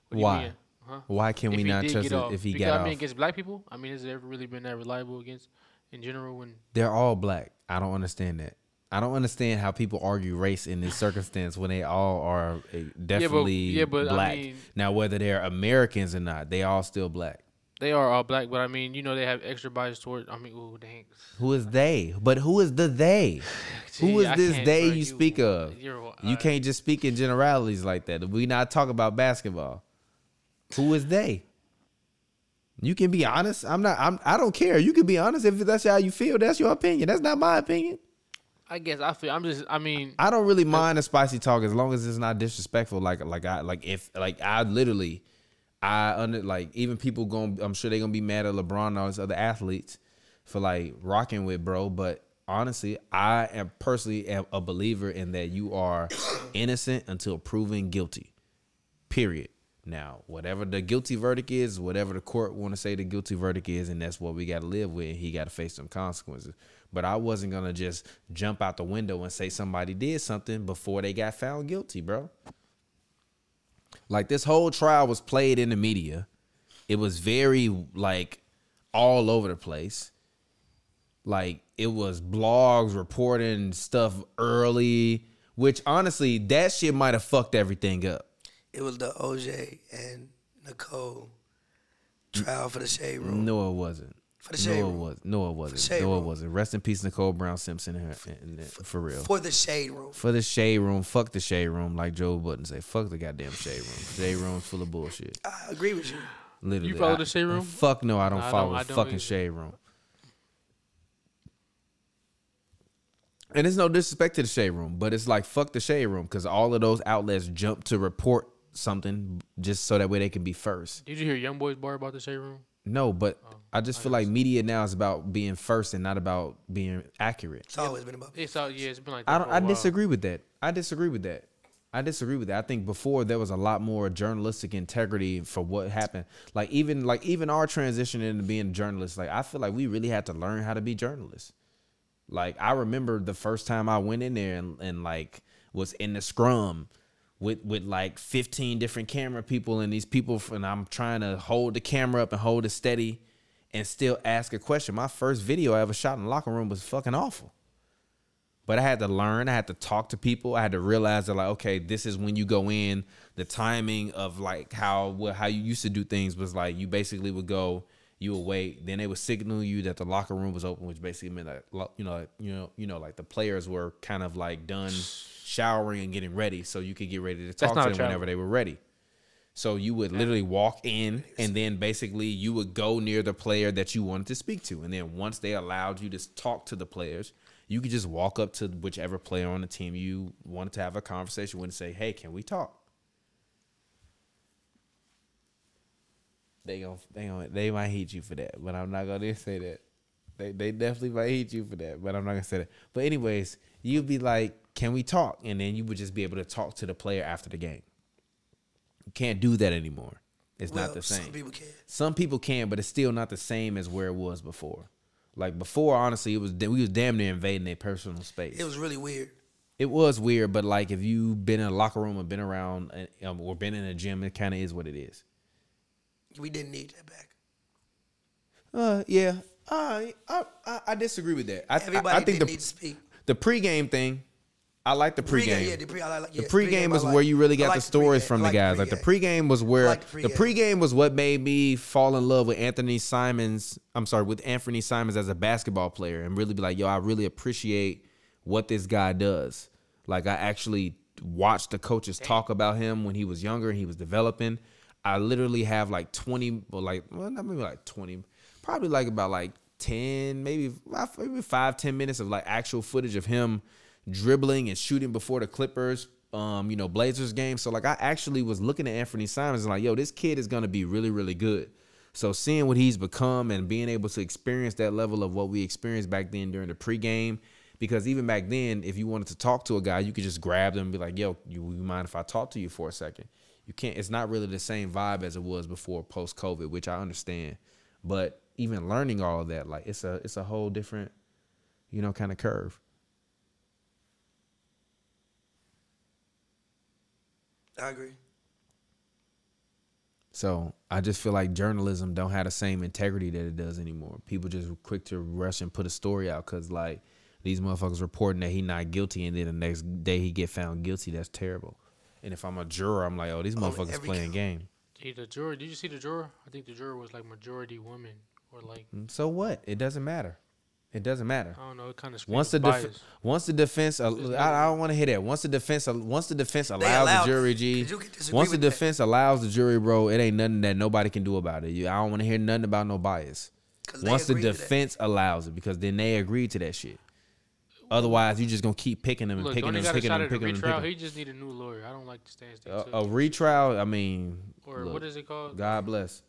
[SPEAKER 4] what do you
[SPEAKER 3] Why?
[SPEAKER 4] mean? Huh?
[SPEAKER 3] Why can
[SPEAKER 4] If
[SPEAKER 3] we
[SPEAKER 4] he
[SPEAKER 3] not
[SPEAKER 4] did
[SPEAKER 3] trust
[SPEAKER 4] get
[SPEAKER 3] it
[SPEAKER 4] off.
[SPEAKER 3] if he
[SPEAKER 4] because,
[SPEAKER 3] got
[SPEAKER 4] I mean,
[SPEAKER 3] off?
[SPEAKER 4] against black people, I mean, has it ever really been that reliable against in general? When
[SPEAKER 3] They're all black. I don't understand that. I don't understand how people argue race in this circumstance when they all are eh, definitely
[SPEAKER 4] yeah, but I
[SPEAKER 3] black.
[SPEAKER 4] mean-
[SPEAKER 3] now, whether they're Americans or not, they all still black.
[SPEAKER 4] they are all black, but I mean, you know, they have extra bias toward. I mean, ooh, dang.
[SPEAKER 3] Who is they? But who is the they? Who
[SPEAKER 4] Gee,
[SPEAKER 3] is
[SPEAKER 4] I
[SPEAKER 3] this
[SPEAKER 4] can't,
[SPEAKER 3] they
[SPEAKER 4] bro,
[SPEAKER 3] you, speak of?
[SPEAKER 4] you're uh, wa-
[SPEAKER 3] you
[SPEAKER 4] alright.
[SPEAKER 3] can't just speak in generalities like that. We not talk about basketball. Who is they? You can be honest. I'm not. I'm. I don't care. You can be honest if that's how you feel. That's your opinion. That's not my opinion.
[SPEAKER 4] I guess I feel. I'm just. I mean,
[SPEAKER 3] I don't really mind a spicy talk as long as it's not disrespectful. Like like I like if like I literally, I under like even people going. I'm sure they're gonna be mad at LeBron and all these other athletes for like rocking with bro. But honestly, I am personally am a believer in that you are innocent until proven guilty. Period. Now, whatever the guilty verdict is, whatever the court want to say the guilty verdict is, and that's what we got to live with. And he got to face some consequences. But I wasn't gonna just jump out the window and say somebody did something before they got found guilty, bro. Like this whole trial was played in the media. It was very like all over the place. Like it was blogs reporting stuff early, which honestly, that shit might have fucked everything up.
[SPEAKER 2] It was the OJ and Nicole trial for the shade room.
[SPEAKER 3] No, it wasn't.
[SPEAKER 2] For the shade
[SPEAKER 3] no, it
[SPEAKER 2] room.
[SPEAKER 3] was. No, it
[SPEAKER 2] shade
[SPEAKER 3] wasn't. No, it
[SPEAKER 2] room.
[SPEAKER 3] wasn't. Rest in peace, Nicole Brown Simpson. And her, and, and- for real.
[SPEAKER 2] For the shade room.
[SPEAKER 3] For the shade room, fuck the shade room. Like Joe Button say, fuck the goddamn shade room. Shade room full of bullshit.
[SPEAKER 2] I agree with you.
[SPEAKER 3] Literally.
[SPEAKER 4] follow
[SPEAKER 3] I-
[SPEAKER 4] the shade room?
[SPEAKER 3] Fuck no, I don't
[SPEAKER 4] I don't-
[SPEAKER 3] follow
[SPEAKER 4] I
[SPEAKER 3] the
[SPEAKER 4] don't
[SPEAKER 3] fucking
[SPEAKER 4] either.
[SPEAKER 3] shade room. And it's no disrespect to the shade room, but it's like fuck the shade room because all of those outlets jump to report something just so that way they can be first.
[SPEAKER 4] did you hear Young Boy's bar about the shade room?
[SPEAKER 3] No, but I just feel like media now is about being first and not about being accurate.
[SPEAKER 2] It's always been about
[SPEAKER 4] It's all yeah. It's been like that
[SPEAKER 3] I
[SPEAKER 4] for
[SPEAKER 3] don't.
[SPEAKER 4] a
[SPEAKER 3] I
[SPEAKER 4] while.
[SPEAKER 3] disagree with that. I disagree with that. I disagree with that. I think before there was a lot more journalistic integrity for what happened. Like even like even our transition into being journalists. Like I feel like we really had to learn how to be journalists. Like I remember the first time I went in there and, and like was in the scrum with with like 15 different camera people and these people f- and I'm trying to hold the camera up and hold it steady and still ask a question. My first video I ever shot in the locker room was fucking awful. But I had to learn. I had to talk to people. I had to realize that like, okay, this is when you go in. The timing of like how what how you used to do things was like you basically would go, you would wait, then they would signal you that the locker room was open, which basically meant that lo- you know, like, you know, you know, like the players were kind of like done showering and getting ready, so you could get ready to talk
[SPEAKER 4] not a
[SPEAKER 3] to them
[SPEAKER 4] travel.
[SPEAKER 3] whenever they were ready. So you would literally walk in, and then basically you would go near the player that you wanted to speak to, and then once they allowed you to talk to the players, you could just walk up to whichever player on the team you wanted to have a conversation with and say, "Hey, can we talk?" They going they going they might hate you for that, but I'm not gonna [LAUGHS] say that. They they definitely might hate you for that, but I'm not gonna say that. But anyways, you'd be like, "Can we talk?" And then you would just be able to talk to the player after the game. You can't do that anymore. It's
[SPEAKER 2] well,
[SPEAKER 3] not the
[SPEAKER 2] Some
[SPEAKER 3] same.
[SPEAKER 2] people can.
[SPEAKER 3] Some people can, but it's still not the same as where it was before. Like before, honestly, it was we was damn near invading their personal space.
[SPEAKER 2] It was really weird.
[SPEAKER 3] It was weird, but like if you've been in a locker room or been around uh, um, or been in a gym, it kind of is what it is.
[SPEAKER 2] We didn't need that back.
[SPEAKER 3] Uh, yeah, I I I, I disagree with that. I,
[SPEAKER 2] Everybody
[SPEAKER 3] I, I think
[SPEAKER 2] didn't
[SPEAKER 3] the
[SPEAKER 2] need to speak.
[SPEAKER 3] the pregame thing, I like the pregame.
[SPEAKER 2] Pregame, yeah, the pre- I like- yeah,
[SPEAKER 3] the
[SPEAKER 2] the
[SPEAKER 3] pregame
[SPEAKER 2] pregame
[SPEAKER 3] is
[SPEAKER 2] I like.
[SPEAKER 3] where you really
[SPEAKER 2] I
[SPEAKER 3] got the
[SPEAKER 2] like the
[SPEAKER 3] stories
[SPEAKER 2] pregame.
[SPEAKER 3] from
[SPEAKER 2] I
[SPEAKER 3] the
[SPEAKER 2] like the
[SPEAKER 3] guys. Like the pregame was where
[SPEAKER 2] like the
[SPEAKER 3] the pregame was what made me fall in love with Anthony Simons. I'm sorry, with Anthony Simons as a basketball player, and really be like, yo, I really appreciate what this guy does. Like I actually watched the coaches talk about him when he was younger and he was developing. I literally have like 20, well, like well, not maybe like 20, probably like about like 10, maybe maybe five, 10 minutes of like actual footage of him dribbling and shooting before the Clippers, um, you know, Blazers game. So like I actually was looking at Anthony Simons and like, yo, this kid is gonna be really, really good. So seeing what he's become and being able to experience that level of what we experienced back then during the pregame, because even back then, if you wanted to talk to a guy, you could just grab them and be like, yo, you, you mind if I talk to you for a second? You can't. It's not really the same vibe as it was before post COVID, which I understand. But even learning all of that, like it's a it's a whole different, you know, kind of curve.
[SPEAKER 2] I agree.
[SPEAKER 3] So I just feel like journalism don't have the same integrity that it does anymore. People just quick to rush and put a story out because like these motherfuckers reporting that he not guilty, and then the next day he get found guilty. That's terrible. And if I'm a juror, I'm like, oh, these motherfuckers
[SPEAKER 2] every
[SPEAKER 3] playing game.
[SPEAKER 4] Hey, the jury.
[SPEAKER 3] Mm,
[SPEAKER 4] Did you see the juror? I think the juror was like majority woman or like
[SPEAKER 3] So what? It doesn't matter. It doesn't matter.
[SPEAKER 4] I don't know. It kind of
[SPEAKER 3] Once the
[SPEAKER 4] bias.
[SPEAKER 3] def- once the defense, al- I, I don't want to hear that. Once the defense, al- once the defense allows
[SPEAKER 2] allowed
[SPEAKER 3] the jury,
[SPEAKER 2] it.
[SPEAKER 3] G.
[SPEAKER 2] 'Cause you can disagree
[SPEAKER 3] Once the
[SPEAKER 2] with that.
[SPEAKER 3] defense allows the jury, bro, it ain't nothing that nobody can do about it. You, I don't want to hear nothing about no bias.
[SPEAKER 2] 'Cause they
[SPEAKER 3] Once the
[SPEAKER 2] agreed to that.
[SPEAKER 3] defense allows it, because then they agree to that shit. Otherwise, you just gonna keep picking them and
[SPEAKER 4] Look,
[SPEAKER 3] picking
[SPEAKER 4] Donnie
[SPEAKER 3] them,
[SPEAKER 4] got a
[SPEAKER 3] picking
[SPEAKER 4] shot
[SPEAKER 3] them,
[SPEAKER 4] at a
[SPEAKER 3] picking them, picking
[SPEAKER 4] retrial.
[SPEAKER 3] them.
[SPEAKER 4] He just need a new lawyer. I don't like the stance they
[SPEAKER 3] A,
[SPEAKER 4] took.
[SPEAKER 3] a retrial. I mean,
[SPEAKER 4] or
[SPEAKER 3] look,
[SPEAKER 4] what is it called?
[SPEAKER 3] God bless.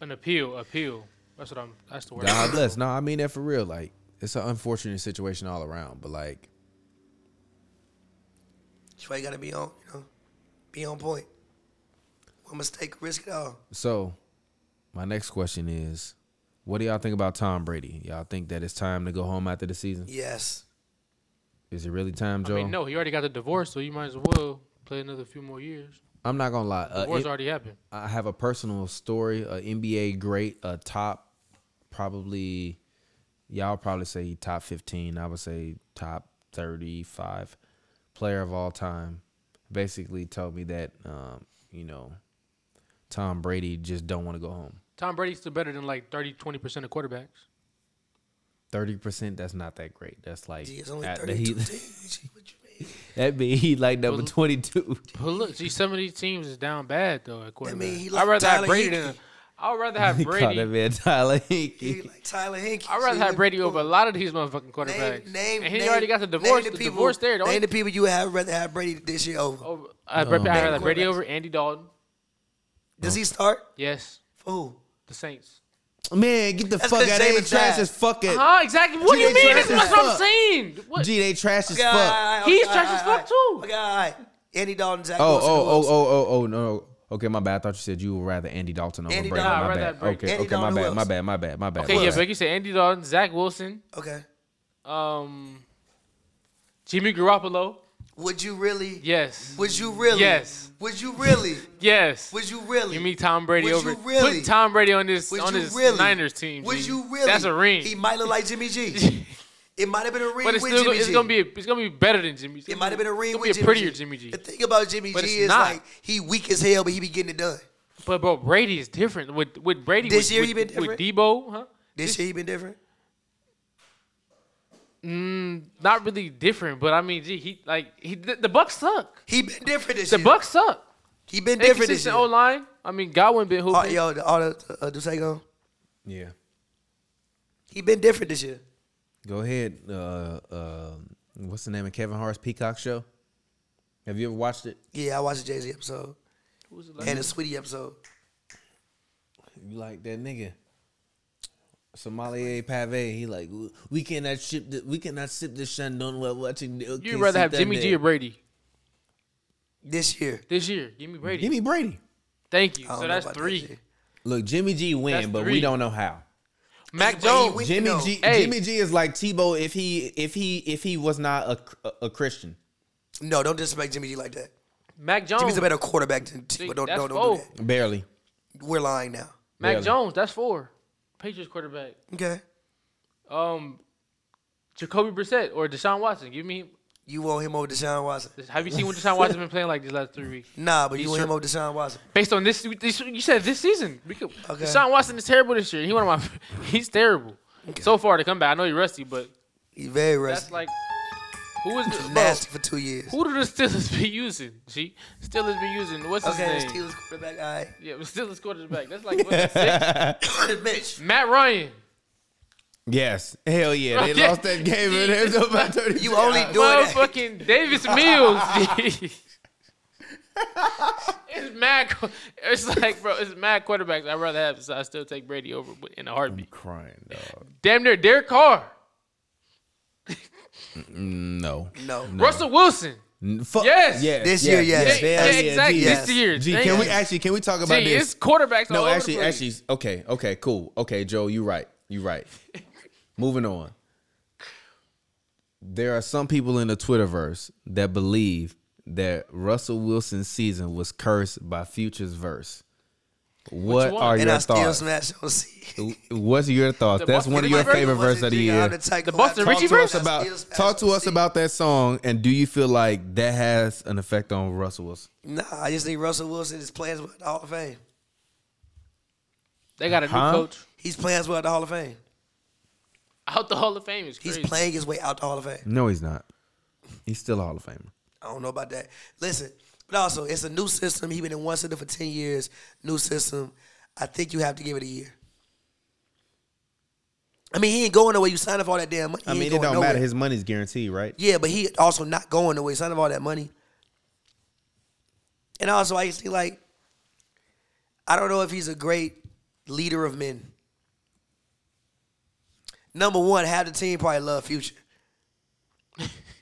[SPEAKER 4] An appeal. Appeal. That's what I'm. That's the word.
[SPEAKER 3] God bless. No, I mean that for real. Like it's an unfortunate situation all around, but like
[SPEAKER 2] That's why you gotta be on, you know, be on point. One mistake, risk it all.
[SPEAKER 3] So, my next question is, what do y'all think about Tom Brady? Y'all think that it's time to go home after the season?
[SPEAKER 2] Yes.
[SPEAKER 3] Is it really time,
[SPEAKER 4] I
[SPEAKER 3] Joe?
[SPEAKER 4] mean, no, he already got the divorce, so you might as well play another few more years.
[SPEAKER 3] I'm not gonna lie. Uh,
[SPEAKER 4] Divorce
[SPEAKER 3] it-
[SPEAKER 4] already happened.
[SPEAKER 3] I have a personal story. A NBA great, a top, probably, y'all probably say top 15. I would say top 35 player of all time. Basically, told me that, um, you know, Tom Brady just don't want to go home.
[SPEAKER 4] Tom Brady's still better than like 30, 20 percent of quarterbacks.
[SPEAKER 3] thirty percent. That's not that great. That's like
[SPEAKER 2] Gee, it's only
[SPEAKER 3] that,
[SPEAKER 2] 32
[SPEAKER 3] he,
[SPEAKER 2] teams. Gee, What you mean?
[SPEAKER 3] that mean he like number
[SPEAKER 4] Well,
[SPEAKER 3] twenty [LAUGHS] two.
[SPEAKER 4] But look, see, some of these teams is down bad though at quarterback.
[SPEAKER 2] mean, he like
[SPEAKER 4] I'd rather have
[SPEAKER 2] Tyler
[SPEAKER 4] Brady
[SPEAKER 2] Hickey.
[SPEAKER 4] than. a- I'd
[SPEAKER 3] [LAUGHS]
[SPEAKER 4] rather have
[SPEAKER 3] Call that
[SPEAKER 4] Brady.
[SPEAKER 3] man Tyler
[SPEAKER 2] He
[SPEAKER 3] [LAUGHS] Hinkie.
[SPEAKER 2] like Tyler Hinkie.
[SPEAKER 4] I'd
[SPEAKER 2] See,
[SPEAKER 4] rather have
[SPEAKER 2] look,
[SPEAKER 4] Brady
[SPEAKER 2] look.
[SPEAKER 4] over a lot of these motherfucking
[SPEAKER 2] Name,
[SPEAKER 4] quarterbacks.
[SPEAKER 2] name,
[SPEAKER 4] and he
[SPEAKER 2] name-
[SPEAKER 4] already got the
[SPEAKER 2] name
[SPEAKER 4] divorce.
[SPEAKER 2] The,
[SPEAKER 4] The,
[SPEAKER 2] people,
[SPEAKER 4] divorce there. The
[SPEAKER 2] Name
[SPEAKER 4] only,
[SPEAKER 2] the people you would have rather have Brady this year
[SPEAKER 3] Oh.
[SPEAKER 2] over.
[SPEAKER 4] over, I'd rather
[SPEAKER 3] man.
[SPEAKER 4] have Brady
[SPEAKER 2] Quarterbacks.
[SPEAKER 4] over Andy Dalton.
[SPEAKER 2] Does he start?
[SPEAKER 4] Yes,
[SPEAKER 2] For who?
[SPEAKER 4] the Saints.
[SPEAKER 3] Man, get the
[SPEAKER 2] That's
[SPEAKER 3] fuck
[SPEAKER 2] 'cause
[SPEAKER 3] out! They
[SPEAKER 2] Jameis
[SPEAKER 3] trash
[SPEAKER 2] died.
[SPEAKER 3] as fuck. It.
[SPEAKER 4] Huh? Exactly. What do
[SPEAKER 3] Gee,
[SPEAKER 4] you
[SPEAKER 3] they
[SPEAKER 4] mean?
[SPEAKER 3] trash
[SPEAKER 4] That's
[SPEAKER 3] as
[SPEAKER 4] what I'm
[SPEAKER 3] fuck.
[SPEAKER 4] saying. What?
[SPEAKER 3] Gee, they trash as
[SPEAKER 2] Okay, all
[SPEAKER 3] fuck.
[SPEAKER 2] right, all right,
[SPEAKER 4] He's
[SPEAKER 2] okay,
[SPEAKER 4] trash
[SPEAKER 2] all
[SPEAKER 4] as
[SPEAKER 2] right, all
[SPEAKER 4] fuck,
[SPEAKER 2] right.
[SPEAKER 4] too.
[SPEAKER 2] Okay, all right. Andy Dalton, Zach
[SPEAKER 3] Oh,
[SPEAKER 2] Wilson,
[SPEAKER 3] oh,
[SPEAKER 2] who
[SPEAKER 3] oh,
[SPEAKER 2] else?
[SPEAKER 3] oh, oh, oh, no. Okay, my bad. I thought you said you would rather Andy Dalton over
[SPEAKER 2] Andy
[SPEAKER 3] Brady.
[SPEAKER 2] Dalton.
[SPEAKER 4] Nah, I'd
[SPEAKER 3] my
[SPEAKER 4] rather
[SPEAKER 3] bad.
[SPEAKER 4] have Brady.
[SPEAKER 3] Okay,
[SPEAKER 2] Andy
[SPEAKER 3] okay,
[SPEAKER 2] Dalton,
[SPEAKER 3] my
[SPEAKER 2] who
[SPEAKER 3] bad, my
[SPEAKER 2] else?
[SPEAKER 3] bad, my bad, my bad.
[SPEAKER 4] Okay,
[SPEAKER 3] my
[SPEAKER 4] yeah,
[SPEAKER 3] bad.
[SPEAKER 4] but you said Andy Dalton, Zach Wilson,
[SPEAKER 3] oh.
[SPEAKER 2] Okay.
[SPEAKER 4] um, Jimmy Garoppolo.
[SPEAKER 2] Would you really?
[SPEAKER 4] Yes.
[SPEAKER 2] Would you really?
[SPEAKER 4] Yes.
[SPEAKER 2] Would you really?
[SPEAKER 4] Yes.
[SPEAKER 2] Would you really?
[SPEAKER 4] You mean Tom Brady
[SPEAKER 2] Would
[SPEAKER 4] over?
[SPEAKER 2] you really?
[SPEAKER 4] Put Tom Brady on this
[SPEAKER 2] Would
[SPEAKER 4] on
[SPEAKER 2] you
[SPEAKER 4] this
[SPEAKER 2] really?
[SPEAKER 4] Niners team.
[SPEAKER 2] Would
[SPEAKER 4] G.
[SPEAKER 2] you really?
[SPEAKER 4] That's a ring.
[SPEAKER 2] He might look like Jimmy
[SPEAKER 4] [LAUGHS]
[SPEAKER 2] G. it might have been a ring
[SPEAKER 4] but it's
[SPEAKER 2] with
[SPEAKER 4] still
[SPEAKER 2] Jimmy
[SPEAKER 4] it's
[SPEAKER 2] G.
[SPEAKER 4] gonna be it's gonna be better than Jimmy. It's
[SPEAKER 2] it
[SPEAKER 4] gonna
[SPEAKER 2] might have been a ring
[SPEAKER 4] it's
[SPEAKER 2] with
[SPEAKER 4] gonna be
[SPEAKER 2] Jimmy
[SPEAKER 4] a prettier
[SPEAKER 2] G.
[SPEAKER 4] Jimmy G.
[SPEAKER 2] The thing about Jimmy
[SPEAKER 4] But
[SPEAKER 2] G
[SPEAKER 4] it's
[SPEAKER 2] is
[SPEAKER 4] not.
[SPEAKER 2] like he weak as hell, but he be getting it done.
[SPEAKER 4] But bro, Brady is different. With with Brady
[SPEAKER 2] This
[SPEAKER 4] with,
[SPEAKER 2] year
[SPEAKER 4] with,
[SPEAKER 2] he been
[SPEAKER 4] with
[SPEAKER 2] different?
[SPEAKER 4] Debo, huh?
[SPEAKER 2] This year he been different.
[SPEAKER 4] Not really different, but I mean, gee, he like he the, the Bucks suck.
[SPEAKER 2] He been different this
[SPEAKER 4] The
[SPEAKER 2] year.
[SPEAKER 4] Bucks suck.
[SPEAKER 2] He been different this
[SPEAKER 4] Inconsistent
[SPEAKER 2] year. Oh,
[SPEAKER 4] O
[SPEAKER 2] All
[SPEAKER 4] line. I mean, Godwin been hooping.
[SPEAKER 2] right, yo, the- all the uh, Dusego.
[SPEAKER 3] yeah.
[SPEAKER 2] He been different this year.
[SPEAKER 3] Go ahead. Uh, uh, what's the name of Kevin Hart's Peacock show? Have you ever watched it?
[SPEAKER 2] Yeah, I watched the Jay Z episode
[SPEAKER 4] Who was the last-
[SPEAKER 2] and the Sweetie episode.
[SPEAKER 3] You like that nigga. Sommelier Pave, he like we cannot ship the, we cannot sip the Shandon while watching the
[SPEAKER 4] You'd rather have Jimmy G or Brady
[SPEAKER 2] This year,
[SPEAKER 4] this year? Give me Brady.
[SPEAKER 3] Give me Brady.
[SPEAKER 4] Thank you.
[SPEAKER 2] I don't
[SPEAKER 4] So
[SPEAKER 2] know
[SPEAKER 4] that's
[SPEAKER 2] about that
[SPEAKER 4] three.
[SPEAKER 2] shit.
[SPEAKER 3] Look, Jimmy G win,
[SPEAKER 4] That's
[SPEAKER 3] but
[SPEAKER 4] three.
[SPEAKER 3] we don't know how.
[SPEAKER 4] Mac
[SPEAKER 2] But he
[SPEAKER 4] Jones.
[SPEAKER 2] went-
[SPEAKER 3] Jimmy
[SPEAKER 2] know.
[SPEAKER 3] G,
[SPEAKER 4] Hey.
[SPEAKER 3] Jimmy G is like Tebow if he if he if he was not a cr- a, a Christian.
[SPEAKER 2] no, don't disrespect Jimmy G like that.
[SPEAKER 4] Mac Jones.
[SPEAKER 2] Jimmy's a better quarterback than T.
[SPEAKER 4] See,
[SPEAKER 2] But don't
[SPEAKER 4] Oh. that's
[SPEAKER 2] don't, don't do
[SPEAKER 4] four.
[SPEAKER 3] Barely.
[SPEAKER 2] that. We're lying now.
[SPEAKER 4] Mac
[SPEAKER 3] Barely.
[SPEAKER 4] Jones. That's four. Patriots quarterback.
[SPEAKER 2] Okay,
[SPEAKER 4] Um, Jacoby Brissett or Deshaun Watson. Give me.
[SPEAKER 2] you want him over Deshaun Watson?
[SPEAKER 4] Have you seen what Deshaun Watson been playing like these last three weeks?
[SPEAKER 2] Nah, but you
[SPEAKER 4] He's
[SPEAKER 2] want him
[SPEAKER 4] sure-
[SPEAKER 2] over Deshaun Watson?
[SPEAKER 4] Based on this, this you said this season. We could,
[SPEAKER 2] Okay.
[SPEAKER 4] Deshaun Watson is terrible this year. He one of my. [LAUGHS] He's terrible. So far to come back, I know you're rusty, but
[SPEAKER 2] He's very
[SPEAKER 4] that's
[SPEAKER 2] rusty.
[SPEAKER 4] like. Who is this? Bro,
[SPEAKER 2] nasty for two years.
[SPEAKER 4] who do the Steelers be using? See, Steelers be using what's
[SPEAKER 2] Okay,
[SPEAKER 4] his name?
[SPEAKER 2] Steelers quarterback. All
[SPEAKER 4] Yeah, but Steelers quarterback.
[SPEAKER 2] [LAUGHS]
[SPEAKER 4] That's like what, six?
[SPEAKER 2] right,
[SPEAKER 3] [COUGHS]
[SPEAKER 2] bitch.
[SPEAKER 4] Matt Ryan.
[SPEAKER 3] Yes. Hell yeah. They
[SPEAKER 4] [LAUGHS] Yeah.
[SPEAKER 3] lost that game and there's about 30.
[SPEAKER 2] You only doing that.
[SPEAKER 4] Motherfucking Davis Mills. [LAUGHS] G. it's mad. qu- It's like, bro, it's mad quarterbacks. I'd rather have, so I still take Brady over but in a heartbeat.
[SPEAKER 3] crying, dog.
[SPEAKER 4] Damn near Derek Carr,
[SPEAKER 3] No.
[SPEAKER 2] No,
[SPEAKER 4] Russell Wilson.
[SPEAKER 3] N- fuck-
[SPEAKER 4] Yes.
[SPEAKER 3] Yes.
[SPEAKER 2] This year, yes.
[SPEAKER 4] Yeah,
[SPEAKER 3] Hell
[SPEAKER 2] Yes.
[SPEAKER 3] yeah,
[SPEAKER 4] exactly.
[SPEAKER 3] G.
[SPEAKER 2] yes.
[SPEAKER 4] This year,
[SPEAKER 3] G,
[SPEAKER 4] Damn.
[SPEAKER 3] can we actually can we talk about
[SPEAKER 4] Gee,
[SPEAKER 3] this?
[SPEAKER 4] it's quarterbacks. all
[SPEAKER 3] No,
[SPEAKER 4] over
[SPEAKER 3] actually,
[SPEAKER 4] the place.
[SPEAKER 3] actually, okay, okay, cool, okay, Joe, you right, you
[SPEAKER 4] [LAUGHS]
[SPEAKER 3] right. Moving on. There are some people in the Twitterverse that believe that Russell Wilson's season was cursed by Future's verse. What
[SPEAKER 4] one?
[SPEAKER 3] are
[SPEAKER 2] and
[SPEAKER 3] your
[SPEAKER 2] I still
[SPEAKER 3] thoughts?
[SPEAKER 2] smash on C.
[SPEAKER 3] What's your thoughts?
[SPEAKER 4] The
[SPEAKER 3] That's
[SPEAKER 4] Boston
[SPEAKER 3] one of your
[SPEAKER 4] River?
[SPEAKER 3] favorite verse of the year.
[SPEAKER 4] The Boston
[SPEAKER 3] Talk
[SPEAKER 4] Richie
[SPEAKER 3] to us
[SPEAKER 4] verse?
[SPEAKER 3] about talk to us about that song, and do you feel like that has an effect on Russell Wilson?
[SPEAKER 2] Nah, I just think Russell Wilson is playing with the Hall of Fame.
[SPEAKER 4] they got a new
[SPEAKER 3] Huh?
[SPEAKER 4] coach.
[SPEAKER 2] He's playing well at the Hall of Fame.
[SPEAKER 11] Out the Hall of Fame is
[SPEAKER 2] He's
[SPEAKER 11] crazy.
[SPEAKER 2] playing his way out the Hall of Fame.
[SPEAKER 3] No, he's not. He's still a Hall of Famer.
[SPEAKER 2] I don't know about that. Listen, but also it's a new system. He been in one system for ten years. New system. I think you have to give it a year. I mean, he ain't going nowhere. You signed up for all that damn money. He
[SPEAKER 3] I mean,
[SPEAKER 2] ain't
[SPEAKER 3] it
[SPEAKER 2] going
[SPEAKER 3] don't
[SPEAKER 2] nowhere.
[SPEAKER 3] matter. His money's guaranteed, right?
[SPEAKER 2] Yeah, but he also not going away, son of all that money. And also, I see like, I don't know if he's a great leader of men. Number one, half the team probably love Future.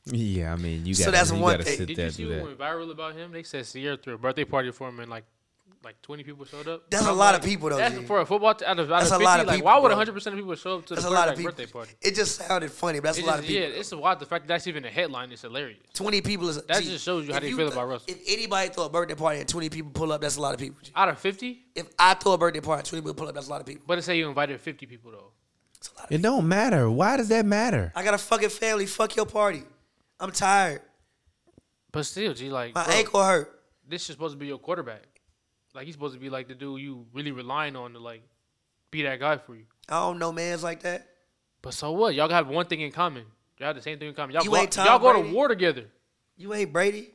[SPEAKER 3] Yeah, I mean, you got
[SPEAKER 2] So
[SPEAKER 3] to
[SPEAKER 2] that's
[SPEAKER 3] you
[SPEAKER 2] one
[SPEAKER 3] gotta
[SPEAKER 2] thing.
[SPEAKER 3] sit
[SPEAKER 4] Did
[SPEAKER 3] there
[SPEAKER 4] you
[SPEAKER 3] and
[SPEAKER 4] see
[SPEAKER 3] do that.
[SPEAKER 4] what went viral about him? They said Sierra threw a birthday party for him, and like, like twenty people showed up.
[SPEAKER 2] That's a
[SPEAKER 4] I'm
[SPEAKER 2] lot of
[SPEAKER 4] like,
[SPEAKER 2] people, though,
[SPEAKER 4] That's
[SPEAKER 2] G.
[SPEAKER 4] for a football. T- out of, out
[SPEAKER 2] That's
[SPEAKER 4] of
[SPEAKER 2] a
[SPEAKER 4] 50,
[SPEAKER 2] lot of
[SPEAKER 4] like,
[SPEAKER 2] people,
[SPEAKER 4] Why would
[SPEAKER 2] bro.
[SPEAKER 4] hundred percent of people show up to
[SPEAKER 2] That's
[SPEAKER 4] the
[SPEAKER 2] a lot of
[SPEAKER 4] quarterback
[SPEAKER 2] people.
[SPEAKER 4] birthday party?
[SPEAKER 2] It just sounded funny, but that's
[SPEAKER 4] It's
[SPEAKER 2] a lot
[SPEAKER 4] just-
[SPEAKER 2] of people.
[SPEAKER 4] Yeah, it's wild. The fact that that's even a headline is hilarious.
[SPEAKER 2] Twenty people is
[SPEAKER 4] That
[SPEAKER 2] gee,
[SPEAKER 4] just shows you how
[SPEAKER 2] if
[SPEAKER 4] they feel
[SPEAKER 2] th-
[SPEAKER 4] about Russell.
[SPEAKER 2] If anybody throw a birthday party and twenty people pull up, that's a lot of people. G.
[SPEAKER 4] Out of fifty,
[SPEAKER 2] If I throw a birthday party and twenty people pull up, that's a lot of people.
[SPEAKER 4] but let's say you invited fifty people though.
[SPEAKER 2] It's a lot of
[SPEAKER 3] It don't matter. Why does that matter?
[SPEAKER 2] I got a fucking family. Fuck your party. I'm tired.
[SPEAKER 4] But still, G, like,
[SPEAKER 2] My
[SPEAKER 4] bro,
[SPEAKER 2] ankle hurt.
[SPEAKER 4] this is supposed to be your quarterback. Like, he's supposed to be like the dude you really relying on to like be that guy for you.
[SPEAKER 2] I don't know man's like that.
[SPEAKER 4] But so what? Y'all have one thing in common. Y'all have the same thing in common. Y'all,
[SPEAKER 2] You
[SPEAKER 4] go,
[SPEAKER 2] ain't Tom
[SPEAKER 4] y'all go
[SPEAKER 2] Brady.
[SPEAKER 4] to war together.
[SPEAKER 2] You ain't Brady.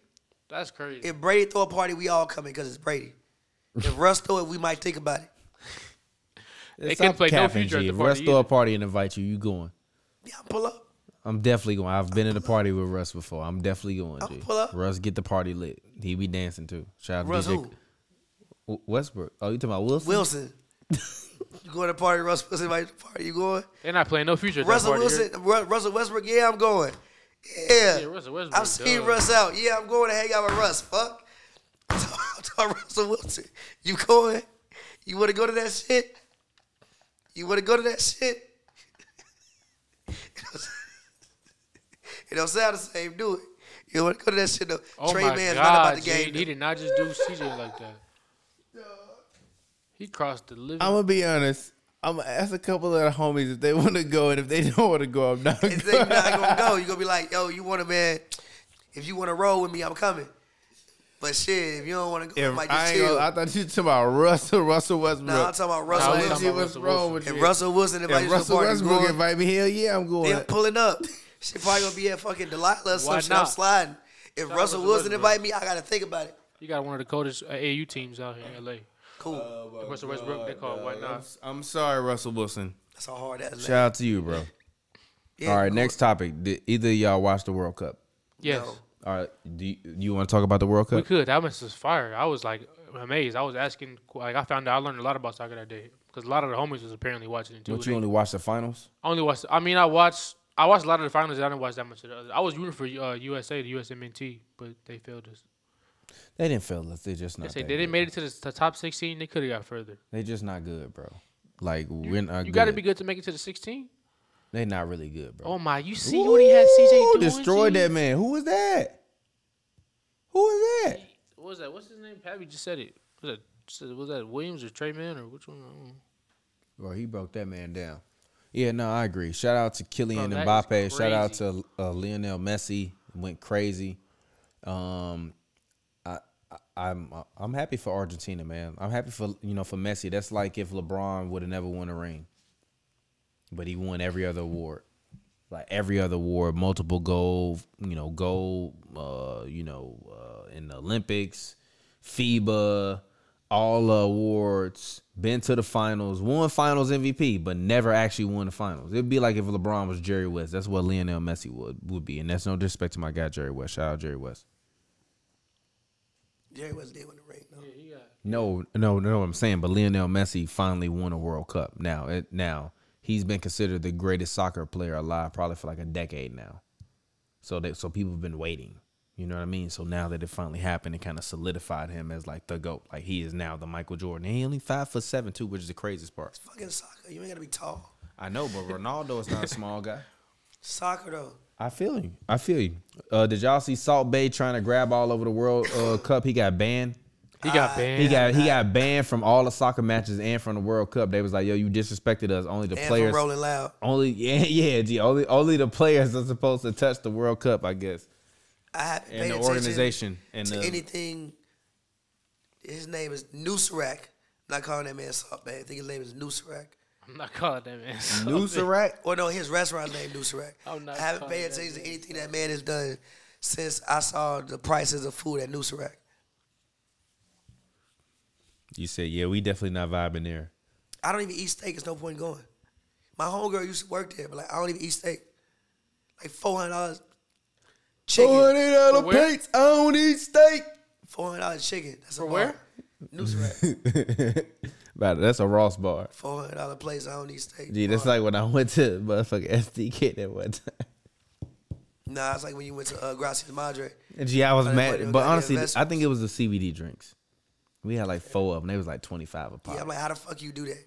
[SPEAKER 4] That's crazy.
[SPEAKER 2] If Brady throw a party, we all coming because it's Brady. If Russ throw it, we might think about it.
[SPEAKER 4] They couldn't play no future at the
[SPEAKER 3] If
[SPEAKER 4] party
[SPEAKER 3] Russ throw
[SPEAKER 4] either.
[SPEAKER 3] a party and invite you, you going.
[SPEAKER 2] Yeah, I'm pull up.
[SPEAKER 3] I'm definitely going. I've been in a party with Russ before. I'm definitely going.
[SPEAKER 2] I'll
[SPEAKER 3] G.
[SPEAKER 2] pull up.
[SPEAKER 3] Russ get the party lit. He be dancing too. Shout out
[SPEAKER 2] Russ
[SPEAKER 3] to DJ
[SPEAKER 2] who?
[SPEAKER 3] W- Westbrook. Oh, you talking about Wilson?
[SPEAKER 2] Wilson. [LAUGHS] you going to party? Russ Wilson invite you to party. You going?
[SPEAKER 4] They're not playing no future. at that
[SPEAKER 2] Russell
[SPEAKER 4] party.
[SPEAKER 2] Wilson. Ru- Russell Westbrook. Yeah, I'm going. Yeah.
[SPEAKER 4] Yeah, Russell Westbrook,
[SPEAKER 2] I've seen
[SPEAKER 4] duh.
[SPEAKER 2] Russ out. Yeah, I'm going to hang out with Russ. Fuck. [LAUGHS] I'm talking about Russell Wilson. You going? You want to go to that shit? You want to go to that shit? [LAUGHS] it don't sound the same, do it? You want to go to that shit though?
[SPEAKER 4] Oh
[SPEAKER 2] Trey
[SPEAKER 4] my
[SPEAKER 2] Man's
[SPEAKER 4] God,
[SPEAKER 2] not about the
[SPEAKER 4] G,
[SPEAKER 2] game.
[SPEAKER 4] He
[SPEAKER 2] though.
[SPEAKER 4] did not just do CJ like that. He crossed the living.
[SPEAKER 5] I'm gonna be honest. I'm gonna ask a couple of the homies if they [LAUGHS] want to go, and if they don't want to go, I'm not.
[SPEAKER 2] If they not
[SPEAKER 3] [LAUGHS]
[SPEAKER 4] [LAUGHS]
[SPEAKER 2] gonna go, you gonna be like, yo, you want to man? If you want to roll with me, I'm coming. But shit, if you don't want to go, I
[SPEAKER 5] If
[SPEAKER 2] might
[SPEAKER 5] I,
[SPEAKER 2] just
[SPEAKER 5] ain't
[SPEAKER 2] chill.
[SPEAKER 5] gonna, I thought you were talking about Russell Russell Westbrook.
[SPEAKER 2] Nah, I'm talking about Russell.
[SPEAKER 4] Nah, we
[SPEAKER 2] Wilson.
[SPEAKER 4] talking
[SPEAKER 5] Lindsay,
[SPEAKER 4] about
[SPEAKER 5] what's
[SPEAKER 4] Russell
[SPEAKER 5] wrong
[SPEAKER 4] Wilson.
[SPEAKER 5] with
[SPEAKER 2] If
[SPEAKER 5] you?
[SPEAKER 2] Russell Wilson invites
[SPEAKER 5] if
[SPEAKER 2] you to
[SPEAKER 5] Russell
[SPEAKER 2] party, you
[SPEAKER 5] Westbrook
[SPEAKER 2] going,
[SPEAKER 5] invite me, hell yeah, I'm going.
[SPEAKER 2] they're pulling
[SPEAKER 3] [LAUGHS]
[SPEAKER 2] up. She probably gonna be at fucking Delilah or some
[SPEAKER 4] Why
[SPEAKER 2] shit. I'm
[SPEAKER 4] not?
[SPEAKER 2] sliding. If
[SPEAKER 4] out
[SPEAKER 2] Russell
[SPEAKER 4] Russell
[SPEAKER 2] Wilson
[SPEAKER 4] Westbrook.
[SPEAKER 2] invite me, I gotta think about it.
[SPEAKER 4] You got one of the coldest uh, AU teams out here in LA.
[SPEAKER 2] Cool.
[SPEAKER 4] Russell Westbrook, they call it White
[SPEAKER 3] I'm,
[SPEAKER 4] Knots.
[SPEAKER 3] I'm sorry, Russell Wilson.
[SPEAKER 2] That's how hard that is.
[SPEAKER 3] Shout out to you, bro.
[SPEAKER 2] Yeah,
[SPEAKER 3] All right,
[SPEAKER 2] cool.
[SPEAKER 3] next topic. Did either of y'all watch the World Cup?
[SPEAKER 4] Yes,
[SPEAKER 2] No.
[SPEAKER 3] All right, do you, you want to talk about the World
[SPEAKER 4] we
[SPEAKER 3] Cup?
[SPEAKER 4] could. That was just fire. I was like amazed. I was asking. Like I found out. I learned a lot about soccer that day because a lot of the homies was apparently watching it too.
[SPEAKER 3] But you
[SPEAKER 4] They-
[SPEAKER 3] only watched the finals.
[SPEAKER 4] I only watched. I mean, I watched. I watched a lot of the finals. I didn't watch that much of the other. I was rooting for uh, USA, the USMNT, but they failed us.
[SPEAKER 3] They didn't fail us. They just not.
[SPEAKER 4] They say
[SPEAKER 3] that
[SPEAKER 4] they
[SPEAKER 3] good.
[SPEAKER 4] didn't made it to the, the top 16. They could have got further.
[SPEAKER 3] They just not good, bro. Like we're not.
[SPEAKER 4] You got to be good to make it to the 16.
[SPEAKER 3] They not really good, bro.
[SPEAKER 4] Oh my! You see what he had CJ
[SPEAKER 3] Ooh,
[SPEAKER 4] doing?
[SPEAKER 3] destroyed
[SPEAKER 4] G?
[SPEAKER 3] that man. Who was that? Who was that?
[SPEAKER 4] What was that? What's his name? Pappy just said it. Was that was that Williams or Trey Man or which one? I don't know.
[SPEAKER 3] Bro, he broke that man down. Yeah, no, I agree. Shout out to Killian
[SPEAKER 4] Bro, that is
[SPEAKER 3] Mbappe. Shout out to uh, Lionel Messi. Went crazy. Um, I, I I'm I'm happy for Argentina, man. I'm happy for you know for Messi. That's like if LeBron would have never won a ring, but he won every other award, like every other award, multiple gold, you know, gold, uh, you know, uh, in the Olympics, FIBA, all the awards, been to the finals, won finals MVP, but never actually won the finals. It'd be like if LeBron was Jerry West. That's what Lionel Messi would would be, and that's no disrespect to my guy Jerry West. Shout out Jerry West.
[SPEAKER 2] Jerry West did win the ring. though.
[SPEAKER 3] No, no, no. What I'm saying, but Lionel Messi finally won a World Cup. Now, it, now he's been considered the greatest soccer player alive, probably for like a decade now. So that so people have been waiting. You know what I mean? So now that it finally happened, it kind of solidified him as like the goat. Like he is now the Michael Jordan. And he only five foot seven too, which is the craziest part.
[SPEAKER 2] Fucking soccer. You ain't gotta be tall.
[SPEAKER 3] I know, but Ronaldo is not a small guy.
[SPEAKER 2] Soccer though.
[SPEAKER 3] [LAUGHS] I feel you. I feel you. Uh, did y'all see Salt Bay trying to grab all over the World uh, Cup? He got banned.
[SPEAKER 4] He got banned.
[SPEAKER 3] He got he got banned from all the soccer matches and from the World Cup. They was like, "Yo, you disrespected us. Only the
[SPEAKER 2] And
[SPEAKER 3] players,
[SPEAKER 2] from Rolling Loud.
[SPEAKER 3] only [LAUGHS] yeah, yeah, gee, only only the players are supposed to touch the World Cup, I guess,
[SPEAKER 2] I haven't paid
[SPEAKER 3] and the
[SPEAKER 2] attention
[SPEAKER 3] organization and
[SPEAKER 2] to
[SPEAKER 3] the
[SPEAKER 2] anything. His name is Nusrak. I'm not calling that man Salt Man. I think his name is Nusrak.
[SPEAKER 4] I'm not calling that man. [LAUGHS] So
[SPEAKER 12] New
[SPEAKER 4] big.
[SPEAKER 12] Serac.
[SPEAKER 2] Well, no, his restaurant name Nusrak.
[SPEAKER 4] I'm not
[SPEAKER 2] I haven't
[SPEAKER 4] calling
[SPEAKER 2] paid
[SPEAKER 4] that
[SPEAKER 2] attention to anything that man has done since I saw the prices of food at Nusrak.
[SPEAKER 12] You said, yeah, we definitely not vibing there.
[SPEAKER 2] I don't even eat steak. It's no point in going. My homegirl used to work there, but like I don't even eat steak. Like four hundred dollars
[SPEAKER 3] Oh,
[SPEAKER 2] chicken.
[SPEAKER 12] dollar
[SPEAKER 4] For where?
[SPEAKER 12] I don't eat steak.
[SPEAKER 2] Four hundred dollars chicken. That's
[SPEAKER 4] For
[SPEAKER 2] a
[SPEAKER 4] where?
[SPEAKER 2] Nusrak.
[SPEAKER 12] But that's a Ross bar.
[SPEAKER 2] [LAUGHS] Four hundred dollar place. I don't eat steak.
[SPEAKER 3] Gee, that's
[SPEAKER 2] Bar.
[SPEAKER 3] like when I went to motherfucking SDK that one time.
[SPEAKER 2] nah. It's like when you went to uh, Gracias Madre.
[SPEAKER 3] And [LAUGHS] gee, I was
[SPEAKER 2] But it wasn't
[SPEAKER 3] mad,
[SPEAKER 2] no
[SPEAKER 3] but
[SPEAKER 2] goddamn
[SPEAKER 3] honestly, I
[SPEAKER 2] vegetables.
[SPEAKER 3] think it was the CBD drinks. We had like four of them. They was like twenty five a pop.
[SPEAKER 2] Yeah, I'm like, how the fuck you do that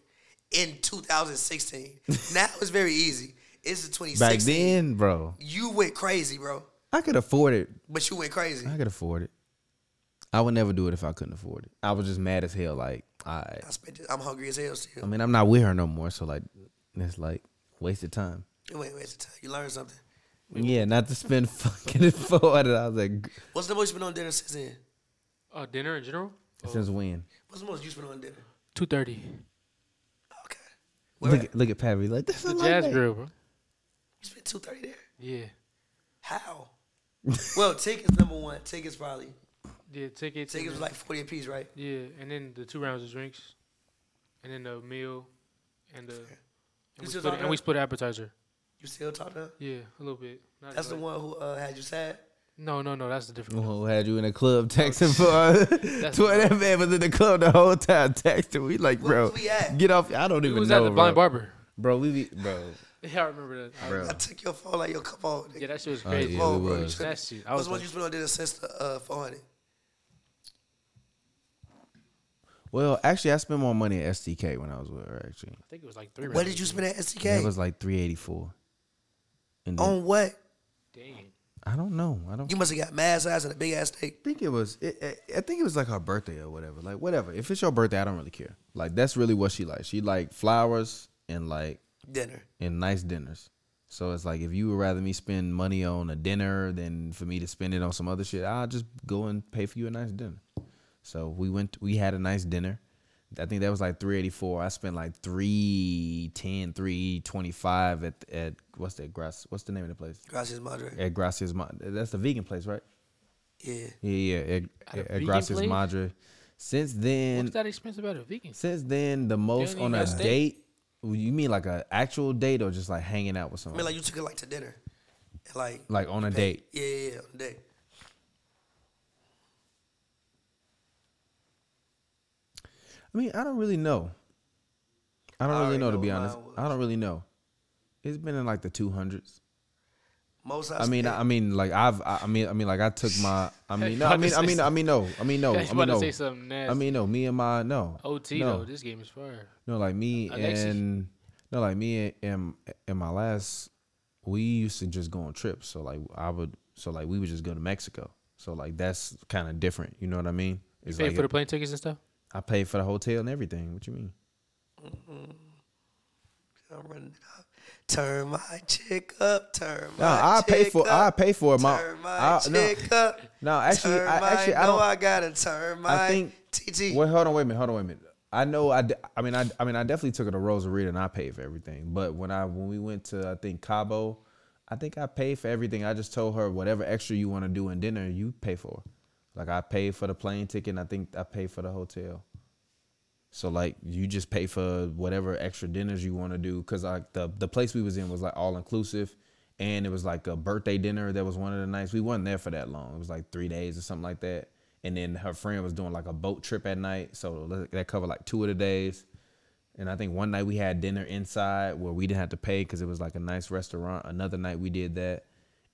[SPEAKER 2] in 2016? [LAUGHS] now it's very easy. It's the 2016.
[SPEAKER 3] Back then, bro,
[SPEAKER 2] you went crazy, bro.
[SPEAKER 3] I could afford it.
[SPEAKER 2] But you went crazy.
[SPEAKER 3] I could afford it. I would never do it if I couldn't afford it. I was just mad as hell. Like, all right.
[SPEAKER 2] I spent. This, I'm hungry as hell
[SPEAKER 3] I
[SPEAKER 2] still.
[SPEAKER 3] mean, I'm not with her no more, so like, it's like wasted time.
[SPEAKER 2] Wait, wait. It's a time. You learned something.
[SPEAKER 3] Yeah, not to spend [LAUGHS] fucking four hundred. I was like,
[SPEAKER 2] What's the most you been on dinner since then?
[SPEAKER 4] Uh, dinner in general?
[SPEAKER 3] since when?
[SPEAKER 2] What's the most you spent on dinner?
[SPEAKER 4] 2.30.
[SPEAKER 2] Okay. Where?
[SPEAKER 3] Look, at- look at Pappy. Like, that's
[SPEAKER 4] The
[SPEAKER 3] a lot
[SPEAKER 4] jazz
[SPEAKER 3] of-
[SPEAKER 4] grill, bro.
[SPEAKER 2] you spent two thirty there.
[SPEAKER 4] Yeah.
[SPEAKER 2] How?
[SPEAKER 3] [LAUGHS]
[SPEAKER 2] well, tickets number one. Tickets probably.
[SPEAKER 4] Yeah, tickets.
[SPEAKER 2] Tickets
[SPEAKER 4] and
[SPEAKER 2] was
[SPEAKER 4] then-
[SPEAKER 2] like forty apiece, right?
[SPEAKER 4] Yeah, and then the two rounds of drinks, and then the meal, and the and, we
[SPEAKER 2] still
[SPEAKER 4] split, and
[SPEAKER 2] talking?
[SPEAKER 4] we split appetizer.
[SPEAKER 2] You still talking to her?
[SPEAKER 4] Yeah, a little bit. Not
[SPEAKER 2] That's the
[SPEAKER 4] like-
[SPEAKER 2] one who uh, had you sad.
[SPEAKER 4] No, no, no. That's the different. one.
[SPEAKER 3] Who had you in a club texting for?
[SPEAKER 4] Oh,
[SPEAKER 3] [LAUGHS]
[SPEAKER 4] That's
[SPEAKER 3] Twenty that man was in the club the whole time texting. We like,
[SPEAKER 2] Where
[SPEAKER 3] bro,
[SPEAKER 2] was we at?
[SPEAKER 3] get off. I don't
[SPEAKER 4] It
[SPEAKER 3] even
[SPEAKER 4] was
[SPEAKER 3] know,
[SPEAKER 4] at the
[SPEAKER 3] bro.
[SPEAKER 4] blind barber.
[SPEAKER 3] Bro, we be bro,
[SPEAKER 4] [LAUGHS] Yeah, I remember that. I-
[SPEAKER 3] bro.
[SPEAKER 2] I took your phone like yo, come on.
[SPEAKER 4] yeah,
[SPEAKER 2] Nigga.
[SPEAKER 4] that shit was
[SPEAKER 3] Oh,
[SPEAKER 4] crazy.
[SPEAKER 3] yeah, it
[SPEAKER 2] bro.
[SPEAKER 3] was.
[SPEAKER 4] That shit. I
[SPEAKER 2] What's
[SPEAKER 4] was
[SPEAKER 2] the most
[SPEAKER 4] like,
[SPEAKER 2] you spent on dinner since the uh, four hundred?
[SPEAKER 3] Well, actually, I spent more money at STK when I was with her. Actually,
[SPEAKER 4] I think it was like three.
[SPEAKER 2] What
[SPEAKER 4] rounds
[SPEAKER 2] did you
[SPEAKER 4] of
[SPEAKER 2] spend at
[SPEAKER 3] it
[SPEAKER 2] STK?
[SPEAKER 3] was like three eighty four. And then,
[SPEAKER 2] on what?
[SPEAKER 4] drinks. Dang.
[SPEAKER 3] I don't know. I don't
[SPEAKER 2] You must have got mad size and a big ass steak.
[SPEAKER 3] think it was. It, it- I think it was like her birthday or whatever. Like whatever. If it's your birthday, I don't really care. Like that's really what she likes. She like flowers and like
[SPEAKER 2] Dinner.
[SPEAKER 3] and nice dinners. So it's like if you would rather me spend money on a dinner than for me to spend it on some other shit, I'll just go and pay for you a nice dinner. So we went we had a nice dinner. I think that was like 384. I spent like 310, 325 at at what's that grass what's the name of the place?
[SPEAKER 2] Gracias Madre.
[SPEAKER 3] At Gracias Ma- that's the vegan place, right?
[SPEAKER 2] Yeah.
[SPEAKER 3] Yeah, yeah, at,
[SPEAKER 4] a
[SPEAKER 3] at,
[SPEAKER 4] vegan
[SPEAKER 3] Gracias
[SPEAKER 4] place?
[SPEAKER 3] Madre. Since then
[SPEAKER 4] What's that expensive at a vegan?
[SPEAKER 3] since then the most
[SPEAKER 4] ain't
[SPEAKER 3] on
[SPEAKER 4] got
[SPEAKER 3] a
[SPEAKER 4] steak?
[SPEAKER 3] date you mean like a actual date or just like hanging out with
[SPEAKER 2] I
[SPEAKER 3] someone?
[SPEAKER 2] mean, like you took it like to dinner, and, like
[SPEAKER 3] like on a date.
[SPEAKER 2] yeah, yeah, yeah, on the date.
[SPEAKER 3] I mean, I don't really know. I don't
[SPEAKER 2] I
[SPEAKER 3] really
[SPEAKER 2] already
[SPEAKER 3] know to
[SPEAKER 2] know
[SPEAKER 3] be
[SPEAKER 2] what
[SPEAKER 3] honest.
[SPEAKER 2] mine was.
[SPEAKER 3] I don't really know. It's been in like the two hundreds.
[SPEAKER 2] Most I,
[SPEAKER 3] I mean,
[SPEAKER 2] spent-
[SPEAKER 3] I, I mean, like I've, I, I mean, I mean, like I took my.
[SPEAKER 2] [LAUGHS]
[SPEAKER 3] I mean, no, I
[SPEAKER 4] About to
[SPEAKER 3] mean, I
[SPEAKER 4] say
[SPEAKER 3] mean, I mean, no, I mean, no,
[SPEAKER 4] I
[SPEAKER 3] I
[SPEAKER 4] was
[SPEAKER 3] mean,
[SPEAKER 4] about to
[SPEAKER 3] no.
[SPEAKER 4] say something nasty.
[SPEAKER 3] I mean, no. Me and my no.
[SPEAKER 4] OT
[SPEAKER 3] no,
[SPEAKER 4] though, this game is fire.
[SPEAKER 3] no, like me
[SPEAKER 4] Alexis.
[SPEAKER 3] and no, like me and, and and my last, we used to just go on trips. So like I would, so like we would just go to Mexico. So like that's kind of different. You know what I mean? It's
[SPEAKER 4] Pay
[SPEAKER 3] like
[SPEAKER 4] for the plane tickets and stuff.
[SPEAKER 3] I paid for the hotel and everything. What you mean?
[SPEAKER 2] I'm running it up. Turn my chick up, turn my
[SPEAKER 3] No, I
[SPEAKER 2] chick
[SPEAKER 3] pay for I
[SPEAKER 2] up,
[SPEAKER 3] pay for my
[SPEAKER 2] turn my
[SPEAKER 3] I, no,
[SPEAKER 2] chick up.
[SPEAKER 3] [LAUGHS] no actually
[SPEAKER 2] turn
[SPEAKER 3] I
[SPEAKER 2] my,
[SPEAKER 3] actually I
[SPEAKER 2] know
[SPEAKER 3] don't
[SPEAKER 2] I gotta turn my
[SPEAKER 3] think-
[SPEAKER 2] TT.
[SPEAKER 3] well hold on wait a minute hold on wait a minute I know I, d- I mean I I mean I definitely took her to Rosarita and I paid for everything but when I when we went to I think Cabo I think I paid for everything I just told her whatever extra you want to do in dinner you pay for like I paid for the plane ticket and I think I paid for the hotel so like you just pay for whatever extra dinners you want to do because like the the place we was in was like all inclusive, and it was like a birthday dinner that was one of the nights. We wasn't there for that long. It was like three days or something like that. And then her friend was doing like a boat trip at night, so that- that covered like two of the days. And I think one night we had dinner inside where we didn't have to pay because it was like a nice restaurant. Another night we did that,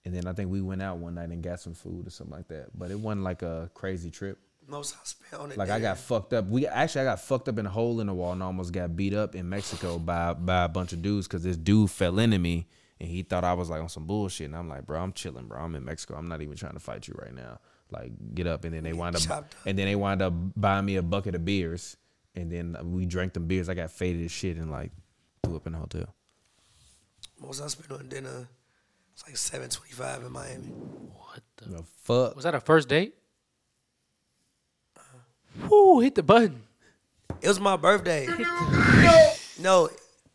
[SPEAKER 3] and then I think we went out one night and got some food or something like that. But it wasn't like a crazy trip.
[SPEAKER 2] Most I spent on it.
[SPEAKER 3] Like I got fucked up. We actually I got fucked up in a hole in the wall and almost got beat up in Mexico by by a bunch of dudes because this dude fell into me and he thought I was like on some bullshit and I'm like, bro, I'm chilling, bro. I'm in Mexico. I'm not even trying to fight you right now. Like get up and then they wind up,
[SPEAKER 2] chopped up.
[SPEAKER 3] and then they wind up buying me a bucket of beers and then we drank them beers. I got faded as shit and like threw up in the hotel.
[SPEAKER 2] most I spent on dinner. It's like seven twenty five in Miami.
[SPEAKER 4] What the?
[SPEAKER 3] The fuck.
[SPEAKER 4] Was that a first date? Whoo! Hit the button.
[SPEAKER 2] It was my birthday. [LAUGHS] no,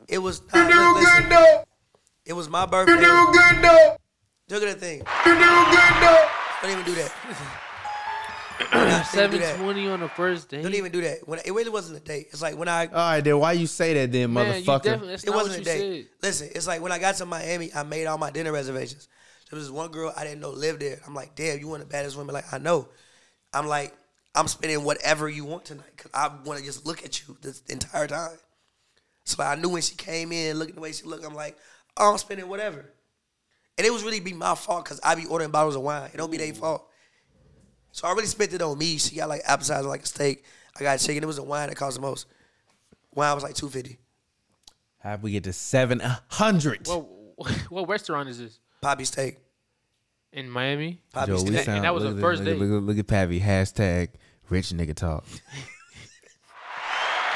[SPEAKER 2] It was. You do good though. It was my birthday. You do good though. Look at that thing. You do good though. Don't even do that. Don't even do that.
[SPEAKER 4] 720 on the first day.
[SPEAKER 2] Don't even do that. When it really wasn't a date. It's like when I
[SPEAKER 5] All right, then why you say that then,
[SPEAKER 4] Man, you
[SPEAKER 5] motherfucker?
[SPEAKER 4] definitely- that's
[SPEAKER 2] it
[SPEAKER 4] not
[SPEAKER 2] wasn't a
[SPEAKER 4] what you
[SPEAKER 2] date.
[SPEAKER 4] said.
[SPEAKER 2] Listen, it's like when I got to Miami, I made all my dinner reservations. There was this one girl I didn't know lived there. I'm like, damn, you one of the baddest women. Like, I know. I'm like, I'm spending whatever you want tonight because I want to just look at you this entire time. So like, I knew when she came in, looking the way she looked, I'm like, oh, I'm spending whatever. And it was really be my fault because I be ordering bottles of wine. It don't be their fault. So I really spent it on me. She got like appetizer, like a steak. I got chicken. It was the wine that cost the most. Wine was like two fifty.
[SPEAKER 5] How we get to seven hundred?
[SPEAKER 4] Well, what [LAUGHS] restaurant is this?
[SPEAKER 2] Poppy steak.
[SPEAKER 4] In Miami?
[SPEAKER 2] Poppy
[SPEAKER 5] Yo,
[SPEAKER 2] steak.
[SPEAKER 5] we
[SPEAKER 4] And
[SPEAKER 5] sound,
[SPEAKER 4] that was
[SPEAKER 5] look
[SPEAKER 4] the
[SPEAKER 5] at-
[SPEAKER 4] first
[SPEAKER 3] Look, at-
[SPEAKER 4] date.
[SPEAKER 3] look, at- look at Pappy. Hashtag rich nigga talk.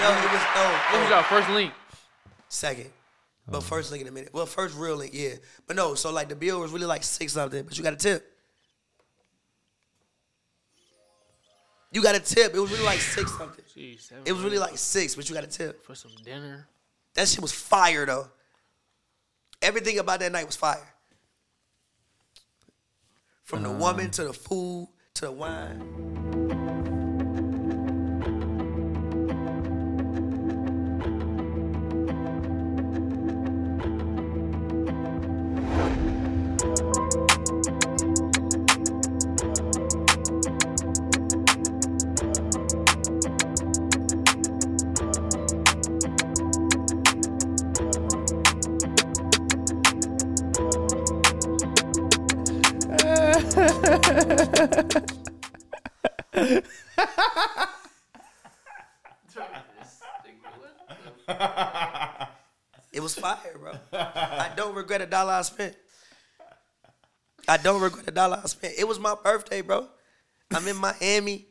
[SPEAKER 2] No, it was no.
[SPEAKER 4] What was
[SPEAKER 2] no.
[SPEAKER 4] our first link?
[SPEAKER 2] Second.
[SPEAKER 5] Oh.
[SPEAKER 2] But first link in a minute. Well, first real link, yeah. But no, so like the bill was really like six something, but you got a tip. You got a tip. It was really like six something.
[SPEAKER 4] Jeez, seven
[SPEAKER 2] It was really
[SPEAKER 4] hundred
[SPEAKER 2] like six, but you got a tip.
[SPEAKER 4] for some dinner. [LAUGHS]
[SPEAKER 2] That shit was fire though. Everything about that night was fire. From the
[SPEAKER 5] Um.
[SPEAKER 2] woman to the food to the wine. It was fire, bro. I don't regret a dollar I spent. I don't regret a dollar I spent. It was my birthday, bro. I'm in Miami.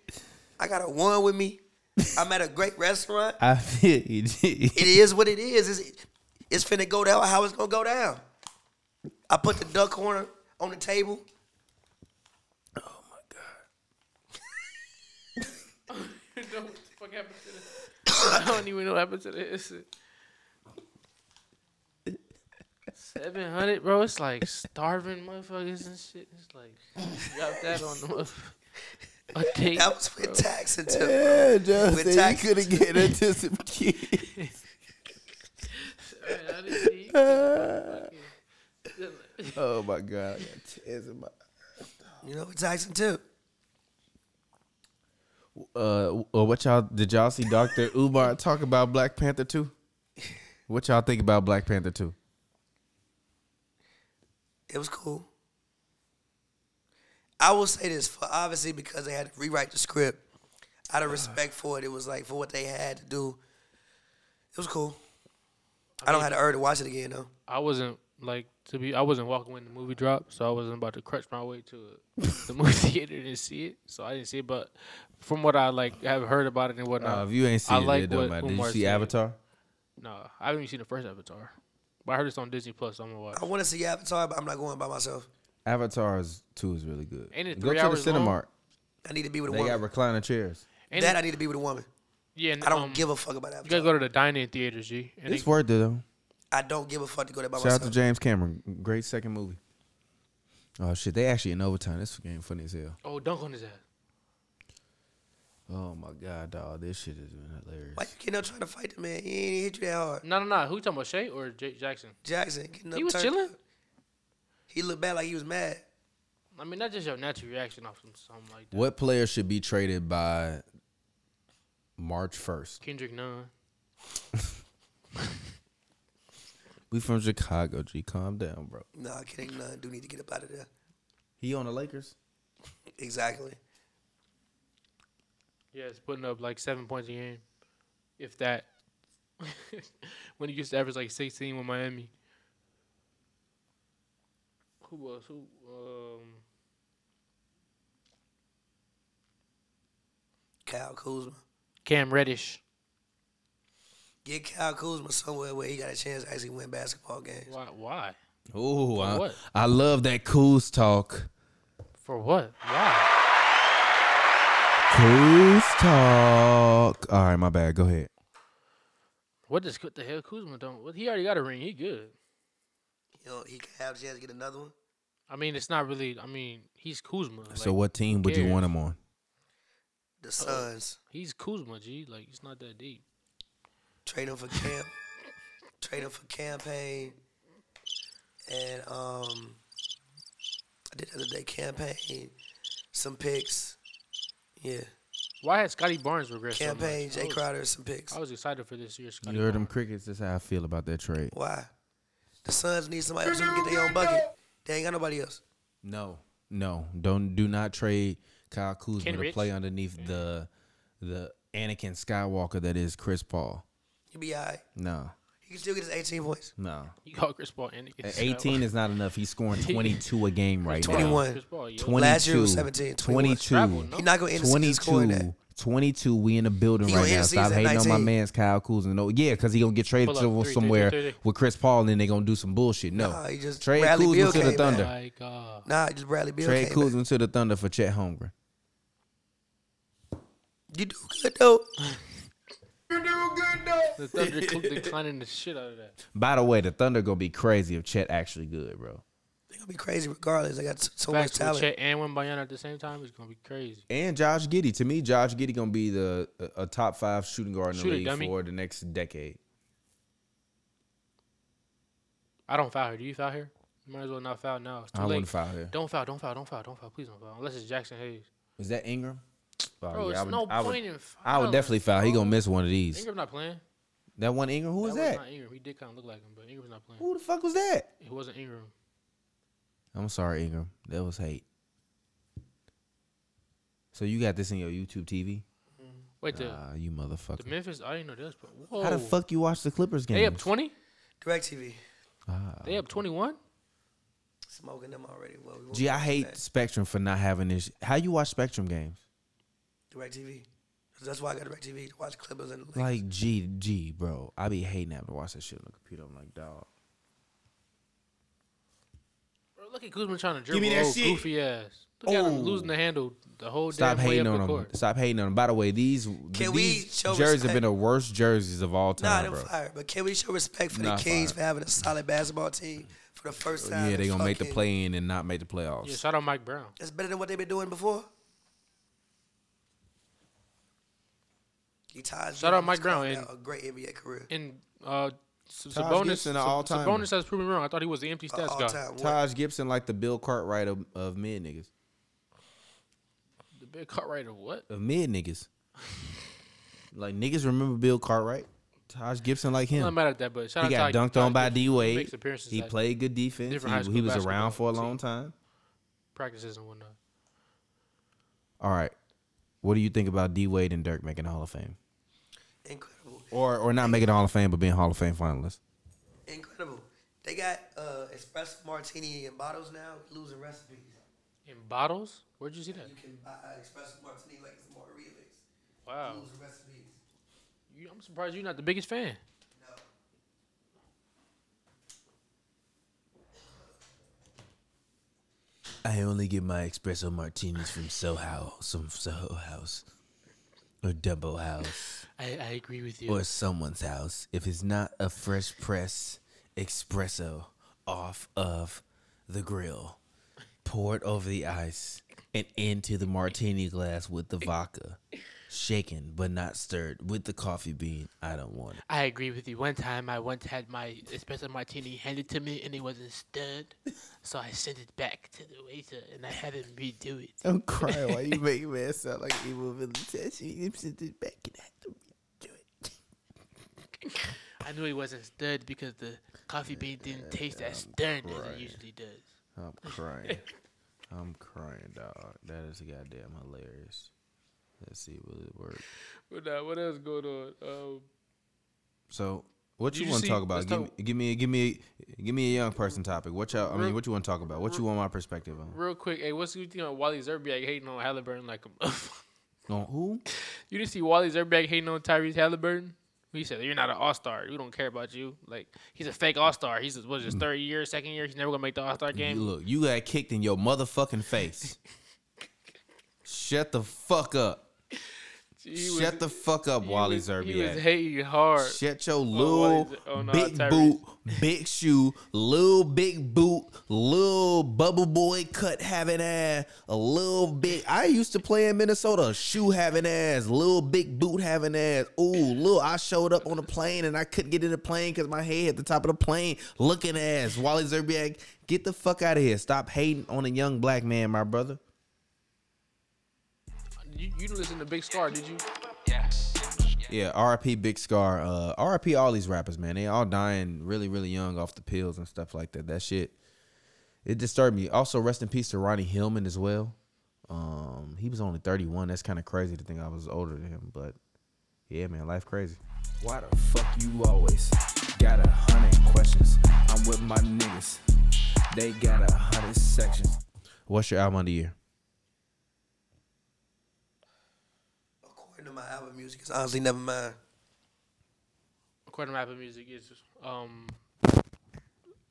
[SPEAKER 2] I got a one with me. I'm at a great restaurant.
[SPEAKER 5] [LAUGHS] I feel you.
[SPEAKER 2] It is what it is. It's, it's finna go down how it's gonna go down. I put the duck corner on the table.
[SPEAKER 4] I don't even know what happened to this. Seven hundred, bro. It's like starving motherfuckers and shit. It's like drop that on the motherfucker. A date,
[SPEAKER 2] That was with tax and
[SPEAKER 5] [LAUGHS]
[SPEAKER 2] tip.
[SPEAKER 5] yeah, Joe
[SPEAKER 2] With said you taxes.
[SPEAKER 5] couldn't get
[SPEAKER 3] [LAUGHS]
[SPEAKER 5] into some kids.
[SPEAKER 4] 700, G.
[SPEAKER 5] oh my god, I got tears in my.
[SPEAKER 2] You know, with tax and tip.
[SPEAKER 3] Uh, uh, what y'all did y'all
[SPEAKER 5] [LAUGHS]
[SPEAKER 3] see Doctor Umar talk about Black Panther two? What y'all think about Black Panther two?
[SPEAKER 2] It was cool. I will say this for obviously because they had to rewrite the script. Out of
[SPEAKER 4] Uh-huh.
[SPEAKER 2] respect for it, it was like for what they had to do. It was cool. I, don't have the urge to watch it again though.
[SPEAKER 4] I wasn't like to be. I wasn't walking when the movie dropped, so I wasn't about to crutch my way to
[SPEAKER 3] [LAUGHS]
[SPEAKER 4] the movie theater and see it. So I didn't see it, but from what I like have heard about it and whatnot,
[SPEAKER 3] Uh, if you ain't seen
[SPEAKER 4] I
[SPEAKER 3] it,
[SPEAKER 4] like
[SPEAKER 3] it don't
[SPEAKER 4] what
[SPEAKER 3] matter. Did you
[SPEAKER 4] Umar
[SPEAKER 3] see
[SPEAKER 4] said.
[SPEAKER 3] Avatar?
[SPEAKER 4] no, I haven't even seen the first Avatar, but I heard it's on Disney Plus. So I'm gonna watch.
[SPEAKER 2] I want to see Avatar, but I'm not going by myself.
[SPEAKER 3] Avatar's two is really good.
[SPEAKER 4] Ain't it
[SPEAKER 3] Go
[SPEAKER 4] three
[SPEAKER 3] to
[SPEAKER 4] hours
[SPEAKER 3] the
[SPEAKER 4] long?
[SPEAKER 3] Cinemark.
[SPEAKER 2] I need to be with a
[SPEAKER 5] They got
[SPEAKER 2] woman.
[SPEAKER 5] recliner chairs.
[SPEAKER 4] And
[SPEAKER 2] That I need to be with a woman.
[SPEAKER 4] yeah, and,
[SPEAKER 2] I don't
[SPEAKER 4] um,
[SPEAKER 2] give a fuck about
[SPEAKER 4] You
[SPEAKER 2] Avatar.
[SPEAKER 4] gotta go to the dining theaters, G. And
[SPEAKER 3] It's
[SPEAKER 4] they-
[SPEAKER 3] worth it though.
[SPEAKER 2] I don't give a fuck to go there by
[SPEAKER 3] Shout out to
[SPEAKER 2] myself.
[SPEAKER 3] James Cameron. Great second movie. Oh shit, they actually in overtime. This game funny as hell.
[SPEAKER 4] oh, dunk on his ass.
[SPEAKER 3] Oh my god, dog, this shit has been hilarious.
[SPEAKER 2] Why you getting up trying to fight the man? He ain't hit you that hard.
[SPEAKER 4] No, no, no. Who you talking about, Shay or Jake Jackson?
[SPEAKER 2] Jackson getting up.
[SPEAKER 4] He was
[SPEAKER 2] turned-
[SPEAKER 4] chilling.
[SPEAKER 2] He looked bad like he was mad.
[SPEAKER 4] I mean, that's just your natural reaction off some something like that.
[SPEAKER 3] What player should be traded by March first?
[SPEAKER 4] Kendrick Nunn.
[SPEAKER 3] We from Chicago, G. Calm down, bro.
[SPEAKER 2] Nah, kidding. Nah, do need to get up out of there.
[SPEAKER 3] He on the Lakers.
[SPEAKER 2] Exactly.
[SPEAKER 4] Yeah, it's putting up like seven points a game, if that. [LAUGHS] when he used to average like 16 with Miami. Who else? Who? Um,
[SPEAKER 2] Kyle Kuzma.
[SPEAKER 4] Cam Reddish.
[SPEAKER 2] Get Kyle Kuzma somewhere where he got a chance to actually win basketball games.
[SPEAKER 4] Why? Why?
[SPEAKER 3] Oh, I,
[SPEAKER 4] what?
[SPEAKER 3] I love that Coos talk.
[SPEAKER 4] For what? Why?
[SPEAKER 3] Coos talk. All right, my bad. Go ahead.
[SPEAKER 4] What does what the hell Kuzma don't? What, he already got a ring. He good.
[SPEAKER 2] You know, he could have a chance to get another one.
[SPEAKER 4] I mean, it's not really. I mean, he's Kuzma. Like,
[SPEAKER 3] so what team would you
[SPEAKER 4] cares?
[SPEAKER 3] want him on?
[SPEAKER 2] The Suns
[SPEAKER 4] He's Kuzma, G. Like it's not that deep.
[SPEAKER 2] trade him for
[SPEAKER 4] [LAUGHS]
[SPEAKER 2] camp, trade him for campaign, and um, I did the other day campaign, some picks, yeah,
[SPEAKER 4] Why has Scotty Barnes regressed? so much?
[SPEAKER 2] campaign, Jay
[SPEAKER 4] I was,
[SPEAKER 2] Crowder, some picks.
[SPEAKER 4] I was excited for this year's Scotty.
[SPEAKER 3] You heard
[SPEAKER 4] Barnes.
[SPEAKER 3] them crickets. That's how I feel about that trade.
[SPEAKER 2] Why? The Suns need somebody else who can get their own bucket. They ain't got nobody else.
[SPEAKER 3] No, no, don't do not trade Kyle Kuzma
[SPEAKER 4] Ken
[SPEAKER 3] to
[SPEAKER 4] Rich?
[SPEAKER 3] play underneath the the Anakin Skywalker that is Chris Paul.
[SPEAKER 2] You be all right.
[SPEAKER 3] No,
[SPEAKER 2] He can still get his 18 points.
[SPEAKER 3] no.
[SPEAKER 4] You call Chris Paul and
[SPEAKER 3] At 18 is not enough. He's scoring
[SPEAKER 4] [LAUGHS]
[SPEAKER 3] 22 a game right now.
[SPEAKER 2] 21.
[SPEAKER 4] Chris Paul, yo.
[SPEAKER 3] 22,
[SPEAKER 2] Last year was 17, 21.
[SPEAKER 3] 22,
[SPEAKER 2] He not gonna end the season scoring that.
[SPEAKER 3] 22, 22, we in the building
[SPEAKER 2] He gonna
[SPEAKER 3] right
[SPEAKER 2] end
[SPEAKER 3] now.
[SPEAKER 2] the
[SPEAKER 3] Stop
[SPEAKER 2] season at
[SPEAKER 3] hating on my
[SPEAKER 2] 19.
[SPEAKER 3] man's Kyle Kuzma. No, yeah, because he gonna get traded
[SPEAKER 4] Pull up.
[SPEAKER 3] to
[SPEAKER 4] Three, three,
[SPEAKER 3] somewhere
[SPEAKER 4] three, three.
[SPEAKER 3] with Chris Paul, and then they gonna do some bullshit. No,
[SPEAKER 2] Nah, he just-
[SPEAKER 3] trade
[SPEAKER 2] Bradley
[SPEAKER 3] Kuzma
[SPEAKER 2] Beal
[SPEAKER 3] to the
[SPEAKER 2] came back.
[SPEAKER 3] Thunder.
[SPEAKER 4] My God.
[SPEAKER 2] Nah, just Bradley Beal. came
[SPEAKER 3] Trade
[SPEAKER 2] back.
[SPEAKER 3] Kuzma to the Thunder for Chet Holmgren.
[SPEAKER 2] You do good though.
[SPEAKER 4] The Thunder
[SPEAKER 3] [LAUGHS]
[SPEAKER 4] cl- declining the shit out of that.
[SPEAKER 3] By the way, the Thunder gonna be crazy if Chet actually good, bro.
[SPEAKER 2] They gonna be crazy regardless. They got so- so much
[SPEAKER 4] Facts with
[SPEAKER 2] talent.
[SPEAKER 4] Chet and Wimbayana at the same time is gonna be crazy.
[SPEAKER 3] And Josh Giddy. To me, Josh Giddy gonna be the a, a top five shooting guard in the
[SPEAKER 4] Shoot it,
[SPEAKER 3] league
[SPEAKER 4] dummy.
[SPEAKER 3] for the next decade.
[SPEAKER 4] I don't foul here. Do you foul here? You might as well not foul now. It's too
[SPEAKER 3] I
[SPEAKER 4] late.
[SPEAKER 3] wouldn't foul here.
[SPEAKER 4] Don't foul. Don't foul. Don't foul. Don't foul. Please don't foul. Unless it's Jackson Hayes.
[SPEAKER 3] Is that Ingram? Oh,
[SPEAKER 4] Bro,
[SPEAKER 3] yeah,
[SPEAKER 4] it's
[SPEAKER 3] I would,
[SPEAKER 4] no
[SPEAKER 3] I would,
[SPEAKER 4] point in
[SPEAKER 3] I would
[SPEAKER 4] fouling,
[SPEAKER 3] definitely foul. He gonna miss one of these.
[SPEAKER 4] Ingram not playing.
[SPEAKER 3] That one Ingram. Who was that?
[SPEAKER 4] not Ingram. He did kind of look like him, but Ingram's not playing.
[SPEAKER 3] Who the fuck was that?
[SPEAKER 4] It wasn't Ingram.
[SPEAKER 3] I'm sorry, Ingram. That was hate. So you got this in your YouTube TV?
[SPEAKER 4] Wait, the,
[SPEAKER 3] Ah, you
[SPEAKER 4] the
[SPEAKER 3] motherfucker.
[SPEAKER 4] Memphis. I didn't know this. But whoa.
[SPEAKER 3] How the fuck you watch the Clippers game?
[SPEAKER 4] They up twenty.
[SPEAKER 2] Direct TV.
[SPEAKER 4] They up twenty one.
[SPEAKER 2] Smoking them already. Well, we won't
[SPEAKER 3] Gee, I
[SPEAKER 2] get
[SPEAKER 3] hate
[SPEAKER 2] that.
[SPEAKER 3] Spectrum for not having this. How you watch Spectrum games?
[SPEAKER 2] Direct TV. That's why I got Direct TV to watch Clippers and the Lakers.
[SPEAKER 3] Like, gee, gee, bro. I be hating having to watch that shit on the computer. I'm like, dog.
[SPEAKER 4] Bro, look at Kuzma trying to dribble.
[SPEAKER 3] me that
[SPEAKER 4] old
[SPEAKER 3] shit. Oh.
[SPEAKER 4] goofy ass. Look at him losing the handle the whole
[SPEAKER 3] Stop
[SPEAKER 4] damn way
[SPEAKER 3] hating
[SPEAKER 4] up
[SPEAKER 3] on
[SPEAKER 4] the
[SPEAKER 3] them.
[SPEAKER 4] court.
[SPEAKER 3] Stop hating on them. By the way, these
[SPEAKER 2] Can we
[SPEAKER 3] these
[SPEAKER 2] show
[SPEAKER 3] jerseys have
[SPEAKER 2] respect?
[SPEAKER 3] been the worst jerseys of all
[SPEAKER 2] nah,
[SPEAKER 3] time,
[SPEAKER 2] them
[SPEAKER 3] bro.
[SPEAKER 2] fire. But can we show respect for
[SPEAKER 3] Nah,
[SPEAKER 2] the Kings
[SPEAKER 3] fire.
[SPEAKER 2] for having a solid basketball team for the first time?
[SPEAKER 3] Yeah, they
[SPEAKER 2] in
[SPEAKER 3] gonna make the
[SPEAKER 2] fucking-
[SPEAKER 3] play in and not make the playoffs.
[SPEAKER 4] Yeah, shout out Mike Brown.
[SPEAKER 2] That's better than what they've been doing before. He ties
[SPEAKER 4] Shout out Mike Brown and-
[SPEAKER 2] A great NBA career.
[SPEAKER 4] And uh, S-
[SPEAKER 3] Taj
[SPEAKER 4] Sabonis,
[SPEAKER 3] Gibson, an
[SPEAKER 4] Sab-
[SPEAKER 3] all-timer.
[SPEAKER 4] Sabonis has proven me wrong. I thought he was the empty
[SPEAKER 2] Uh,
[SPEAKER 4] stats
[SPEAKER 2] all
[SPEAKER 4] guy.
[SPEAKER 2] time. What?
[SPEAKER 3] Taj Gibson like the Bill Cartwright of, of mid niggas.
[SPEAKER 4] The big Cartwright or what?
[SPEAKER 3] Of mid
[SPEAKER 4] [LAUGHS]
[SPEAKER 3] niggas. like niggas remember Bill Cartwright. Taj Gibson like
[SPEAKER 4] I'm not
[SPEAKER 3] him.
[SPEAKER 4] mad at that, but shout
[SPEAKER 3] He
[SPEAKER 4] out
[SPEAKER 3] got
[SPEAKER 4] to
[SPEAKER 3] dunked on by D Wade.
[SPEAKER 4] makes appearances
[SPEAKER 3] He
[SPEAKER 4] at
[SPEAKER 3] played good defense.
[SPEAKER 4] different high
[SPEAKER 3] He,
[SPEAKER 4] school
[SPEAKER 3] he was
[SPEAKER 4] basketball
[SPEAKER 3] around for a
[SPEAKER 4] team.
[SPEAKER 3] long time.
[SPEAKER 4] practices and whatnot.
[SPEAKER 3] All right. What do you think about D Wade and Dirk making the Hall of Fame?
[SPEAKER 2] Incredible.
[SPEAKER 3] Or or not making the Hall of Fame but being Hall of Fame finalists.
[SPEAKER 2] Incredible. They got uh, espresso martini in bottles now, losing recipes.
[SPEAKER 4] In bottles? Where'd you see that?
[SPEAKER 2] You can buy an espresso martini like it's margarita mix.
[SPEAKER 4] Wow.
[SPEAKER 2] Losing recipes.
[SPEAKER 4] You, I'm surprised you're not the biggest fan.
[SPEAKER 2] No.
[SPEAKER 3] I only get my espresso martinis from Soho, some Soho House, or Dumbo House,
[SPEAKER 4] I, I agree with you.
[SPEAKER 3] or someone's house. If it's not a fresh press espresso off of the grill, poured over the ice and into the martini glass with the vodka, shaken but not stirred with the coffee bean, I don't want it.
[SPEAKER 4] I agree with you. One time I once had my espresso martini handed to me and it wasn't stirred, so I sent it back to the waiter and I had him redo it.
[SPEAKER 3] [LAUGHS] Don't cry while you make man sound like evil villain. You send it back and have to do it.
[SPEAKER 4] I knew it wasn't stirred because the coffee bean didn't taste as stirred as it usually does.
[SPEAKER 3] I'm crying. I'm crying, dog. That is goddamn hilarious. Let's see, will it work?
[SPEAKER 4] But uh, what else going on? Um,
[SPEAKER 3] So, what
[SPEAKER 4] Did
[SPEAKER 3] you,
[SPEAKER 4] you
[SPEAKER 3] want to
[SPEAKER 4] see-
[SPEAKER 3] talk about?
[SPEAKER 4] let's
[SPEAKER 3] Give,
[SPEAKER 4] talk-
[SPEAKER 3] me, give me, give me, give me a young person topic. What y'all? I mean, what you want to talk about? What you want my perspective on?
[SPEAKER 4] real quick, hey, what's you think on Wally Zerbiak hating on Halliburton like a [LAUGHS] motherfucker?
[SPEAKER 3] On who?
[SPEAKER 4] You didn't see Wally Zerbiak hating on Tyrese Halliburton? He said, You're not an all star. We don't care about you. Like, he's a fake all star. He's, what is his third year, second year? He's never going to make the all star
[SPEAKER 3] You,
[SPEAKER 4] game.
[SPEAKER 3] look, you got kicked in your motherfucking face. Shut the fuck up. Shut the fuck up, Wally
[SPEAKER 11] was, He was
[SPEAKER 3] Zerbiak.
[SPEAKER 11] hating hard.
[SPEAKER 3] Shut your
[SPEAKER 11] Wally
[SPEAKER 3] little
[SPEAKER 11] Z- oh, no,
[SPEAKER 3] big
[SPEAKER 11] Tyrese.
[SPEAKER 3] boot, big shoe, little big boot, little bubble boy cut having ass, a little big. I used to play in Minnesota, shoe having ass, little big boot having ass. Ooh, little. I showed up on a plane and I couldn't get in the plane because my head at the top of the plane looking ass. Wally Zerbiak, get the fuck out of here. Stop hating on a young black man, my brother.
[SPEAKER 11] You, you didn't listen to Big Star, did you?
[SPEAKER 3] Yeah, RIP Big Scar. Uh, RIP all these rappers, man. They all dying really, really young off the pills and stuff like that. That shit, it disturbed me. Also, rest in peace to Ronnie Hillman as well. Um, he was only 31. That's kind of crazy to think I was older than him, but yeah, man, life crazy.
[SPEAKER 13] Why the fuck you always got a hundred questions? I'm with my niggas. They got a hundred sections.
[SPEAKER 3] What's your album of the year?
[SPEAKER 2] According to my album music, it's honestly never mind.
[SPEAKER 4] According to Apple Music, is um,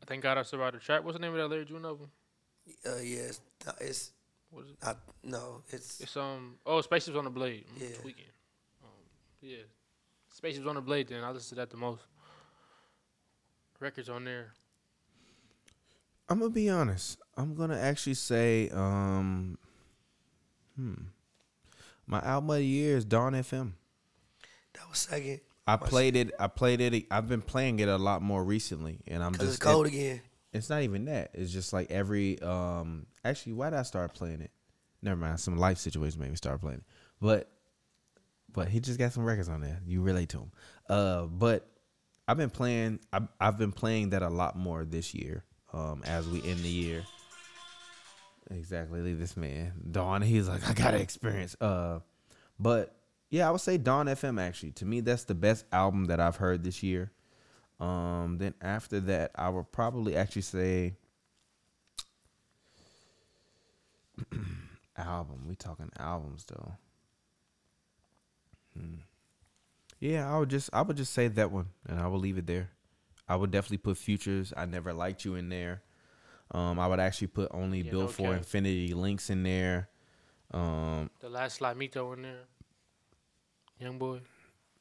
[SPEAKER 4] thank God I survived the trap. What's the name of that Larry June album?
[SPEAKER 2] Uh, yeah, it's not, it's
[SPEAKER 4] What is it?
[SPEAKER 2] not, no, it's
[SPEAKER 4] It's um, oh, Spaceships on the Blade. I'm
[SPEAKER 2] Yeah.
[SPEAKER 4] tweaking. Um, yeah, Spaceships on the Blade. Then I listen to that the most. Records on there.
[SPEAKER 3] I'm gonna be honest. I'm gonna actually say, um, hmm, my album of the year is Dawn FM.
[SPEAKER 2] that was second
[SPEAKER 3] I played it. I played it. I've been playing it a lot more recently, and I'm
[SPEAKER 2] because
[SPEAKER 3] just
[SPEAKER 2] it's cold again.
[SPEAKER 3] it's not even that. It's just like every um actually why did I start playing it? Never mind, some life situations made me start playing it. But but he just got some records on there. You relate to him. Uh but I've been playing I've, I've been playing that a lot more this year. Um as we end the year. Exactly. Leave this man. Dawn, he's like, I gotta experience. Uh but yeah, I would say Dawn FM actually. To me, that's the best album that I've heard this year. Um, then after that, I would probably actually say [CLEARS THROAT] album. We talking albums though. Hmm. Yeah, I would just I would just say that one, and I will leave it there. I would definitely put futures. I never liked you in there. Um, I would actually put only
[SPEAKER 4] Yeah,
[SPEAKER 3] built
[SPEAKER 4] no
[SPEAKER 3] for
[SPEAKER 4] cap.
[SPEAKER 3] infinity links in there. Um,
[SPEAKER 4] The last Slimito in there. Young boy.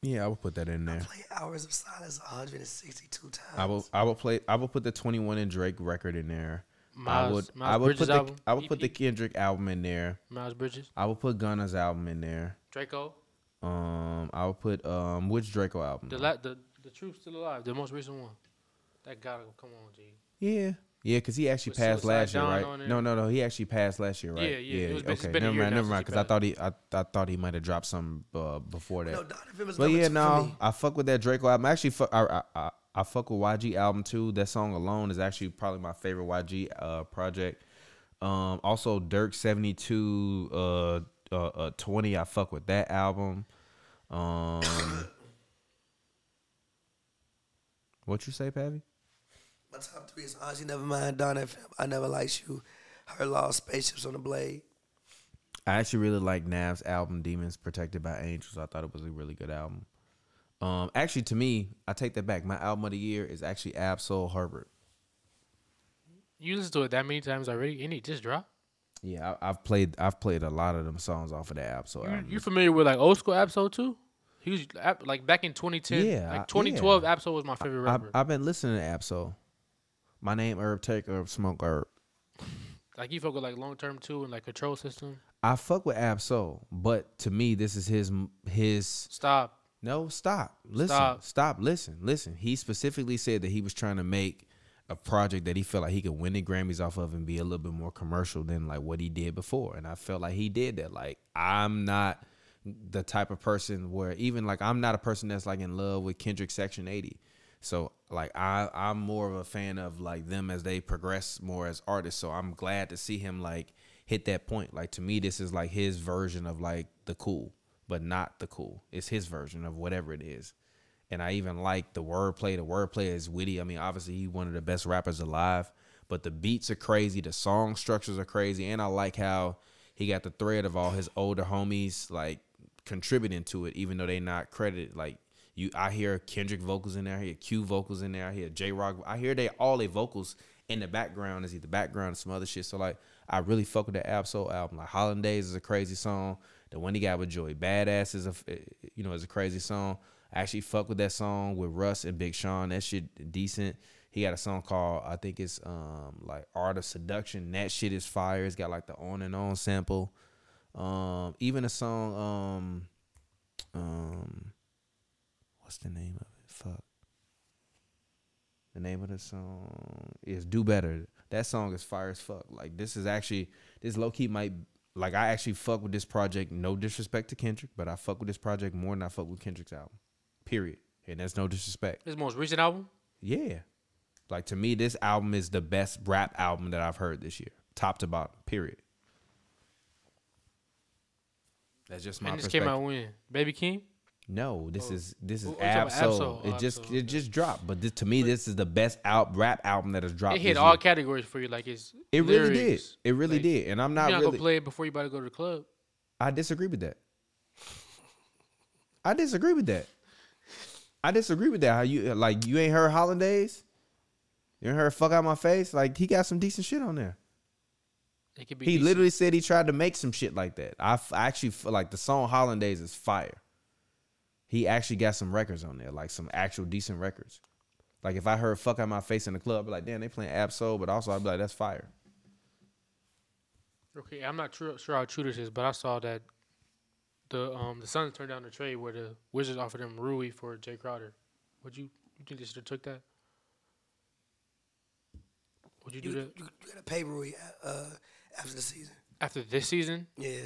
[SPEAKER 3] yeah, I would put that in there.
[SPEAKER 2] Play hours of silence 162 times.
[SPEAKER 3] I will I will play I will put the 21 and Drake record in there. I
[SPEAKER 4] Miles-
[SPEAKER 3] would
[SPEAKER 4] Miles
[SPEAKER 3] I would
[SPEAKER 4] Bridges
[SPEAKER 3] put the
[SPEAKER 4] album, E
[SPEAKER 3] I would put the
[SPEAKER 4] EP.
[SPEAKER 3] Kendrick album in there.
[SPEAKER 4] Miles Bridges.
[SPEAKER 3] I would put Gunna's album in there.
[SPEAKER 4] Draco.
[SPEAKER 3] Um I would put um which Draco album?
[SPEAKER 4] The
[SPEAKER 3] though?
[SPEAKER 4] la- the the truth still alive. The most recent one. That gotta come on, G.
[SPEAKER 3] yeah. Yeah, because he actually
[SPEAKER 4] With
[SPEAKER 3] passed
[SPEAKER 4] Suicide
[SPEAKER 3] last year,
[SPEAKER 4] Dawn
[SPEAKER 3] right?
[SPEAKER 4] on there.
[SPEAKER 3] No, no, no. He actually passed last year, right?
[SPEAKER 4] Yeah, yeah, it was- it's
[SPEAKER 3] okay,
[SPEAKER 4] been a
[SPEAKER 3] never
[SPEAKER 4] year
[SPEAKER 3] mind, never
[SPEAKER 4] now since
[SPEAKER 3] mind.
[SPEAKER 4] he
[SPEAKER 3] Because I
[SPEAKER 4] passed.
[SPEAKER 3] thought he, I, I thought he might have dropped some uh, before that.
[SPEAKER 2] No, Don FM is
[SPEAKER 3] But
[SPEAKER 2] number two
[SPEAKER 3] yeah,
[SPEAKER 2] for
[SPEAKER 3] no,
[SPEAKER 2] me.
[SPEAKER 3] I fuck with that Draco album. Actually, fuck, I, I, I, I fuck with YG album too. That song alone is actually probably my favorite YG uh, project. Um, also Dirk seventy two uh, uh, uh twenty. I fuck with that album. Um, [COUGHS] what you say, Pavi?
[SPEAKER 2] My top three is honestly never mind. Don FM, I never liked you. Her lost spaceships on the blade.
[SPEAKER 3] I actually really like Nav's album Demons Protected by Angels. I thought it was a really good album. Um, actually, to me, I take that back. My album of the year is actually Absol Herbert.
[SPEAKER 4] You listen to it that many times already, and it just dropped.
[SPEAKER 3] Yeah, I, I've played I've played a lot of them songs off of the app. So
[SPEAKER 4] You,
[SPEAKER 3] I'm-
[SPEAKER 4] you familiar with like old school Absol too? He was Ab- like back in 2010,
[SPEAKER 3] Yeah, I-
[SPEAKER 4] like 2012. Absol was my favorite
[SPEAKER 3] I've,
[SPEAKER 4] rapper.
[SPEAKER 3] I've been listening to Absol. My name Herb Take Herb Smoke Herb.
[SPEAKER 4] like he fuck with like long term too, and like control system.
[SPEAKER 3] I fuck with Absol, but to me this is his his
[SPEAKER 4] Stop.
[SPEAKER 3] no stop listen stop.
[SPEAKER 4] Stop.
[SPEAKER 3] listen listen. He specifically said that he was trying to make a project that he felt like he could win the Grammys off of and be a little bit more commercial than like what he did before. And I felt like he did that. Like I'm not the type of person where even like I'm not a person that's like in love with Kendrick Section 80. So like I I'm more of a fan of like them as they progress more as artists. So I'm glad to see him like hit that point. Like to me this is like his version of like the cool, but not the cool. It's his version of whatever it is. And I even like the wordplay. The wordplay is witty. I mean, obviously he's one of the best rappers alive, but the beats are crazy, the song structures are crazy, and I like how he got the thread of all his older homies like contributing to it, even though they not credited. Like you, I hear Kendrick vocals in there, I hear Q vocals in there, I hear J Rock, I hear they all their vocals in the background is either background or some other shit. So like, I really fuck with the Absol album. Like Hollandaise is a crazy song. The one he got with Joey Badass is a f- eh, you know is a crazy song. I actually fuck with that song with Russ and Big Sean. That shit decent. He got a song called I think it's um like Art of Seduction. That shit is fire. It's got like the on and on sample. Um, even a song um um what's the name of it? Fuck. The name of the song is Do Better. That song is fire as fuck. Like this is actually this low key might like I actually fuck with this project. No disrespect to Kendrick, but I fuck with this project more than I fuck with Kendrick's album. Period. And that's no disrespect.
[SPEAKER 4] His most recent album?
[SPEAKER 3] Yeah. Like to me, this album is the best rap album that I've heard this year, top to bottom. Period. That's just my
[SPEAKER 4] and this
[SPEAKER 3] perspective.
[SPEAKER 4] came out when? Baby King?
[SPEAKER 3] No, this is this is
[SPEAKER 4] oh, you're talking
[SPEAKER 3] Absol.
[SPEAKER 4] about Absol.
[SPEAKER 3] It
[SPEAKER 4] Oh,
[SPEAKER 3] just
[SPEAKER 4] Absol,
[SPEAKER 3] it just dropped, but this, to me, this is the best out rap album that has dropped.
[SPEAKER 4] It hit
[SPEAKER 3] this
[SPEAKER 4] all
[SPEAKER 3] year.
[SPEAKER 4] categories for you. Like it's
[SPEAKER 3] It really did.
[SPEAKER 4] lyrics.
[SPEAKER 3] It really
[SPEAKER 4] Like,
[SPEAKER 3] did, and I'm
[SPEAKER 4] You're
[SPEAKER 3] not
[SPEAKER 4] not
[SPEAKER 3] really.
[SPEAKER 4] gonna play it before you about to go to the club.
[SPEAKER 3] I disagree with that. I disagree with that. I disagree with that. How you like you ain't heard Hollandaise? You ain't heard fuck out my face? Like he got some decent shit on there.
[SPEAKER 4] It could be.
[SPEAKER 3] He
[SPEAKER 4] decent.
[SPEAKER 3] literally said he tried to make some shit like that. I, f- I actually feel like the song Hollandaise is fire. He actually got some records on there, like some actual decent records. Like if I heard "fuck out my face" in the club, I'd be like, damn, they playing Absol, but also I'd be like, that's fire.
[SPEAKER 4] Okay, I'm not true, sure how true this is, but I saw that the um the Suns turned down the trade where the Wizards offered him Rui for Jay Crowder. Would you you think they should have took that? Would you do
[SPEAKER 2] You, you,
[SPEAKER 4] that
[SPEAKER 2] you gotta pay Rui uh, after the season.
[SPEAKER 4] after this season?
[SPEAKER 2] Yeah,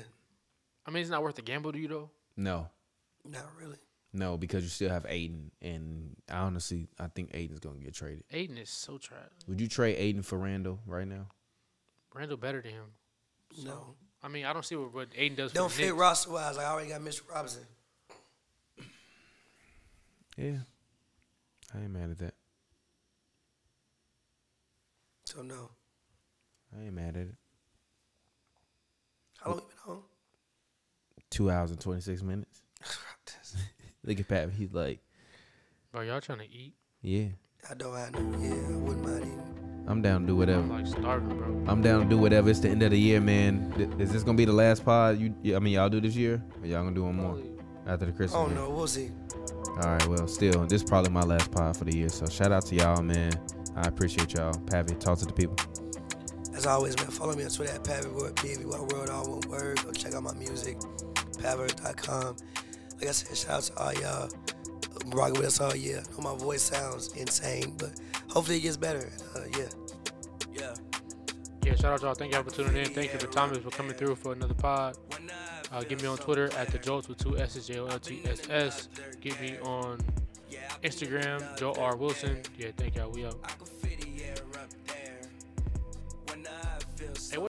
[SPEAKER 4] I mean, it's not worth the gamble to you though.
[SPEAKER 3] No,
[SPEAKER 2] not really.
[SPEAKER 3] no, because you still have Aiden, and I honestly, I think Aiden's gonna get traded.
[SPEAKER 4] Aiden is so trash.
[SPEAKER 3] Would you trade Aiden for Randall right now?
[SPEAKER 4] Randall better than him.
[SPEAKER 2] no,
[SPEAKER 4] I mean, I don't see what, what Aiden does.
[SPEAKER 2] don't
[SPEAKER 4] for the
[SPEAKER 2] fit
[SPEAKER 4] Knicks.
[SPEAKER 2] roster wise. Like, I already got Mr. Robinson.
[SPEAKER 3] Yeah, I ain't mad at that.
[SPEAKER 2] So no.
[SPEAKER 3] I ain't mad at it.
[SPEAKER 2] How long you been home?
[SPEAKER 3] Two hours and twenty six minutes. Look at Pat. He's like,
[SPEAKER 4] Bro, y'all trying to eat?
[SPEAKER 3] yeah,
[SPEAKER 2] [SIGHS] I don't have no. Yeah, I wouldn't mind eating.
[SPEAKER 3] I'm down to do
[SPEAKER 4] I'm
[SPEAKER 3] whatever.
[SPEAKER 4] like starving, bro.
[SPEAKER 3] I'm down to do whatever. It's the end of the year, man. Th- Is this gonna be the last pod? You, yeah, I mean, y'all do this year, or y'all gonna do one more after the Christmas?
[SPEAKER 2] Oh
[SPEAKER 3] game?
[SPEAKER 2] no, we'll see.
[SPEAKER 3] All right. Well, still, this is probably my last pod for the year. So shout out to y'all, man. I appreciate y'all. Pavi, talk to the people.
[SPEAKER 2] As always, man, follow me on Twitter at Paviworld, P-A-V-Y-World, all one word. Go check out my music, paviworld.com. Like I said, shout out to all y'all uh, rocking with us all year. I know my voice sounds insane, but hopefully it gets better. Uh, yeah.
[SPEAKER 1] Yeah.
[SPEAKER 4] Yeah, shout out to y'all. Thank y'all for tuning in. Thank you for Thomas for coming through for another pod. Uh, get me on Twitter at the Jolts with two S's, J O L T S S. Get me on Instagram, Joel R. Wilson. Yeah, thank y'all. We out.
[SPEAKER 1] I can fit the air up there. When I feel so